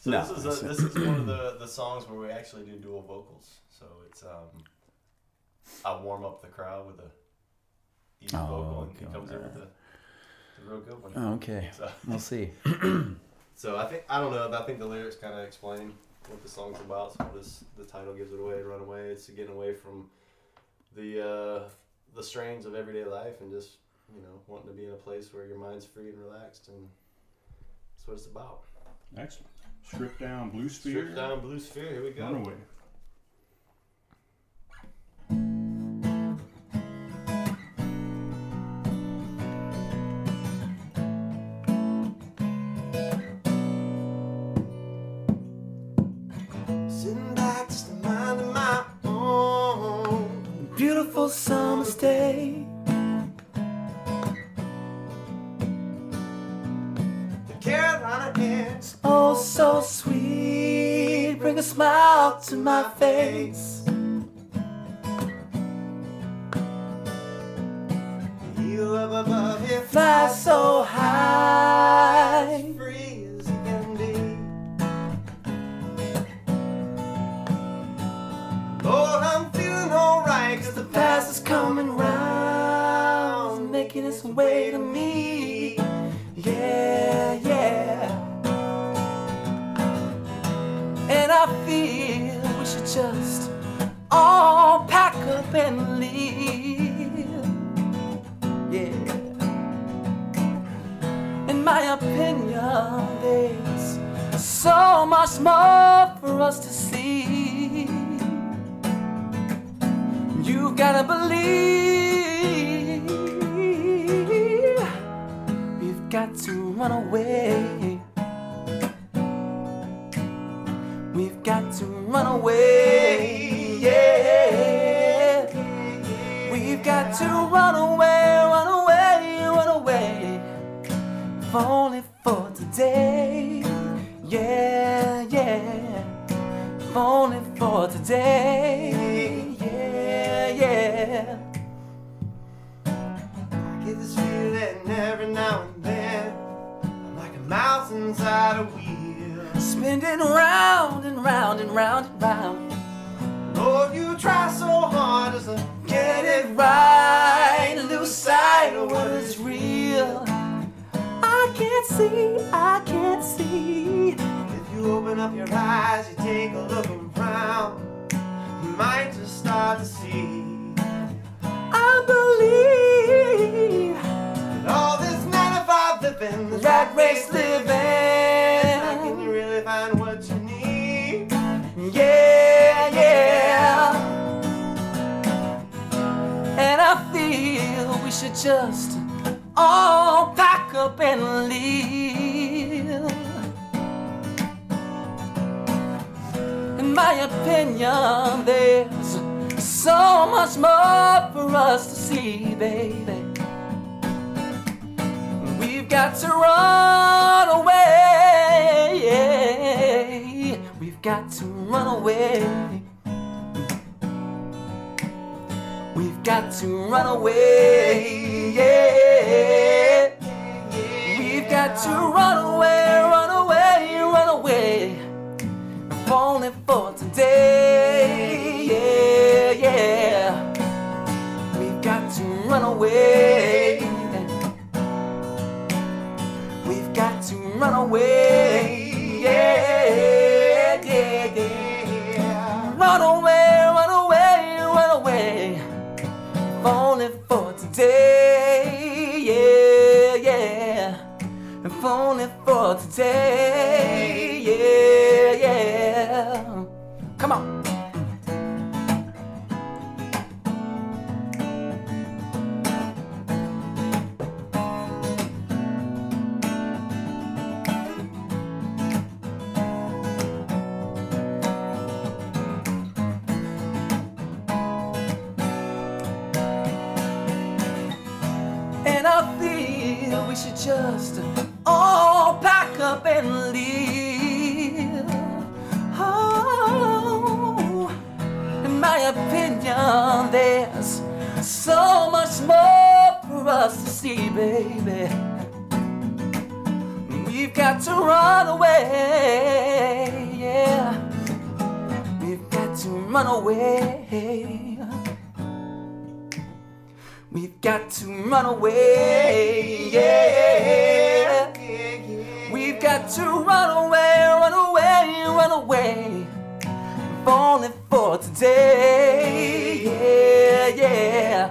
[SPEAKER 5] So
[SPEAKER 4] No,
[SPEAKER 5] this is
[SPEAKER 4] that's it.
[SPEAKER 5] a, this is one of the, the songs where we actually do dual vocals. So it's um, I warm up the crowd with a easy
[SPEAKER 4] Oh,
[SPEAKER 5] vocal, and he
[SPEAKER 4] God.
[SPEAKER 5] comes in with a, a real good one.
[SPEAKER 4] Oh, okay.
[SPEAKER 5] So,
[SPEAKER 4] We'll see.
[SPEAKER 5] so I think I don't know. I think the lyrics kind of explain what the song's about. So this the title gives it away. Run away. It's getting away from the uh, the strains of everyday life and just you know wanting to be in a place where your mind's free and relaxed, and that's what it's about.
[SPEAKER 2] Excellent. Strip down, blue sphere.
[SPEAKER 5] Strip down blue sphere. Here we go.
[SPEAKER 2] Runaway.
[SPEAKER 5] Sitting back just a mind of my own.
[SPEAKER 4] Beautiful summer's day.
[SPEAKER 5] The Carolina ends
[SPEAKER 4] Oh, so sweet. Bring a smile to my face.
[SPEAKER 5] You up above here
[SPEAKER 4] Fly so high.
[SPEAKER 5] free as you can be. Lord, I'm feeling alright cause the past is coming round, making its way to me.
[SPEAKER 4] Yeah, yeah. And I feel we should just all pack up and leave. Yeah. In my opinion, there's so much more for us to see. You've gotta believe. We've got to run away. We've got to run away. Yeah. We've got to run away, run away, run away. If only for today. Yeah, yeah. If only for today. Yeah, yeah.
[SPEAKER 5] I get this feeling every now and then. I'm like a mouse inside a wheel.
[SPEAKER 4] Spinning round and round and round and round.
[SPEAKER 5] Lord, Oh, you try so hard as a
[SPEAKER 4] Get it right, lose sight of what is real. I can't see, I can't see.
[SPEAKER 5] If you open up your eyes, you take a look around, you might just start to see
[SPEAKER 4] I believe
[SPEAKER 5] that all this nine to five living, this
[SPEAKER 4] that race
[SPEAKER 5] how can you
[SPEAKER 4] living.
[SPEAKER 5] really find what you need?
[SPEAKER 4] Yeah, yeah. And I feel we should just all pack up and leave. In my opinion, there's so much more for us to see, baby. We've got to run away. We've got to run away. We've got to run away. Yeah. We've got to run away, run away, run away. If only for today. Yeah,
[SPEAKER 6] got to run away. We've got to run away. Yeah, yeah, yeah. Run away, run away, run away. If only for today. Yeah, yeah. If only for today. Yeah, yeah. Come on. And I feel we should just all pack up and leave. Oh, in my opinion, there's so much more for us to see, baby. We've got to run away, yeah. We've got to run away. We've got to run away, yeah. We've got to run away, run away, run away. If only for today, yeah, yeah.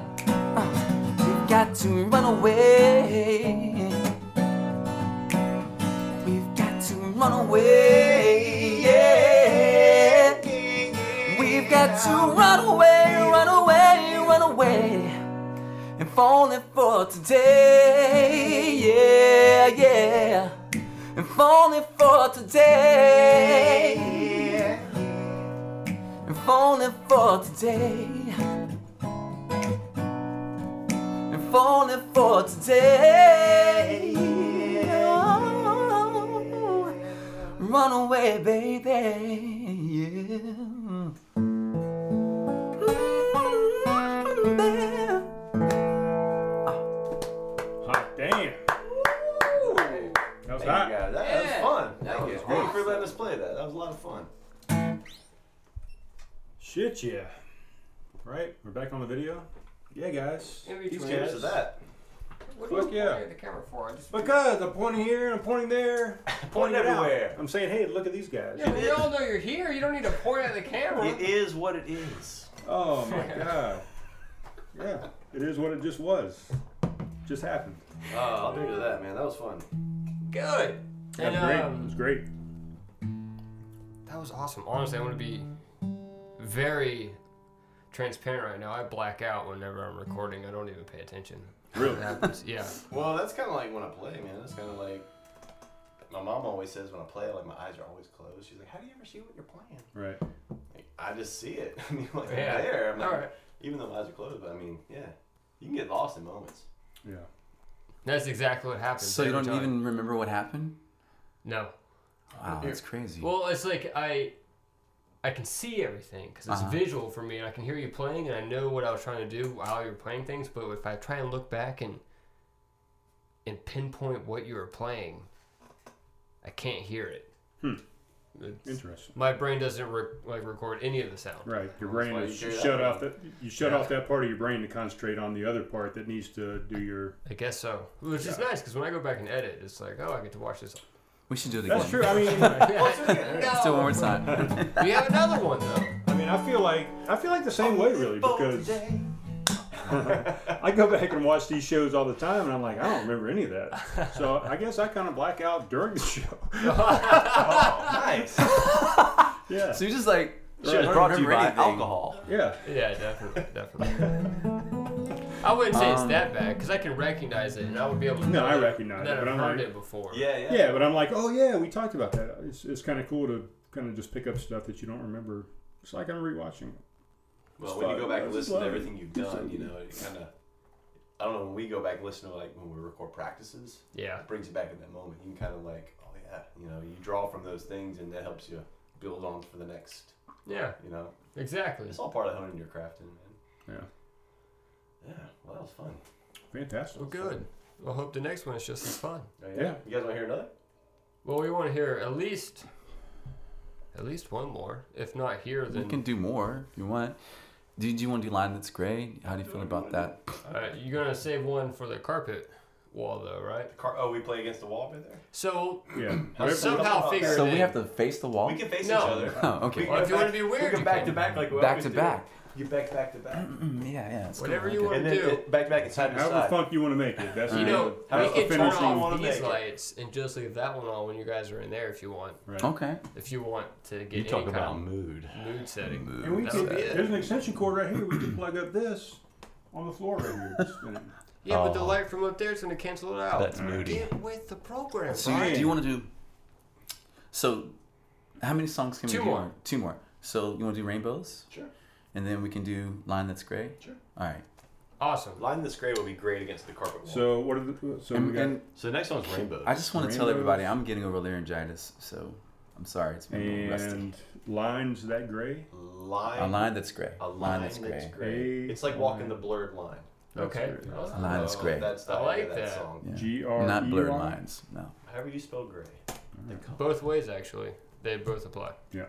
[SPEAKER 6] Uh, we've got to run away. We've got to run away, yeah. We've got to run away, run away, run away and falling for today. Yeah, yeah, and falling for today. And falling for today. And falling for today. Oh, Run away, baby. Mm-hmm, Yeah. Ooh, baby.
[SPEAKER 3] Hot damn. That was
[SPEAKER 5] Thank you
[SPEAKER 3] hot.
[SPEAKER 5] guys. That, that was
[SPEAKER 1] Yeah,
[SPEAKER 5] fun.
[SPEAKER 1] that
[SPEAKER 5] Thank you.
[SPEAKER 1] was
[SPEAKER 5] Thank you for
[SPEAKER 1] awesome.
[SPEAKER 5] letting us play that. That was a lot of fun.
[SPEAKER 3] Shit, yeah. Right, we're back on the video. Yeah, guys.
[SPEAKER 1] In between
[SPEAKER 3] These
[SPEAKER 5] Cheers
[SPEAKER 3] guys-
[SPEAKER 5] to that.
[SPEAKER 1] What
[SPEAKER 3] Fuck
[SPEAKER 1] are you
[SPEAKER 3] yeah.
[SPEAKER 1] pointing at the camera for? I just.
[SPEAKER 3] Because I'm pointing here, I'm pointing there, I'm
[SPEAKER 5] Pointing
[SPEAKER 3] it out.
[SPEAKER 5] everywhere.
[SPEAKER 3] I'm saying, hey, look at these guys.
[SPEAKER 1] Yeah, we all know you're here. You don't need to point at the camera.
[SPEAKER 5] It is what it is.
[SPEAKER 3] Oh my god. Yeah, it is what it just was. Just happened.
[SPEAKER 5] Oh, I'll drink to that, man. That was fun.
[SPEAKER 1] Good.
[SPEAKER 3] That
[SPEAKER 1] And,
[SPEAKER 3] was great. It
[SPEAKER 1] um,
[SPEAKER 3] was great.
[SPEAKER 1] That was awesome. Honestly, I'm gonna be very transparent right now. I black out whenever I'm recording. I don't even pay attention.
[SPEAKER 3] Really?
[SPEAKER 1] That happens. Yeah.
[SPEAKER 5] Well, that's kind of like when I play, man. That's kind of like my mom always says when I play, like my eyes are always closed. She's like, "How do you ever see what you're playing?"
[SPEAKER 3] Right.
[SPEAKER 5] Like, I just see it. I mean, like
[SPEAKER 1] Yeah.
[SPEAKER 5] I'm there. I'm like,
[SPEAKER 1] All right.
[SPEAKER 5] even though my eyes are closed, but I mean, yeah, you can get lost in moments.
[SPEAKER 3] Yeah.
[SPEAKER 1] That's exactly what happens.
[SPEAKER 4] So you
[SPEAKER 1] every
[SPEAKER 4] don't
[SPEAKER 1] time.
[SPEAKER 4] even remember what happened?
[SPEAKER 1] No.
[SPEAKER 4] Wow, that's crazy.
[SPEAKER 1] Well, it's like I, I can see everything because it's visual for me. I can hear you playing, and I know what I was trying to do while you were playing things. But if I try and look back and and pinpoint what you were playing, I can't hear it. Hmm.
[SPEAKER 3] Interesting.
[SPEAKER 1] my brain doesn't re- like record any of the sound.
[SPEAKER 3] Right. Your
[SPEAKER 5] That's
[SPEAKER 3] brain
[SPEAKER 5] why
[SPEAKER 3] is
[SPEAKER 5] you
[SPEAKER 3] you
[SPEAKER 5] hear that
[SPEAKER 3] shut
[SPEAKER 5] one.
[SPEAKER 3] off that you shut off that part of your brain to concentrate on the other part that needs to do your
[SPEAKER 1] I guess so, which is nice because when I go back and edit, it's like, oh, I get to watch this.
[SPEAKER 4] we should do it again.
[SPEAKER 3] That's true. I mean
[SPEAKER 4] Let's do it one more time.
[SPEAKER 1] we have another one though.
[SPEAKER 3] I mean I feel like I feel like the same way really because I go back and watch these shows all the time and I'm like, I don't remember any of that. So I guess I kinda black out during the show.
[SPEAKER 5] Oh, Nice.
[SPEAKER 3] Yeah.
[SPEAKER 4] so you just like
[SPEAKER 5] Should have
[SPEAKER 4] don't
[SPEAKER 5] brought to you
[SPEAKER 4] remember
[SPEAKER 5] by
[SPEAKER 4] anything.
[SPEAKER 5] alcohol.
[SPEAKER 3] Yeah.
[SPEAKER 1] Yeah, definitely, definitely. I wouldn't say it's that bad because I can recognize it and I would be able to.
[SPEAKER 3] No,
[SPEAKER 1] know
[SPEAKER 3] I
[SPEAKER 1] that-
[SPEAKER 3] recognize
[SPEAKER 1] that
[SPEAKER 3] it, but
[SPEAKER 1] I've
[SPEAKER 3] I'm
[SPEAKER 1] heard
[SPEAKER 3] like-
[SPEAKER 1] it before.
[SPEAKER 5] Yeah, yeah.
[SPEAKER 3] Yeah, but I'm like, oh yeah, we talked about that. It's, it's kind of cool to kind of just pick up stuff that you don't remember. It's like I'm rewatching it.
[SPEAKER 5] Well, when you go back and
[SPEAKER 3] It's
[SPEAKER 5] listen to
[SPEAKER 3] fun.
[SPEAKER 5] everything you've done, you know, it kind of. I don't know. When we go back and listen to like when we record practices,
[SPEAKER 1] Yeah.
[SPEAKER 5] it brings you back in that moment. You can kind of like, oh yeah, you know, you draw from those things, and that helps you build on for the next.
[SPEAKER 1] Yeah.
[SPEAKER 5] You know,
[SPEAKER 1] Exactly.
[SPEAKER 5] it's all part of honing your crafting, man.
[SPEAKER 3] Yeah,
[SPEAKER 5] Yeah, well, that was fun.
[SPEAKER 3] fantastic.
[SPEAKER 1] Well, good. Well, hope the next one is just as fun.
[SPEAKER 5] Oh,
[SPEAKER 3] Yeah.
[SPEAKER 5] You guys want to hear another?
[SPEAKER 1] Well, we want to hear at least, at least one more. If not here,
[SPEAKER 4] We
[SPEAKER 1] then
[SPEAKER 4] can do more if you want. Do, do you want to do line that's gray? How do you feel about that?
[SPEAKER 1] All right, you're gonna save one for the carpet wall though, right?
[SPEAKER 5] Car- oh, we play against the wall right there.
[SPEAKER 1] So
[SPEAKER 2] Yeah.
[SPEAKER 1] somehow
[SPEAKER 5] So
[SPEAKER 1] figure it
[SPEAKER 4] So we
[SPEAKER 1] in.
[SPEAKER 4] have to face the wall.
[SPEAKER 5] We can face
[SPEAKER 1] No.
[SPEAKER 5] each other.
[SPEAKER 4] Oh, okay.
[SPEAKER 5] We
[SPEAKER 1] Well,
[SPEAKER 5] can
[SPEAKER 1] if you
[SPEAKER 5] back-
[SPEAKER 1] wanna be weird,
[SPEAKER 5] we can
[SPEAKER 1] you
[SPEAKER 5] back
[SPEAKER 1] can.
[SPEAKER 5] to back like we
[SPEAKER 4] Back
[SPEAKER 5] always
[SPEAKER 4] to
[SPEAKER 5] do.
[SPEAKER 4] back.
[SPEAKER 5] You back back to back.
[SPEAKER 4] Mm, yeah, yeah. it's
[SPEAKER 1] Whatever
[SPEAKER 4] cool.
[SPEAKER 1] you
[SPEAKER 4] Okay.
[SPEAKER 1] want
[SPEAKER 5] And
[SPEAKER 1] to
[SPEAKER 5] then
[SPEAKER 1] do.
[SPEAKER 5] it- back to back and side to
[SPEAKER 2] However the
[SPEAKER 5] side.
[SPEAKER 2] fuck you want to make it. That's
[SPEAKER 1] You know,
[SPEAKER 5] How's
[SPEAKER 1] we
[SPEAKER 5] the
[SPEAKER 1] can turn
[SPEAKER 5] finishing
[SPEAKER 1] off
[SPEAKER 5] wanna
[SPEAKER 1] these
[SPEAKER 5] make it?
[SPEAKER 1] lights and just leave that one on when you guys are in there if you want.
[SPEAKER 2] Right.
[SPEAKER 4] Okay.
[SPEAKER 1] If you want to get
[SPEAKER 5] You
[SPEAKER 1] any
[SPEAKER 5] talk
[SPEAKER 1] kind
[SPEAKER 5] about
[SPEAKER 1] of
[SPEAKER 5] mood.
[SPEAKER 1] mood setting.
[SPEAKER 2] And we
[SPEAKER 1] That's
[SPEAKER 2] could,
[SPEAKER 1] what it is.
[SPEAKER 2] there's an extension cord right here. We could plug up this on the floor right here. Just spin it.
[SPEAKER 1] Yeah, but the
[SPEAKER 4] Oh.
[SPEAKER 1] light from up there is going to cancel it out.
[SPEAKER 4] That's moody.
[SPEAKER 1] Get with the program.
[SPEAKER 4] So you, do you want to do? So, how many songs can
[SPEAKER 1] Two
[SPEAKER 4] we do?
[SPEAKER 1] more.
[SPEAKER 4] Two more. So you want to do rainbows,
[SPEAKER 5] Sure.
[SPEAKER 4] and then we can do line that's gray.
[SPEAKER 5] Sure.
[SPEAKER 4] All right.
[SPEAKER 1] Awesome.
[SPEAKER 5] Line this gray will be great against the carpet wall. So,
[SPEAKER 2] So what are the so we
[SPEAKER 4] And,
[SPEAKER 2] got?
[SPEAKER 4] and
[SPEAKER 5] the next one's rainbow.
[SPEAKER 4] I just want to tell
[SPEAKER 2] Rainbows.
[SPEAKER 4] everybody I'm getting over laryngitis, so I'm sorry it's been a little rusty.
[SPEAKER 2] And lines that gray.
[SPEAKER 5] line.
[SPEAKER 4] A line that's gray.
[SPEAKER 5] A line,
[SPEAKER 4] that's gray.
[SPEAKER 2] A
[SPEAKER 5] It's like walking
[SPEAKER 2] line.
[SPEAKER 5] the blurred line.
[SPEAKER 1] Okay.
[SPEAKER 2] great.
[SPEAKER 1] Awesome.
[SPEAKER 4] A line that's
[SPEAKER 5] Oh,
[SPEAKER 4] gray.
[SPEAKER 5] That's the
[SPEAKER 1] I
[SPEAKER 5] idea
[SPEAKER 1] like
[SPEAKER 5] of
[SPEAKER 1] that.
[SPEAKER 5] song.
[SPEAKER 4] Yeah.
[SPEAKER 2] G R
[SPEAKER 4] Not
[SPEAKER 2] E
[SPEAKER 4] blurred
[SPEAKER 2] Y?
[SPEAKER 4] lines. No.
[SPEAKER 5] However you spell gray. The color.
[SPEAKER 1] Both ways, actually. They both apply.
[SPEAKER 2] Yeah.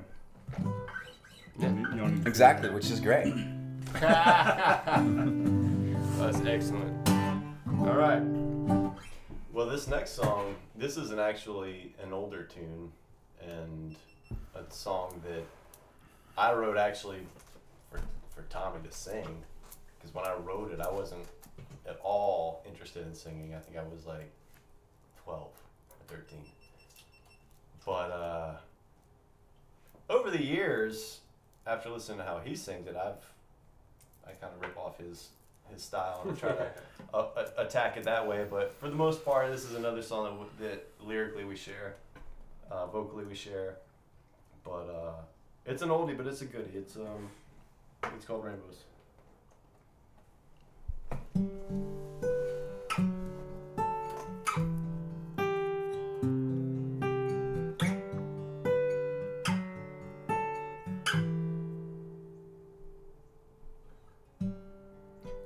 [SPEAKER 2] You don't need- you don't need to-
[SPEAKER 4] Exactly, which is gray.
[SPEAKER 1] That's excellent. All right.
[SPEAKER 5] Well, this next song, this is an actually an older tune, and a song that I wrote actually for for Tommy to sing, because when I wrote it, I wasn't at all interested in singing. I think I was like twelve or thirteen, but uh, over the years, after listening to how he sings it, I've I kind of rip off his his style and try to uh, uh, attack it that way. But for the most part, this is another song that, w- that lyrically we share, uh, vocally we share. But uh, it's an oldie, but it's a goodie. It's um, it's called Rainbows.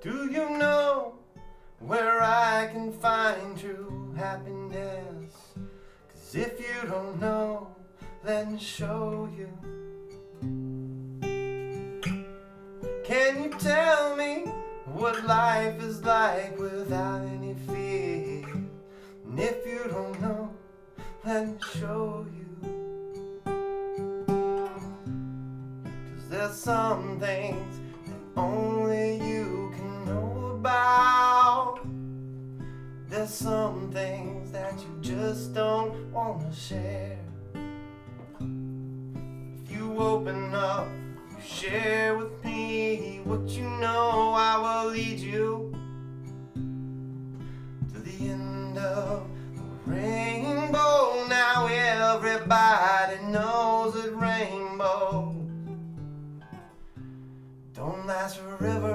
[SPEAKER 5] Do you know where I can find true happiness? 'Cause if you don't know, let me show you. Can you tell me what life is like without any fear? And if you don't know, let me show you. Cause there's some things that only you can know about. There's some things that you just don't wanna share. If you open up, you share with me what you know, I will lead you to the end of the rainbow. Now everybody knows that rainbow don't last forever.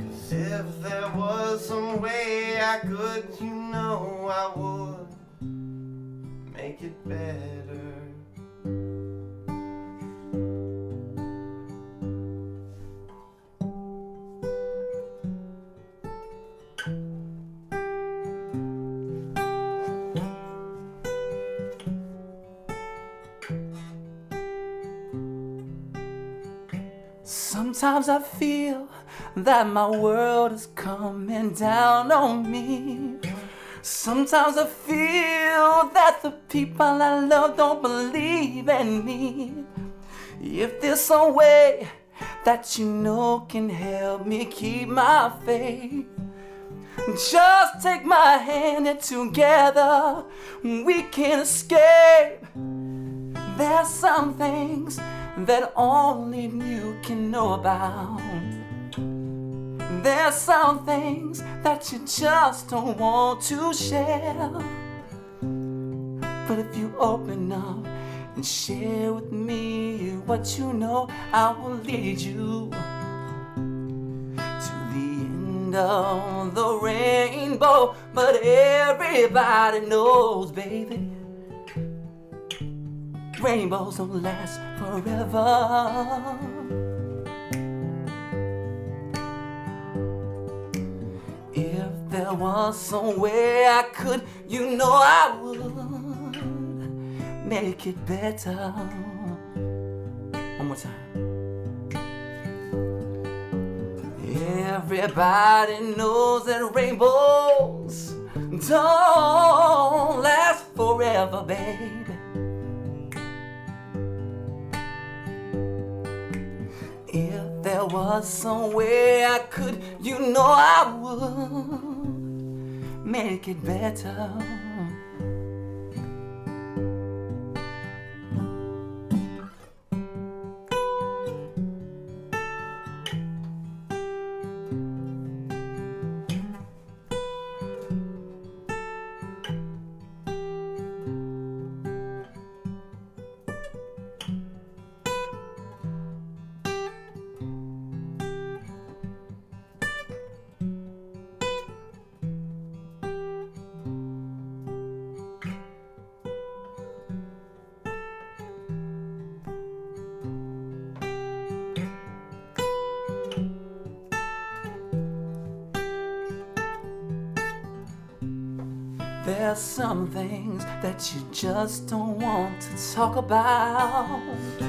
[SPEAKER 5] Cause if there was some way I could, you know I would make it better.
[SPEAKER 6] Sometimes I feel that my world is coming down on me. Sometimes I feel that the people I love don't believe in me. If there's some way that you know can help me keep my faith, just take my hand and together we can escape. There's some things that only you can know about. There's some things that you just don't want to share. But if you open up and share with me what you know, I will lead you to the end of the rainbow. But everybody knows, baby rainbows don't last forever. If there was some way I could, you know I would make it better. One more time. Everybody knows that rainbows don't last forever, babe. If there was some way I could, you know I would make it better. There's some things that you just don't want to talk about.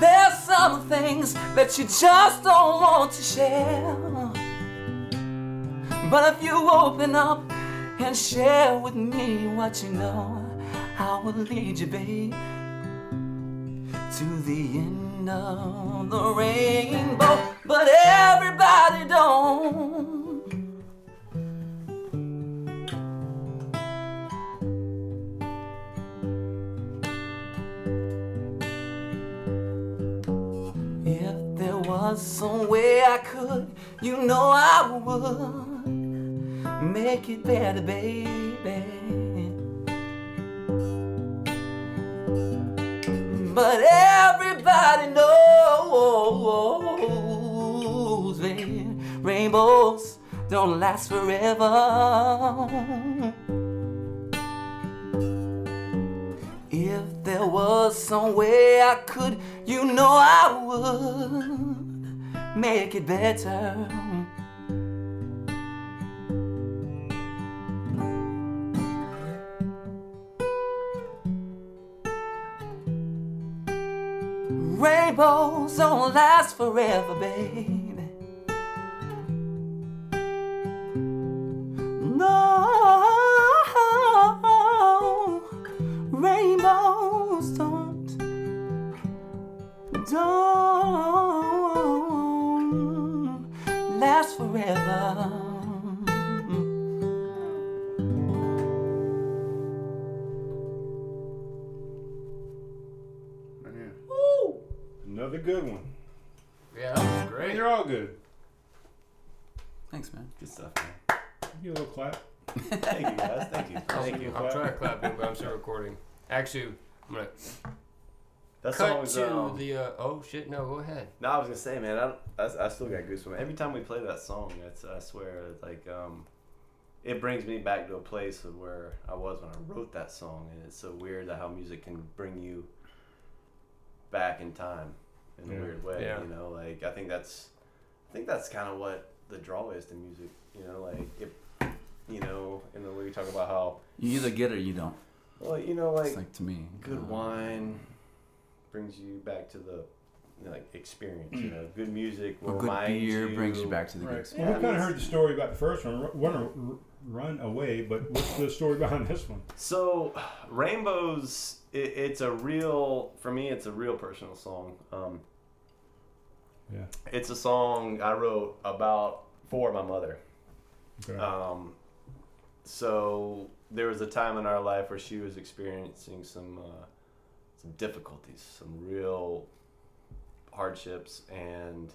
[SPEAKER 6] There's some things that you just don't want to share. But if you open up and share with me what you know, I will lead you, babe, to the end of the rainbow. But everybody don't. If there was some way I could, you know I would make it better, baby. But everybody knows, baby, rainbows don't last forever. If there was some way I could, you know I would make it better. Rainbows don't last forever, babe. No, rainbows don't don't last forever.
[SPEAKER 2] Another good one.
[SPEAKER 4] Yeah, that was great.
[SPEAKER 2] They're all good.
[SPEAKER 4] Thanks, man.
[SPEAKER 5] Good stuff, man.
[SPEAKER 2] Give a little clap.
[SPEAKER 5] Thank you, guys. Thank you. Thank you.
[SPEAKER 1] I'm trying to clap, in, but I'm still recording. Actually, I'm gonna
[SPEAKER 5] That's
[SPEAKER 1] cut
[SPEAKER 5] always.
[SPEAKER 1] to
[SPEAKER 5] Um,
[SPEAKER 1] the. Uh, oh shit! No, go ahead.
[SPEAKER 5] no, I was gonna say, man. I, don't, I, I still got goosebumps every time we play that song. It's I swear, like um, it brings me back to a place of where I was when I wrote that song, and it's so weird that how music can bring you back in time in a
[SPEAKER 2] Yeah.
[SPEAKER 5] weird way.
[SPEAKER 1] Yeah.
[SPEAKER 5] You know, like I think that's I think that's kind of what the draw is to music. You know, like it. You know, and then we talk about how
[SPEAKER 4] You either get it or you don't.
[SPEAKER 5] well, you know,
[SPEAKER 4] It's like to me.
[SPEAKER 5] good
[SPEAKER 4] uh,
[SPEAKER 5] wine brings you back to the you know, like experience you know good music will
[SPEAKER 4] Mm. A good
[SPEAKER 5] remind
[SPEAKER 4] beer
[SPEAKER 5] you
[SPEAKER 4] brings you back to the good.
[SPEAKER 2] Right.
[SPEAKER 4] experience.
[SPEAKER 2] Well, we kind of heard the story about the first one, Run, Run- run Away, but what's the story behind this one?
[SPEAKER 5] so rainbows it, it's a real for me it's a real personal song um
[SPEAKER 2] Yeah.
[SPEAKER 5] it's a song i wrote about for my mother
[SPEAKER 2] Okay.
[SPEAKER 4] Uh,
[SPEAKER 5] Um, so there was a time in our life where she was experiencing some uh, some difficulties, some real hardships, and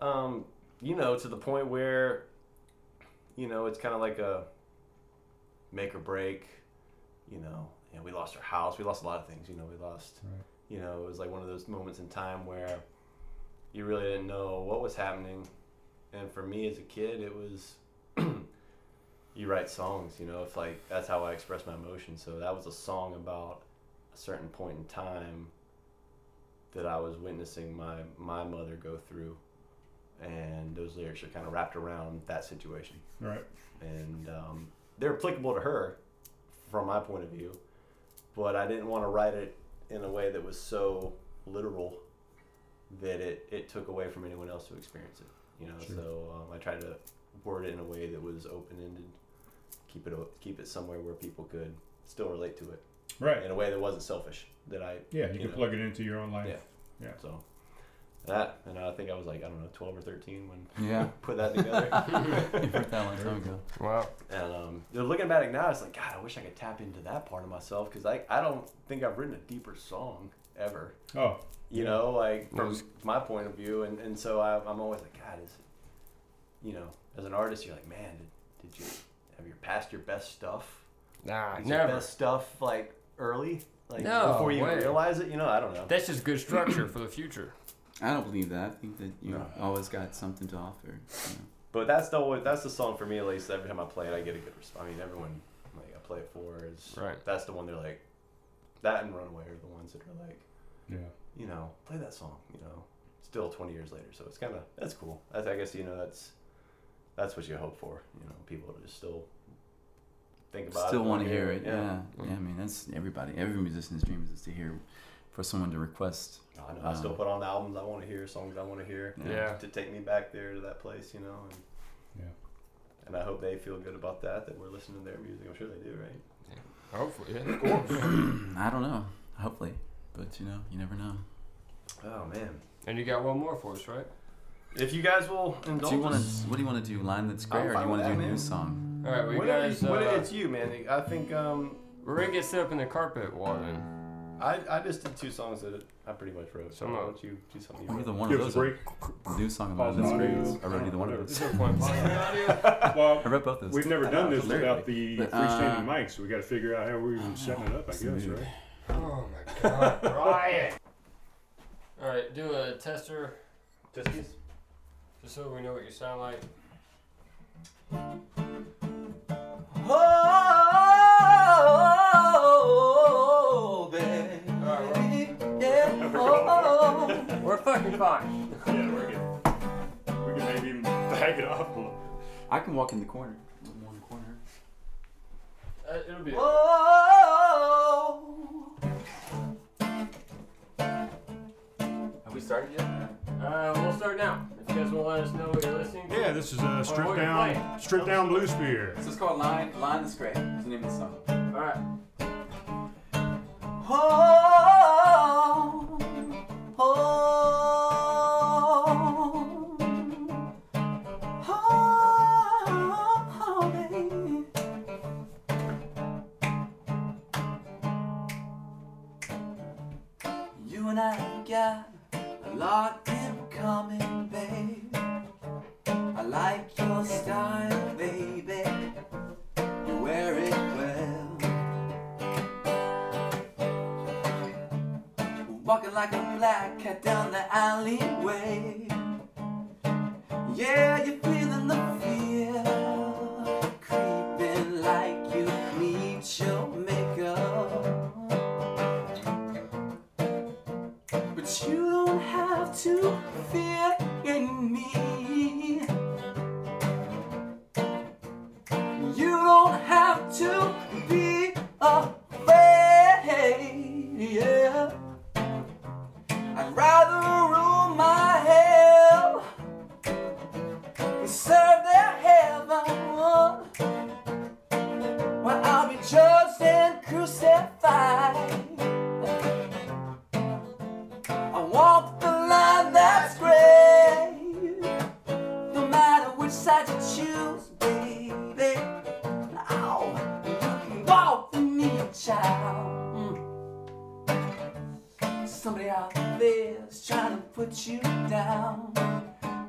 [SPEAKER 5] um, you know, to the point where you know it's kind of like a make or break. You know, you know, we lost our house, we lost a lot of things. You know, we lost.
[SPEAKER 2] Right.
[SPEAKER 5] You know, it was like one of those moments in time where you really didn't know what was happening. And for me as a kid, it was you write songs, you know, it's like that's how I express my emotion. So that was a song about a certain point in time that I was witnessing my my mother go through. And those lyrics are kind of wrapped around that situation
[SPEAKER 2] All right.
[SPEAKER 5] and um, they're applicable to her from my point of view. but I didn't want to write it in a way that was so literal that it, it took away from anyone else who experienced it. You know, so um, I tried to word it in a way that was open ended, keep it o- keep it somewhere where people could still relate to it
[SPEAKER 3] Right.
[SPEAKER 5] in a way that wasn't selfish. That I
[SPEAKER 3] Yeah, you, can
[SPEAKER 5] know,
[SPEAKER 3] plug it into your own life.
[SPEAKER 5] Yeah.
[SPEAKER 3] Yeah.
[SPEAKER 5] So that and I think I was like I don't know twelve or thirteen when
[SPEAKER 4] Yeah,
[SPEAKER 5] put that together.
[SPEAKER 4] you heard that a long time ago.
[SPEAKER 1] Wow.
[SPEAKER 5] and um, you know, looking back now, it's like God, I wish I could tap into that part of myself because I I don't think I've written a deeper song ever.
[SPEAKER 3] Oh,
[SPEAKER 5] you know, like
[SPEAKER 1] Well,
[SPEAKER 5] from my point of view. And, and so I, I'm always like, God, is, you know, as an artist, you're like, man, did, did you have your past your best stuff?
[SPEAKER 1] Nah,
[SPEAKER 5] Is your
[SPEAKER 1] never.
[SPEAKER 5] best stuff like early? Like
[SPEAKER 1] No
[SPEAKER 5] before you
[SPEAKER 1] way.
[SPEAKER 5] realize it? You know, I don't know.
[SPEAKER 1] That's just good structure for the future.
[SPEAKER 4] I don't believe that. I think that you always got something to offer. You know.
[SPEAKER 5] But that's the one- that's the song for me at least. Every time I play it, I get a good response. I mean, everyone like I play it for is
[SPEAKER 1] Right.
[SPEAKER 5] That's the one they're like, that and Runaway are the ones that are like,
[SPEAKER 3] yeah.
[SPEAKER 5] you know, play that song, you know, still 20 years later. So it's kind of, that's cool. That's, I guess, you know, that's, that's what you hope for, you know, people to still think about it.
[SPEAKER 4] Still
[SPEAKER 5] and
[SPEAKER 4] want to hear it. Yeah. Mm-hmm. yeah.
[SPEAKER 1] Mm.
[SPEAKER 4] I mean, that's everybody. Every musician's dream is to hear, for someone to request.
[SPEAKER 5] No, Oh, I know. I still
[SPEAKER 4] Um,
[SPEAKER 5] put on albums I want to hear, songs I want to hear
[SPEAKER 1] Yeah.
[SPEAKER 5] to take me back there to that place, you know, and,
[SPEAKER 3] Yeah.
[SPEAKER 5] and I hope they feel good about that, that we're listening to their music. I'm sure they do, right?
[SPEAKER 1] Hopefully, yeah. Of course.
[SPEAKER 4] I don't know. Hopefully, but you know, you never know.
[SPEAKER 5] Oh, man.
[SPEAKER 1] and you got one more for us, right?
[SPEAKER 5] If you guys will
[SPEAKER 4] Do
[SPEAKER 5] indulge
[SPEAKER 4] you want to?
[SPEAKER 5] us.
[SPEAKER 4] What do you want to do? Line the square, or do
[SPEAKER 5] fine
[SPEAKER 4] you want
[SPEAKER 5] with
[SPEAKER 4] to do a
[SPEAKER 5] that,
[SPEAKER 4] new
[SPEAKER 5] man.
[SPEAKER 4] song?
[SPEAKER 1] All right, we
[SPEAKER 5] Whatever
[SPEAKER 1] guys.
[SPEAKER 5] you- what-
[SPEAKER 1] uh,
[SPEAKER 5] it's you, man. I think um,
[SPEAKER 1] we're gonna get set up in the carpet walking.
[SPEAKER 5] I, I just did two songs that I pretty much wrote. So
[SPEAKER 1] Some
[SPEAKER 5] why
[SPEAKER 1] of-
[SPEAKER 5] don't you do something? You
[SPEAKER 4] Or
[SPEAKER 5] wrote?
[SPEAKER 4] either one
[SPEAKER 3] Give
[SPEAKER 4] of
[SPEAKER 3] us
[SPEAKER 4] those.
[SPEAKER 3] a break.
[SPEAKER 4] a New song and
[SPEAKER 3] Pause
[SPEAKER 4] line the
[SPEAKER 3] the
[SPEAKER 4] square.
[SPEAKER 3] audio.
[SPEAKER 4] I wrote either one
[SPEAKER 3] Whatever.
[SPEAKER 4] of those.
[SPEAKER 3] Well,
[SPEAKER 4] I wrote both those.
[SPEAKER 3] we've never done this without the
[SPEAKER 4] But,
[SPEAKER 3] freestanding
[SPEAKER 4] uh,
[SPEAKER 3] mics. We got to figure out how we're even setting it up. I guess,
[SPEAKER 4] Smooth.
[SPEAKER 3] right?
[SPEAKER 1] Oh my God, Brian! All right, do a tester
[SPEAKER 5] Just
[SPEAKER 1] just so we know what you sound like.
[SPEAKER 6] Oh,
[SPEAKER 1] Alright,
[SPEAKER 6] baby. Yeah. Oh,
[SPEAKER 1] We're, we're fucking fine.
[SPEAKER 3] Yeah, we're good. We can maybe even back it off a little.
[SPEAKER 4] I can walk in the corner. I'm in the corner.
[SPEAKER 1] Uh, it'll be.
[SPEAKER 6] oh.
[SPEAKER 4] Have we started yet?
[SPEAKER 1] Uh, we'll start now. If you guys want to let us know what you're listening to.
[SPEAKER 3] Yeah, this is a
[SPEAKER 1] strip
[SPEAKER 3] strip
[SPEAKER 1] what are you down-
[SPEAKER 3] down,
[SPEAKER 1] playing?
[SPEAKER 3] strip down blue spear.
[SPEAKER 4] So it's called Line Line the Square. It's the name of the song.
[SPEAKER 1] All right.
[SPEAKER 6] Oh, oh, oh, baby. You and I got a lot in common, babe. I like your style, baby. You wear it well. Walking like a black cat down the alleyway. Yeah, you're feeling the fear. Creeping like you need your makeup. But you don't have to fear in me. You don't have to be afraid. Yeah. I'd rather rule my hell and serve their heaven where I'll be judged and crucified. I walk the line that's gray, no matter which side you choose, baby. Ow, you can walk with me, child. Mm. Somebody out there's trying to put you down,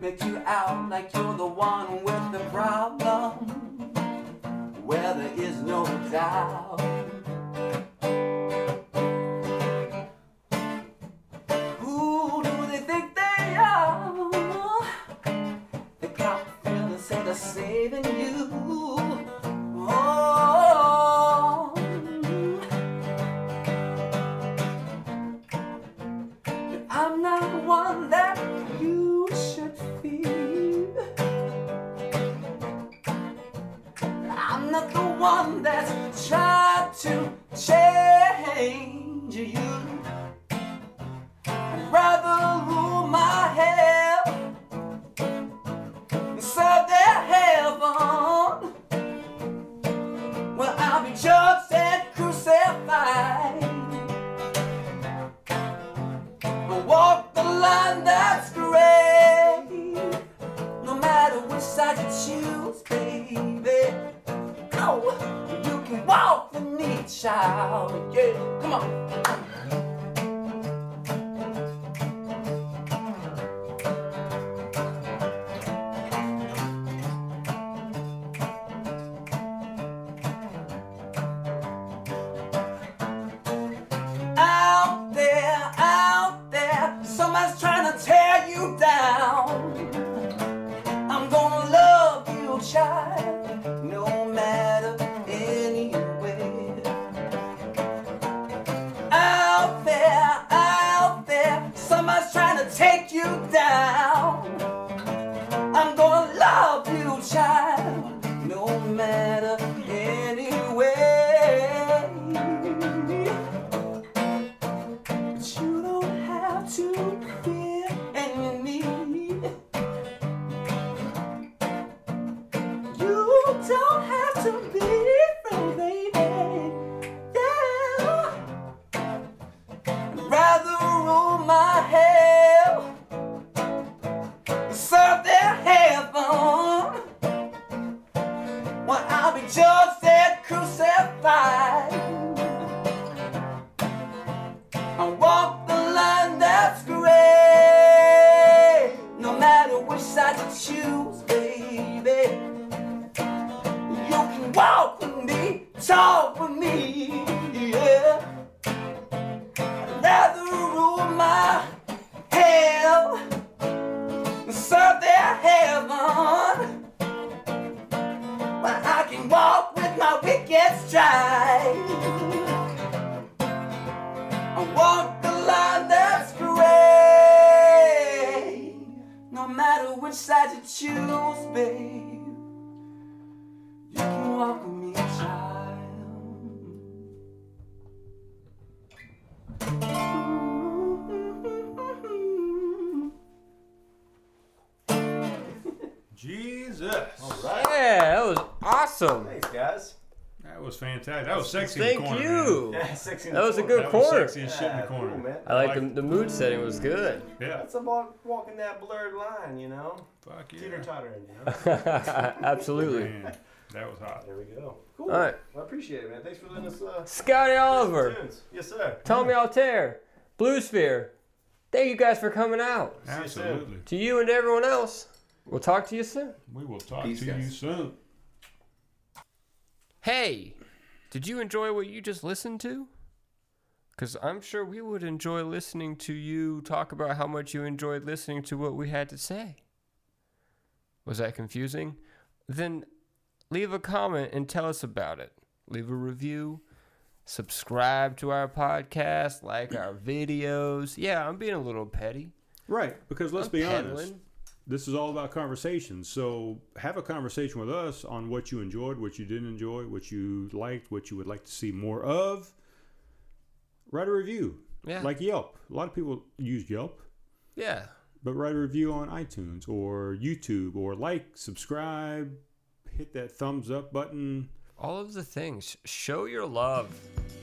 [SPEAKER 6] make you out like you're the one with the problem. Where there is no doubt. Who do they think they are? They got feelings and they're saving you. Oh. I'm not one that you should fear. I'm not the one that's tried to change and that's great. No matter which side you choose, baby. Oh, you can walk the neat child. Yeah, come on. Out there, out there, somebody's trying to tear you down. I'm gonna love you, child, no matter anyway. Out there, out there, somebody's trying to take you down. I'm gonna love you, child, no matter anyway. But you don't have to fear any. You don't have to be afraid, baby. Yeah. I'd rather rule my hell, than serve their heaven. While I'll be judged and crucified. I walk the line that's gray. No matter which side you choose, baby. You can walk with me, talk with me, yeah. I'd rather rule my hell than serve their heaven. But I can walk with my wicked stride. I walk the line that's gray. No matter which side you choose, babe, you can walk with me, child.
[SPEAKER 3] Jesus.
[SPEAKER 1] Yeah, that was awesome.
[SPEAKER 5] Thanks, guys.
[SPEAKER 3] That was fantastic. That was sexy. in the
[SPEAKER 1] Thank
[SPEAKER 3] corner, man.
[SPEAKER 1] you.
[SPEAKER 5] Yeah, six in
[SPEAKER 1] That
[SPEAKER 5] the
[SPEAKER 1] was a
[SPEAKER 5] corner.
[SPEAKER 1] good
[SPEAKER 3] That was
[SPEAKER 1] corner.
[SPEAKER 3] sexy as shit in
[SPEAKER 5] Yeah,
[SPEAKER 3] the corner.
[SPEAKER 5] cool, man.
[SPEAKER 1] I like the, the mood setting was good.
[SPEAKER 3] Yeah.
[SPEAKER 5] That's about walking that blurred line, you know?
[SPEAKER 3] Fuck
[SPEAKER 5] Teeter
[SPEAKER 3] yeah.
[SPEAKER 5] tottering, you know?
[SPEAKER 1] Absolutely.
[SPEAKER 3] Man, that was hot.
[SPEAKER 5] there we go. Cool.
[SPEAKER 1] All right.
[SPEAKER 5] Well, I appreciate it, man. Thanks for letting us uh,
[SPEAKER 1] Scotty Oliver,
[SPEAKER 5] tunes. Yes, sir.
[SPEAKER 1] Tommy Altair, Blue Sphere. Thank you guys for coming out.
[SPEAKER 5] you soon.
[SPEAKER 3] Absolutely.
[SPEAKER 1] To you and everyone else, we'll talk to you soon.
[SPEAKER 3] We will talk
[SPEAKER 4] Peace,
[SPEAKER 3] to you
[SPEAKER 4] guys.
[SPEAKER 3] soon.
[SPEAKER 1] Hey, did you enjoy what you just listened to? Because I'm sure we would enjoy listening to you talk about how much you enjoyed listening to what we had to say. Was that confusing? Then leave a comment and tell us about it. Leave a review. Subscribe to our podcast, like our videos. Yeah, I'm being a little petty.
[SPEAKER 3] Right, because let's
[SPEAKER 1] I'm
[SPEAKER 3] be honest,
[SPEAKER 1] peddling.
[SPEAKER 3] this is all about conversations. So have a conversation with us on what you enjoyed, what you didn't enjoy, what you liked, what you would like to see more of. Write a review,
[SPEAKER 1] Yeah.
[SPEAKER 3] like Yelp. A lot of people use Yelp,
[SPEAKER 1] yeah.
[SPEAKER 3] but write a review on iTunes or YouTube or like, subscribe, hit that thumbs up button.
[SPEAKER 1] All of the things. Show your love.